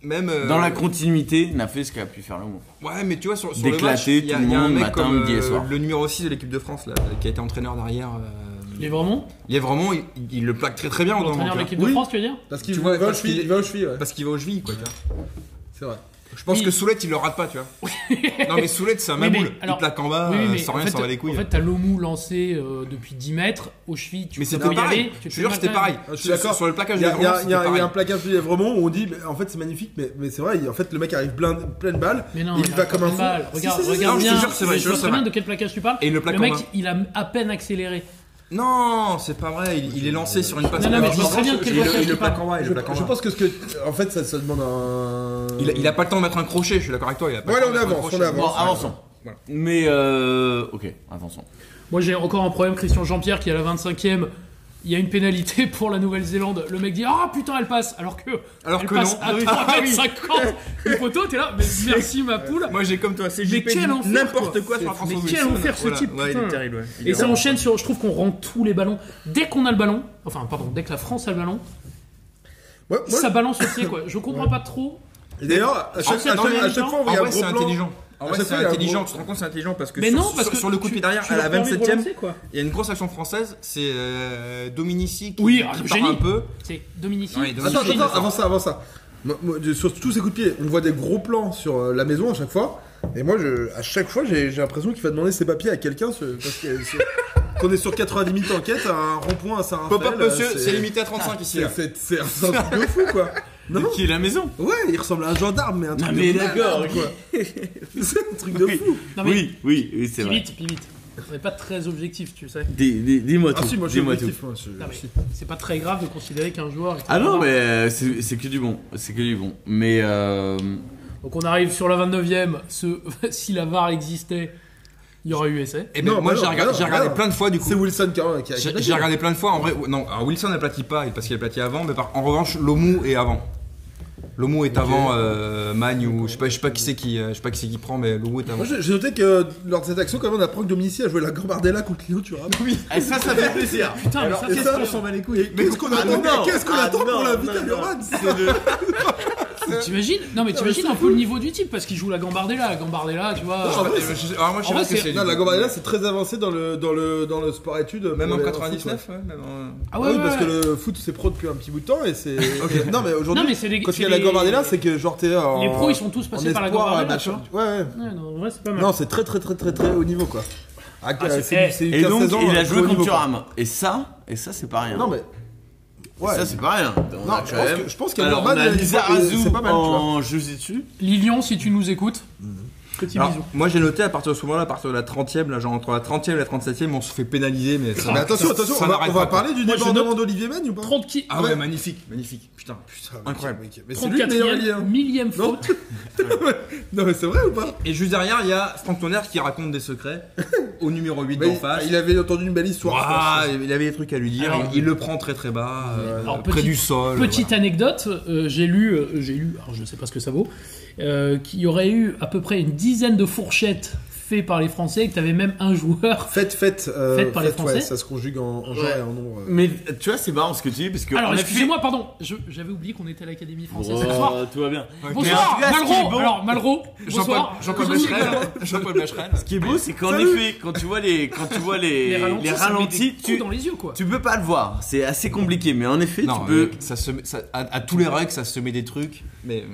[SPEAKER 10] Même euh,
[SPEAKER 11] Dans la continuité, n'a fait ce qu'a pu faire le mot.
[SPEAKER 10] Ouais, mais tu vois, sur, sur le
[SPEAKER 11] D'éclater
[SPEAKER 10] match, il y a,
[SPEAKER 11] tout le
[SPEAKER 10] il y a un
[SPEAKER 11] monde,
[SPEAKER 10] mec
[SPEAKER 11] matin,
[SPEAKER 10] comme
[SPEAKER 11] midi et
[SPEAKER 10] euh,
[SPEAKER 11] soir.
[SPEAKER 10] le numéro 6 de l'équipe de France, là, qui a été entraîneur derrière. euh,
[SPEAKER 9] Il est vraiment
[SPEAKER 10] Il est vraiment, il, il le plaque très très bien. au
[SPEAKER 9] l'entraîneur de l'équipe de France, tu veux dire
[SPEAKER 8] Parce qu'il
[SPEAKER 10] Tu
[SPEAKER 8] va,
[SPEAKER 10] vois,
[SPEAKER 8] aux
[SPEAKER 10] parce
[SPEAKER 8] chevilles,
[SPEAKER 10] qu'il-
[SPEAKER 8] il va aux chevilles, ouais.
[SPEAKER 10] Parce qu'il va au cheville, quoi. tu vois.
[SPEAKER 8] C'est vrai.
[SPEAKER 10] Je pense
[SPEAKER 9] Oui.
[SPEAKER 10] que Soulette, il le rate pas, tu vois. non, mais Soulette, c'est un
[SPEAKER 9] Oui, mais
[SPEAKER 10] maboule.
[SPEAKER 9] alors-
[SPEAKER 10] Ah, il plaque en bas,
[SPEAKER 9] Oui, oui,
[SPEAKER 10] euh,
[SPEAKER 9] mais
[SPEAKER 10] sans
[SPEAKER 9] en
[SPEAKER 10] rien,
[SPEAKER 9] fait,
[SPEAKER 10] s'en va les couilles.
[SPEAKER 9] En fait, t'as l'OMU lancé euh, depuis 10 mètres, aux chevilles, tu
[SPEAKER 10] mais
[SPEAKER 9] peux
[SPEAKER 10] c'était
[SPEAKER 9] pas y
[SPEAKER 10] pareil.
[SPEAKER 9] aller.
[SPEAKER 10] Je
[SPEAKER 9] tu
[SPEAKER 10] te
[SPEAKER 9] fais
[SPEAKER 10] jure,
[SPEAKER 9] mal
[SPEAKER 10] c'était
[SPEAKER 9] quand même.
[SPEAKER 10] pareil.
[SPEAKER 8] Ah, Je suis d'accord.
[SPEAKER 10] Sur le plaquage
[SPEAKER 8] Il
[SPEAKER 10] de
[SPEAKER 8] y a, il y a-
[SPEAKER 10] Laurent,
[SPEAKER 8] il y a-
[SPEAKER 10] c'était
[SPEAKER 8] il y a un
[SPEAKER 10] pareil.
[SPEAKER 8] plaquage de Lièvremont où on dit, mais en fait c'est magnifique, mais, mais c'est vrai, il- en fait le mec arrive plein, plein de balles,
[SPEAKER 9] Mais non,
[SPEAKER 8] et il
[SPEAKER 9] a
[SPEAKER 8] va comme un fou.
[SPEAKER 9] mal.
[SPEAKER 8] Si,
[SPEAKER 9] Regarde,
[SPEAKER 8] si, si, si,
[SPEAKER 9] regarde
[SPEAKER 10] non, je te
[SPEAKER 9] bien.
[SPEAKER 10] jure, c'est vrai, je te jure,
[SPEAKER 9] vois très
[SPEAKER 10] c'est
[SPEAKER 9] bien
[SPEAKER 10] vrai.
[SPEAKER 9] de quel plaquage tu parles.
[SPEAKER 10] Et il le plaque en
[SPEAKER 9] mec,
[SPEAKER 10] main.
[SPEAKER 9] il a à peine accéléré.
[SPEAKER 10] Non, c'est pas vrai. Il, il est lancé sur une passe.
[SPEAKER 9] Non, non, mais je
[SPEAKER 10] en
[SPEAKER 9] sais bien
[SPEAKER 10] revanche,
[SPEAKER 9] de quel
[SPEAKER 10] il le- Il le
[SPEAKER 9] plaquage tu parles.
[SPEAKER 10] plaque en bas, il
[SPEAKER 8] Je,
[SPEAKER 10] le plaque en
[SPEAKER 8] je
[SPEAKER 10] bas.
[SPEAKER 8] pense que ce que. En fait, ça, ça demande un.
[SPEAKER 10] Il a- Il a pas le temps de mettre un crochet, je suis d'accord avec toi. il a pas
[SPEAKER 8] Ouais,
[SPEAKER 10] le temps
[SPEAKER 8] là, on
[SPEAKER 10] de mettre un
[SPEAKER 8] avance,
[SPEAKER 10] crochet.
[SPEAKER 8] on avance.
[SPEAKER 11] Bon, avançons.
[SPEAKER 10] Voilà.
[SPEAKER 11] Mais euh, ok, avançons.
[SPEAKER 9] Moi, j'ai encore un problème. Christian Jean-Pierre qui, à la 25 e il y a une pénalité pour la Nouvelle-Zélande. Le mec dit Ah putain, elle passe Alors que.
[SPEAKER 10] Alors
[SPEAKER 9] elle
[SPEAKER 10] que
[SPEAKER 9] passe
[SPEAKER 10] non.
[SPEAKER 9] à
[SPEAKER 10] Oui.
[SPEAKER 9] 3
[SPEAKER 10] Ah,
[SPEAKER 9] mètres
[SPEAKER 10] oui.
[SPEAKER 9] 50 Le poteau, t'es là Mais merci ma poule
[SPEAKER 10] Moi j'ai comme toi, c'est
[SPEAKER 9] Mais
[SPEAKER 10] JP
[SPEAKER 9] quel
[SPEAKER 10] dit
[SPEAKER 9] enfer,
[SPEAKER 10] n'importe
[SPEAKER 9] quoi.
[SPEAKER 10] quoi sur la France
[SPEAKER 9] Mais quel enfer ce type
[SPEAKER 10] Ouais, il est
[SPEAKER 9] putain.
[SPEAKER 10] terrible. ouais. Il est
[SPEAKER 9] Et ça
[SPEAKER 10] vraiment-
[SPEAKER 9] enchaîne sur. Je trouve qu'on rend tous les ballons. Dès qu'on a le ballon, enfin, pardon, dès que la France a le ballon, ça balance au pied, quoi. Je comprends pas trop.
[SPEAKER 8] Et d'ailleurs, à chaque,
[SPEAKER 9] En fait,
[SPEAKER 8] à
[SPEAKER 9] dans
[SPEAKER 8] chaque-
[SPEAKER 9] les
[SPEAKER 8] à chaque
[SPEAKER 9] temps-
[SPEAKER 8] fois, on
[SPEAKER 9] en
[SPEAKER 8] voit
[SPEAKER 10] vrai,
[SPEAKER 8] un gros
[SPEAKER 10] Ah c'est
[SPEAKER 8] plan.
[SPEAKER 10] intelligent. En
[SPEAKER 8] À
[SPEAKER 10] vrai,
[SPEAKER 8] chaque
[SPEAKER 10] c'est
[SPEAKER 8] fois, il y a un
[SPEAKER 10] intelligent,
[SPEAKER 8] gros-
[SPEAKER 10] tu te rends compte, c'est intelligent parce que
[SPEAKER 9] Mais
[SPEAKER 10] sur,
[SPEAKER 9] non, parce
[SPEAKER 10] sur-
[SPEAKER 9] que
[SPEAKER 10] sur le coup de
[SPEAKER 9] tu-
[SPEAKER 10] pied derrière,
[SPEAKER 9] tu
[SPEAKER 10] à la
[SPEAKER 9] leur permets de
[SPEAKER 10] 27 e
[SPEAKER 9] relancer, quoi.
[SPEAKER 10] il y a une grosse action française, c'est euh, Dominici qui,
[SPEAKER 9] Oui,
[SPEAKER 10] qui
[SPEAKER 9] le
[SPEAKER 10] part
[SPEAKER 9] génie.
[SPEAKER 10] un peu.
[SPEAKER 9] C'est Dominici.
[SPEAKER 10] Ouais, Dominici.
[SPEAKER 8] Attends,
[SPEAKER 10] Dominici.
[SPEAKER 8] attends, attends, avant ça, avant ça. Moi- moi, je- Sur tous ces coups de pied, on voit des gros plans sur euh, la maison à chaque fois. Et moi, je, à chaque fois, j'ai j'ai l'impression qu'il va demander ses papiers à quelqu'un. ce- Parce que, ce- qu'on est sur 90 000 enquêtes, un rond-point à Saint-Raphaël.
[SPEAKER 10] Pop-up,
[SPEAKER 8] euh,
[SPEAKER 10] monsieur, c'est limité à 35 ici,
[SPEAKER 8] c'est-
[SPEAKER 10] là.
[SPEAKER 8] C'est c'est un c'est un truc de fou, quoi. Non.
[SPEAKER 11] Qui est la maison
[SPEAKER 8] Ouais, il ressemble à un gendarme, mais un truc
[SPEAKER 11] Non, mais
[SPEAKER 8] de
[SPEAKER 11] d'accord,
[SPEAKER 8] malade,
[SPEAKER 11] ok.
[SPEAKER 8] quoi. C'est un truc de fou.
[SPEAKER 9] Non, mais-
[SPEAKER 11] Oui, oui, oui, c'est
[SPEAKER 9] Puis
[SPEAKER 11] vrai.
[SPEAKER 9] vite, puis vite. On n'est pas très objectif, tu sais.
[SPEAKER 11] Dis- dis- Dis-moi
[SPEAKER 8] Ah
[SPEAKER 11] tout.
[SPEAKER 8] si, moi, je suis
[SPEAKER 11] dis-moi tout.
[SPEAKER 8] objectif, moi, je-
[SPEAKER 9] Non, mais c'est pas très grave de considérer qu'un joueur. est
[SPEAKER 11] Ah non,
[SPEAKER 9] vraiment-
[SPEAKER 11] mais euh, c'est c'est que du bon. C'est que du bon. Mais. euh,
[SPEAKER 9] Donc on arrive sur la 29ème. Ce... si la VAR existait, il y aurait eu essai.
[SPEAKER 10] Et ben,
[SPEAKER 8] Non,
[SPEAKER 10] moi
[SPEAKER 8] bah
[SPEAKER 10] j'ai
[SPEAKER 8] non,
[SPEAKER 10] regardé,
[SPEAKER 8] bah
[SPEAKER 10] j'ai
[SPEAKER 8] non,
[SPEAKER 10] regardé
[SPEAKER 8] bah non.
[SPEAKER 10] plein de fois du coup.
[SPEAKER 8] C'est Wilson qui a- qui a. qui a-
[SPEAKER 10] J'ai j'ai regardé plein de fois en vrai. Non, alors Wilson n'aplatit pas parce qu'il aplatit avant, mais par- en revanche, Lomu est avant. Lomu est avant euh, Magne ou je sais pas, je sais pas qui c'est qui, euh, je sais pas qui c'est qui prend, mais Lomu est avant.
[SPEAKER 8] Moi, j'ai j'ai noté que euh, lors de cette action, quand même, on apprend que Dominici a joué la Gambardella contre Léo Thuram. Oui.
[SPEAKER 11] Et Ah, ça, ça fait plaisir.
[SPEAKER 9] Putain,
[SPEAKER 8] Alors,
[SPEAKER 9] mais
[SPEAKER 8] et
[SPEAKER 9] ça,
[SPEAKER 8] ça,
[SPEAKER 9] c'est-
[SPEAKER 8] on s'en bat les couilles. Mais qu'est-ce qu'on
[SPEAKER 6] Ah
[SPEAKER 8] attend,
[SPEAKER 6] non,
[SPEAKER 8] qu'est-ce qu'on
[SPEAKER 6] ah
[SPEAKER 8] attend pour
[SPEAKER 6] non,
[SPEAKER 8] la vie
[SPEAKER 6] non,
[SPEAKER 8] à
[SPEAKER 6] non.
[SPEAKER 8] Llorens
[SPEAKER 9] T'imagines Non, mais t'imagines un peu le niveau du type parce qu'il joue la Gambardella. La Gambardella, tu vois.
[SPEAKER 10] Je sais pas, je sais- alors moi je sais
[SPEAKER 9] en
[SPEAKER 10] pas
[SPEAKER 9] vrai,
[SPEAKER 10] ce que
[SPEAKER 9] c'est-
[SPEAKER 10] c'est. du
[SPEAKER 8] Non, la
[SPEAKER 10] coup.
[SPEAKER 8] Gambardella, Ah c'est très avancé dans le, dans le, dans le sport études.
[SPEAKER 10] Même en
[SPEAKER 8] pour les-
[SPEAKER 10] 99, ouais, même en-
[SPEAKER 9] Ah
[SPEAKER 8] Ah
[SPEAKER 9] ouais,
[SPEAKER 8] oui,
[SPEAKER 9] ouais,
[SPEAKER 8] parce que
[SPEAKER 9] ouais.
[SPEAKER 8] le foot c'est pro depuis un petit bout de temps et c'est. et- Non, mais aujourd'hui,
[SPEAKER 9] Non, mais c'est les-
[SPEAKER 8] quand
[SPEAKER 9] c'est
[SPEAKER 8] il y a la
[SPEAKER 9] les-
[SPEAKER 8] Gambardella, c'est que genre t'es en.
[SPEAKER 9] Les pros, ils sont tous
[SPEAKER 8] en
[SPEAKER 9] passés par la
[SPEAKER 8] espoir,
[SPEAKER 9] Gambardella. tu
[SPEAKER 8] machin.
[SPEAKER 9] vois.
[SPEAKER 8] Ouais, ouais.
[SPEAKER 9] Ouais, non, euh, en vrai, c'est pas mal.
[SPEAKER 8] Non, c'est très, très, très, très, très haut niveau quoi. Ah,
[SPEAKER 9] c'est- eh.
[SPEAKER 8] du
[SPEAKER 11] Et donc,
[SPEAKER 8] 15-16 ans,
[SPEAKER 11] il
[SPEAKER 8] euh,
[SPEAKER 11] a
[SPEAKER 8] haut
[SPEAKER 11] joué contre
[SPEAKER 8] niveau, quoi.
[SPEAKER 11] Thuram. Et ça, et ça, c'est pas rien.
[SPEAKER 8] Non, mais.
[SPEAKER 11] Et Ça, c'est pas rien. On a
[SPEAKER 8] je
[SPEAKER 11] quand
[SPEAKER 8] pense
[SPEAKER 11] même-
[SPEAKER 8] que- je pense qu'il y a
[SPEAKER 11] Alors, on
[SPEAKER 8] Norman,
[SPEAKER 11] a
[SPEAKER 8] il a dit
[SPEAKER 11] Lisa
[SPEAKER 8] pas- euh,
[SPEAKER 11] Razou
[SPEAKER 8] c'est pas mal, tu vois.
[SPEAKER 11] en Jujitsu.
[SPEAKER 9] Lilian, si tu nous écoutes, petit
[SPEAKER 10] Alors,
[SPEAKER 9] bisou.
[SPEAKER 10] moi j'ai noté à partir de ce moment-là, à partir de la 30ème, là, genre entre la 30ème et la 37ème, on se fait pénaliser, mais ça
[SPEAKER 8] Mais attention,
[SPEAKER 10] ça-
[SPEAKER 8] attention,
[SPEAKER 10] ça
[SPEAKER 8] on va,
[SPEAKER 10] n'arrête
[SPEAKER 8] on va
[SPEAKER 10] pas.
[SPEAKER 8] parler du
[SPEAKER 9] Moi, je
[SPEAKER 8] débordement
[SPEAKER 9] note-
[SPEAKER 8] d'Olivier Mann ou pas
[SPEAKER 9] 30 qui...
[SPEAKER 10] Ah ouais, magnifique, magnifique, putain, putain, incroyable.
[SPEAKER 8] Mec, Mais c'est lui le meilleur allié.
[SPEAKER 9] 34e, millième
[SPEAKER 8] Non,
[SPEAKER 9] faute.
[SPEAKER 8] non mais c'est vrai ou pas
[SPEAKER 10] Et juste derrière, il y a Franck Tonnerre qui raconte des secrets au numéro 8
[SPEAKER 8] Mais
[SPEAKER 10] d'en face.
[SPEAKER 8] Il avait entendu une belle histoire. je pense.
[SPEAKER 10] Ouah, il avait des trucs à lui dire,
[SPEAKER 9] Alors,
[SPEAKER 10] il, il le prend très très bas, euh,
[SPEAKER 9] Alors,
[SPEAKER 10] près
[SPEAKER 9] petite-
[SPEAKER 10] du sol.
[SPEAKER 9] Petite anecdote, euh, j'ai lu, euh, j'ai lu, alors je sais pas ce que ça vaut, euh, qu'il y aurait eu à peu près une dizaine de fourchettes faites par les Français et que t'avais même un joueur.
[SPEAKER 8] Faites, faites. euh,
[SPEAKER 9] Faites par les Français.
[SPEAKER 8] ouais, ça se conjugue en, en genre
[SPEAKER 11] Ouais.
[SPEAKER 8] et en nombre. euh.
[SPEAKER 11] Mais tu vois, c'est marrant ce que tu dis parce que.
[SPEAKER 9] Alors
[SPEAKER 11] on a
[SPEAKER 9] excusez-moi, pardon, je- j'avais oublié qu'on était à l'Académie
[SPEAKER 11] fait-
[SPEAKER 9] française
[SPEAKER 11] Oh,
[SPEAKER 9] ce soir.
[SPEAKER 11] tout va bien.
[SPEAKER 9] Bonsoir,
[SPEAKER 11] Mais en tout cas, ce qui
[SPEAKER 9] Malraux
[SPEAKER 11] est bon-
[SPEAKER 9] Alors Malraux,
[SPEAKER 10] Jean-Paul
[SPEAKER 9] bonsoir.
[SPEAKER 10] Jean-Paul
[SPEAKER 9] Bonsoir,
[SPEAKER 10] Becherel. hein. Jean-Paul Becherel.
[SPEAKER 11] Ce qui est beau, c'est qu'en effet, quand tu vois les, quand tu vois les,
[SPEAKER 9] Les ralentis,
[SPEAKER 11] les
[SPEAKER 9] ça met
[SPEAKER 11] ralentis,
[SPEAKER 9] des coups
[SPEAKER 11] tu,
[SPEAKER 9] dans les yeux quoi.
[SPEAKER 11] tu peux pas le voir. C'est assez compliqué, mais en effet,
[SPEAKER 10] Non,
[SPEAKER 11] tu peux.
[SPEAKER 10] mec, ça se met- ça- à, à tous les règles, ça se met des trucs, mais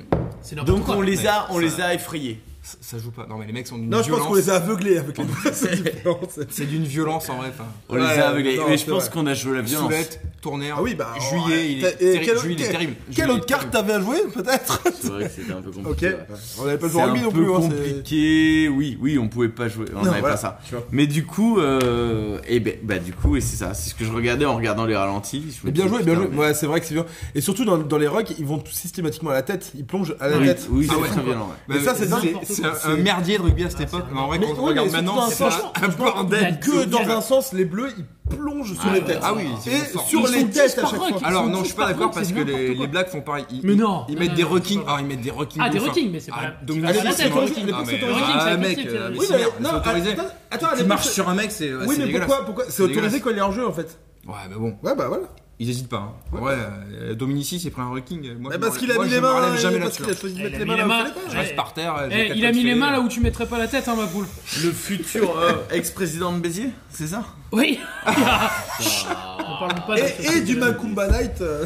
[SPEAKER 9] C'est n'importe
[SPEAKER 11] Donc
[SPEAKER 9] quoi.
[SPEAKER 11] on les a, on
[SPEAKER 10] ça-
[SPEAKER 11] les a effrayés.
[SPEAKER 10] ça, ça joue pas. Non, mais les mecs sont d'une
[SPEAKER 8] Non, je pense
[SPEAKER 10] violence.
[SPEAKER 8] qu'on les a aveuglés avec les c'est différent, c'est-
[SPEAKER 10] C'est d'une violence en vrai. enfin.
[SPEAKER 11] On
[SPEAKER 8] Ouais,
[SPEAKER 11] les a aveuglés.
[SPEAKER 8] non,
[SPEAKER 11] mais je
[SPEAKER 8] c'est
[SPEAKER 11] pense
[SPEAKER 8] vrai.
[SPEAKER 11] qu'on a joué la violence.
[SPEAKER 10] Soulette, Tournaire.
[SPEAKER 8] Ah oui, bah. ouais.
[SPEAKER 10] Juillet, il est,
[SPEAKER 8] Et
[SPEAKER 10] terri-
[SPEAKER 8] quel-
[SPEAKER 10] Juillet, il est
[SPEAKER 8] quel-
[SPEAKER 10] terrible. Juillet,
[SPEAKER 8] Quelle
[SPEAKER 10] il est
[SPEAKER 8] autre carte
[SPEAKER 10] terrible.
[SPEAKER 8] t'avais à jouer peut-être
[SPEAKER 11] C'est vrai que c'était un peu
[SPEAKER 8] Ok.
[SPEAKER 11] compliqué. ouais.
[SPEAKER 8] On n'avait pas
[SPEAKER 11] C'est
[SPEAKER 8] joué en
[SPEAKER 11] un
[SPEAKER 8] rugby
[SPEAKER 11] peu
[SPEAKER 8] non plus. hein, c'est-
[SPEAKER 11] compliqué, oui, oui, on pouvait pas jouer, on
[SPEAKER 8] Non,
[SPEAKER 11] n'avait
[SPEAKER 8] voilà,
[SPEAKER 11] pas ça.
[SPEAKER 8] tu vois.
[SPEAKER 11] Mais du coup, euh, eh ben, bah du coup, et c'est ça, c'est ce que je regardais en regardant les ralentis. Je me
[SPEAKER 8] Mais Eh bien
[SPEAKER 11] disais,
[SPEAKER 8] joué, bien
[SPEAKER 11] putain,
[SPEAKER 8] joué.
[SPEAKER 11] mais-
[SPEAKER 8] Ouais, c'est vrai que c'est bien. Et surtout dans, dans les rocks, ils vont tout systématiquement à la tête. Ils plongent à la
[SPEAKER 11] Oui,
[SPEAKER 8] tête.
[SPEAKER 11] oui,
[SPEAKER 10] Ah
[SPEAKER 11] c'est
[SPEAKER 10] ouais.
[SPEAKER 11] très violent. ouais.
[SPEAKER 8] Mais ça, c'est dingue.
[SPEAKER 10] C'est un, un merdier de rugby à cette époque. Mais en vrai,
[SPEAKER 8] Mais
[SPEAKER 10] quand on
[SPEAKER 8] ouais,
[SPEAKER 10] regarde
[SPEAKER 8] mais
[SPEAKER 10] maintenant,
[SPEAKER 8] surtout
[SPEAKER 10] c'est
[SPEAKER 8] dans un
[SPEAKER 10] pas
[SPEAKER 8] sens,
[SPEAKER 10] un bordel.
[SPEAKER 8] Que dans un sens, les bleus, ils plongent sur
[SPEAKER 9] Ah,
[SPEAKER 8] les
[SPEAKER 9] ouais,
[SPEAKER 8] têtes.
[SPEAKER 10] Ah oui, c'est
[SPEAKER 8] Et
[SPEAKER 10] fort.
[SPEAKER 8] sur
[SPEAKER 9] Ils sont
[SPEAKER 8] les
[SPEAKER 9] dix
[SPEAKER 8] têtes à
[SPEAKER 9] par
[SPEAKER 8] chaque
[SPEAKER 9] rock.
[SPEAKER 8] fois.
[SPEAKER 9] Ils
[SPEAKER 10] Alors
[SPEAKER 9] sont
[SPEAKER 10] non, je suis
[SPEAKER 9] tous
[SPEAKER 10] pas
[SPEAKER 9] par
[SPEAKER 10] d'accord
[SPEAKER 9] contre,
[SPEAKER 10] parce
[SPEAKER 9] c'est
[SPEAKER 10] que
[SPEAKER 9] n'importe
[SPEAKER 10] les,
[SPEAKER 9] quoi.
[SPEAKER 10] les blacks font pareil. Ils,
[SPEAKER 9] Mais non,
[SPEAKER 10] ils
[SPEAKER 9] non,
[SPEAKER 10] mettent
[SPEAKER 9] non,
[SPEAKER 10] des
[SPEAKER 9] non,
[SPEAKER 10] rockings.
[SPEAKER 9] non.
[SPEAKER 10] Alors ils mettent des rockings.
[SPEAKER 9] Ah,
[SPEAKER 10] de
[SPEAKER 9] des
[SPEAKER 10] ouf, hein.
[SPEAKER 9] rockings, mais c'est pas
[SPEAKER 10] Ah,
[SPEAKER 9] la-
[SPEAKER 10] donc,
[SPEAKER 9] tu vas à la
[SPEAKER 10] ah,
[SPEAKER 9] tête,
[SPEAKER 10] mais-
[SPEAKER 9] le rocking.
[SPEAKER 10] ah, mais-
[SPEAKER 9] Le rocking,
[SPEAKER 10] ah,
[SPEAKER 9] c'est la
[SPEAKER 10] mec,
[SPEAKER 9] tête,
[SPEAKER 10] euh,
[SPEAKER 9] euh,
[SPEAKER 10] mais
[SPEAKER 8] Oui,
[SPEAKER 10] c'est
[SPEAKER 8] mais-
[SPEAKER 10] merde,
[SPEAKER 8] non,
[SPEAKER 10] c'est autorisé.
[SPEAKER 8] attends, attends,
[SPEAKER 10] Tu
[SPEAKER 8] allez,
[SPEAKER 10] marches
[SPEAKER 8] parce-
[SPEAKER 10] sur un mec, c'est euh,
[SPEAKER 8] Oui,
[SPEAKER 10] c'est
[SPEAKER 8] mais
[SPEAKER 10] dégueulasse.
[SPEAKER 8] pourquoi, pourquoi C'est autorisé
[SPEAKER 10] dégueulasse.
[SPEAKER 8] quand il est en jeu en fait.
[SPEAKER 10] Ouais, mais bon,
[SPEAKER 8] Ouais, bah voilà.
[SPEAKER 10] ils hésitent pas. hein. En vrai, euh, Dominici s'est pris un rocking. Moi,
[SPEAKER 8] Mais
[SPEAKER 10] je
[SPEAKER 8] parce
[SPEAKER 10] me-
[SPEAKER 8] qu'il a
[SPEAKER 10] moi,
[SPEAKER 8] mis
[SPEAKER 10] je
[SPEAKER 8] les
[SPEAKER 10] me
[SPEAKER 8] mains,
[SPEAKER 10] relève jamais
[SPEAKER 8] et parce
[SPEAKER 10] là-dessus.
[SPEAKER 8] qu'il a choisi de
[SPEAKER 9] Il
[SPEAKER 8] mettre
[SPEAKER 9] a
[SPEAKER 8] les
[SPEAKER 9] mis
[SPEAKER 8] mains
[SPEAKER 9] les
[SPEAKER 8] là où il
[SPEAKER 9] mains.
[SPEAKER 8] fallait pas.
[SPEAKER 10] Je reste par terre.
[SPEAKER 9] Eh, il a mis les mains là où tu mettrais pas la tête, hein, ma poule.
[SPEAKER 11] Le futur euh, ex-président de Béziers, c'est ça
[SPEAKER 9] Oui. On parle pas de ce
[SPEAKER 8] Et, et du Macumba Night. euh,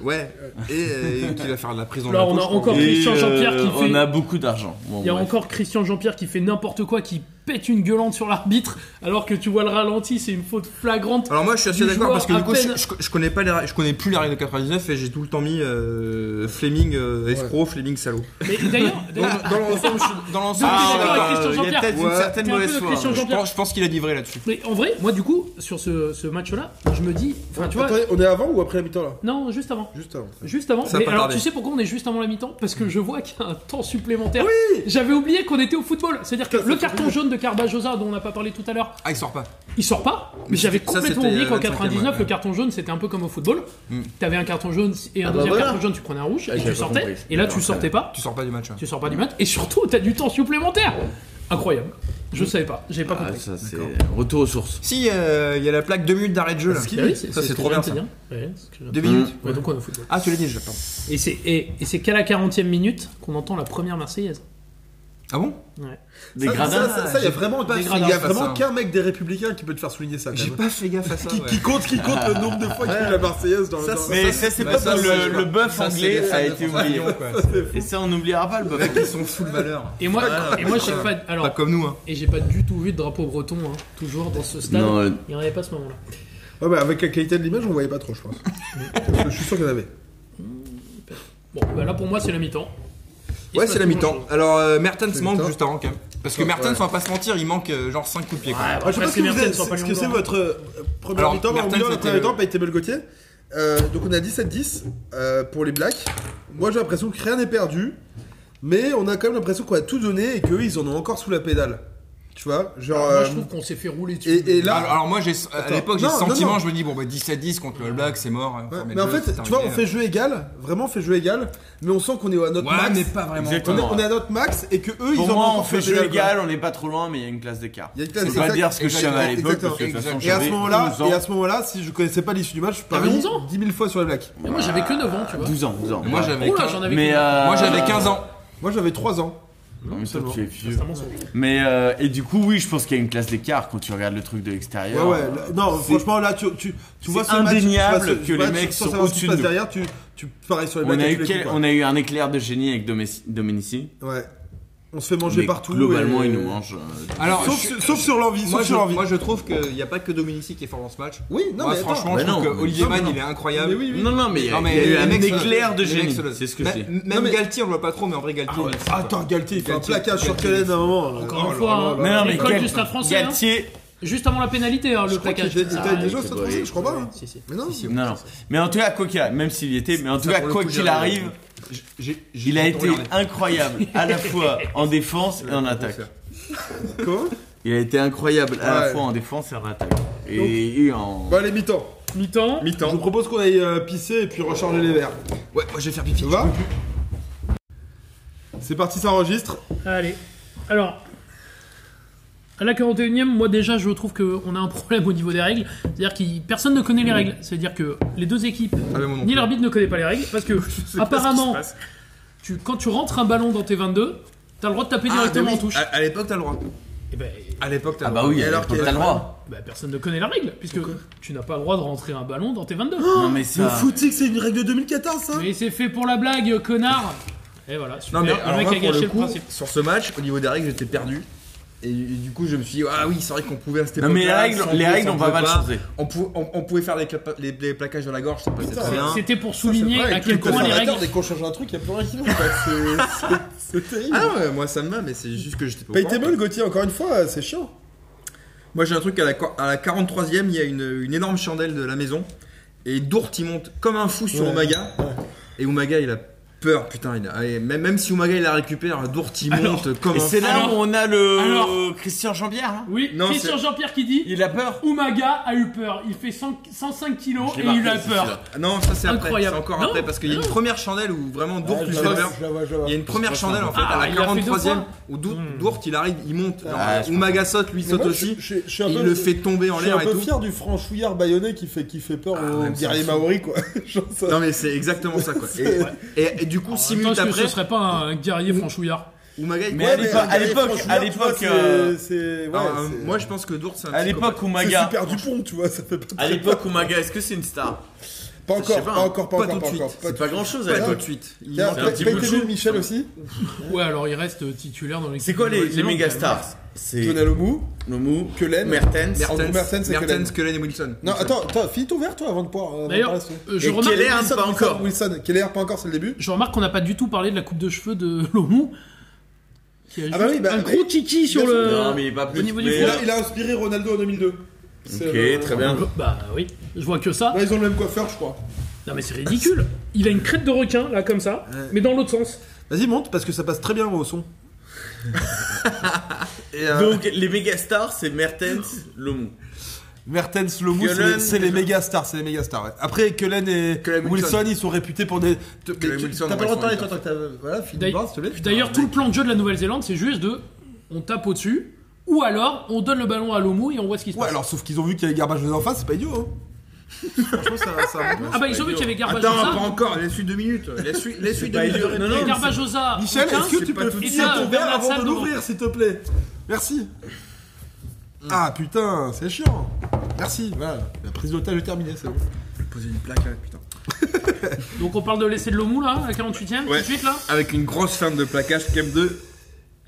[SPEAKER 10] Ouais, et euh, qui va faire de la prison.
[SPEAKER 9] Alors, on a
[SPEAKER 10] bientôt, je
[SPEAKER 9] encore-
[SPEAKER 10] pense.
[SPEAKER 9] Christian Jean-Pierre qui fait-
[SPEAKER 11] euh, on a beaucoup d'argent. Bon,
[SPEAKER 9] Il y a
[SPEAKER 11] bref.
[SPEAKER 9] encore Christian Jean-Pierre qui fait n'importe quoi, qui pète une gueulante sur l'arbitre, alors que tu vois le ralenti, c'est une faute flagrante.
[SPEAKER 10] Alors moi je suis assez
[SPEAKER 9] Du
[SPEAKER 10] d'accord parce que du
[SPEAKER 9] joueur
[SPEAKER 10] coup
[SPEAKER 9] à
[SPEAKER 10] je,
[SPEAKER 9] peine-
[SPEAKER 10] je- je connais pas les ra- je connais plus les règles de 99 et j'ai tout le temps mis euh, Fleming euh, escroc, Fleming salaud.
[SPEAKER 9] Mais d'ailleurs, d'ailleurs,
[SPEAKER 10] Dans l'ensemble, je suis- dans l'ensemble,
[SPEAKER 9] Ah,
[SPEAKER 10] je suis
[SPEAKER 9] ouais,
[SPEAKER 10] d'accord.
[SPEAKER 9] ouais, Christian
[SPEAKER 11] il y a
[SPEAKER 9] Jean-Pierre.
[SPEAKER 11] peut-être
[SPEAKER 10] Ouais.
[SPEAKER 11] une certaine
[SPEAKER 9] T'es un peu
[SPEAKER 11] mauvaise
[SPEAKER 9] notre
[SPEAKER 11] foi.
[SPEAKER 9] Christian
[SPEAKER 10] je
[SPEAKER 9] Jean-Pierre.
[SPEAKER 10] pense, je pense qu'il a livré là-dessus.
[SPEAKER 9] mais en vrai, moi du coup, sur ce, ce match-là, je me dis, enfin tu vois,
[SPEAKER 8] Attendez, on est avant ou après la mi-temps là
[SPEAKER 9] non, juste avant.
[SPEAKER 8] Juste avant.
[SPEAKER 9] Juste avant,
[SPEAKER 10] Ça va
[SPEAKER 9] mais
[SPEAKER 10] pas
[SPEAKER 9] alors
[SPEAKER 10] tarder.
[SPEAKER 9] tu sais pourquoi on est juste avant la mi-temps Parce que je vois qu'il y a un temps supplémentaire. Oui J'avais oublié qu'on était au football. C'est-à-dire que le carton jaune de Carbajosa dont on n'a pas parlé tout à l'heure.
[SPEAKER 10] Ah, il sort pas.
[SPEAKER 9] Il sort pas, mais,
[SPEAKER 10] Mais
[SPEAKER 9] j'avais
[SPEAKER 10] c'était- ça,
[SPEAKER 9] complètement
[SPEAKER 10] c'était,
[SPEAKER 9] oublié
[SPEAKER 10] euh,
[SPEAKER 9] qu'en
[SPEAKER 10] 25e,
[SPEAKER 9] 99,
[SPEAKER 10] ouais.
[SPEAKER 9] le carton jaune c'était un peu comme au football.
[SPEAKER 10] Mm.
[SPEAKER 9] T'avais un carton jaune et un
[SPEAKER 10] Ah bah
[SPEAKER 9] deuxième
[SPEAKER 10] voilà.
[SPEAKER 9] carton jaune, tu prenais un rouge
[SPEAKER 10] Ah,
[SPEAKER 9] et
[SPEAKER 10] j'avais
[SPEAKER 9] tu
[SPEAKER 10] pas
[SPEAKER 9] sortais.
[SPEAKER 10] compris.
[SPEAKER 9] Et là
[SPEAKER 10] Alors,
[SPEAKER 9] tu sortais pas.
[SPEAKER 10] Tu sors pas du match.
[SPEAKER 9] Tu sors pas du match. Et surtout, t'as du temps supplémentaire. Incroyable.
[SPEAKER 10] Mm.
[SPEAKER 9] Je savais pas, j'ai
[SPEAKER 10] Ah,
[SPEAKER 9] pas compris.
[SPEAKER 11] c'est retour aux sources.
[SPEAKER 10] Si, euh, il y a la plaque 2 minutes d'arrêt de jeu là.
[SPEAKER 9] Ah, oui, c'est-
[SPEAKER 10] ça,
[SPEAKER 9] c'est hein. ce
[SPEAKER 10] c'est
[SPEAKER 9] que
[SPEAKER 10] trop
[SPEAKER 9] je
[SPEAKER 10] bien
[SPEAKER 9] viens
[SPEAKER 10] ça.
[SPEAKER 9] de te dire. Ouais, c'est ce que je-
[SPEAKER 10] Deux minutes.
[SPEAKER 9] Ouais, donc on est au football.
[SPEAKER 10] Ah, tu l'as dit déjà, pardon.
[SPEAKER 9] Et c'est et, et c'est qu'à la 40e minute qu'on entend la première Marseillaise.
[SPEAKER 10] Ah bon
[SPEAKER 9] Ouais.
[SPEAKER 11] Des
[SPEAKER 8] ça,
[SPEAKER 11] gradins.
[SPEAKER 8] ça, ça, ça, il y a vraiment,
[SPEAKER 9] Des
[SPEAKER 8] pas- il
[SPEAKER 9] gradins.
[SPEAKER 8] y a vraiment
[SPEAKER 9] Ça.
[SPEAKER 8] qu'un mec des Républicains qui peut te faire souligner ça. quand
[SPEAKER 10] hein. J'ai
[SPEAKER 8] même.
[SPEAKER 10] pas fait gaffe à ça.
[SPEAKER 8] Qui,
[SPEAKER 10] ouais.
[SPEAKER 8] qui compte, qui compte le nombre de fois qu'il y a eu la Marseillaise dans
[SPEAKER 10] Ça,
[SPEAKER 8] le. dans-
[SPEAKER 11] Mais ça, c'est
[SPEAKER 10] Bah,
[SPEAKER 11] pas
[SPEAKER 10] ça,
[SPEAKER 11] comme
[SPEAKER 10] c'est-
[SPEAKER 11] le, le bœuf
[SPEAKER 10] ça, c'est les
[SPEAKER 11] anglais
[SPEAKER 10] fans
[SPEAKER 11] a
[SPEAKER 10] de
[SPEAKER 11] été
[SPEAKER 10] France
[SPEAKER 11] oublié.
[SPEAKER 10] Million, quoi.
[SPEAKER 11] Et ça, on n'oubliera pas le bœuf anglais.
[SPEAKER 10] Ils sont full valeur.
[SPEAKER 9] Et moi, et moi j'ai pas,
[SPEAKER 10] Voilà.
[SPEAKER 9] alors,
[SPEAKER 10] Ah, Pas comme nous, hein.
[SPEAKER 9] Et j'ai pas du tout vu de drapeau breton, hein, toujours dans ce stade.
[SPEAKER 11] Non, euh,
[SPEAKER 9] Il n'y en avait pas à ce moment-là.
[SPEAKER 8] Ouais, bah, avec la qualité de l'image, on voyait pas trop, je pense. Parce que je suis sûr qu'il y en avait.
[SPEAKER 9] Bon, bah là pour moi c'est la mi-temps. Il
[SPEAKER 10] Ouais,
[SPEAKER 9] se
[SPEAKER 10] c'est
[SPEAKER 9] passe
[SPEAKER 10] la
[SPEAKER 9] toujours
[SPEAKER 10] mi-temps. Alors, euh, Mertens
[SPEAKER 8] C'est
[SPEAKER 10] manque
[SPEAKER 8] mi-temps.
[SPEAKER 10] juste avant quand même. Parce que Mertens, on va pas se mentir, il manque euh, genre 5 coups de pied. quoi.
[SPEAKER 9] Ouais, bah,
[SPEAKER 8] Alors, je sais
[SPEAKER 9] après,
[SPEAKER 8] pas ce que
[SPEAKER 9] que
[SPEAKER 8] vous
[SPEAKER 9] Mertens
[SPEAKER 8] êtes-
[SPEAKER 9] soit pas hein.
[SPEAKER 8] ce
[SPEAKER 9] le
[SPEAKER 8] que c'est
[SPEAKER 9] numéro
[SPEAKER 8] votre euh, première
[SPEAKER 10] Alors,
[SPEAKER 8] mi-temps, bah, au
[SPEAKER 10] Mertens,
[SPEAKER 8] milieu, la
[SPEAKER 10] c'était
[SPEAKER 8] première
[SPEAKER 10] le-
[SPEAKER 8] mi-temps, pas été Gauthier. Euh, donc on a 17-10 euh, pour les Blacks. Moi j'ai l'impression que rien n'est perdu, mais on a quand même l'impression qu'on a tout donné et qu'eux ils en ont encore sous la pédale. Tu vois Genre.
[SPEAKER 9] un. Ah, Moi je
[SPEAKER 8] euh,
[SPEAKER 9] trouve qu'on s'est fait rouler dessus.
[SPEAKER 8] et, et là.
[SPEAKER 10] alors, alors moi, j'ai, à
[SPEAKER 8] Attends.
[SPEAKER 10] l'époque, j'ai
[SPEAKER 8] Non,
[SPEAKER 10] ce
[SPEAKER 8] non,
[SPEAKER 10] sentiment,
[SPEAKER 8] non.
[SPEAKER 10] je me dis, bon, bah 17-10 contre le All Black, c'est mort.
[SPEAKER 8] ouais, mais en fait, tu vois, on fait jeu égal, vraiment on fait jeu égal, mais on sent qu'on est à notre
[SPEAKER 10] Ouais,
[SPEAKER 8] max.
[SPEAKER 10] mais pas vraiment.
[SPEAKER 8] On est,
[SPEAKER 11] Exactement.
[SPEAKER 8] on est à notre max et que eux
[SPEAKER 11] Pour
[SPEAKER 8] ils en ont
[SPEAKER 11] moi, on
[SPEAKER 8] encore sous
[SPEAKER 11] fait
[SPEAKER 8] la
[SPEAKER 11] jeu
[SPEAKER 8] pédale, quoi.
[SPEAKER 11] égal, on n'est pas trop loin, mais il y a une classe d'écart.
[SPEAKER 8] Il y a une
[SPEAKER 11] Je
[SPEAKER 8] classe
[SPEAKER 11] peux pas
[SPEAKER 8] exact-
[SPEAKER 11] dire ce que je savais à l'époque,
[SPEAKER 8] exactement.
[SPEAKER 11] parce que de toute façon,
[SPEAKER 8] Et à ce
[SPEAKER 11] j'avais
[SPEAKER 8] moment-là,
[SPEAKER 11] 12 ans.
[SPEAKER 8] et à ce moment-là, si je connaissais pas l'issue du match, je parie
[SPEAKER 9] 11 ans
[SPEAKER 8] 10 000 fois sur les Blacks.
[SPEAKER 9] Mais moi j'avais que 9 ans, tu vois.
[SPEAKER 11] 12 ans, 12 ans.
[SPEAKER 10] Moi, j'avais
[SPEAKER 9] Oh là,
[SPEAKER 10] 15
[SPEAKER 9] j'en avais
[SPEAKER 11] Mais
[SPEAKER 9] que-
[SPEAKER 11] euh,
[SPEAKER 10] moi, j'avais 15 ans.
[SPEAKER 8] Moi j'avais 3 ans.
[SPEAKER 11] Non, mais toi, tu es vieux.
[SPEAKER 9] C'est un mensonge.
[SPEAKER 11] Mais euh, et du coup, oui, je pense qu'il y a une classe d'écart quand tu regardes le truc de
[SPEAKER 8] Ouais,
[SPEAKER 11] l'extérieur.
[SPEAKER 8] ouais. là- Non,
[SPEAKER 11] C'est-
[SPEAKER 8] franchement, là, tu, tu, tu vois
[SPEAKER 11] c'est
[SPEAKER 8] ce match,
[SPEAKER 11] indéniable
[SPEAKER 8] tu vois ce-
[SPEAKER 11] que
[SPEAKER 8] tu vois,
[SPEAKER 11] les
[SPEAKER 8] tu-
[SPEAKER 11] mecs
[SPEAKER 8] sans
[SPEAKER 11] sont
[SPEAKER 8] savoir ce qui se
[SPEAKER 11] au-dessus
[SPEAKER 8] passe
[SPEAKER 11] de nous.
[SPEAKER 8] derrière, tu, tu paries sur les
[SPEAKER 11] On
[SPEAKER 8] mecs
[SPEAKER 11] a,
[SPEAKER 8] à
[SPEAKER 11] eu
[SPEAKER 8] tous les
[SPEAKER 11] quel-
[SPEAKER 8] coups,
[SPEAKER 11] on a eu un éclair de génie avec Domessi- Domenici.
[SPEAKER 8] quoi. Ouais. On se fait manger
[SPEAKER 11] mais
[SPEAKER 8] partout.
[SPEAKER 11] Globalement,
[SPEAKER 8] et-
[SPEAKER 11] il nous mange. euh,
[SPEAKER 10] Alors,
[SPEAKER 8] Sauf,
[SPEAKER 10] je-
[SPEAKER 8] sur- sauf sur l'envie.
[SPEAKER 10] Moi
[SPEAKER 8] Sauf
[SPEAKER 10] je,
[SPEAKER 8] sur l'envie.
[SPEAKER 10] moi je trouve qu'il n'y a pas que Dominici qui est fort dans ce match.
[SPEAKER 8] Oui, non,
[SPEAKER 10] moi,
[SPEAKER 8] mais attends.
[SPEAKER 10] franchement, je
[SPEAKER 11] Mais
[SPEAKER 10] trouve que
[SPEAKER 11] non, mais-
[SPEAKER 10] Olivier
[SPEAKER 8] Non, mais
[SPEAKER 10] Mann
[SPEAKER 8] non.
[SPEAKER 10] il est incroyable.
[SPEAKER 8] Mais oui, oui.
[SPEAKER 11] Non, non, mais il y a,
[SPEAKER 10] Non, mais
[SPEAKER 11] il y a eu
[SPEAKER 10] les
[SPEAKER 11] un
[SPEAKER 10] mecs se-
[SPEAKER 11] éclair de
[SPEAKER 10] les mecs
[SPEAKER 11] génie.
[SPEAKER 10] se le-
[SPEAKER 11] C'est ce que
[SPEAKER 10] Mais-
[SPEAKER 11] c'est.
[SPEAKER 10] Même
[SPEAKER 8] Non, mais-
[SPEAKER 10] Galtier on le voit pas trop, mais en vrai Galtier. il est-
[SPEAKER 8] Attends, Galtier, il fait un
[SPEAKER 10] Galtier,
[SPEAKER 8] placage sur
[SPEAKER 10] Galtier.
[SPEAKER 8] Kellen à un moment.
[SPEAKER 9] Encore
[SPEAKER 8] Oh
[SPEAKER 9] une
[SPEAKER 8] là
[SPEAKER 9] fois,
[SPEAKER 8] là
[SPEAKER 9] hein.
[SPEAKER 8] là là.
[SPEAKER 11] Mais non, mais
[SPEAKER 9] L'école
[SPEAKER 11] quel-
[SPEAKER 9] du stade français. hein.
[SPEAKER 11] Galtier.
[SPEAKER 9] Juste avant la pénalité, hein,
[SPEAKER 8] Je
[SPEAKER 9] le
[SPEAKER 8] crois qu'il
[SPEAKER 9] plaquage.
[SPEAKER 8] était
[SPEAKER 9] Ah,
[SPEAKER 8] t'as
[SPEAKER 9] ouais.
[SPEAKER 8] déjà
[SPEAKER 11] c'est
[SPEAKER 8] cette
[SPEAKER 11] vrai.
[SPEAKER 8] français, je crois pas. hein.
[SPEAKER 9] Si, si.
[SPEAKER 8] Mais non.
[SPEAKER 11] Non, non. Mais en tout cas, quoi qu'il a- même s'il y était, mais en tout
[SPEAKER 10] Ça,
[SPEAKER 11] cas,
[SPEAKER 10] pour le
[SPEAKER 11] quoi
[SPEAKER 10] coup,
[SPEAKER 11] qu'il
[SPEAKER 10] j'ai-
[SPEAKER 11] arrive,
[SPEAKER 10] J'ai- j'ai-
[SPEAKER 11] il a
[SPEAKER 10] j'ai
[SPEAKER 11] été
[SPEAKER 10] regardé.
[SPEAKER 11] incroyable à la fois en défense et en attaque.
[SPEAKER 8] Comment
[SPEAKER 11] Il a été incroyable à la
[SPEAKER 8] Ouais.
[SPEAKER 11] fois en défense et en attaque. Et, et en.
[SPEAKER 8] Bon, allez, mi-temps.
[SPEAKER 9] Mi-temps.
[SPEAKER 8] Je vous propose qu'on aille euh, pisser et puis recharger les verres.
[SPEAKER 10] Ouais, moi je vais faire pipi.
[SPEAKER 8] Ça va C'est parti, ça enregistre.
[SPEAKER 9] Allez. Alors, à la 41e, moi déjà, je trouve qu'on a un problème au niveau des règles. C'est-à-dire que personne ne connaît les règles. C'est-à-dire que les deux équipes,
[SPEAKER 10] Ah, mais moi non
[SPEAKER 9] ni
[SPEAKER 10] plus.
[SPEAKER 9] l'arbitre ne connaît pas les règles. Parce que, apparemment, tu, quand tu rentres un ballon dans tes 22, t'as le droit de taper
[SPEAKER 10] Ah, bah
[SPEAKER 9] directement en touche.
[SPEAKER 10] À, à l'époque t'as le droit.
[SPEAKER 9] Eh ben,
[SPEAKER 10] À l'époque t'as
[SPEAKER 11] Ah
[SPEAKER 10] le
[SPEAKER 11] bah
[SPEAKER 10] droit.
[SPEAKER 11] oui,
[SPEAKER 10] Et alors
[SPEAKER 11] alors
[SPEAKER 10] qu'il y a-
[SPEAKER 11] t'as le droit.
[SPEAKER 9] bah, personne ne connaît la règle, puisque tu n'as pas le droit de rentrer un ballon dans tes 22.
[SPEAKER 10] Ah
[SPEAKER 11] Non mais ça.
[SPEAKER 8] footing, c'est une règle de 2014, ça
[SPEAKER 9] Mais c'est fait pour la blague, connard Et voilà, super.
[SPEAKER 10] Non mais
[SPEAKER 9] le
[SPEAKER 10] alors
[SPEAKER 9] mec
[SPEAKER 10] moi,
[SPEAKER 9] a
[SPEAKER 10] pour
[SPEAKER 9] gâché
[SPEAKER 10] le
[SPEAKER 9] le
[SPEAKER 10] coup,
[SPEAKER 9] principe.
[SPEAKER 10] sur ce match, au niveau des règles, j'étais perdu. Et, et du coup, je me suis dit, ah oui, c'est vrai qu'on pouvait à cette
[SPEAKER 11] Non, mais
[SPEAKER 10] époque-là,
[SPEAKER 11] les règles-
[SPEAKER 10] sans
[SPEAKER 11] les
[SPEAKER 10] doute,
[SPEAKER 11] règles
[SPEAKER 10] ça,
[SPEAKER 11] ont pas mal
[SPEAKER 10] pouvait
[SPEAKER 11] changé.
[SPEAKER 10] On pouvait, on, on pouvait faire les, clapa- les- les plaquages dans la gorge, ça passait très bien.
[SPEAKER 9] C'était pour souligner à quel point les règles.
[SPEAKER 8] Bah, Dès qu'on change un truc, il n'y a plus rien qui va. C'est- c'est- C'est terrible.
[SPEAKER 10] Ah ouais, moi ça me va, mais c'est juste que j'étais pas au courant.
[SPEAKER 8] Paytable, Gauthier, encore une fois, c'est chiant.
[SPEAKER 10] Moi j'ai un truc à la, à la 43ème, il y a une, une énorme chandelle de la maison. Et Dourt il monte comme un fou sur
[SPEAKER 8] Ouais.
[SPEAKER 10] Umaga. Et Umaga il a peur, putain. Il a, et même, même si Umaga il la récupère, Dourt il monte comme
[SPEAKER 11] Ah Et
[SPEAKER 10] un
[SPEAKER 11] c'est
[SPEAKER 10] fou.
[SPEAKER 11] là
[SPEAKER 9] Alors-
[SPEAKER 11] où on a le
[SPEAKER 9] alors-
[SPEAKER 11] Christian Jean-Pierre. hein.
[SPEAKER 9] Oui,
[SPEAKER 10] Non,
[SPEAKER 9] Christian
[SPEAKER 10] c'est-
[SPEAKER 9] Jean-Pierre qui dit
[SPEAKER 11] Il a peur.
[SPEAKER 9] Umaga a eu peur. Il fait 100 105 kilos
[SPEAKER 11] Je
[SPEAKER 9] et
[SPEAKER 11] l'ai marqué,
[SPEAKER 9] il a
[SPEAKER 11] c'est
[SPEAKER 9] peur.
[SPEAKER 11] sûr.
[SPEAKER 10] Ah Non, ça c'est après, c'est
[SPEAKER 9] Incroyable.
[SPEAKER 10] encore
[SPEAKER 9] Non,
[SPEAKER 10] après parce qu'il y a une
[SPEAKER 9] non.
[SPEAKER 10] première chandelle où vraiment Dourt
[SPEAKER 8] Ouais,
[SPEAKER 10] il
[SPEAKER 8] je
[SPEAKER 10] fait
[SPEAKER 8] la vois,
[SPEAKER 10] peur.
[SPEAKER 8] je la vois, je la vois.
[SPEAKER 10] Il y a une première chandelle en fait
[SPEAKER 9] Ah,
[SPEAKER 10] à la
[SPEAKER 9] il a fait deux
[SPEAKER 10] 43ème
[SPEAKER 9] fois. Hmm.
[SPEAKER 10] où Dourt, Dourt, il arrive, il monte.
[SPEAKER 11] Ah, je
[SPEAKER 10] Umaga saute, lui
[SPEAKER 8] Mais
[SPEAKER 10] saute
[SPEAKER 8] moi,
[SPEAKER 10] aussi.
[SPEAKER 8] je- je- je suis un
[SPEAKER 10] et
[SPEAKER 8] peu-
[SPEAKER 10] il le fait tomber en
[SPEAKER 8] Je suis un
[SPEAKER 10] l'air et
[SPEAKER 8] peu
[SPEAKER 10] tout.
[SPEAKER 8] fier du franchouillard baïonné qui fait, qui fait peur aux
[SPEAKER 10] ouais, mais
[SPEAKER 8] guerriers
[SPEAKER 10] ça,
[SPEAKER 8] maoris, quoi. Genre ça.
[SPEAKER 10] Non mais c'est exactement ça quoi. Et, et- et du coup, 6
[SPEAKER 9] En même temps,
[SPEAKER 10] minutes
[SPEAKER 9] est-ce que
[SPEAKER 10] après,
[SPEAKER 9] ce serait pas
[SPEAKER 11] Mm.
[SPEAKER 9] un guerrier franchouillard
[SPEAKER 10] Umaga il
[SPEAKER 11] Mais
[SPEAKER 10] court.
[SPEAKER 11] à l'époque- à
[SPEAKER 8] les
[SPEAKER 11] l'époque-
[SPEAKER 8] franchouillards,
[SPEAKER 11] à
[SPEAKER 8] tu vois,
[SPEAKER 11] l'époque,
[SPEAKER 8] c'est-
[SPEAKER 11] euh,
[SPEAKER 8] c'est- ouais,
[SPEAKER 10] Alors, euh,
[SPEAKER 8] c'est-
[SPEAKER 10] moi je pense que Dourt c'est un
[SPEAKER 11] À
[SPEAKER 10] psychopathe.
[SPEAKER 11] l'époque
[SPEAKER 8] c'est
[SPEAKER 11] Umaga.
[SPEAKER 8] super du pont, tu vois, ça fait pas
[SPEAKER 11] À l'époque Umaga, est-ce que c'est une star
[SPEAKER 8] Pas
[SPEAKER 11] je sais
[SPEAKER 8] encore,
[SPEAKER 11] pas,
[SPEAKER 8] pas
[SPEAKER 11] hein.
[SPEAKER 8] encore, pas
[SPEAKER 10] Pas
[SPEAKER 8] encore,
[SPEAKER 10] tout de
[SPEAKER 8] pas
[SPEAKER 10] suite.
[SPEAKER 8] encore.
[SPEAKER 11] C'est pas grand-chose à
[SPEAKER 10] Pas tout
[SPEAKER 11] l'époque.
[SPEAKER 10] de suite. Il
[SPEAKER 8] Tiens,
[SPEAKER 10] manque
[SPEAKER 11] C'est un
[SPEAKER 8] Pay-
[SPEAKER 11] petit peu
[SPEAKER 8] Paytable,
[SPEAKER 11] chaud.
[SPEAKER 8] Michel aussi,
[SPEAKER 9] Ouais, alors il reste euh, titulaire dans l'équipe.
[SPEAKER 11] C'est quoi
[SPEAKER 9] de
[SPEAKER 11] les, les
[SPEAKER 9] Nouvelle-Zélande,
[SPEAKER 11] méga
[SPEAKER 9] quand même.
[SPEAKER 11] stars C'est
[SPEAKER 8] Tonalomou,
[SPEAKER 11] Nomu,
[SPEAKER 8] Kellen,
[SPEAKER 11] Mertens,
[SPEAKER 8] Andrew Mertens et Kellen.
[SPEAKER 10] Mertens, Cullen et Wilson.
[SPEAKER 8] Non, attends, attends, finis ton verre, toi, avant de pouvoir. euh,
[SPEAKER 9] D'ailleurs,
[SPEAKER 8] avant de parler,
[SPEAKER 9] euh, je
[SPEAKER 11] Et
[SPEAKER 9] remarque,
[SPEAKER 11] Keller, hein,
[SPEAKER 8] Wilson,
[SPEAKER 11] pas
[SPEAKER 8] Wilson,
[SPEAKER 11] encore.
[SPEAKER 8] Wilson, Keller, pas encore, c'est le début.
[SPEAKER 9] je remarque qu'on n'a pas du tout parlé de la coupe de cheveux de Lomu. Qui a
[SPEAKER 8] Ah bah
[SPEAKER 9] juste
[SPEAKER 8] oui, bah,
[SPEAKER 9] un gros kiki sur le.
[SPEAKER 11] Non mais il est pas plus.
[SPEAKER 9] Au niveau du
[SPEAKER 11] mais-
[SPEAKER 8] Il a, il a inspiré Ronaldo en 2002. C'est, euh,
[SPEAKER 11] Ok, très bien.
[SPEAKER 9] Bah oui, je vois que ça.
[SPEAKER 8] Là, ils ont le même coiffeur, je crois.
[SPEAKER 9] Non mais c'est ridicule. Il a une crête de requin là comme ça, mais dans l'autre sens.
[SPEAKER 8] Vas-y, monte, parce que ça passe très bien au son.
[SPEAKER 11] Donc les méga stars, c'est Mertens, Lomou.
[SPEAKER 8] Mertens, Lomou, c'est
[SPEAKER 11] Cullen,
[SPEAKER 8] les- c'est les méga stars, c'est les méga stars. ouais. Après, Cullen et Wilson, ils sont réputés pour des. T'as pas
[SPEAKER 9] Wilson,
[SPEAKER 8] le
[SPEAKER 9] ouais,
[SPEAKER 8] droit de
[SPEAKER 9] ils
[SPEAKER 8] parler,
[SPEAKER 9] sont
[SPEAKER 8] toi, tant que t'as. Voilà, Philippe
[SPEAKER 9] D'ailleurs-
[SPEAKER 8] Barnes, s'il te plaît.
[SPEAKER 9] D'ailleurs, tout le plan de jeu de la Nouvelle-Zélande, c'est juste de on tape au-dessus, ou alors on donne le ballon à Lomu et on voit ce qui se
[SPEAKER 8] Ouais,
[SPEAKER 9] passe.
[SPEAKER 8] alors sauf qu'ils ont vu qu'il y avait Garbage de en face, c'est pas idiot. hein. Franchement, ça. ça
[SPEAKER 9] Ah bah, ils ont vu qu'il y avait Garbage
[SPEAKER 10] Attends,
[SPEAKER 9] Rosa.
[SPEAKER 10] pas encore, laisse-lui deux minutes. Laisse-lui
[SPEAKER 9] C'est
[SPEAKER 10] laisse-lui deux
[SPEAKER 9] pas
[SPEAKER 10] minutes.
[SPEAKER 9] idiot. Et Garbajosa,
[SPEAKER 8] Michel,
[SPEAKER 9] aucun,
[SPEAKER 8] est-ce que
[SPEAKER 9] c'est
[SPEAKER 8] tu
[SPEAKER 9] pas
[SPEAKER 8] peux
[SPEAKER 9] tout de
[SPEAKER 8] finir
[SPEAKER 9] suite.
[SPEAKER 8] ton
[SPEAKER 9] Bernard
[SPEAKER 8] verre avant
[SPEAKER 9] Salle
[SPEAKER 8] de
[SPEAKER 9] devant.
[SPEAKER 8] l'ouvrir, s'il te plaît Merci. Ah putain, c'est chiant. Merci, voilà. La prise d'otage est terminée, c'est bon. Je vais poser une plaque là, putain.
[SPEAKER 9] Ah Donc on parle de laisser de Lomu là, à 48 e tout de suite là
[SPEAKER 10] Avec une grosse femme de plaquage, Cam 2,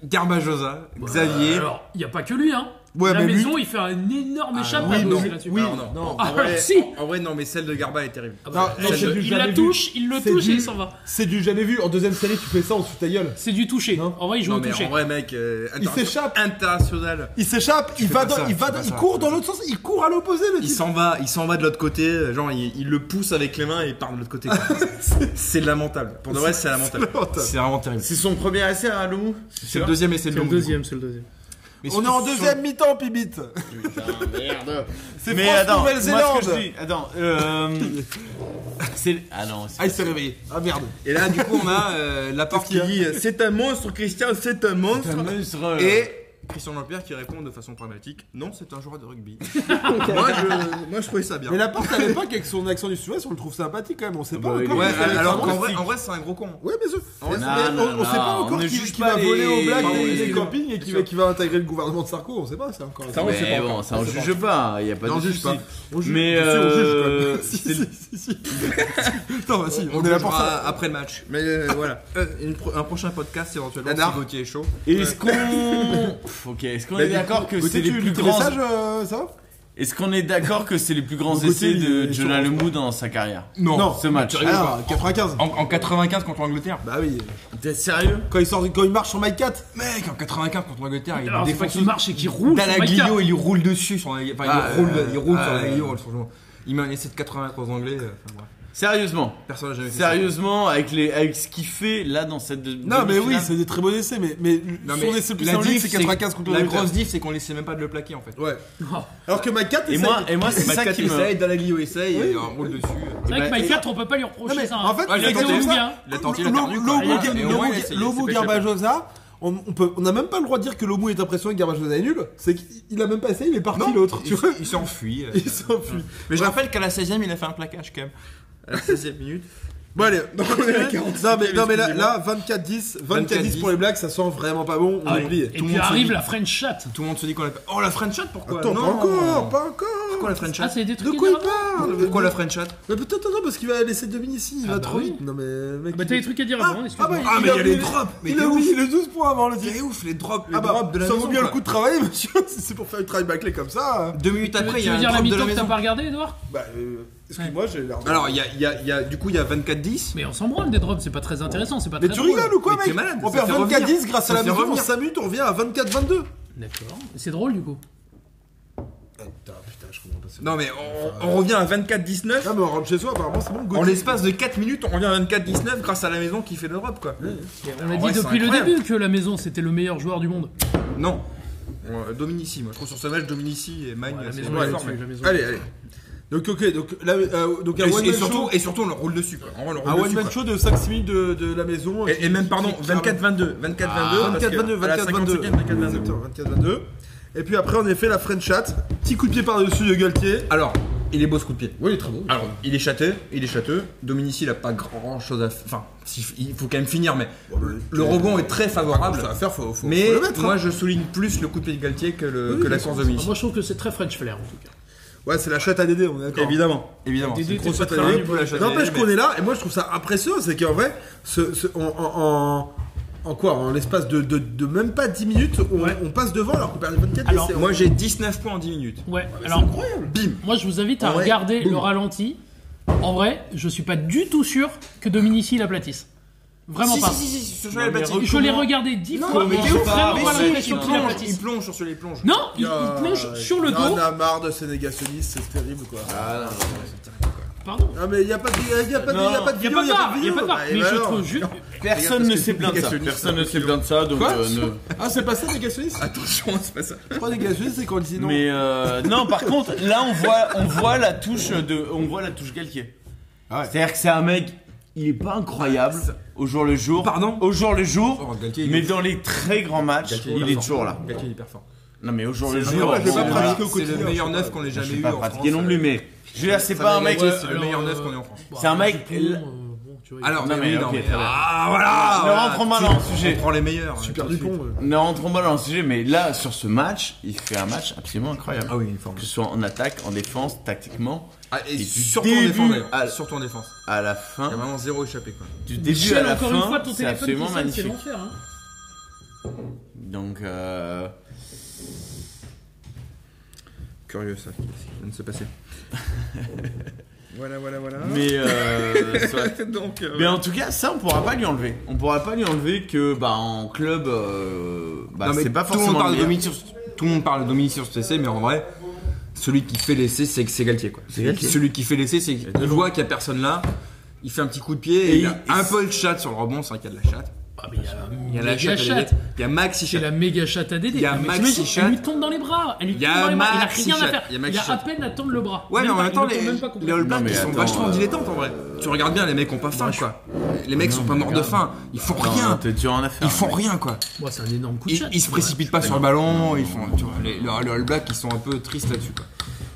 [SPEAKER 10] Garbajosa, Xavier.
[SPEAKER 9] Alors, il n'y a pas que lui, hein.
[SPEAKER 10] Ouais,
[SPEAKER 9] la
[SPEAKER 10] mais lui-
[SPEAKER 9] maison, il fait un énorme échappe à
[SPEAKER 10] oui, non,
[SPEAKER 9] Lomu là-dessus.
[SPEAKER 10] oui,
[SPEAKER 9] Ah,
[SPEAKER 10] non, non. Ah,
[SPEAKER 9] Ah,
[SPEAKER 10] en vrai,
[SPEAKER 9] si
[SPEAKER 10] en- en vrai, non, mais celle de Garba elle est terrible.
[SPEAKER 9] non,
[SPEAKER 10] Celle
[SPEAKER 9] c'est
[SPEAKER 10] de-
[SPEAKER 9] du Il la jamais vu. touche, il le bah, touche et il s'en va.
[SPEAKER 8] C'est du jamais vu. En deuxième série, tu fais ça, on se fout ta gueule.
[SPEAKER 9] C'est du toucher. En vrai, il
[SPEAKER 10] Non, mais en vrai, mec, euh,
[SPEAKER 8] Il
[SPEAKER 10] international-
[SPEAKER 8] s'échappe.
[SPEAKER 10] International.
[SPEAKER 8] Il s'échappe, il
[SPEAKER 10] fais
[SPEAKER 8] va
[SPEAKER 10] pas
[SPEAKER 8] dans,
[SPEAKER 10] ça,
[SPEAKER 8] il va
[SPEAKER 10] tu fais
[SPEAKER 8] dans-
[SPEAKER 10] pas
[SPEAKER 8] il
[SPEAKER 10] ça.
[SPEAKER 8] court dans l'autre sens, il court à l'opposé le
[SPEAKER 10] Il
[SPEAKER 8] type.
[SPEAKER 10] s'en va, il s'en va de l'autre côté, genre il, il le pousse avec les mains et il part de l'autre côté. quoi. c'est lamentable. Pour de vrai, c'est lamentable.
[SPEAKER 11] C'est vraiment terrible.
[SPEAKER 10] C'est son premier essai hein, à Lomou
[SPEAKER 11] C'est le deuxième essai de Lomou,
[SPEAKER 9] c'est le deuxième.
[SPEAKER 8] On est en deuxième mi-temps, Pibit.
[SPEAKER 11] Merde.
[SPEAKER 8] C'est
[SPEAKER 11] Mais
[SPEAKER 8] France,
[SPEAKER 11] attends, moi,
[SPEAKER 8] Nouvelle-Zélande.
[SPEAKER 11] ce que je dis- Attends, euh, c'est ah non,
[SPEAKER 8] Ah, il s'est réveillé. Ah merde.
[SPEAKER 10] Et là, du coup, on a euh, la porte qui dit euh, C'est un monstre, Christian, c'est un monstre. Et Christian Lampierre qui répond de façon pragmatique Non, c'est un joueur de rugby. moi, je, moi, je trouvais ça bien.
[SPEAKER 8] Mais la porte à l'époque avec son accent du sud-ouest, on le trouve sympathique quand même. On sait pas
[SPEAKER 10] Ouais,
[SPEAKER 8] encore.
[SPEAKER 10] ouais,
[SPEAKER 8] qui fait
[SPEAKER 10] alors
[SPEAKER 8] l'extrême
[SPEAKER 10] qu'en
[SPEAKER 8] droite.
[SPEAKER 10] vrai, en vrai, c'est un gros con.
[SPEAKER 8] Ouais, mais c'est-
[SPEAKER 10] En vrai,
[SPEAKER 8] mais
[SPEAKER 10] c'est-
[SPEAKER 8] on, on sait pas encore
[SPEAKER 10] ne
[SPEAKER 8] qui,
[SPEAKER 10] juge
[SPEAKER 8] qui
[SPEAKER 10] pas
[SPEAKER 8] va
[SPEAKER 10] les-
[SPEAKER 8] voler aux blagues
[SPEAKER 10] Pardon,
[SPEAKER 8] et des
[SPEAKER 10] excusez-moi.
[SPEAKER 8] campings et qui, va, qui va intégrer le gouvernement de Sarko. On sait pas, c'est encore.
[SPEAKER 11] Ça, on sait pas bon, ça on juge pas, il y a pas
[SPEAKER 8] Non, on
[SPEAKER 11] de
[SPEAKER 8] juge
[SPEAKER 11] souci.
[SPEAKER 8] pas. On juge-
[SPEAKER 11] Mais
[SPEAKER 8] Si, on juge, quand même.
[SPEAKER 11] euh,
[SPEAKER 8] Si,
[SPEAKER 11] c'est-
[SPEAKER 8] Attends, vas-y,
[SPEAKER 10] on,
[SPEAKER 8] on
[SPEAKER 10] est
[SPEAKER 8] est là pour ça.
[SPEAKER 10] Après le match. Mais euh, voilà. Euh, une pro- un prochain podcast, éventuellement, si Gauthier est chaud.
[SPEAKER 11] Est-ce qu'on Pff, OK, est-ce qu'on
[SPEAKER 10] Bah,
[SPEAKER 11] est
[SPEAKER 10] du
[SPEAKER 11] d'accord
[SPEAKER 10] coup,
[SPEAKER 11] que
[SPEAKER 10] Gauthier,
[SPEAKER 11] c'est les
[SPEAKER 10] tu
[SPEAKER 11] plus
[SPEAKER 10] lis tes
[SPEAKER 11] grands
[SPEAKER 10] messages,
[SPEAKER 8] euh, ça va
[SPEAKER 11] Est-ce qu'on est d'accord que c'est les plus grands
[SPEAKER 10] Gauthier,
[SPEAKER 11] essais
[SPEAKER 10] il
[SPEAKER 11] de
[SPEAKER 10] est
[SPEAKER 11] Jonah
[SPEAKER 10] sur-
[SPEAKER 11] Lemoux dans sa carrière
[SPEAKER 10] Non.
[SPEAKER 11] ce match.
[SPEAKER 8] Ah, 95.
[SPEAKER 10] En, en 95 contre l'Angleterre
[SPEAKER 8] Bah oui.
[SPEAKER 11] T'es sérieux
[SPEAKER 8] Quand il, sort, quand il marche sur Mike 4.
[SPEAKER 10] Mec, en 95 contre l'Angleterre, il
[SPEAKER 9] Alors, c'est pas
[SPEAKER 10] défonce
[SPEAKER 9] qu'il marche et qu'il roule. sur Maïka.
[SPEAKER 10] Dalaglio, il lui roule dessus. sur- Enfin,
[SPEAKER 11] Ah,
[SPEAKER 10] il roule,
[SPEAKER 11] euh,
[SPEAKER 10] il roule sur
[SPEAKER 11] ah,
[SPEAKER 10] Dalaglio,
[SPEAKER 11] euh.
[SPEAKER 10] on le surjoue. Il met un essai de 83 anglais. euh, Enfin, bref.
[SPEAKER 11] Sérieusement.
[SPEAKER 10] Personne n'a jamais fait ça.
[SPEAKER 11] Sérieusement avec les avec ce qu'il fait là dans cette de-
[SPEAKER 8] Non, mais oui,
[SPEAKER 11] demi-finale.
[SPEAKER 8] c'est des très bons essais, mais, mais
[SPEAKER 10] Non,
[SPEAKER 8] son
[SPEAKER 10] mais
[SPEAKER 8] essai plus
[SPEAKER 10] la
[SPEAKER 8] en ligne,
[SPEAKER 10] diff,
[SPEAKER 8] c'est
[SPEAKER 10] c'est-
[SPEAKER 8] 95 contre
[SPEAKER 10] La
[SPEAKER 8] l'Angleterre.
[SPEAKER 10] grosse diff, c'est qu'on laissait même pas de le plaquer en fait.
[SPEAKER 8] Ouais. Alors que Mike 4
[SPEAKER 11] Et moi et moi c'est ça qui me
[SPEAKER 10] essaye, Dalaglio essaye, et on roule dessus.
[SPEAKER 11] Eh
[SPEAKER 9] C'est vrai que
[SPEAKER 11] ben,
[SPEAKER 9] Mike 4, on peut pas lui reprocher
[SPEAKER 8] Non, mais
[SPEAKER 9] ça.
[SPEAKER 8] en fait,
[SPEAKER 9] hein.
[SPEAKER 8] il a
[SPEAKER 9] Avec
[SPEAKER 8] tenté
[SPEAKER 9] Lomu,
[SPEAKER 8] ça.
[SPEAKER 9] hein.
[SPEAKER 10] Il a tenté, il a
[SPEAKER 8] Lo-
[SPEAKER 10] perdu,
[SPEAKER 8] Lo-
[SPEAKER 10] quoi.
[SPEAKER 8] Lomo-
[SPEAKER 10] Et au moins,
[SPEAKER 8] Lomo-
[SPEAKER 10] il a essayé,
[SPEAKER 8] Lomo
[SPEAKER 10] il s'est pas
[SPEAKER 8] Garbajosa, on, on peut, on n'a même pas le droit de dire que Lomo est impressionnant et que Garbajosa est nul. C'est qu'il a même pas essayé, il est parti l'autre. Tu
[SPEAKER 10] il,
[SPEAKER 8] vois
[SPEAKER 10] il s'enfuit. euh.
[SPEAKER 8] Il s'enfuit.
[SPEAKER 10] Mais je rappelle qu'à la 16ème, il a fait un plaquage quand même. À la 16ème minute.
[SPEAKER 8] Bon allez, donc on est à
[SPEAKER 10] 46.
[SPEAKER 8] Non mais, non, mais là, là 24-10, 24-10 pour
[SPEAKER 10] 24-10.
[SPEAKER 8] les blagues, ça sent vraiment pas bon, on
[SPEAKER 9] Ah ouais.
[SPEAKER 8] oublie.
[SPEAKER 9] Et
[SPEAKER 10] Tout le
[SPEAKER 9] puis
[SPEAKER 10] monde se
[SPEAKER 9] arrive
[SPEAKER 10] dit-
[SPEAKER 9] la French Chat.
[SPEAKER 10] Tout le monde se dit qu'on l'a pas. Oh la French Chat, pourquoi
[SPEAKER 8] Attends, pas
[SPEAKER 10] Non.
[SPEAKER 8] encore, pas encore
[SPEAKER 10] Pourquoi la French
[SPEAKER 9] Ah,
[SPEAKER 10] Chat
[SPEAKER 9] c'est des
[SPEAKER 8] De
[SPEAKER 9] trucs
[SPEAKER 8] quoi il
[SPEAKER 9] énervants.
[SPEAKER 8] parle
[SPEAKER 10] Pourquoi la French Chat
[SPEAKER 8] Mais peut-être attends parce qu'il va laisser deviner ici, il
[SPEAKER 9] Ah
[SPEAKER 8] va
[SPEAKER 9] bah
[SPEAKER 8] trop
[SPEAKER 9] oui.
[SPEAKER 8] vite. Non mais mec.
[SPEAKER 9] Ah Bah,
[SPEAKER 8] il-
[SPEAKER 9] t'as des trucs à dire
[SPEAKER 8] Ah,
[SPEAKER 9] avant,
[SPEAKER 8] ah bah,
[SPEAKER 9] excuse-moi.
[SPEAKER 10] Ah, mais il y a
[SPEAKER 8] oublié-
[SPEAKER 10] les drops, mais
[SPEAKER 8] Il
[SPEAKER 10] t'es
[SPEAKER 8] a
[SPEAKER 10] ouf.
[SPEAKER 8] oublié les 12 points avant le titre.
[SPEAKER 10] C'est ouf, les drops, les
[SPEAKER 8] Ah bah,
[SPEAKER 10] drops de la
[SPEAKER 8] ça
[SPEAKER 10] maison,
[SPEAKER 8] vaut bien le
[SPEAKER 10] quoi.
[SPEAKER 8] coup de travail, monsieur, si c'est pour faire une travail bâclé comme ça. hein.
[SPEAKER 10] Deux minutes
[SPEAKER 9] Tu veux-
[SPEAKER 10] après, il y
[SPEAKER 9] tu
[SPEAKER 10] a
[SPEAKER 9] veux
[SPEAKER 10] un
[SPEAKER 9] dire la
[SPEAKER 10] drop de la
[SPEAKER 9] mi-temps que t'as
[SPEAKER 10] maison.
[SPEAKER 9] pas regardé, Edouard
[SPEAKER 8] Bah, euh, excuse-moi, j'ai l'air.
[SPEAKER 10] Alors, il y a, il y a- il y a- du coup, il y a 24-10.
[SPEAKER 9] Mais on s'en branle des drops, c'est pas très intéressant, c'est pas
[SPEAKER 8] Mais
[SPEAKER 9] très
[SPEAKER 8] tu
[SPEAKER 9] drôle.
[SPEAKER 8] rigoles ou quoi,
[SPEAKER 10] Mais t'es
[SPEAKER 8] mec
[SPEAKER 10] malade,
[SPEAKER 8] On
[SPEAKER 10] ça
[SPEAKER 8] perd
[SPEAKER 10] fait revenir.
[SPEAKER 8] 24-10 grâce à
[SPEAKER 10] Ça
[SPEAKER 8] la
[SPEAKER 10] fait
[SPEAKER 8] maison, en
[SPEAKER 10] revenir.
[SPEAKER 8] 5 minutes, on revient à 24-22.
[SPEAKER 9] D'accord. C'est drôle du coup.
[SPEAKER 8] Eh, Putain, putain, je comprends pas ça.
[SPEAKER 10] Non, mais on, on revient à 24-19.
[SPEAKER 8] Non, Ah, mais on rentre chez soi, apparemment, c'est bon,
[SPEAKER 10] En
[SPEAKER 8] Gauthier.
[SPEAKER 10] l'espace de 4 minutes, on revient à 24-19 grâce à la maison qui fait l'Europe, quoi.
[SPEAKER 9] On a
[SPEAKER 10] En
[SPEAKER 9] dit
[SPEAKER 10] vrai, c'est
[SPEAKER 9] depuis le
[SPEAKER 10] incroyable.
[SPEAKER 9] début que la maison c'était le meilleur joueur du monde.
[SPEAKER 10] Non. Euh, Dominici, moi je trouve sur ce match Dominici et Magne.
[SPEAKER 9] Ouais, la
[SPEAKER 10] c'est-
[SPEAKER 9] maison,
[SPEAKER 10] ouais,
[SPEAKER 9] elle est
[SPEAKER 10] fort,
[SPEAKER 9] dessus,
[SPEAKER 10] mais-
[SPEAKER 9] la maison.
[SPEAKER 8] Allez, allez. Donc, ok, donc là, euh, donc un
[SPEAKER 10] et,
[SPEAKER 8] one-man
[SPEAKER 10] et surtout,
[SPEAKER 8] show.
[SPEAKER 10] et surtout, on leur roule dessus. Quoi. En vrai, on leur
[SPEAKER 8] Un
[SPEAKER 10] roule dessus,
[SPEAKER 8] one-man
[SPEAKER 10] quoi.
[SPEAKER 8] show de 5 minutes de, de la maison.
[SPEAKER 10] Et, et même, pardon, 24-22. 24-22.
[SPEAKER 8] Ah, 24-22, 24-22.
[SPEAKER 10] 24-22.
[SPEAKER 8] Exactement, 24-22. Et puis après, en effet, la French chat. Petit coup de pied par-dessus de Galtier.
[SPEAKER 10] Alors, il est beau ce coup de pied.
[SPEAKER 8] Oui, il est très beau.
[SPEAKER 10] Alors, il est châteux, il est châteux. Dominici, il a pas grand chose à. f- Enfin, s'il- il faut quand même finir, mais le rebond est très favorable.
[SPEAKER 8] euh, Ça va faire, faut, faut,
[SPEAKER 10] Mais
[SPEAKER 8] faut le mettre. hein.
[SPEAKER 10] moi, je souligne plus le coup de pied de Galtier que, le, que la course de
[SPEAKER 9] Ah,
[SPEAKER 10] Dominici.
[SPEAKER 9] Moi je trouve que c'est très French flair en tout cas.
[SPEAKER 8] Ouais, c'est la chatte à Dédé, on est d'accord.
[SPEAKER 10] Évidemment, évidemment.
[SPEAKER 9] Dédé,
[SPEAKER 10] C'est une
[SPEAKER 9] t'es
[SPEAKER 10] grosse
[SPEAKER 9] pas très
[SPEAKER 10] attaque.
[SPEAKER 9] loin du
[SPEAKER 10] La chatte à
[SPEAKER 8] N'empêche
[SPEAKER 10] Dédé,
[SPEAKER 8] qu'on
[SPEAKER 10] mais-
[SPEAKER 8] est là, et moi je trouve ça impressionnant, c'est qu'en vrai, ce, ce- en, en- en- en quoi En l'espace de, de- de même pas 10 minutes, on, on passe devant alors qu'on perd les 24
[SPEAKER 9] Alors,
[SPEAKER 8] c'est-
[SPEAKER 10] Moi, j'ai 19 points en 10 minutes.
[SPEAKER 9] Ouais, alors
[SPEAKER 10] Bim
[SPEAKER 9] moi je vous invite à
[SPEAKER 10] En vrai,
[SPEAKER 9] regarder
[SPEAKER 10] boum.
[SPEAKER 9] le ralenti. En vrai, je suis pas du tout sûr que Dominici l'aplatisse. Vraiment
[SPEAKER 10] si,
[SPEAKER 9] Ah, pas.
[SPEAKER 10] Si, si, si, sur Joël Baptiste.
[SPEAKER 9] Je l'ai regardé dix
[SPEAKER 10] Non,
[SPEAKER 9] fois,
[SPEAKER 10] mais
[SPEAKER 9] j'ai
[SPEAKER 10] t'es ouf,
[SPEAKER 9] vraiment
[SPEAKER 10] mais
[SPEAKER 9] pas
[SPEAKER 10] si,
[SPEAKER 9] l'impression
[SPEAKER 10] il
[SPEAKER 9] qu'il
[SPEAKER 10] plonge,
[SPEAKER 9] aplatisse.
[SPEAKER 10] il plonge sur les plonges.
[SPEAKER 9] Non, il,
[SPEAKER 8] Ah,
[SPEAKER 9] il plonge sur le
[SPEAKER 8] il y
[SPEAKER 9] dos.
[SPEAKER 8] en a marre de ces négationnistes, c'est terrible quoi.
[SPEAKER 9] Pardon.
[SPEAKER 8] Ah, mais il n'y a pas de il y a pas de- il y a pas de
[SPEAKER 9] Il y a
[SPEAKER 8] vidéo,
[SPEAKER 9] pas de
[SPEAKER 8] il y a
[SPEAKER 9] barre,
[SPEAKER 8] pas
[SPEAKER 9] il y a
[SPEAKER 8] de vidéo.
[SPEAKER 9] pas de barre.
[SPEAKER 8] Bah,
[SPEAKER 9] Mais
[SPEAKER 8] bah
[SPEAKER 9] je
[SPEAKER 8] alors.
[SPEAKER 9] trouve juste.
[SPEAKER 11] Personne ne s'est plaint de ça. Personne ne s'est plaint de ça, donc.
[SPEAKER 8] Quoi
[SPEAKER 11] euh, ne-
[SPEAKER 8] Ah, c'est pas ça, négationnistes
[SPEAKER 11] Attention, c'est pas ça.
[SPEAKER 8] Je crois négationniste, c'est quand on dit non.
[SPEAKER 11] Mais euh, non, par contre, là on voit, on voit la touche de, on voit la touche Galtier. C'est-à-dire que c'est un mec, il est pas incroyable au jour le jour. Pardon. Au jour le jour.
[SPEAKER 10] Oh, Galtier, il
[SPEAKER 11] mais
[SPEAKER 10] est-
[SPEAKER 11] dans les très grands matchs,
[SPEAKER 10] Galtier,
[SPEAKER 11] il
[SPEAKER 10] hyper
[SPEAKER 11] est
[SPEAKER 10] fort.
[SPEAKER 11] toujours là.
[SPEAKER 10] Galtier, il est hyper fort.
[SPEAKER 11] Non mais au jour
[SPEAKER 10] C'est-
[SPEAKER 11] le
[SPEAKER 10] Ah,
[SPEAKER 11] jour.
[SPEAKER 10] mais moi, je l'ai pas
[SPEAKER 11] on-
[SPEAKER 10] pratiqué au
[SPEAKER 11] c'est
[SPEAKER 10] quotidien,
[SPEAKER 11] le
[SPEAKER 10] je sais
[SPEAKER 11] meilleur
[SPEAKER 10] pas.
[SPEAKER 11] neuf qu'on ait
[SPEAKER 10] Je
[SPEAKER 11] jamais
[SPEAKER 10] l'ai
[SPEAKER 11] eu.
[SPEAKER 10] pas
[SPEAKER 11] en
[SPEAKER 10] pratiqué
[SPEAKER 11] France.
[SPEAKER 10] non plus, mais-
[SPEAKER 11] Je veux dire, c'est
[SPEAKER 10] hein. Ça
[SPEAKER 11] pas un
[SPEAKER 10] veut dire,
[SPEAKER 11] mec.
[SPEAKER 10] ouais, c'est le meilleur neuf qu'on ait en France.
[SPEAKER 11] C'est un mec.
[SPEAKER 10] Alors,
[SPEAKER 11] euh, non,
[SPEAKER 10] mais
[SPEAKER 11] mais,
[SPEAKER 10] oui, non,
[SPEAKER 11] ok,
[SPEAKER 10] mais-
[SPEAKER 11] très bien.
[SPEAKER 10] Ah, voilà
[SPEAKER 11] Ne rentrons pas dans le
[SPEAKER 10] On
[SPEAKER 11] sujet.
[SPEAKER 10] prend les meilleurs, hein,
[SPEAKER 11] Super
[SPEAKER 10] tout de
[SPEAKER 11] Dupont.
[SPEAKER 10] suite.
[SPEAKER 11] Ne rentrons pas dans le sujet, mais là, sur ce match, il fait un match absolument incroyable.
[SPEAKER 10] Ah oui,
[SPEAKER 11] Que ce soit en attaque, en défense, tactiquement.
[SPEAKER 10] Ah, et
[SPEAKER 11] du
[SPEAKER 10] surtout en
[SPEAKER 11] début
[SPEAKER 10] défense, d'ailleurs.
[SPEAKER 11] à-
[SPEAKER 10] Surtout en défense.
[SPEAKER 11] À la fin.
[SPEAKER 10] Il y a vraiment zéro échappé, quoi.
[SPEAKER 11] Du début à
[SPEAKER 9] Michel,
[SPEAKER 11] la
[SPEAKER 9] encore
[SPEAKER 11] fin,
[SPEAKER 9] une fois, ton
[SPEAKER 11] c'est
[SPEAKER 9] téléphone
[SPEAKER 11] absolument
[SPEAKER 9] qui sonne, c'est
[SPEAKER 11] magnifique.
[SPEAKER 9] l'enfer. hein.
[SPEAKER 11] Donc, euh,
[SPEAKER 10] Curieux, ça, ce qui vient de se passer. voilà, voilà, voilà.
[SPEAKER 11] mais euh, soit.
[SPEAKER 10] Ah. Donc, euh,
[SPEAKER 11] mais en tout cas, ça, on pourra pas lui enlever. On pourra pas lui enlever que, bah, en club, euh, bah,
[SPEAKER 10] Non, mais
[SPEAKER 11] c'est pas
[SPEAKER 10] tout le monde
[SPEAKER 11] forcément.
[SPEAKER 10] parle de
[SPEAKER 11] le
[SPEAKER 10] Dominique
[SPEAKER 11] meilleur.
[SPEAKER 10] sur tout le monde parle de Dominique sur cet essai, mais en vrai, celui qui fait l'essai, c'est c'est Galtier quoi.
[SPEAKER 11] C'est Galtier.
[SPEAKER 10] Celui qui fait l'essai, c'est il voit qu'il y a personne là, il fait un petit coup de pied et,
[SPEAKER 11] Et
[SPEAKER 10] il
[SPEAKER 11] il-
[SPEAKER 10] a un peu le chat sur le rebond, c'est vrai qu'il y a de la chatte. Il y a la
[SPEAKER 9] méga
[SPEAKER 10] chatte, à
[SPEAKER 9] chatte.
[SPEAKER 10] Dédé. il y a Maxi
[SPEAKER 9] C'est
[SPEAKER 10] chatte.
[SPEAKER 9] la méga chatte à Dédé.
[SPEAKER 10] Il y a
[SPEAKER 9] Mais
[SPEAKER 10] Maxi
[SPEAKER 9] t'imagines,
[SPEAKER 10] chatte.
[SPEAKER 9] Elle lui tombe dans les bras. Elle lui
[SPEAKER 10] Il
[SPEAKER 9] tombe
[SPEAKER 10] y a
[SPEAKER 9] dans les bras. Il a
[SPEAKER 10] Maxi
[SPEAKER 9] rien à
[SPEAKER 10] chatte.
[SPEAKER 9] faire.
[SPEAKER 10] Il y a Maxi
[SPEAKER 9] Il a à
[SPEAKER 10] chatte.
[SPEAKER 9] peine à tendre le bras.
[SPEAKER 10] Ouais, mais
[SPEAKER 9] Même
[SPEAKER 10] en
[SPEAKER 9] pas-
[SPEAKER 10] même
[SPEAKER 9] il
[SPEAKER 10] temps,
[SPEAKER 9] ne tombe
[SPEAKER 10] les,
[SPEAKER 9] même pas complètement.
[SPEAKER 10] les All
[SPEAKER 11] Non,
[SPEAKER 10] Blacks,
[SPEAKER 11] mais
[SPEAKER 10] ils sont
[SPEAKER 11] attends,
[SPEAKER 10] vachement
[SPEAKER 11] euh,
[SPEAKER 10] dilettantes en vrai. Tu regardes bien, les mecs ont pas faim quoi. Les mecs sont pas morts de faim, ils font
[SPEAKER 11] Non,
[SPEAKER 10] rien.
[SPEAKER 11] t'es dur en affaire.
[SPEAKER 10] Ils font rien quoi.
[SPEAKER 9] Moi, c'est un énorme coup de
[SPEAKER 10] Ils,
[SPEAKER 9] chatte.
[SPEAKER 10] ils se précipitent pas sur le ballon, ils font. Tu vois, les, les All Blacks, ils sont un peu tristes là-dessus quoi.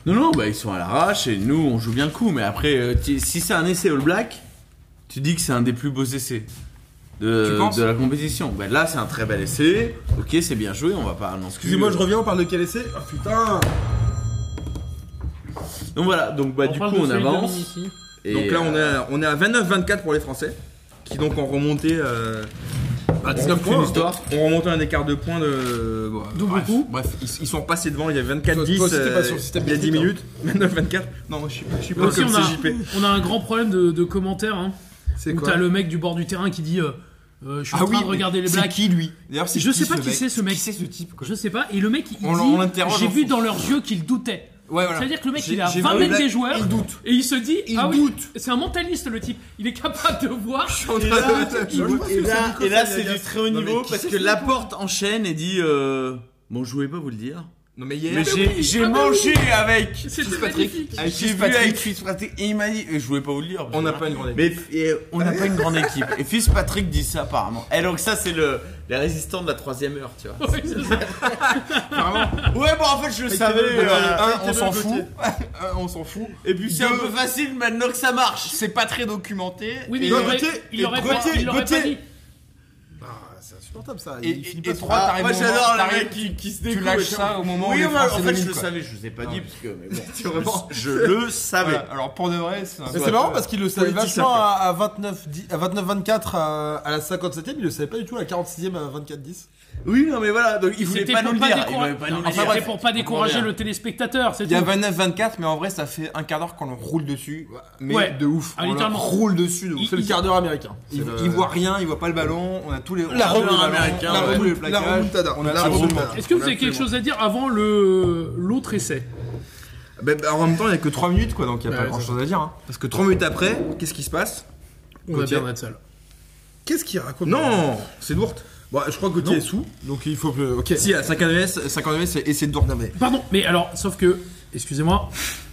[SPEAKER 11] Non, non, bah, ils sont à l'arrache et nous, on joue bien le coup. Mais après, euh, tu- si c'est un essai All Black, tu dis que c'est un des plus beaux essais
[SPEAKER 10] Tu
[SPEAKER 11] de,
[SPEAKER 10] penses
[SPEAKER 11] de la compétition. Bah, là, c'est un très bel essai. Ok, c'est bien joué, on va pas annoncer.
[SPEAKER 8] Excusez-moi, je reviens, on parle de quel essai Ah putain
[SPEAKER 11] Donc voilà, donc bah, du
[SPEAKER 9] parle
[SPEAKER 11] coup,
[SPEAKER 9] de
[SPEAKER 11] on
[SPEAKER 9] celui de
[SPEAKER 11] avance.
[SPEAKER 9] Dominici.
[SPEAKER 11] Et,
[SPEAKER 10] Donc là, on est
[SPEAKER 11] euh,
[SPEAKER 10] à, on est à 29-24 pour les Français, qui donc ont remonté. Euh,
[SPEAKER 8] Ah,
[SPEAKER 10] ont
[SPEAKER 8] 19
[SPEAKER 10] remonté
[SPEAKER 8] points.
[SPEAKER 10] une histoire. Ont remonté un écart de points de. bon,
[SPEAKER 9] Double
[SPEAKER 10] bref,
[SPEAKER 9] coup.
[SPEAKER 10] Bref, ils, ils sont passés devant, il y a
[SPEAKER 8] Toi- toi
[SPEAKER 10] 24-10.
[SPEAKER 8] aussi, t'es pas sur
[SPEAKER 10] euh,
[SPEAKER 8] le système
[SPEAKER 10] il y a 10 minutes.
[SPEAKER 8] métrique,
[SPEAKER 10] 29-24. Non, moi, je suis pas, je suis pas
[SPEAKER 9] Aussi,
[SPEAKER 10] comme
[SPEAKER 9] on a,
[SPEAKER 10] CJP.
[SPEAKER 9] on a un grand problème de, de commentaires. Hein,
[SPEAKER 10] C'est
[SPEAKER 9] où
[SPEAKER 10] quoi
[SPEAKER 9] t'as le mec du bord du terrain qui dit euh, euh, Je suis
[SPEAKER 10] Ah
[SPEAKER 9] en train
[SPEAKER 10] oui,
[SPEAKER 9] de regarder les
[SPEAKER 10] c'est
[SPEAKER 9] blagues.
[SPEAKER 10] qui lui D'ailleurs, c'est
[SPEAKER 9] Je
[SPEAKER 10] qui
[SPEAKER 9] sais pas
[SPEAKER 10] ce
[SPEAKER 9] qui
[SPEAKER 10] mec
[SPEAKER 9] c'est ce mec.
[SPEAKER 10] Qui c'est ce type quoi
[SPEAKER 9] Je sais pas. Et le mec, il
[SPEAKER 10] On l- on
[SPEAKER 9] dit
[SPEAKER 10] l'interroge
[SPEAKER 9] J'ai
[SPEAKER 10] en
[SPEAKER 9] vu
[SPEAKER 10] fond.
[SPEAKER 9] dans leurs yeux qu'ils doutaient.
[SPEAKER 10] Ouais, voilà.
[SPEAKER 9] C'est-à-dire que le mec,
[SPEAKER 10] J'ai-
[SPEAKER 9] il est à
[SPEAKER 10] j'ai
[SPEAKER 9] 20
[SPEAKER 10] vu
[SPEAKER 9] mètres
[SPEAKER 10] la-
[SPEAKER 9] des joueurs.
[SPEAKER 10] Il doute.
[SPEAKER 9] Et il se dit
[SPEAKER 10] Il
[SPEAKER 9] Ah oui,
[SPEAKER 10] doute.
[SPEAKER 9] c'est un mentaliste le type. Il est capable de voir.
[SPEAKER 11] Et là, et là- et là, c'est du très haut niveau parce que Laporte enchaîne et dit euh, Bon, je voulais pas vous le dire.
[SPEAKER 10] Non, mais hier.
[SPEAKER 11] Mais
[SPEAKER 9] oui,
[SPEAKER 11] j'ai j'ai
[SPEAKER 9] ah bah
[SPEAKER 11] mangé avec
[SPEAKER 9] C'était
[SPEAKER 10] Fitzpatrick.
[SPEAKER 9] magnifique.
[SPEAKER 10] Avec
[SPEAKER 11] J'ai vu
[SPEAKER 10] Fitzpatrick.
[SPEAKER 11] avec Fitzpatrick et il m'a dit et Je voulais pas vous le dire.
[SPEAKER 10] On n'a pas une grande équipe.
[SPEAKER 11] Mais et euh, on n'a pas une grande équipe. Et Fitzpatrick dit ça apparemment. Et donc, ça, c'est le, les résistants de la troisième heure, tu vois.
[SPEAKER 9] Ouais, c'est ça.
[SPEAKER 11] Ouais, bon, en fait, je le savais. euh,
[SPEAKER 10] un,
[SPEAKER 11] on s'en fout.
[SPEAKER 8] Ah,
[SPEAKER 10] Un, on s'en fout.
[SPEAKER 11] Et puis, c'est un peu facile maintenant que ça marche.
[SPEAKER 10] C'est pas très documenté.
[SPEAKER 9] Oui, mais
[SPEAKER 10] Et-
[SPEAKER 9] il aurait-
[SPEAKER 10] Gauthier,
[SPEAKER 9] il aurait
[SPEAKER 10] et
[SPEAKER 9] pas il
[SPEAKER 10] Gauthier,
[SPEAKER 9] aurait pas
[SPEAKER 10] Gauthier,
[SPEAKER 9] dit.
[SPEAKER 8] Ah, c'est insupportable ça.
[SPEAKER 10] Et-
[SPEAKER 8] Il finit
[SPEAKER 10] Et
[SPEAKER 8] pas
[SPEAKER 10] et
[SPEAKER 8] sur-
[SPEAKER 10] trois,
[SPEAKER 11] Ah,
[SPEAKER 10] t'arrives
[SPEAKER 11] moi
[SPEAKER 10] au moment-
[SPEAKER 11] j'adore le
[SPEAKER 10] t'arrives-
[SPEAKER 11] mec qui, qui se
[SPEAKER 10] tu
[SPEAKER 11] découvre.
[SPEAKER 10] lâches ça au moment où
[SPEAKER 11] oui,
[SPEAKER 10] les
[SPEAKER 11] moi, en
[SPEAKER 10] Français
[SPEAKER 11] fait, je
[SPEAKER 10] dominent,
[SPEAKER 11] le
[SPEAKER 10] quoi.
[SPEAKER 11] savais, je vous ai pas dit parce que. Mais bon,
[SPEAKER 10] Tu vraiment-
[SPEAKER 11] je le savais.
[SPEAKER 10] Voilà, Alors pour de vrai, c'est un
[SPEAKER 8] Mais
[SPEAKER 10] peu-
[SPEAKER 8] c'est marrant parce qu'il le savait
[SPEAKER 10] politique,
[SPEAKER 8] vachement
[SPEAKER 10] ça,
[SPEAKER 8] à, à 29 dix- à 29-24 à, à la 57ème, il le savait pas du tout à la 46ème à 24-10.
[SPEAKER 11] Oui, non, mais voilà, donc il voulait
[SPEAKER 9] C'était
[SPEAKER 11] pas nous
[SPEAKER 9] pour
[SPEAKER 11] le
[SPEAKER 9] pas
[SPEAKER 11] dire. Il voulait
[SPEAKER 9] décourager-
[SPEAKER 11] pas nous le
[SPEAKER 9] Enfin,
[SPEAKER 11] dire.
[SPEAKER 9] c'était pour pas décourager le téléspectateur. C'est
[SPEAKER 10] Il y a
[SPEAKER 9] tout.
[SPEAKER 10] 29-24, mais en vrai, ça fait un quart d'heure qu'on en roule dessus. Mais
[SPEAKER 9] Ouais.
[SPEAKER 10] de ouf.
[SPEAKER 9] Ah,
[SPEAKER 10] on leur
[SPEAKER 9] littéralement.
[SPEAKER 10] roule dessus de ouf.
[SPEAKER 9] Il-
[SPEAKER 10] C'est le quart d'heure américain. Il,
[SPEAKER 8] le-
[SPEAKER 10] il voit rien, il voit pas le ballon. On a tous les.
[SPEAKER 11] La
[SPEAKER 10] on a tous les
[SPEAKER 11] remontada
[SPEAKER 10] ballons,
[SPEAKER 11] américaine,
[SPEAKER 10] on a
[SPEAKER 11] ouais.
[SPEAKER 10] tous les
[SPEAKER 8] La
[SPEAKER 10] plaquages,
[SPEAKER 8] remontada.
[SPEAKER 10] On a
[SPEAKER 8] La
[SPEAKER 10] absolument-
[SPEAKER 8] remontada.
[SPEAKER 9] Est-ce que vous
[SPEAKER 10] on a
[SPEAKER 9] avez quelque
[SPEAKER 10] absolument-
[SPEAKER 9] chose à dire avant le l'autre essai
[SPEAKER 10] Bah, bah, En même temps, il y a que 3 minutes, quoi. Donc il y a pas
[SPEAKER 9] Ouais,
[SPEAKER 10] grand chose à dire. hein. Parce que 3 minutes après, qu'est-ce qui se passe
[SPEAKER 9] On va
[SPEAKER 10] Gauthier.
[SPEAKER 9] perdre ça.
[SPEAKER 8] Qu'est-ce qu'il raconte
[SPEAKER 10] Non C'est Dourte.
[SPEAKER 8] Bon, Bah, je crois que Gauthier est sous, donc il faut que. Ok.
[SPEAKER 10] Si, à 50 50 c'est c'est Dourte. Non, mais.
[SPEAKER 9] Pardon, mais alors, sauf que, excusez-moi,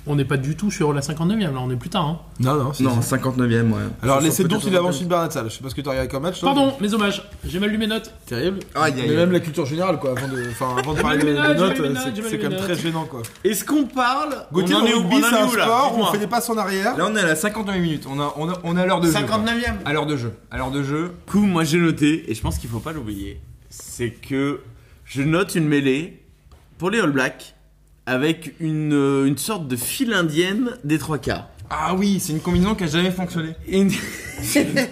[SPEAKER 9] on n'est pas du tout sur la 59 e là, on est plus tard. hein.
[SPEAKER 8] Non, non, c'est-
[SPEAKER 10] Non, 59ème, ouais.
[SPEAKER 8] Alors,
[SPEAKER 10] Ce
[SPEAKER 8] laissez
[SPEAKER 10] sont
[SPEAKER 8] donc
[SPEAKER 10] peut-être
[SPEAKER 8] il avance
[SPEAKER 10] 59e.
[SPEAKER 8] une barre salle. Je sais pas ce que t'as regardé comme match. toi,
[SPEAKER 9] Pardon, mes hommages, j'ai mal lu mes notes.
[SPEAKER 8] mais- Terrible.
[SPEAKER 10] Aïe, aïe,
[SPEAKER 8] Mais
[SPEAKER 10] aïe.
[SPEAKER 8] même la culture générale, quoi. Avant de, enfin, avant de
[SPEAKER 9] J'ai
[SPEAKER 8] parler
[SPEAKER 9] mal lu
[SPEAKER 8] de,
[SPEAKER 9] mes
[SPEAKER 8] de
[SPEAKER 9] notes, j'ai
[SPEAKER 8] notes,
[SPEAKER 9] mal lu mes
[SPEAKER 8] euh,
[SPEAKER 9] notes, j'ai
[SPEAKER 8] c'est
[SPEAKER 9] mal
[SPEAKER 8] c'est
[SPEAKER 9] lu
[SPEAKER 8] quand
[SPEAKER 9] mes
[SPEAKER 8] même très
[SPEAKER 9] notes.
[SPEAKER 8] gênant, quoi.
[SPEAKER 11] Est-ce qu'on parle
[SPEAKER 8] Gauthier,
[SPEAKER 11] On en
[SPEAKER 8] le
[SPEAKER 11] est au
[SPEAKER 8] rugby,
[SPEAKER 11] on en
[SPEAKER 8] c'est
[SPEAKER 11] est
[SPEAKER 8] un
[SPEAKER 11] où, là
[SPEAKER 8] sport, on
[SPEAKER 11] Dites-moi.
[SPEAKER 8] fait des passes en arrière.
[SPEAKER 10] Là, on est à la 59 minutes. On a, on a, on a l'heure de jeu.
[SPEAKER 11] 59e.
[SPEAKER 10] quoi. À l'heure de jeu. À l'heure de jeu.
[SPEAKER 11] Du coup, moi j'ai noté, et je pense qu'il faut pas l'oublier, c'est que je note une mêlée pour les All Blacks avec une, euh, une sorte de file indienne des trois quarts.
[SPEAKER 10] Ah oui, c'est une combinaison qui a jamais fonctionné.
[SPEAKER 11] Une-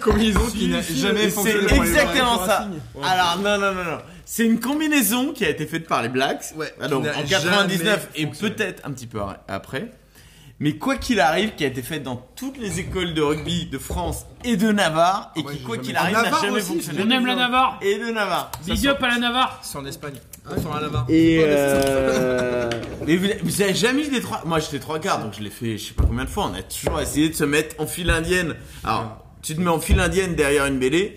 [SPEAKER 10] combinaison qui n'a jamais
[SPEAKER 11] C'est
[SPEAKER 10] fonctionné. pour les
[SPEAKER 11] exactement
[SPEAKER 10] Blacks.
[SPEAKER 11] ça. Alors, non, non, non, non. C'est une combinaison qui a été faite par les Blacks.
[SPEAKER 10] Ouais,
[SPEAKER 11] Alors,
[SPEAKER 10] qui n'a
[SPEAKER 11] en 99
[SPEAKER 10] jamais
[SPEAKER 11] et peut-être un petit peu après. Mais quoi qu'il arrive, qui a été faite dans toutes les écoles de rugby de France et de Navarre, et
[SPEAKER 10] moi,
[SPEAKER 11] qui,
[SPEAKER 10] j'ai
[SPEAKER 11] quoi
[SPEAKER 10] jamais-
[SPEAKER 11] qu'il arrive, n'a
[SPEAKER 8] Navarre
[SPEAKER 11] jamais
[SPEAKER 8] aussi,
[SPEAKER 11] fonctionné.
[SPEAKER 9] On aime la Navarre,
[SPEAKER 11] Et de Navarre.
[SPEAKER 9] big up à la Navarre.
[SPEAKER 10] C'est en Espagne. Ah, sur la Navarre.
[SPEAKER 11] Et euh... mais vous, vous avez jamais eu des trois Moi j'étais trois quarts donc je l'ai fait je sais pas combien de fois. On a toujours essayé de se mettre en file indienne. Alors tu te mets en file indienne derrière une mêlée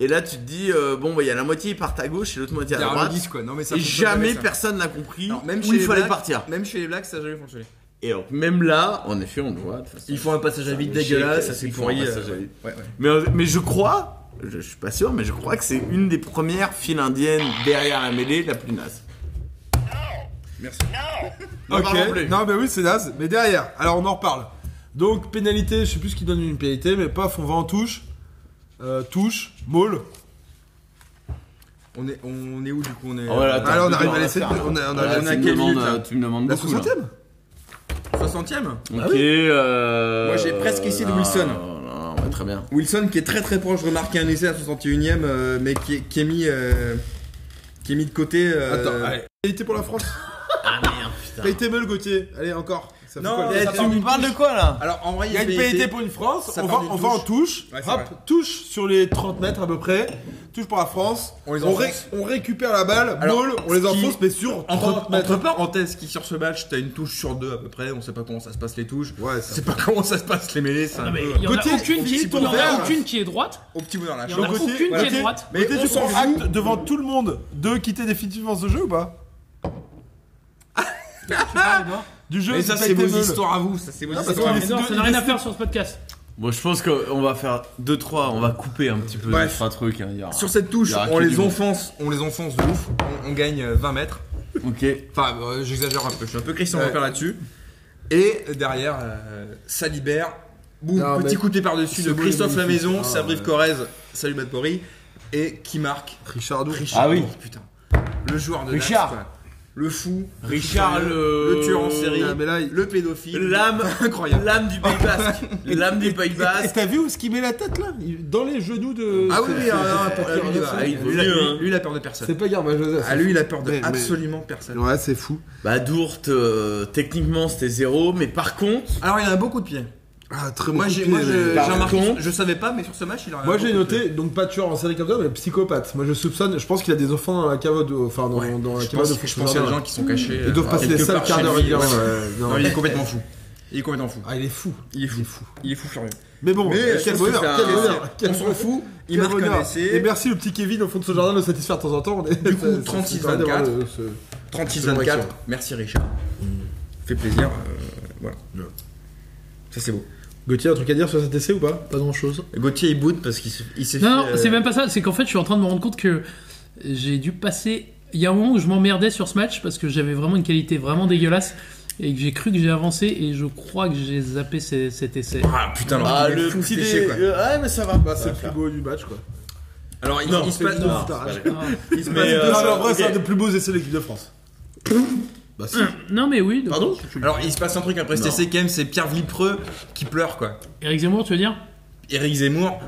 [SPEAKER 11] Et là, tu te dis, euh, bon, bah, il y a la moitié, ils partent à gauche et l'autre moitié à
[SPEAKER 10] Il y a un
[SPEAKER 11] droite.
[SPEAKER 10] indice, quoi. Non, mais ça
[SPEAKER 11] et
[SPEAKER 10] fonctionne
[SPEAKER 11] jamais
[SPEAKER 10] jamais, ça.
[SPEAKER 11] personne n'a compris
[SPEAKER 10] Non, même
[SPEAKER 11] où
[SPEAKER 10] chez
[SPEAKER 11] il
[SPEAKER 10] les
[SPEAKER 11] fallait
[SPEAKER 10] Blacks-
[SPEAKER 11] partir.
[SPEAKER 10] Même chez les Blacks, ça a jamais fonctionné.
[SPEAKER 11] Et donc, même là, en effet, on le voit. de toute façon,
[SPEAKER 10] Ils font un passage à
[SPEAKER 11] c'est
[SPEAKER 10] vide
[SPEAKER 11] échec,
[SPEAKER 10] dégueulasse, c'est
[SPEAKER 11] ils font
[SPEAKER 10] pourri,
[SPEAKER 11] un passage
[SPEAKER 10] euh,
[SPEAKER 11] à vide.
[SPEAKER 10] ouais, ouais.
[SPEAKER 11] Mais, mais je crois, je, je suis pas sûr, mais je crois que c'est une des premières files indiennes derrière la mêlée la plus naze.
[SPEAKER 10] Merci.
[SPEAKER 11] Non,
[SPEAKER 8] Ok.
[SPEAKER 11] pardon, plus.
[SPEAKER 8] Non, mais oui, c'est naze. Mais derrière, alors on en reparle. Donc, pénalité, je sais plus ce qui donne une pénalité, mais paf, on va en touche. Euh, touche, maul.
[SPEAKER 10] On est, on est où du coup on est...
[SPEAKER 11] Oh, là, attends, Bah,
[SPEAKER 8] Alors, Ah, on
[SPEAKER 11] tu
[SPEAKER 8] arrive
[SPEAKER 11] me
[SPEAKER 8] à laisser.
[SPEAKER 11] demandes à faire,
[SPEAKER 8] On a, on a,
[SPEAKER 11] là,
[SPEAKER 8] on a
[SPEAKER 11] tu me
[SPEAKER 8] quelle
[SPEAKER 11] demandes,
[SPEAKER 8] minute,
[SPEAKER 11] euh,
[SPEAKER 8] là
[SPEAKER 11] tu me demandes
[SPEAKER 8] La
[SPEAKER 11] beaucoup,
[SPEAKER 8] 60 e
[SPEAKER 10] 60ème
[SPEAKER 11] Ok.
[SPEAKER 10] Ah oui.
[SPEAKER 11] euh,
[SPEAKER 10] Moi, j'ai presque ici de
[SPEAKER 11] non,
[SPEAKER 10] Wilson.
[SPEAKER 11] Non, non, ouais, très bien.
[SPEAKER 10] Wilson qui est très très proche de remarquer un essai à 61ème, euh, mais qui, est- qui est mis, euh, qui est mis de côté. euh,
[SPEAKER 8] Attends, allez. Pénalité pour la France.
[SPEAKER 11] Ah merde, putain.
[SPEAKER 8] Pénalité meul, Gauthier. Allez, encore. Ça fait
[SPEAKER 10] Non,
[SPEAKER 8] quoi,
[SPEAKER 10] eh,
[SPEAKER 8] ça
[SPEAKER 10] tu
[SPEAKER 8] part
[SPEAKER 10] me
[SPEAKER 8] d'une
[SPEAKER 11] parles
[SPEAKER 8] touche.
[SPEAKER 11] de quoi là
[SPEAKER 10] Alors en vrai,
[SPEAKER 8] Il y a une pénalité pour une France.
[SPEAKER 10] Ça
[SPEAKER 8] On va,
[SPEAKER 10] part d'une
[SPEAKER 8] on va en touche.
[SPEAKER 10] Ouais, c'est
[SPEAKER 8] Hop,
[SPEAKER 10] vrai.
[SPEAKER 8] touche sur les 30 mètres à peu près. Touche pour la France.
[SPEAKER 10] On les
[SPEAKER 8] on, ré-
[SPEAKER 10] enfonce.
[SPEAKER 8] on récupère la balle.
[SPEAKER 10] Alors,
[SPEAKER 8] maul, on les
[SPEAKER 10] ce qui-
[SPEAKER 8] enfonce, mais sur 30
[SPEAKER 10] Entre,
[SPEAKER 8] mètres.
[SPEAKER 10] entre parenthèses, qui sur ce match, t'as une touche sur deux à peu près, on sait pas comment ça se passe les touches,
[SPEAKER 8] Ouais,
[SPEAKER 10] on
[SPEAKER 8] ça-
[SPEAKER 10] sait pas comment ça se passe les mêlées, c'est un
[SPEAKER 11] Ah,
[SPEAKER 9] Non, mais
[SPEAKER 10] peu-
[SPEAKER 9] il y en a
[SPEAKER 8] Gauthier,
[SPEAKER 9] aucune qui
[SPEAKER 8] Gauthier,
[SPEAKER 9] il y en a
[SPEAKER 8] Gauthier,
[SPEAKER 9] aucune qui est droite.
[SPEAKER 10] au petit bonheur là.
[SPEAKER 9] Il y en a
[SPEAKER 8] Donc, Gauthier,
[SPEAKER 9] aucune qui
[SPEAKER 8] Gauthier,
[SPEAKER 9] est droite.
[SPEAKER 8] Mais
[SPEAKER 10] on
[SPEAKER 8] tu
[SPEAKER 10] s'en
[SPEAKER 8] sens
[SPEAKER 10] fout.
[SPEAKER 8] acte devant tout le monde de quitter définitivement ce jeu ou pas Du jeu,
[SPEAKER 10] Mais
[SPEAKER 8] c'est
[SPEAKER 10] ça
[SPEAKER 8] pas
[SPEAKER 10] c'est vos
[SPEAKER 8] été meul.
[SPEAKER 10] histoires à vous, ça c'est vos
[SPEAKER 8] parce
[SPEAKER 10] histoires.
[SPEAKER 8] qu'on
[SPEAKER 10] à
[SPEAKER 8] est-
[SPEAKER 10] vous.
[SPEAKER 9] Mais non,
[SPEAKER 8] deux-
[SPEAKER 9] ça n'a rien
[SPEAKER 8] il
[SPEAKER 9] à faire sur ce podcast.
[SPEAKER 11] Bon, je pense qu'on va faire 2-3, on va couper un petit peu
[SPEAKER 10] Bref.
[SPEAKER 11] deux, trois trucs. hein, il y aura-
[SPEAKER 10] Sur cette touche,
[SPEAKER 11] Il y aura
[SPEAKER 10] on
[SPEAKER 11] que
[SPEAKER 10] les
[SPEAKER 11] du bon.
[SPEAKER 10] enfonce, on les enfonce de ouf, on, on gagne euh, 20 mètres.
[SPEAKER 11] Ok.
[SPEAKER 10] Enfin, euh, j'exagère un peu, je suis un peu Christian Lambert là-dessus. Et derrière, euh, ça libère. Boum,
[SPEAKER 8] Non,
[SPEAKER 10] petit
[SPEAKER 8] mais-
[SPEAKER 10] coup de pied par-dessus
[SPEAKER 8] Ce
[SPEAKER 10] de
[SPEAKER 8] goal est
[SPEAKER 10] Christophe
[SPEAKER 8] magnifique.
[SPEAKER 10] Lamaison,
[SPEAKER 8] Ah,
[SPEAKER 10] Sabrive
[SPEAKER 8] ouais.
[SPEAKER 10] Corrèze, salut Bad Pori. Et qui marque
[SPEAKER 8] Richardot.
[SPEAKER 10] Richard.
[SPEAKER 11] Ah oui.
[SPEAKER 10] Putain. Le joueur de Dax,
[SPEAKER 11] Richard.
[SPEAKER 10] quoi. Le fou.
[SPEAKER 11] Richard, le-
[SPEAKER 10] Le tueur en série.
[SPEAKER 8] Ah, mais là, il-
[SPEAKER 10] Le pédophile.
[SPEAKER 11] L'âme,
[SPEAKER 10] Incroyable.
[SPEAKER 11] l'âme du Pays Basque. L'âme du Pays
[SPEAKER 8] Ah, Et
[SPEAKER 11] Basque.
[SPEAKER 8] t'as vu où ce qu'il met la tête là Il- Dans les genoux de.
[SPEAKER 10] Ah oui,
[SPEAKER 8] c'est-
[SPEAKER 10] oui,
[SPEAKER 8] c'est-
[SPEAKER 10] ah, non,
[SPEAKER 8] c'est-
[SPEAKER 10] attends,
[SPEAKER 8] c'est-
[SPEAKER 10] lui, il va.
[SPEAKER 11] Ah, il
[SPEAKER 10] Lui,
[SPEAKER 11] vaut
[SPEAKER 10] il a-
[SPEAKER 11] mieux, hein.
[SPEAKER 10] lui, il a peur de
[SPEAKER 8] C'est
[SPEAKER 10] personne.
[SPEAKER 8] pas Garma Joseph.
[SPEAKER 10] Ah, lui, il a peur de
[SPEAKER 8] Mais- mais-
[SPEAKER 10] absolument personne.
[SPEAKER 8] Ouais, c'est fou.
[SPEAKER 11] Bah, Dourte, euh, techniquement, c'était zéro, mais par contre,
[SPEAKER 10] Alors, il a un beau coup de pied.
[SPEAKER 8] Ah, très bon
[SPEAKER 10] Moi,
[SPEAKER 8] coup
[SPEAKER 10] j'ai
[SPEAKER 8] de
[SPEAKER 10] moi,
[SPEAKER 8] pied.
[SPEAKER 10] je- j'ai
[SPEAKER 11] Par
[SPEAKER 10] remarqué,
[SPEAKER 11] contre-
[SPEAKER 10] je savais pas, mais sur ce match, il a un
[SPEAKER 8] Moi
[SPEAKER 10] beau
[SPEAKER 8] j'ai
[SPEAKER 10] coup de pied.
[SPEAKER 8] noté, donc pas tueur en série comme ça, mais psychopathe. Moi je soupçonne, je pense qu'il a des enfants dans la cave de. Enfin, dans, dans la
[SPEAKER 10] Je
[SPEAKER 8] cave
[SPEAKER 10] pense,
[SPEAKER 8] de
[SPEAKER 10] je pense qu'il y a des gens qui sont cachés. euh,
[SPEAKER 8] Ils doivent passer les seuls quarts d'heure
[SPEAKER 10] il,
[SPEAKER 8] évidemment, ouais, non.
[SPEAKER 10] il est complètement fou. Il est complètement fou.
[SPEAKER 8] Ah, il est fou.
[SPEAKER 10] Il est fou. Il est fou furieux.
[SPEAKER 8] Mais bon,
[SPEAKER 10] Mais euh, je
[SPEAKER 8] quel
[SPEAKER 10] pense que
[SPEAKER 8] bonheur,
[SPEAKER 10] c'est un-
[SPEAKER 8] quel bonheur.
[SPEAKER 10] On
[SPEAKER 8] quel
[SPEAKER 10] s'en fout. Il
[SPEAKER 8] Quel
[SPEAKER 10] marque un
[SPEAKER 8] bonheur. Eh ben, Et
[SPEAKER 10] essai.
[SPEAKER 8] merci le petit Kevin au fond de ce jardin de le satisfaire de temps en temps. on est-
[SPEAKER 10] Du coup,
[SPEAKER 8] ça- ça-
[SPEAKER 10] 36-24.
[SPEAKER 8] c'est vraiment le- euh, ce-
[SPEAKER 10] 36-24. Merci Richard. Fait plaisir. euh, Voilà. Ça c'est beau.
[SPEAKER 8] Gauthier, un truc à dire sur cet essai ou pas
[SPEAKER 9] Pas grand chose.
[SPEAKER 10] Gauthier il boude parce qu'il se- il s'est fait.
[SPEAKER 9] Non, non,
[SPEAKER 10] euh,
[SPEAKER 9] c'est même pas ça. C'est qu'en fait, je suis en train de me rendre compte que j'ai dû passer. Il y a un moment où je m'emmerdais sur ce match parce que j'avais vraiment une qualité vraiment dégueulasse et que j'ai cru que j'ai avancé et je crois que j'ai zappé ces- cet essai.
[SPEAKER 10] Ah putain, alors,
[SPEAKER 11] Ah,
[SPEAKER 10] il est
[SPEAKER 11] le
[SPEAKER 10] fou,
[SPEAKER 11] petit
[SPEAKER 10] cet
[SPEAKER 11] dé-
[SPEAKER 10] essai, quoi.
[SPEAKER 11] euh, ouais, mais
[SPEAKER 10] Ah,
[SPEAKER 11] ça va.
[SPEAKER 8] Bah, c'est
[SPEAKER 11] Ça
[SPEAKER 8] le
[SPEAKER 11] va
[SPEAKER 8] plus
[SPEAKER 11] faire.
[SPEAKER 8] beau du match quoi.
[SPEAKER 10] Alors il, il se
[SPEAKER 8] c'est
[SPEAKER 10] passe.
[SPEAKER 8] bizarre,
[SPEAKER 10] non,
[SPEAKER 8] putain.
[SPEAKER 10] c'est pas
[SPEAKER 9] Ah.
[SPEAKER 10] vrai. Il se passe
[SPEAKER 11] Mais,
[SPEAKER 10] deux
[SPEAKER 11] euh,
[SPEAKER 8] Non, mais en
[SPEAKER 10] choses.
[SPEAKER 8] vrai, c'est un des plus beaux essais de l'équipe de France. Bah, si.
[SPEAKER 9] Non, mais oui. donc-
[SPEAKER 10] Pardon Alors il se passe un truc après cet essai quand même, c'est Pierre Vipreux qui pleure quoi.
[SPEAKER 9] Eric Zemmour, tu veux dire
[SPEAKER 10] Éric Zemmour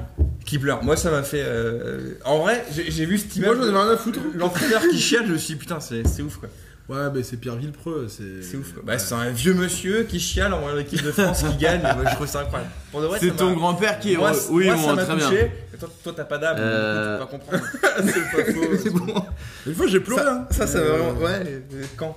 [SPEAKER 10] qui pleure. Moi, ça m'a fait. euh, En vrai, j'ai j'ai vu cette
[SPEAKER 8] Moi
[SPEAKER 10] image.
[SPEAKER 8] j'en avais rien à foutre.
[SPEAKER 10] L'entraîneur qui chiale, je me suis dit, putain, c'est c'est ouf quoi.
[SPEAKER 8] Ouais, mais c'est Pierre Villepreux, c'est.
[SPEAKER 10] C'est ouf quoi. Bah, c'est un vieux monsieur qui chiale en voyant l'équipe de France qui gagne. Moi, je trouve ça incroyable. Pour de vrai, ça
[SPEAKER 11] c'est
[SPEAKER 10] m'a-
[SPEAKER 11] ton grand-père qui est.
[SPEAKER 10] Moi,
[SPEAKER 11] oui,
[SPEAKER 10] moi,
[SPEAKER 11] bon,
[SPEAKER 10] ça m'a
[SPEAKER 11] très
[SPEAKER 10] touché.
[SPEAKER 11] bien.
[SPEAKER 10] Et Toi, toi, t'as pas d'âme.
[SPEAKER 11] Euh.
[SPEAKER 10] donc, du coup, Tu peux pas
[SPEAKER 8] Ah,
[SPEAKER 10] comprendre. c'est pas faux.
[SPEAKER 8] Une fois j'ai pleuré. hein.
[SPEAKER 10] Ça, ça m'a
[SPEAKER 8] Euh,
[SPEAKER 10] vraiment. Ouais, euh, quand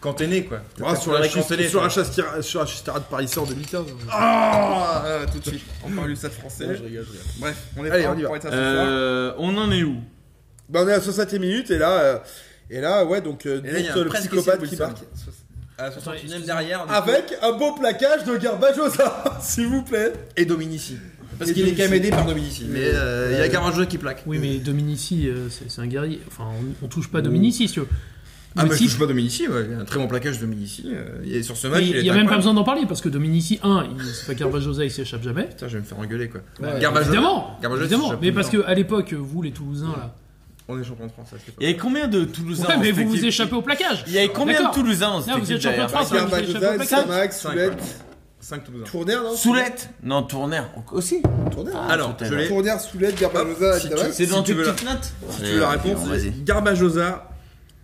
[SPEAKER 10] Quand t'es né quoi.
[SPEAKER 8] Ah,
[SPEAKER 10] T'as
[SPEAKER 8] sur la
[SPEAKER 10] pleuré
[SPEAKER 8] chasse
[SPEAKER 10] quand t'es né,
[SPEAKER 8] sur la
[SPEAKER 10] quoi.
[SPEAKER 8] chasse tira- sur la chasse tirade Paris en 2015.
[SPEAKER 10] Ah, euh, tout de suite. On parle du stade français.
[SPEAKER 8] Ouais, je rigole, je rigole.
[SPEAKER 10] Bref, on est
[SPEAKER 8] Allez,
[SPEAKER 10] prêt
[SPEAKER 8] on y va.
[SPEAKER 10] pour être à ce soir.
[SPEAKER 11] Euh, on en est où
[SPEAKER 8] Bah, on est à 60 e minute et là euh, et là ouais donc euh,
[SPEAKER 10] Et là, il y a
[SPEAKER 8] Dourte,
[SPEAKER 10] un
[SPEAKER 8] le
[SPEAKER 10] presque
[SPEAKER 8] psychopathe
[SPEAKER 10] essai
[SPEAKER 8] qui
[SPEAKER 10] de Wilson.
[SPEAKER 8] marque
[SPEAKER 10] À la 61ème derrière. du coup.
[SPEAKER 8] avec un beau plaquage de Garbajosa s'il vous plaît.
[SPEAKER 10] et Dominici. Parce
[SPEAKER 8] Et
[SPEAKER 10] qu'il est quand même
[SPEAKER 8] Dominici.
[SPEAKER 10] aidé par Dominici. Mais euh, il y a Garbajosa qui plaque.
[SPEAKER 9] Oui, mais Dominici, euh, c'est c'est un guerrier. Enfin, on, on touche pas Dominici, si tu veux.
[SPEAKER 10] Ah,
[SPEAKER 9] Le
[SPEAKER 10] mais je
[SPEAKER 9] type-
[SPEAKER 10] touche pas Dominici, ouais. Il y a un très bon plaquage de Dominici. euh, il est sur ce match,
[SPEAKER 9] mais
[SPEAKER 10] il est
[SPEAKER 9] il y a même pas
[SPEAKER 10] incroyable.
[SPEAKER 9] besoin d'en parler parce que Dominici, 1, il se fait Carvajosa, il s'échappe jamais.
[SPEAKER 10] Putain, je vais me faire engueuler quoi.
[SPEAKER 8] Ouais.
[SPEAKER 10] Garbajosa-
[SPEAKER 9] Évidemment,
[SPEAKER 10] Garbajosa,
[SPEAKER 9] évidemment.
[SPEAKER 10] c'est
[SPEAKER 9] Mais parce
[SPEAKER 10] champion.
[SPEAKER 9] que à l'époque, vous les Toulousains là,
[SPEAKER 10] On est champion de France, ça, je sais pas.
[SPEAKER 11] Il y avait combien de Toulousains
[SPEAKER 9] ouais,
[SPEAKER 11] en
[SPEAKER 9] mais
[SPEAKER 11] cette
[SPEAKER 9] vous vous
[SPEAKER 11] équipe
[SPEAKER 9] échappez au plaquage.
[SPEAKER 11] Il y avait combien de
[SPEAKER 9] D'accord.
[SPEAKER 11] Toulousains en
[SPEAKER 9] Là,
[SPEAKER 11] cette
[SPEAKER 9] vous êtes
[SPEAKER 11] équipe
[SPEAKER 9] champion
[SPEAKER 11] derrière
[SPEAKER 9] de France, là, vous échappez au
[SPEAKER 8] Garbajosa,
[SPEAKER 9] plaquage.
[SPEAKER 8] Samax,
[SPEAKER 10] Cinq, euh,
[SPEAKER 8] Soulek,
[SPEAKER 10] ouais. 5 Toulousains.
[SPEAKER 8] Tournaire non
[SPEAKER 11] Soulette Non, Tourner aussi.
[SPEAKER 8] Tournaire.
[SPEAKER 11] Ah,
[SPEAKER 10] Alors,
[SPEAKER 11] tout à
[SPEAKER 10] je
[SPEAKER 11] l'heure.
[SPEAKER 10] l'ai.
[SPEAKER 8] Tournaire, Soulette, Garbajosa,
[SPEAKER 10] si
[SPEAKER 8] Samax.
[SPEAKER 11] C'est
[SPEAKER 10] Si
[SPEAKER 11] dans
[SPEAKER 10] tu
[SPEAKER 11] tes
[SPEAKER 10] veux la-
[SPEAKER 11] petites notes
[SPEAKER 10] Si tu veux la
[SPEAKER 11] Allez,
[SPEAKER 10] réponse,
[SPEAKER 11] vas-y.
[SPEAKER 10] c'est Garbajosa,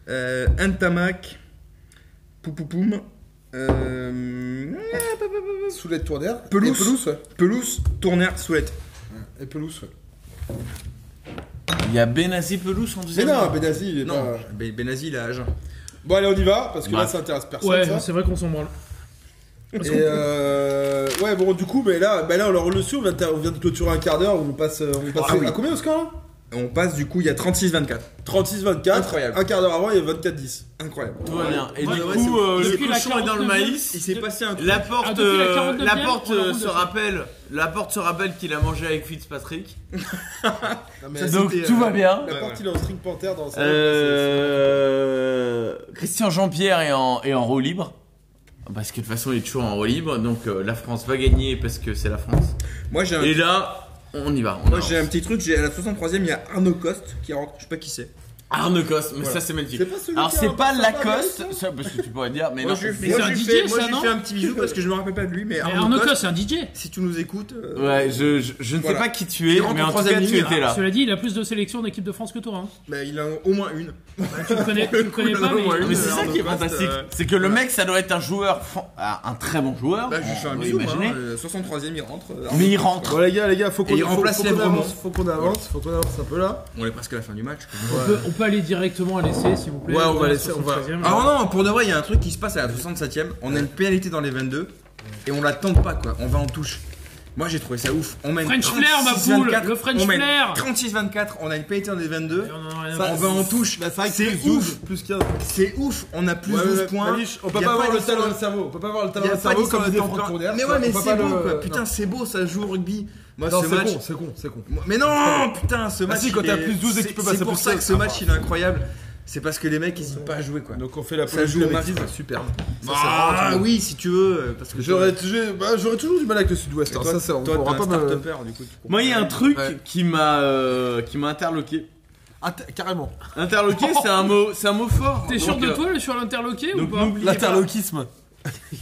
[SPEAKER 10] euh, Ntamak, Poupoupoum, euh,
[SPEAKER 8] Soulette Tournaire,
[SPEAKER 10] Pelouse.
[SPEAKER 8] Et pelouse, ouais.
[SPEAKER 10] Pelouse, Tournaire, Soulette.
[SPEAKER 8] Et pelouse. ouais.
[SPEAKER 11] Il y a Benazzi Pelouse en
[SPEAKER 8] Mais
[SPEAKER 11] deuxième.
[SPEAKER 8] non, Benazzi, il est
[SPEAKER 10] Non,
[SPEAKER 8] pas.
[SPEAKER 10] Ben- Benazi, il a Agen.
[SPEAKER 8] Bon allez, on y va parce que
[SPEAKER 11] Bah.
[SPEAKER 8] là ça intéresse personne.
[SPEAKER 9] Ouais,
[SPEAKER 8] ça.
[SPEAKER 9] c'est vrai qu'on s'en branle.
[SPEAKER 8] Et euh, ouais bon du coup mais là bah là on leur le sur on vient de, on vient de clôturer un quart d'heure on passe on passe
[SPEAKER 10] Ah oui.
[SPEAKER 8] à combien au score là
[SPEAKER 10] On passe du coup, il y a 36-24.
[SPEAKER 8] 36-24,
[SPEAKER 10] incroyable.
[SPEAKER 8] un quart d'heure avant, il y a 24-10.
[SPEAKER 10] Incroyable.
[SPEAKER 11] Tout va bien. Et
[SPEAKER 8] Ouais,
[SPEAKER 11] du
[SPEAKER 8] ouais,
[SPEAKER 11] coup,
[SPEAKER 8] c'est-
[SPEAKER 11] euh, le
[SPEAKER 8] depuis la
[SPEAKER 11] cochon est dans le
[SPEAKER 8] 49e,
[SPEAKER 11] maïs.
[SPEAKER 8] il s'est passé un truc.
[SPEAKER 11] La
[SPEAKER 8] Ah,
[SPEAKER 11] porte,
[SPEAKER 8] depuis la
[SPEAKER 11] euh,
[SPEAKER 8] 49e,
[SPEAKER 11] la porte
[SPEAKER 8] on la
[SPEAKER 11] euh,
[SPEAKER 8] roule
[SPEAKER 11] se
[SPEAKER 8] dessus.
[SPEAKER 11] rappelle, la porte se rappelle qu'il a mangé avec Fitzpatrick.
[SPEAKER 8] mais
[SPEAKER 11] Donc
[SPEAKER 8] c'était,
[SPEAKER 11] tout
[SPEAKER 8] euh,
[SPEAKER 11] va bien.
[SPEAKER 8] La partie il est en string panther dans sa.
[SPEAKER 11] Euh, Christian Jean-Pierre est en, est en roue libre. Parce que de toute façon, il est toujours en roue libre. Donc euh, la France va gagner parce que c'est la France.
[SPEAKER 10] Moi, j'ai un-
[SPEAKER 11] Et là, on y va. on
[SPEAKER 10] Moi
[SPEAKER 11] avance.
[SPEAKER 10] j'ai un petit truc, j'ai à la 63ème, il y a Arnaud Coste qui rentre, je sais pas qui c'est.
[SPEAKER 11] Arnaud Coste, mais ça c'est magnifique. Alors c'est pas Lacoste, ça, parce que tu pourrais dire, mais
[SPEAKER 10] Moi,
[SPEAKER 11] non.
[SPEAKER 10] je lui
[SPEAKER 11] Mais
[SPEAKER 10] fais-
[SPEAKER 11] c'est
[SPEAKER 10] moi,
[SPEAKER 11] un
[SPEAKER 10] je lui
[SPEAKER 11] DJ,
[SPEAKER 10] fais- moi,
[SPEAKER 11] ça,
[SPEAKER 10] je lui
[SPEAKER 11] non
[SPEAKER 10] fais un petit bisou parce que je me rappelle pas de lui, mais Arnaud,
[SPEAKER 9] Arnaud
[SPEAKER 10] Coste,
[SPEAKER 9] Coste, c'est un DJ.
[SPEAKER 10] Si tu nous écoutes. euh,
[SPEAKER 11] Ouais, je, je, je ne
[SPEAKER 10] Voilà.
[SPEAKER 11] sais pas qui tu es,
[SPEAKER 10] Il rentre
[SPEAKER 11] mais en
[SPEAKER 10] en
[SPEAKER 11] tout cas,
[SPEAKER 10] troisième
[SPEAKER 11] tu
[SPEAKER 10] ligne,
[SPEAKER 11] étais là.
[SPEAKER 9] Cela dit, il a plus de sélections en équipe de France que toi. hein.
[SPEAKER 10] bah, il en a au moins une.
[SPEAKER 9] Bah, Tu le connais, tu le connais pas, mais.
[SPEAKER 11] Mais c'est ça qui est
[SPEAKER 10] Arnaud Coste,
[SPEAKER 11] fantastique.
[SPEAKER 10] euh,
[SPEAKER 11] C'est que le mec, ça doit être un joueur, fan- ah, un très bon joueur.
[SPEAKER 10] Bah, je lui fais un
[SPEAKER 11] on peut
[SPEAKER 10] bisou,
[SPEAKER 11] imaginer.
[SPEAKER 10] hein, euh, 63ème, il rentre. euh,
[SPEAKER 11] Mais il
[SPEAKER 10] Arnaud
[SPEAKER 11] rentre.
[SPEAKER 8] Bon, les gars, les gars, faut
[SPEAKER 10] Et
[SPEAKER 8] qu'on
[SPEAKER 10] il
[SPEAKER 8] faut-
[SPEAKER 10] remplace
[SPEAKER 8] faut
[SPEAKER 10] les
[SPEAKER 8] qu'on
[SPEAKER 10] Bremont.
[SPEAKER 8] avance, faut qu'on avance, faut qu'on avance un peu là.
[SPEAKER 10] On est presque à la fin du match. quoi.
[SPEAKER 9] On peut, on peut aller directement à l'essai, s'il vous plaît.
[SPEAKER 10] Ouais, on
[SPEAKER 9] dans
[SPEAKER 10] va
[SPEAKER 9] la
[SPEAKER 10] laisser. On va...
[SPEAKER 9] 73e.
[SPEAKER 10] Ah non, non, pour de vrai, il y a un truc qui se passe à la 67 e On a une pénalité dans les 22 et on la tente pas, quoi. On va en touche. Moi j'ai trouvé ça ouf. On mène
[SPEAKER 9] French flair, ma
[SPEAKER 10] 36-24,
[SPEAKER 9] poule, le French
[SPEAKER 10] on mène
[SPEAKER 9] flair.
[SPEAKER 10] 36-24, on a une pénalité dans les 22.
[SPEAKER 9] Et on en a rien à
[SPEAKER 10] on va en touche.
[SPEAKER 8] Bah,
[SPEAKER 10] C'est ouf.
[SPEAKER 8] Plus 15.
[SPEAKER 10] C'est ouf. On a plus
[SPEAKER 8] Ouais,
[SPEAKER 10] 12
[SPEAKER 8] ouais,
[SPEAKER 10] points.
[SPEAKER 8] Maniche, on peut
[SPEAKER 10] Y a
[SPEAKER 8] pas avoir le
[SPEAKER 10] d'histoire-
[SPEAKER 8] talent dans le cerveau. On peut pas avoir le
[SPEAKER 10] y a
[SPEAKER 8] talent
[SPEAKER 10] pas
[SPEAKER 8] dans le cerveau
[SPEAKER 10] d'histoire
[SPEAKER 8] comme
[SPEAKER 10] de
[SPEAKER 8] des
[SPEAKER 10] temps.
[SPEAKER 8] francs cournaires.
[SPEAKER 10] Mais ouais, mais c'est beau, quoi. Putain, c'est beau, ça joue au rugby. Moi,
[SPEAKER 8] Non,
[SPEAKER 10] ce
[SPEAKER 8] c'est
[SPEAKER 10] match.
[SPEAKER 8] con, c'est con, c'est con.
[SPEAKER 10] Mais non, putain, ce match.
[SPEAKER 8] si, quand
[SPEAKER 10] il
[SPEAKER 8] t'as
[SPEAKER 10] est-
[SPEAKER 8] plus 12 et que tu peux
[SPEAKER 10] c'est-
[SPEAKER 8] passer
[SPEAKER 10] C'est pour
[SPEAKER 8] plus
[SPEAKER 10] ça que
[SPEAKER 8] 15.
[SPEAKER 10] ce match il est incroyable. C'est parce que les mecs hésitent pas à jouer quoi.
[SPEAKER 8] Donc on fait la
[SPEAKER 10] Ça joue au
[SPEAKER 8] max.
[SPEAKER 10] max.
[SPEAKER 8] Superbe. Ça, c'est
[SPEAKER 10] Ah
[SPEAKER 8] vraiment-
[SPEAKER 10] oui, si tu veux, parce que
[SPEAKER 8] J'aurais j'ai- bah, j'aurais toujours du mal avec le Sud-Ouest. hein,
[SPEAKER 10] toi,
[SPEAKER 8] Ça, c'est on
[SPEAKER 10] toi, t'es un
[SPEAKER 8] pourra pas euh, me.
[SPEAKER 10] start-upper, du coup. tu comprends.
[SPEAKER 11] Moi, il y a un truc
[SPEAKER 8] Ouais.
[SPEAKER 11] qui m'a euh, qui m'a interloqué.
[SPEAKER 8] Ah, t- Carrément.
[SPEAKER 11] Interloqué, c'est un mot, c'est un mot fort.
[SPEAKER 9] T'es sûr
[SPEAKER 11] Donc,
[SPEAKER 9] de
[SPEAKER 11] euh,
[SPEAKER 9] toi le- sur l'interloqué ou
[SPEAKER 11] donc,
[SPEAKER 9] pas
[SPEAKER 11] n'oubliez
[SPEAKER 8] L'interloquisme.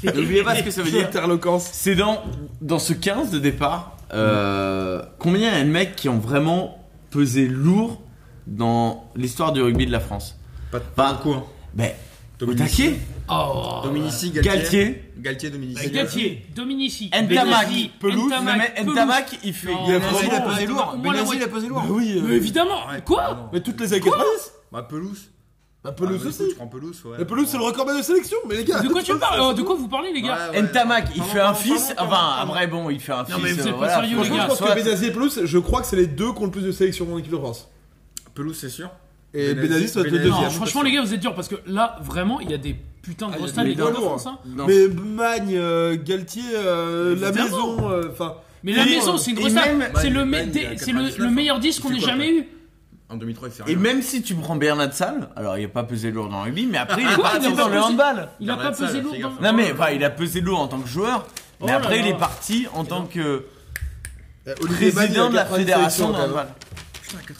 [SPEAKER 11] N'oubliez pas ce que ça veut dire.
[SPEAKER 8] L'interloquence.
[SPEAKER 11] C'est dans, dans ce 15 de départ, euh, combien il y a de mecs qui ont vraiment pesé lourd dans l'histoire du rugby de la France
[SPEAKER 10] Pas
[SPEAKER 11] Bah,
[SPEAKER 10] beaucoup, hein.
[SPEAKER 11] Ben, au
[SPEAKER 10] Dominici.
[SPEAKER 11] taquet,
[SPEAKER 9] Oh
[SPEAKER 10] Dominici, Galtier.
[SPEAKER 11] Galtier,
[SPEAKER 10] Galtier, Dominici.
[SPEAKER 9] Galtier, Dominici,
[SPEAKER 11] Ntamak,
[SPEAKER 9] Benazzi,
[SPEAKER 11] pelouse,
[SPEAKER 9] Ntamak,
[SPEAKER 11] mais
[SPEAKER 9] Pelouse.
[SPEAKER 11] Ntamak, il fait.
[SPEAKER 9] Non.
[SPEAKER 11] il a
[SPEAKER 9] Benazzi,
[SPEAKER 10] Benazzi, il a
[SPEAKER 11] vraiment-
[SPEAKER 10] pesé
[SPEAKER 9] Au
[SPEAKER 10] lourd.
[SPEAKER 9] moins la
[SPEAKER 10] Benazzi, il a pesé lourd.
[SPEAKER 11] oui,
[SPEAKER 9] Mais euh, évidemment
[SPEAKER 10] Ouais,
[SPEAKER 9] Quoi
[SPEAKER 10] pardon.
[SPEAKER 8] Mais toutes les années 90
[SPEAKER 10] Bah, pelouse. Ah,
[SPEAKER 8] La
[SPEAKER 10] bah,
[SPEAKER 8] pelouse
[SPEAKER 10] écoute,
[SPEAKER 8] aussi.
[SPEAKER 10] Je prends pelouse, ouais.
[SPEAKER 8] La pelouse, c'est le record de sélection, mais les gars.
[SPEAKER 9] De quoi tu parles Oh, De quoi vous parlez les
[SPEAKER 10] Ouais,
[SPEAKER 9] gars
[SPEAKER 10] ouais.
[SPEAKER 11] Ntamak, il
[SPEAKER 10] Pardon,
[SPEAKER 11] fait un
[SPEAKER 10] pardon,
[SPEAKER 11] fils.
[SPEAKER 10] pardon,
[SPEAKER 11] Enfin,
[SPEAKER 10] pardon.
[SPEAKER 11] après, bon, il fait un fils.
[SPEAKER 9] Non, mais vous
[SPEAKER 11] euh,
[SPEAKER 9] êtes pas
[SPEAKER 11] voilà,
[SPEAKER 9] sérieux, les
[SPEAKER 8] Franchement,
[SPEAKER 9] gars.
[SPEAKER 8] je pense
[SPEAKER 11] soit-
[SPEAKER 8] que Benazier et Pelouse, je crois que c'est les deux qui ont le plus de sélection en équipe de France.
[SPEAKER 10] Pelouse, c'est sûr.
[SPEAKER 8] Et
[SPEAKER 10] Benazzi,
[SPEAKER 8] Benazier, ça doit être le
[SPEAKER 10] Benazzi.
[SPEAKER 9] Non,
[SPEAKER 8] deuxième.
[SPEAKER 9] franchement les gars, vous êtes durs parce que là, vraiment, il y a des putains de
[SPEAKER 8] Ah, il y a
[SPEAKER 9] grosses
[SPEAKER 8] des
[SPEAKER 9] stars, les gars de
[SPEAKER 8] lourds.
[SPEAKER 9] France. hein.
[SPEAKER 11] Non.
[SPEAKER 8] Mais Magne, euh, Galtier, euh, la
[SPEAKER 9] Évidemment.
[SPEAKER 8] maison, euh, enfin.
[SPEAKER 9] Mais la
[SPEAKER 8] Et-
[SPEAKER 9] maison, c'est une
[SPEAKER 11] et
[SPEAKER 9] grosse star.
[SPEAKER 11] même-
[SPEAKER 9] C'est le,
[SPEAKER 10] Man,
[SPEAKER 9] me-
[SPEAKER 10] il a
[SPEAKER 9] des- c'est
[SPEAKER 10] 99,
[SPEAKER 9] le- le meilleur
[SPEAKER 10] hein.
[SPEAKER 9] disque
[SPEAKER 10] Il
[SPEAKER 9] qu'on
[SPEAKER 10] fait
[SPEAKER 9] ait
[SPEAKER 10] quoi,
[SPEAKER 9] jamais
[SPEAKER 10] après
[SPEAKER 9] eu.
[SPEAKER 10] En 2003, il fait
[SPEAKER 11] Et
[SPEAKER 10] rien.
[SPEAKER 11] même si tu prends Bernard Salle, alors il a pas pesé lourd dans le rugby, mais après il est
[SPEAKER 9] Quoi, il
[SPEAKER 11] parti
[SPEAKER 9] a pas
[SPEAKER 11] dans le
[SPEAKER 9] pesé-
[SPEAKER 11] handball.
[SPEAKER 9] Il a pas
[SPEAKER 10] Arrête ça,
[SPEAKER 9] pesé
[SPEAKER 10] là,
[SPEAKER 9] lourd
[SPEAKER 10] fais
[SPEAKER 9] dans
[SPEAKER 10] gaffe.
[SPEAKER 11] Non mais enfin, il a pesé lourd en tant que joueur, mais
[SPEAKER 9] Oh là
[SPEAKER 11] après
[SPEAKER 9] là.
[SPEAKER 11] il est parti en tant que
[SPEAKER 8] euh, Olivier Magne, il a
[SPEAKER 11] président de la
[SPEAKER 8] 90
[SPEAKER 11] fédération
[SPEAKER 8] sélections,
[SPEAKER 11] de
[SPEAKER 8] quand même.
[SPEAKER 11] handball.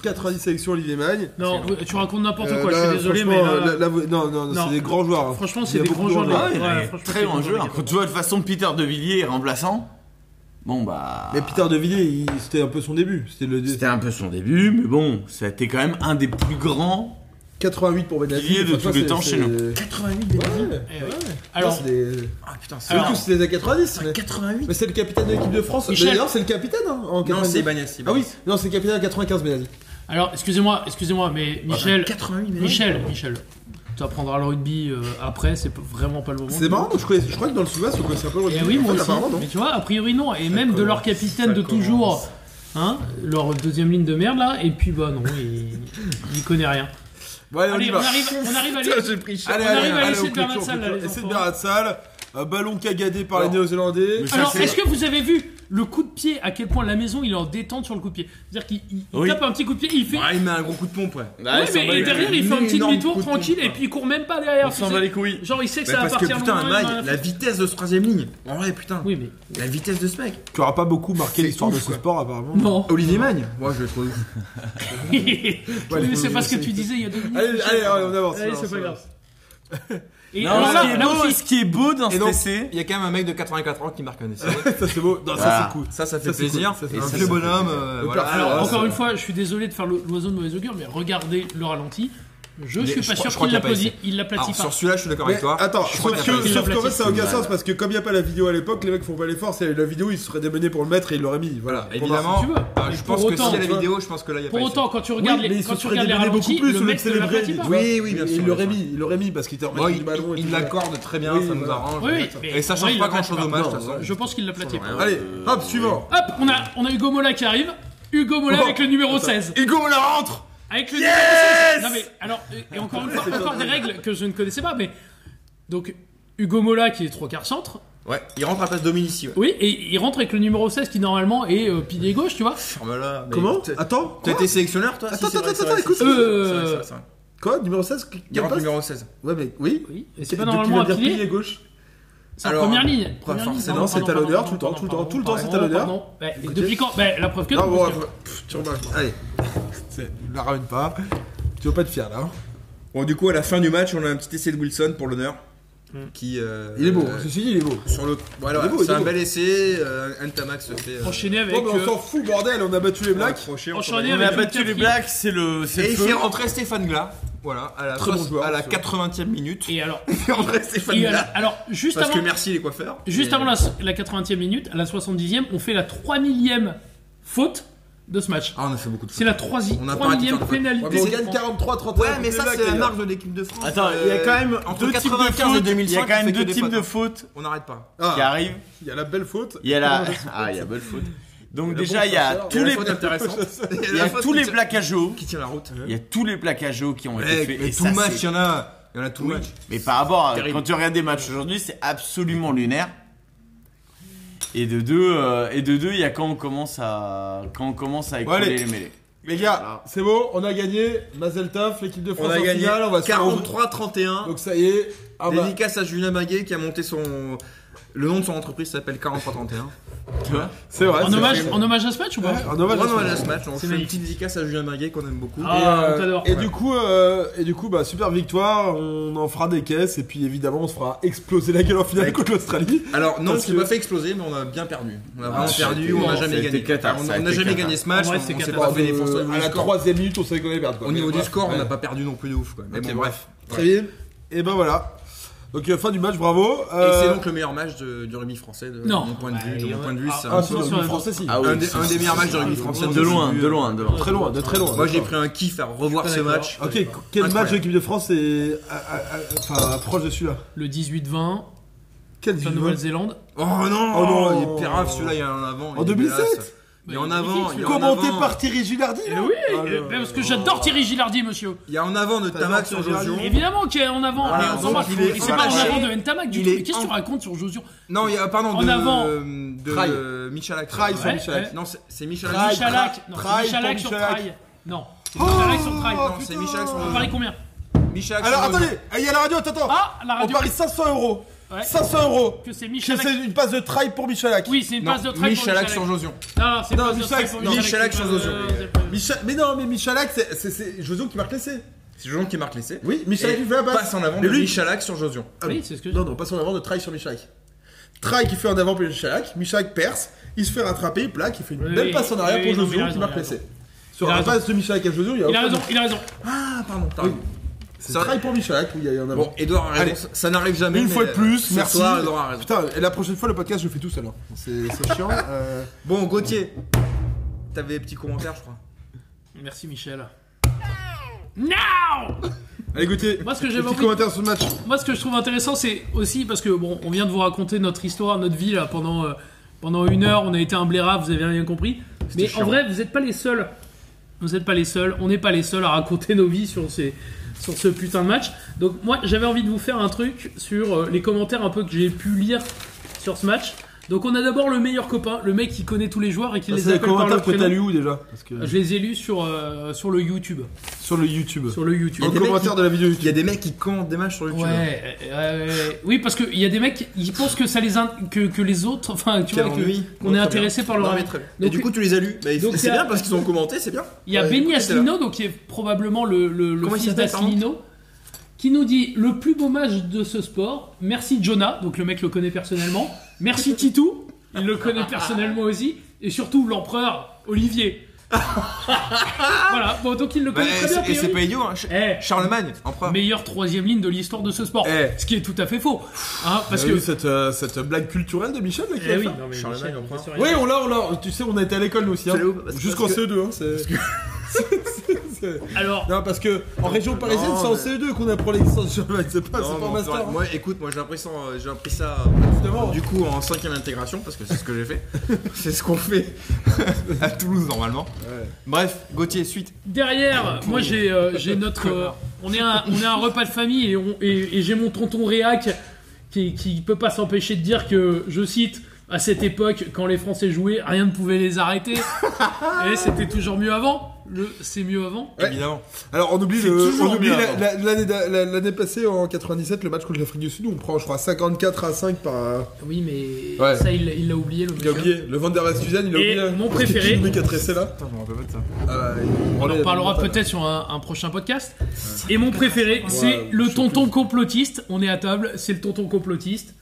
[SPEAKER 8] 90 sélections, Olivier Magne.
[SPEAKER 9] Non, tu racontes n'importe
[SPEAKER 8] Euh,
[SPEAKER 9] quoi, je
[SPEAKER 8] là,
[SPEAKER 9] suis désolé, mais
[SPEAKER 8] franchement, euh,
[SPEAKER 9] là.
[SPEAKER 8] là- là, vous- non, non,
[SPEAKER 9] Non.
[SPEAKER 8] c'est des grands joueurs. hein.
[SPEAKER 9] Franchement,
[SPEAKER 8] Il y
[SPEAKER 9] c'est
[SPEAKER 8] a
[SPEAKER 9] des
[SPEAKER 8] beaucoup
[SPEAKER 9] grands
[SPEAKER 8] de
[SPEAKER 9] joueurs.
[SPEAKER 8] joueurs,
[SPEAKER 9] là.
[SPEAKER 11] Ah ouais,
[SPEAKER 9] Ouais,
[SPEAKER 11] il est
[SPEAKER 9] franchement, c'est
[SPEAKER 11] très
[SPEAKER 9] des
[SPEAKER 11] grand
[SPEAKER 9] grands
[SPEAKER 11] joueur.
[SPEAKER 9] joueurs.
[SPEAKER 11] Quand tu vois de toute façon Peter De Villiers est remplaçant, bon bah.
[SPEAKER 8] Mais Peter De Villiers, il- c'était un peu son début. C'était le
[SPEAKER 11] C'était un peu son début, mais bon, c'était quand même un des plus grands.
[SPEAKER 8] 88 pour Benazier.
[SPEAKER 11] Villiers de
[SPEAKER 8] Enfin,
[SPEAKER 11] tous les
[SPEAKER 8] c'est-
[SPEAKER 11] temps
[SPEAKER 8] c'est-
[SPEAKER 11] chez nous.
[SPEAKER 10] 88 Benazzi.
[SPEAKER 9] Eh oui.
[SPEAKER 8] Alors,
[SPEAKER 9] Alors,
[SPEAKER 8] c'est des-
[SPEAKER 10] Ah putain, c'est.
[SPEAKER 8] surtout
[SPEAKER 9] alors-
[SPEAKER 8] c'était les années 90. mais-
[SPEAKER 10] 88
[SPEAKER 8] Mais c'est le capitaine de l'équipe de France.
[SPEAKER 9] Michel.
[SPEAKER 8] D'ailleurs, c'est le capitaine hein, en 90.
[SPEAKER 10] Non, c'est Ibanez.
[SPEAKER 8] Ah oui,
[SPEAKER 10] Ibanez.
[SPEAKER 8] non, c'est le capitaine à 95 Benazier.
[SPEAKER 9] alors, excusez-moi, excusez-moi,
[SPEAKER 8] Ah,
[SPEAKER 9] mais Michel,
[SPEAKER 10] 88 Benazzi.
[SPEAKER 9] Michel, Michel, tu apprendras le rugby euh, après, c'est p- vraiment pas le moment.
[SPEAKER 8] C'est marrant, donc je, connais- je crois que dans le sous-ouest, on connaissait un peu le
[SPEAKER 9] Et
[SPEAKER 8] rugby.
[SPEAKER 9] Eh oui,
[SPEAKER 8] En
[SPEAKER 9] moi
[SPEAKER 8] fait,
[SPEAKER 9] aussi.
[SPEAKER 8] apparemment, non
[SPEAKER 9] Mais tu vois, a priori non. Et même de leur capitaine de
[SPEAKER 10] commence.
[SPEAKER 9] toujours, hein, leur deuxième ligne de merde là. Et puis bah non, il, il connaît rien.
[SPEAKER 8] Bon, allez, on y
[SPEAKER 9] Allez, on
[SPEAKER 8] va.
[SPEAKER 9] arrive, on arrive à
[SPEAKER 10] Putain,
[SPEAKER 9] l'essai.
[SPEAKER 10] j'ai pris cher.
[SPEAKER 8] Allez,
[SPEAKER 9] on
[SPEAKER 8] allez,
[SPEAKER 9] arrive à
[SPEAKER 8] allez,
[SPEAKER 9] l'essai
[SPEAKER 8] on
[SPEAKER 9] de Bernard
[SPEAKER 8] clôture,
[SPEAKER 9] Salle, là,
[SPEAKER 8] clôture.
[SPEAKER 9] les
[SPEAKER 8] Essai de
[SPEAKER 9] enfants.
[SPEAKER 8] Bernard Salle, euh, ballon cagadé par les Néo-Zélandais.
[SPEAKER 11] ça,
[SPEAKER 9] Alors,
[SPEAKER 11] c'est-
[SPEAKER 9] est-ce que vous avez vu le coup de pied à quel point la maison il est en détente sur le coup de pied C'est-à-dire qu'il il- il
[SPEAKER 11] Oui.
[SPEAKER 9] tape un petit coup de pied, il fait.
[SPEAKER 10] Ouais, il met un gros coup de pompe, ouais.
[SPEAKER 11] Ah,
[SPEAKER 9] Ouais,
[SPEAKER 11] il s'en bat
[SPEAKER 9] mais
[SPEAKER 11] les
[SPEAKER 9] et derrière il fait un petit
[SPEAKER 10] énorme coup
[SPEAKER 9] demi-tour
[SPEAKER 10] de
[SPEAKER 9] tranquille
[SPEAKER 10] pompe,
[SPEAKER 9] et
[SPEAKER 10] là.
[SPEAKER 9] puis il court même pas
[SPEAKER 11] On
[SPEAKER 9] derrière. tu
[SPEAKER 11] s'en
[SPEAKER 9] sais.
[SPEAKER 11] bat les couilles.
[SPEAKER 9] Genre il sait que
[SPEAKER 10] Mais
[SPEAKER 9] ça va
[SPEAKER 10] parce que
[SPEAKER 9] partir. à un
[SPEAKER 10] putain,
[SPEAKER 9] moment, il en a
[SPEAKER 10] Magne, la
[SPEAKER 9] fait.
[SPEAKER 10] vitesse de ce troisième ligne. En vrai, putain.
[SPEAKER 9] Oui, mais
[SPEAKER 10] La vitesse de ce mec.
[SPEAKER 8] Tu auras pas beaucoup marqué
[SPEAKER 10] C'est
[SPEAKER 8] l'histoire de
[SPEAKER 10] ouf,
[SPEAKER 8] ce
[SPEAKER 10] quoi.
[SPEAKER 8] sport, apparemment.
[SPEAKER 9] non.
[SPEAKER 10] Olivier Magne. Moi, je le trouve ouf.
[SPEAKER 9] Mais c'est pas ce que tu disais il y a deux minutes.
[SPEAKER 8] Allez, allez, allez, on avance.
[SPEAKER 9] Allez,
[SPEAKER 8] on
[SPEAKER 9] c'est pas
[SPEAKER 8] avance.
[SPEAKER 9] grave. Et
[SPEAKER 11] Non,
[SPEAKER 9] alors
[SPEAKER 11] ce, qui
[SPEAKER 9] là,
[SPEAKER 11] est
[SPEAKER 9] là
[SPEAKER 11] beau,
[SPEAKER 9] aussi,
[SPEAKER 11] ce qui est beau dans
[SPEAKER 10] Et
[SPEAKER 11] cet
[SPEAKER 10] donc,
[SPEAKER 11] essai,
[SPEAKER 10] il y a quand même un mec de 84 ans qui marque un essai.
[SPEAKER 8] Ça, c'est beau. Non, ça,
[SPEAKER 11] Ah.
[SPEAKER 8] c'est cool.
[SPEAKER 10] Ça, ça fait
[SPEAKER 8] Ça, c'est
[SPEAKER 10] plaisir.
[SPEAKER 8] cool. Ça, c'est
[SPEAKER 10] Et
[SPEAKER 8] un
[SPEAKER 10] c'est
[SPEAKER 8] vieux
[SPEAKER 10] le bonhomme. euh,
[SPEAKER 8] Le
[SPEAKER 10] voilà.
[SPEAKER 8] père-
[SPEAKER 10] Alors,
[SPEAKER 8] Ah,
[SPEAKER 9] encore
[SPEAKER 8] c'est-
[SPEAKER 9] une fois, je suis désolé de faire le- l'oiseau de mauvaise augure, mais regardez le ralenti. Je
[SPEAKER 10] Mais
[SPEAKER 9] suis
[SPEAKER 10] je crois-
[SPEAKER 9] pas
[SPEAKER 10] je
[SPEAKER 9] sûr
[SPEAKER 10] crois
[SPEAKER 9] qu'il
[SPEAKER 10] qu'il a pas
[SPEAKER 9] l'applaudit.
[SPEAKER 10] essayé.
[SPEAKER 9] Il l'aplatit pas.
[SPEAKER 10] sur celui-là, je suis d'accord
[SPEAKER 8] Mais
[SPEAKER 10] avec toi.
[SPEAKER 8] attends,
[SPEAKER 10] Je
[SPEAKER 8] sauf
[SPEAKER 10] crois
[SPEAKER 8] que-
[SPEAKER 10] qu'il a pas
[SPEAKER 8] sauf
[SPEAKER 10] essayé.
[SPEAKER 8] qu'en fait ça n'a aucun
[SPEAKER 11] Ouais.
[SPEAKER 8] sens parce que comme il n'y a pas la vidéo à l'époque, les mecs font pas l'effort, c'est la vidéo ils se seraient démenés pour le mettre et ils l'auraient mis. Voilà. Pour
[SPEAKER 10] Évidemment,
[SPEAKER 9] si tu veux.
[SPEAKER 10] ah,
[SPEAKER 9] Mais
[SPEAKER 10] je
[SPEAKER 9] pour
[SPEAKER 10] pense que
[SPEAKER 9] autant,
[SPEAKER 10] s'il y a
[SPEAKER 9] tu
[SPEAKER 10] la
[SPEAKER 9] vois.
[SPEAKER 10] vidéo, je pense que là, il y a
[SPEAKER 9] Pour
[SPEAKER 10] pas
[SPEAKER 9] autant, quand tu
[SPEAKER 8] voir.
[SPEAKER 9] regardes
[SPEAKER 8] Oui, mais
[SPEAKER 9] les,
[SPEAKER 8] ils
[SPEAKER 9] quand
[SPEAKER 8] se
[SPEAKER 9] tu
[SPEAKER 8] seraient
[SPEAKER 9] regardes les
[SPEAKER 8] démenés beaucoup
[SPEAKER 9] ralentis,
[SPEAKER 8] plus
[SPEAKER 9] le
[SPEAKER 8] au lieu de
[SPEAKER 9] mec ne
[SPEAKER 8] célébrer.
[SPEAKER 9] l'aplatit pas.
[SPEAKER 8] tu vois.
[SPEAKER 10] Oui, oui, bien
[SPEAKER 8] Et
[SPEAKER 10] sûr,
[SPEAKER 8] Il
[SPEAKER 10] bien
[SPEAKER 8] l'aurait
[SPEAKER 10] sûr.
[SPEAKER 8] mis, il l'aurait mis parce qu'il était
[SPEAKER 10] essayé.
[SPEAKER 8] remis du ballon. et
[SPEAKER 10] Il
[SPEAKER 8] tout.
[SPEAKER 10] l'accorde très bien,
[SPEAKER 8] Oui,
[SPEAKER 10] ça nous
[SPEAKER 8] voilà.
[SPEAKER 10] arrange.
[SPEAKER 9] Oui, oui, mais
[SPEAKER 10] Et ça
[SPEAKER 9] ouais,
[SPEAKER 10] change
[SPEAKER 9] il
[SPEAKER 10] pas
[SPEAKER 9] l'aplatit
[SPEAKER 10] grand-chose
[SPEAKER 9] pas.
[SPEAKER 10] au match, de
[SPEAKER 8] Non,
[SPEAKER 10] toute façon.
[SPEAKER 9] Je pense qu'il l'aplatit pas.
[SPEAKER 8] Allez, hop, suivant.
[SPEAKER 9] Hop, on a, on a Hugo Mola qui arrive. Hugo Mola
[SPEAKER 10] Oh,
[SPEAKER 9] avec le numéro 16.
[SPEAKER 10] Hugo Mola rentre
[SPEAKER 9] Avec le
[SPEAKER 10] Yes
[SPEAKER 9] numéro 16. Non mais alors et- et encore une fois encore des règles que je ne connaissais pas mais donc Hugo Mola qui est trois quarts centre.
[SPEAKER 10] Ouais, il rentre à la place d'Ominici. Ouais.
[SPEAKER 9] Oui, et il rentre avec le numéro 16 qui normalement est euh, pilier gauche, tu vois.
[SPEAKER 10] Oh là là, mais
[SPEAKER 8] Comment
[SPEAKER 10] t'es-
[SPEAKER 8] Attends
[SPEAKER 10] T'as
[SPEAKER 8] quoi
[SPEAKER 10] été sélectionneur toi
[SPEAKER 8] Ah, Attends,
[SPEAKER 10] Si, c'est
[SPEAKER 8] attends,
[SPEAKER 10] vrai, c'est
[SPEAKER 8] attends,
[SPEAKER 10] vrai,
[SPEAKER 8] écoute.
[SPEAKER 10] c'est vrai,
[SPEAKER 9] Euh,
[SPEAKER 10] c'est vrai, c'est vrai, c'est vrai.
[SPEAKER 8] Quoi Numéro 16 qui-
[SPEAKER 10] Il
[SPEAKER 8] quel
[SPEAKER 10] rentre
[SPEAKER 8] poste
[SPEAKER 10] numéro 16.
[SPEAKER 8] Ouais, mais oui.
[SPEAKER 9] Oui, et c'est pas
[SPEAKER 8] Depuis
[SPEAKER 9] normalement un
[SPEAKER 8] qu'il vient de dire
[SPEAKER 9] pilier
[SPEAKER 8] pilier gauche.
[SPEAKER 9] C'est en
[SPEAKER 10] Alors,
[SPEAKER 9] première ligne.
[SPEAKER 10] première
[SPEAKER 9] Première ligne,
[SPEAKER 10] forcément,
[SPEAKER 9] pardon,
[SPEAKER 8] c'est
[SPEAKER 9] pardon,
[SPEAKER 8] à l'honneur
[SPEAKER 9] pardon,
[SPEAKER 8] tout le temps,
[SPEAKER 9] pardon,
[SPEAKER 8] tout le temps,
[SPEAKER 9] pardon,
[SPEAKER 8] tout le temps,
[SPEAKER 9] pardon,
[SPEAKER 8] c'est à l'honneur.
[SPEAKER 9] pardon. Bah, et Depuis quand Bah, La preuve que
[SPEAKER 8] Non,
[SPEAKER 9] non.
[SPEAKER 8] bon,
[SPEAKER 9] parce que-
[SPEAKER 8] ouais, pff, tu remarques. Allez, Pff, tu sais, je la ramène pas. Tu veux pas te fier là hein
[SPEAKER 10] Bon, du coup, à la fin du match, on a un petit essai de Wilson pour l'honneur.
[SPEAKER 11] Mm.
[SPEAKER 10] Qui, euh,
[SPEAKER 8] Il est beau,
[SPEAKER 10] euh,
[SPEAKER 8] ceci dit, il est beau.
[SPEAKER 10] sur le. Bon, alors,
[SPEAKER 8] Il est beau, il
[SPEAKER 10] c'est
[SPEAKER 8] est
[SPEAKER 10] un
[SPEAKER 8] beau.
[SPEAKER 10] bel essai. euh, un Tamax se fait. euh,
[SPEAKER 9] Enchaîné avec.
[SPEAKER 8] Oh, mais on
[SPEAKER 9] euh,
[SPEAKER 8] s'en fout, bordel, on a battu les Blacks.
[SPEAKER 10] accrocher, on
[SPEAKER 9] Enchaîné
[SPEAKER 10] s'en
[SPEAKER 11] On
[SPEAKER 10] va.
[SPEAKER 11] a
[SPEAKER 9] avec.
[SPEAKER 11] battu les Blacks, c'est le, c'est
[SPEAKER 10] Et
[SPEAKER 11] le
[SPEAKER 10] il fait
[SPEAKER 11] feu.
[SPEAKER 10] rentrer Stéphane Glas. Voilà, à la,
[SPEAKER 8] Très bon
[SPEAKER 10] soix-
[SPEAKER 8] joueur,
[SPEAKER 10] à la
[SPEAKER 8] ce-
[SPEAKER 10] 80e minute.
[SPEAKER 9] Et alors,
[SPEAKER 10] Il fait rentrer Stéphane
[SPEAKER 11] euh,
[SPEAKER 9] et alors,
[SPEAKER 10] Glas.
[SPEAKER 9] alors, juste
[SPEAKER 10] Parce que
[SPEAKER 9] avant,
[SPEAKER 10] merci les coiffeurs.
[SPEAKER 9] juste
[SPEAKER 10] Et-
[SPEAKER 9] avant la, la 80e minute, à la 70e, on fait la 3000e faute de ce match.
[SPEAKER 10] Ah, on a fait beaucoup de
[SPEAKER 9] C'est la 3e,
[SPEAKER 10] On a pas arrêté de faire de faute.
[SPEAKER 9] pénalité.
[SPEAKER 8] Ouais, mais on
[SPEAKER 9] de
[SPEAKER 8] gagne
[SPEAKER 9] France.
[SPEAKER 8] 43-31.
[SPEAKER 10] Ouais, mais ça, c'est la marge
[SPEAKER 8] marque.
[SPEAKER 10] de l'équipe de France.
[SPEAKER 11] Attends, il y a
[SPEAKER 10] Euh,
[SPEAKER 11] quand même
[SPEAKER 10] entre
[SPEAKER 11] deux types de
[SPEAKER 10] 95 et
[SPEAKER 11] fautes. Il
[SPEAKER 10] 2005,
[SPEAKER 11] y a quand
[SPEAKER 10] on fait
[SPEAKER 11] même
[SPEAKER 10] que
[SPEAKER 11] deux
[SPEAKER 10] des
[SPEAKER 11] types
[SPEAKER 10] fautes,
[SPEAKER 11] de
[SPEAKER 10] hein.
[SPEAKER 11] fautes
[SPEAKER 10] On n'arrête pas.
[SPEAKER 11] qui arrivent.
[SPEAKER 8] Il y a la belle faute.
[SPEAKER 11] Il y a la. Ah, il y a bonne faute. Donc,
[SPEAKER 8] la
[SPEAKER 11] déjà,
[SPEAKER 8] bonne
[SPEAKER 11] il y a
[SPEAKER 8] chasseur.
[SPEAKER 11] tous
[SPEAKER 10] la
[SPEAKER 11] les.
[SPEAKER 10] faute intéressante.
[SPEAKER 11] Il y a tous les plaquages à eau.
[SPEAKER 10] qui tient la route.
[SPEAKER 11] Il y a tous les plaquages à eau qui ont été
[SPEAKER 10] Mec,
[SPEAKER 11] faits.
[SPEAKER 10] mais
[SPEAKER 11] et
[SPEAKER 10] tout
[SPEAKER 11] ça,
[SPEAKER 10] match,
[SPEAKER 11] c'est-
[SPEAKER 10] il y en a. Il y en a tout
[SPEAKER 11] Oui,
[SPEAKER 10] match.
[SPEAKER 11] Mais par rapport à
[SPEAKER 10] Terrible.
[SPEAKER 11] quand tu regardes des matchs aujourd'hui, c'est absolument lunaire. Et de deux, euh, et de deux, il y a quand on commence à quand on commence à écouler
[SPEAKER 8] allez.
[SPEAKER 11] les mêlées.
[SPEAKER 8] Les gars,
[SPEAKER 11] Voilà.
[SPEAKER 10] Ah.
[SPEAKER 8] c'est beau, on a gagné. Mazel Tov, l'équipe de France
[SPEAKER 10] On a
[SPEAKER 8] en
[SPEAKER 10] gagné
[SPEAKER 8] finale, on va se faire au-
[SPEAKER 10] 43-31.
[SPEAKER 8] Donc ça y est, ah bah,
[SPEAKER 10] Dédicace à Julien Maguet qui a monté son. Le nom de son entreprise s'appelle 43-31. Tu vois
[SPEAKER 8] c'est vrai.
[SPEAKER 9] En
[SPEAKER 8] c'est
[SPEAKER 9] hommage,
[SPEAKER 8] vrai.
[SPEAKER 9] en hommage à ce match ou pas
[SPEAKER 8] En hommage.
[SPEAKER 10] Vraiment,
[SPEAKER 8] à
[SPEAKER 10] à
[SPEAKER 8] ce match.
[SPEAKER 10] ce match, on fait une
[SPEAKER 9] magnifique.
[SPEAKER 10] petite dédicace à Julien Maguet qu'on aime beaucoup.
[SPEAKER 8] Et,
[SPEAKER 9] Ah,
[SPEAKER 8] euh,
[SPEAKER 9] on t'adore.
[SPEAKER 8] et du coup, euh, et du coup, bah super victoire. On en fera des caisses et puis évidemment, on se fera exploser la gueule en finale contre l'Australie.
[SPEAKER 10] Alors non,
[SPEAKER 8] Parce
[SPEAKER 10] c'est
[SPEAKER 8] que-
[SPEAKER 10] pas fait exploser, mais on a bien perdu. On a vraiment
[SPEAKER 11] ça a
[SPEAKER 10] perdu,
[SPEAKER 11] été-
[SPEAKER 10] on
[SPEAKER 11] ça
[SPEAKER 10] n'a
[SPEAKER 11] a
[SPEAKER 10] jamais
[SPEAKER 11] été
[SPEAKER 10] gagné.
[SPEAKER 11] cata,
[SPEAKER 10] on
[SPEAKER 11] ça a
[SPEAKER 10] on n'a
[SPEAKER 11] été
[SPEAKER 10] jamais
[SPEAKER 11] cata.
[SPEAKER 10] gagné ce match,
[SPEAKER 9] En vrai, c'est
[SPEAKER 10] on s'est
[SPEAKER 9] cata.
[SPEAKER 10] pas fait
[SPEAKER 8] Euh,
[SPEAKER 10] défoncer
[SPEAKER 8] à la troisième minute, on savait qu'on allait perdre. quoi.
[SPEAKER 10] Au
[SPEAKER 8] Mais
[SPEAKER 10] niveau du
[SPEAKER 8] bref,
[SPEAKER 10] score, on
[SPEAKER 8] ouais.
[SPEAKER 10] n'a pas perdu non plus de ouf. Quoi. Mais
[SPEAKER 8] Ok,
[SPEAKER 10] bon, bref.
[SPEAKER 8] Très bien. Et ben voilà. Donc euh, fin du match, bravo.
[SPEAKER 10] Et
[SPEAKER 8] Euh,
[SPEAKER 10] c'est donc le meilleur match de- du rugby français, de de
[SPEAKER 9] Non.
[SPEAKER 10] mon point de vue.
[SPEAKER 9] Ouais,
[SPEAKER 10] De mon
[SPEAKER 9] ouais.
[SPEAKER 10] point de vue,
[SPEAKER 9] Ah,
[SPEAKER 10] c'est
[SPEAKER 8] ah,
[SPEAKER 10] un-
[SPEAKER 8] si, dans le
[SPEAKER 9] Attention,
[SPEAKER 8] français, si. Euh,
[SPEAKER 11] Ah oui,
[SPEAKER 10] un des-
[SPEAKER 11] c'est-
[SPEAKER 10] un des meilleurs matchs de rugby français.
[SPEAKER 11] De loin, de loin, de loin.
[SPEAKER 8] Très loin, de très loin.
[SPEAKER 10] Moi, j'ai pris un kiff à revoir ce match.
[SPEAKER 8] Ok, quel
[SPEAKER 10] Incroyable.
[SPEAKER 8] match de l'équipe de France est à- à- à- enfin proche de celui-là
[SPEAKER 9] Le 18-20,
[SPEAKER 8] Quel
[SPEAKER 9] la
[SPEAKER 8] duel
[SPEAKER 9] Nouvelle-Zélande.
[SPEAKER 10] Oh non,
[SPEAKER 8] Oh
[SPEAKER 10] il
[SPEAKER 8] non.
[SPEAKER 10] est pérave celui-là, il y a un avant. il
[SPEAKER 8] En
[SPEAKER 10] est
[SPEAKER 8] 2007?
[SPEAKER 10] dégueulasse. Il y a en avant, il y a en
[SPEAKER 8] Commenté
[SPEAKER 10] avant.
[SPEAKER 8] par Thierry Gilardi
[SPEAKER 9] Eh
[SPEAKER 8] là
[SPEAKER 9] oui,
[SPEAKER 8] Ah,
[SPEAKER 9] eh,
[SPEAKER 8] là, là,
[SPEAKER 9] parce que
[SPEAKER 8] là,
[SPEAKER 10] oh.
[SPEAKER 9] j'adore Thierry Gilardi, monsieur.
[SPEAKER 10] Il y a en avant de Tamax sur Josion.
[SPEAKER 9] Évidemment qu'il est en avant.
[SPEAKER 10] Voilà,
[SPEAKER 9] mais on s'en
[SPEAKER 10] donc
[SPEAKER 9] bat.
[SPEAKER 10] Ah, il est
[SPEAKER 9] Et c'est pas en
[SPEAKER 10] fâché.
[SPEAKER 9] avant de Ntamak du
[SPEAKER 10] Il
[SPEAKER 9] tout.
[SPEAKER 10] est
[SPEAKER 9] Mais qu'est-ce que tu racontes sur Josion
[SPEAKER 10] Non, il y a, pardon,
[SPEAKER 9] En
[SPEAKER 10] de, euh,
[SPEAKER 9] avant.
[SPEAKER 8] Traille.
[SPEAKER 10] de Michalak.
[SPEAKER 8] Traille sur
[SPEAKER 9] Ouais,
[SPEAKER 8] Michalak.
[SPEAKER 9] ouais.
[SPEAKER 10] Non, c'est- c'est Michalak.
[SPEAKER 8] Traille.
[SPEAKER 9] Michalak. Non,
[SPEAKER 8] Traille,
[SPEAKER 9] c'est Michalak
[SPEAKER 8] pas
[SPEAKER 9] sur
[SPEAKER 8] Michalak.
[SPEAKER 9] Trail. Non, c'est Michalak sur Trail.
[SPEAKER 10] Oh Non, c'est Michalak sur
[SPEAKER 9] On parlait combien
[SPEAKER 10] Michalak
[SPEAKER 8] Alors
[SPEAKER 10] sur le-
[SPEAKER 8] attendez, il y a la radio, attends, attends.
[SPEAKER 9] Ah, la
[SPEAKER 8] On
[SPEAKER 9] radio.
[SPEAKER 8] parie 500 euros.
[SPEAKER 9] Ouais.
[SPEAKER 8] 500 euros.
[SPEAKER 9] Que c'est
[SPEAKER 8] Que
[SPEAKER 9] Michalak.
[SPEAKER 8] c'est une passe de trail pour Michalak.
[SPEAKER 9] Oui, c'est une
[SPEAKER 10] Non,
[SPEAKER 9] passe de Trail.
[SPEAKER 10] Michalak sur Josion.
[SPEAKER 9] Non, non, c'est
[SPEAKER 8] Non,
[SPEAKER 9] pas de Trail
[SPEAKER 8] Michalak-
[SPEAKER 9] pour
[SPEAKER 8] non,
[SPEAKER 10] Michalak sur
[SPEAKER 9] c'est
[SPEAKER 10] Josion.
[SPEAKER 9] pas- c'est pas-
[SPEAKER 8] Micha- Mais non, mais Michalak, c'est- c'est- c'est Josion qui marque l'essai.
[SPEAKER 10] C'est Josion qui marque l'essai.
[SPEAKER 8] Oui,
[SPEAKER 10] Et
[SPEAKER 8] Michalak qui fait la passe.
[SPEAKER 10] passe en avant
[SPEAKER 8] Mais
[SPEAKER 10] de
[SPEAKER 8] lui-
[SPEAKER 10] Michalak sur Josion.
[SPEAKER 8] Ah
[SPEAKER 9] Oui,
[SPEAKER 8] bon.
[SPEAKER 9] c'est ce que je
[SPEAKER 8] Non,
[SPEAKER 9] dis.
[SPEAKER 8] non, passe en avant de trail sur Michalak. Trail qui fait en avant pour Michalak. Michalak perce. Il se fait rattraper, il plaque, il fait une
[SPEAKER 9] Oui,
[SPEAKER 8] belle
[SPEAKER 9] oui.
[SPEAKER 8] passe en arrière
[SPEAKER 9] Oui,
[SPEAKER 8] pour
[SPEAKER 9] non, mais il a
[SPEAKER 8] Josion qui
[SPEAKER 9] raison,
[SPEAKER 8] marque
[SPEAKER 9] il a raison.
[SPEAKER 8] l'essai.
[SPEAKER 9] Il
[SPEAKER 8] Sur
[SPEAKER 9] a
[SPEAKER 8] la
[SPEAKER 9] raison.
[SPEAKER 8] passe de Michalak à Josion, il y a
[SPEAKER 9] Il a
[SPEAKER 8] aucun-
[SPEAKER 9] raison, il a raison.
[SPEAKER 10] Ah, pardon, t'as raison.
[SPEAKER 8] C'est
[SPEAKER 10] Ça-
[SPEAKER 8] trail pour Michalak où il y a eu un avant.
[SPEAKER 10] Bon, Edouard a raison,
[SPEAKER 8] Allez.
[SPEAKER 10] ça- ça n'arrive jamais.
[SPEAKER 8] Une
[SPEAKER 10] mais,
[SPEAKER 8] fois de
[SPEAKER 10] euh,
[SPEAKER 8] plus,
[SPEAKER 10] ce
[SPEAKER 8] merci.
[SPEAKER 10] soir, Edouard a raison.
[SPEAKER 8] Putain, et la prochaine fois, le podcast, je le fais tout seul. hein. C'est c'est chiant. euh.
[SPEAKER 10] Bon, Gauthier, t'avais des petits commentaires, je crois.
[SPEAKER 9] Merci, Michel. Now
[SPEAKER 8] Allez, goûtez.
[SPEAKER 9] Moi, ce que
[SPEAKER 8] Petit
[SPEAKER 9] j'avais envie-
[SPEAKER 8] commentaire sur ce match.
[SPEAKER 9] Moi, ce que je trouve intéressant, c'est aussi parce que bon, on vient de vous raconter notre histoire, notre vie là pendant euh, pendant une heure. On a été un blairard, vous avez rien compris. Mais en vrai, vous n'êtes pas les seuls. Vous n'êtes pas les seuls. On n'est pas les seuls à raconter nos vies sur ces sur ce putain de match. Donc moi, j'avais envie de vous faire un truc sur euh, les commentaires un peu que j'ai pu lire sur ce match. Donc on a d'abord le meilleur copain, le mec qui connaît tous les joueurs et qui les
[SPEAKER 8] Ah, C'est les
[SPEAKER 9] appelle par leur
[SPEAKER 8] commentaires que t'as
[SPEAKER 9] prénom.
[SPEAKER 8] lu où déjà Parce que
[SPEAKER 9] Je les ai lus sur euh, sur le YouTube,
[SPEAKER 8] sur le YouTube.
[SPEAKER 9] sur le YouTube.
[SPEAKER 8] En
[SPEAKER 10] des mecs
[SPEAKER 8] commentaire
[SPEAKER 10] qui-
[SPEAKER 8] de la vidéo
[SPEAKER 10] Il y
[SPEAKER 8] YouTube.
[SPEAKER 10] a des mecs qui commentent des matchs sur YouTube.
[SPEAKER 9] Ouais, euh, euh, oui, parce qu'il y a des mecs, ils pensent que ça les in- que, que les autres, enfin, tu
[SPEAKER 10] Quel
[SPEAKER 9] vois, que-
[SPEAKER 10] ennui.
[SPEAKER 9] qu'on est intéressé par leur.
[SPEAKER 10] Non, mais très bien. Et
[SPEAKER 9] Donc,
[SPEAKER 10] du coup, tu les as lus. Bah,
[SPEAKER 9] Donc, il y
[SPEAKER 10] c'est
[SPEAKER 9] a-
[SPEAKER 10] bien parce qu'ils ont commenté, c'est bien.
[SPEAKER 9] il y a
[SPEAKER 10] Ouais,
[SPEAKER 9] Benny
[SPEAKER 10] écoutez, c'est là.
[SPEAKER 9] Asselineau, donc qui est probablement le, le, le
[SPEAKER 10] Comment il
[SPEAKER 9] fils
[SPEAKER 10] s'appelle, par
[SPEAKER 9] d'Asselineau, qui nous dit le plus beau match de ce sport. Merci Jonah, donc le mec le connaît personnellement. Merci Titou, il le connaît personnellement aussi, et surtout l'empereur Olivier. voilà, bon, donc il le
[SPEAKER 10] Bah,
[SPEAKER 9] connaît très bien. a
[SPEAKER 10] et c'est
[SPEAKER 9] priori.
[SPEAKER 10] pas idiot, hein. Ch-
[SPEAKER 9] Eh,
[SPEAKER 10] Charlemagne, empereur.
[SPEAKER 9] meilleure troisième ligne de l'histoire de ce sport,
[SPEAKER 10] Eh.
[SPEAKER 9] ce qui est tout à fait faux, hein, parce
[SPEAKER 8] T'as vu
[SPEAKER 9] que.
[SPEAKER 8] cette, euh, cette blague culturelle de Michel là, qui
[SPEAKER 9] Eh
[SPEAKER 8] a
[SPEAKER 9] oui,
[SPEAKER 8] fait oh
[SPEAKER 9] non, mais
[SPEAKER 10] Charlemagne,
[SPEAKER 9] Michel,
[SPEAKER 10] on prend.
[SPEAKER 9] on prend sur-
[SPEAKER 8] Oui, on l'a, on l'a. Tu sais, on a été à l'école nous aussi. hein.
[SPEAKER 10] C'est là où- parce-
[SPEAKER 8] Jusqu'en
[SPEAKER 10] parce que-
[SPEAKER 8] CE2. hein, c'est-
[SPEAKER 9] Alors.
[SPEAKER 8] Non, parce que en région parisienne, c'est en CE2 qu'on apprend l'existence du cheval, c'est pas, c'est pas en master.
[SPEAKER 10] Moi, écoute, moi j'ai appris ça, euh, j'ai appris ça euh, du coup en cinquième intégration parce que c'est ce que j'ai fait. c'est ce qu'on fait à Toulouse normalement. Bref, Gauthier, suite.
[SPEAKER 9] Derrière, moi j'ai euh, j'ai notre. euh, on, est un, on est un repas de famille et, on- et- et j'ai mon tonton Réac qui, qui peut pas s'empêcher de dire que, je cite, à cette époque, quand les Français jouaient, rien ne pouvait les arrêter. et c'était toujours mieux avant. Le c'est mieux avant.
[SPEAKER 10] Évidemment.
[SPEAKER 8] Alors on oublie
[SPEAKER 9] C'est
[SPEAKER 8] le-
[SPEAKER 9] toujours
[SPEAKER 8] on oublie
[SPEAKER 9] bien,
[SPEAKER 8] la-
[SPEAKER 10] hein.
[SPEAKER 9] alors.
[SPEAKER 8] la- l'année d'a- la- l'année passée en 97 le match contre l'Afrique du Sud où on prend je crois 54 à 5 par. euh,
[SPEAKER 9] Oui, mais
[SPEAKER 8] Ouais.
[SPEAKER 9] ça, il il l'a oublié. Le
[SPEAKER 8] Il a
[SPEAKER 9] monsieur.
[SPEAKER 8] oublié le Van der Suzanne, il a
[SPEAKER 9] Et
[SPEAKER 8] oublié.
[SPEAKER 9] mon préféré-
[SPEAKER 8] Qui a tressé là Ah,
[SPEAKER 10] Attends, je me rappelle pas de ça.
[SPEAKER 9] On en parlera
[SPEAKER 8] mental.
[SPEAKER 9] peut-être sur un, un prochain podcast. Et mon préféré,
[SPEAKER 8] Ouais,
[SPEAKER 9] c'est le tonton complotiste. On est à table, c'est le tonton complotiste.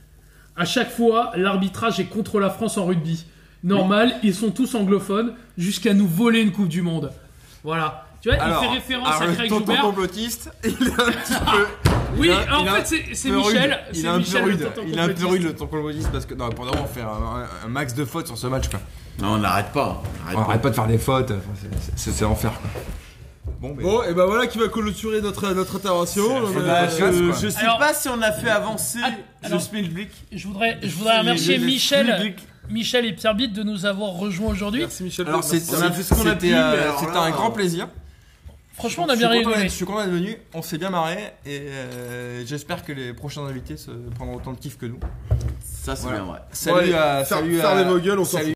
[SPEAKER 9] À chaque fois, l'arbitrage est contre la France en rugby. Normal, ils sont tous anglophones jusqu'à nous voler une Coupe du Monde. Voilà. Tu vois,
[SPEAKER 10] Alors,
[SPEAKER 9] il fait référence à
[SPEAKER 10] alors,
[SPEAKER 9] Craig
[SPEAKER 10] tonton
[SPEAKER 9] Joubert.
[SPEAKER 10] complotiste, il est un petit peu.
[SPEAKER 9] Oui,
[SPEAKER 10] il a-
[SPEAKER 9] en
[SPEAKER 10] il a
[SPEAKER 9] fait,
[SPEAKER 10] un
[SPEAKER 9] c'est- c'est
[SPEAKER 10] peu rude.
[SPEAKER 9] Michel.
[SPEAKER 10] Il
[SPEAKER 9] c'est
[SPEAKER 10] est un peu
[SPEAKER 9] Michel, le
[SPEAKER 10] rude. Il
[SPEAKER 9] tonton
[SPEAKER 10] est un peu
[SPEAKER 9] complotiste.
[SPEAKER 10] rude le tonton complotiste parce que. Non, pour d'abord, on fait un, un- un max de fautes sur ce match quoi.
[SPEAKER 11] Non, on n'arrête pas.
[SPEAKER 10] On arrête pas de faire des fautes, enfin, c'est- c'est c'est l'enfer quoi. Bon, mais.
[SPEAKER 8] Bon et ben voilà qui va clôturer notre notre intervention. On a-
[SPEAKER 11] Bah, je, je sais
[SPEAKER 9] Alors- ah,
[SPEAKER 11] pas si on a fait avancer le
[SPEAKER 9] alors-
[SPEAKER 11] Schmilblick.
[SPEAKER 9] Je voudrais, je voudrais
[SPEAKER 11] Je-
[SPEAKER 9] remercier
[SPEAKER 11] je- je-
[SPEAKER 9] Michel,
[SPEAKER 11] Schmilblick.
[SPEAKER 9] Michel et Pierre Bide de nous avoir rejoints aujourd'hui.
[SPEAKER 8] Merci Michel.
[SPEAKER 10] Alors, c'est-
[SPEAKER 11] On a fait ce qu'on a
[SPEAKER 10] c'était,
[SPEAKER 11] pu,
[SPEAKER 10] euh,
[SPEAKER 11] mais alors
[SPEAKER 10] C'était
[SPEAKER 11] là,
[SPEAKER 10] un grand
[SPEAKER 11] euh,
[SPEAKER 10] plaisir.
[SPEAKER 9] Franchement, on a
[SPEAKER 10] Je
[SPEAKER 9] bien
[SPEAKER 10] suis content d'être-
[SPEAKER 9] rigolé.
[SPEAKER 10] Je suis content d'être venu, on s'est bien marré et euh, j'espère que les prochains invités se prendront autant de kiff que nous.
[SPEAKER 11] Ça, c'est
[SPEAKER 10] Voilà.
[SPEAKER 11] bien vrai.
[SPEAKER 10] Salut
[SPEAKER 8] Ouais,
[SPEAKER 10] à.
[SPEAKER 8] faire-
[SPEAKER 10] salut
[SPEAKER 8] faire
[SPEAKER 10] à-
[SPEAKER 8] des vos gueules, on s'en
[SPEAKER 10] salut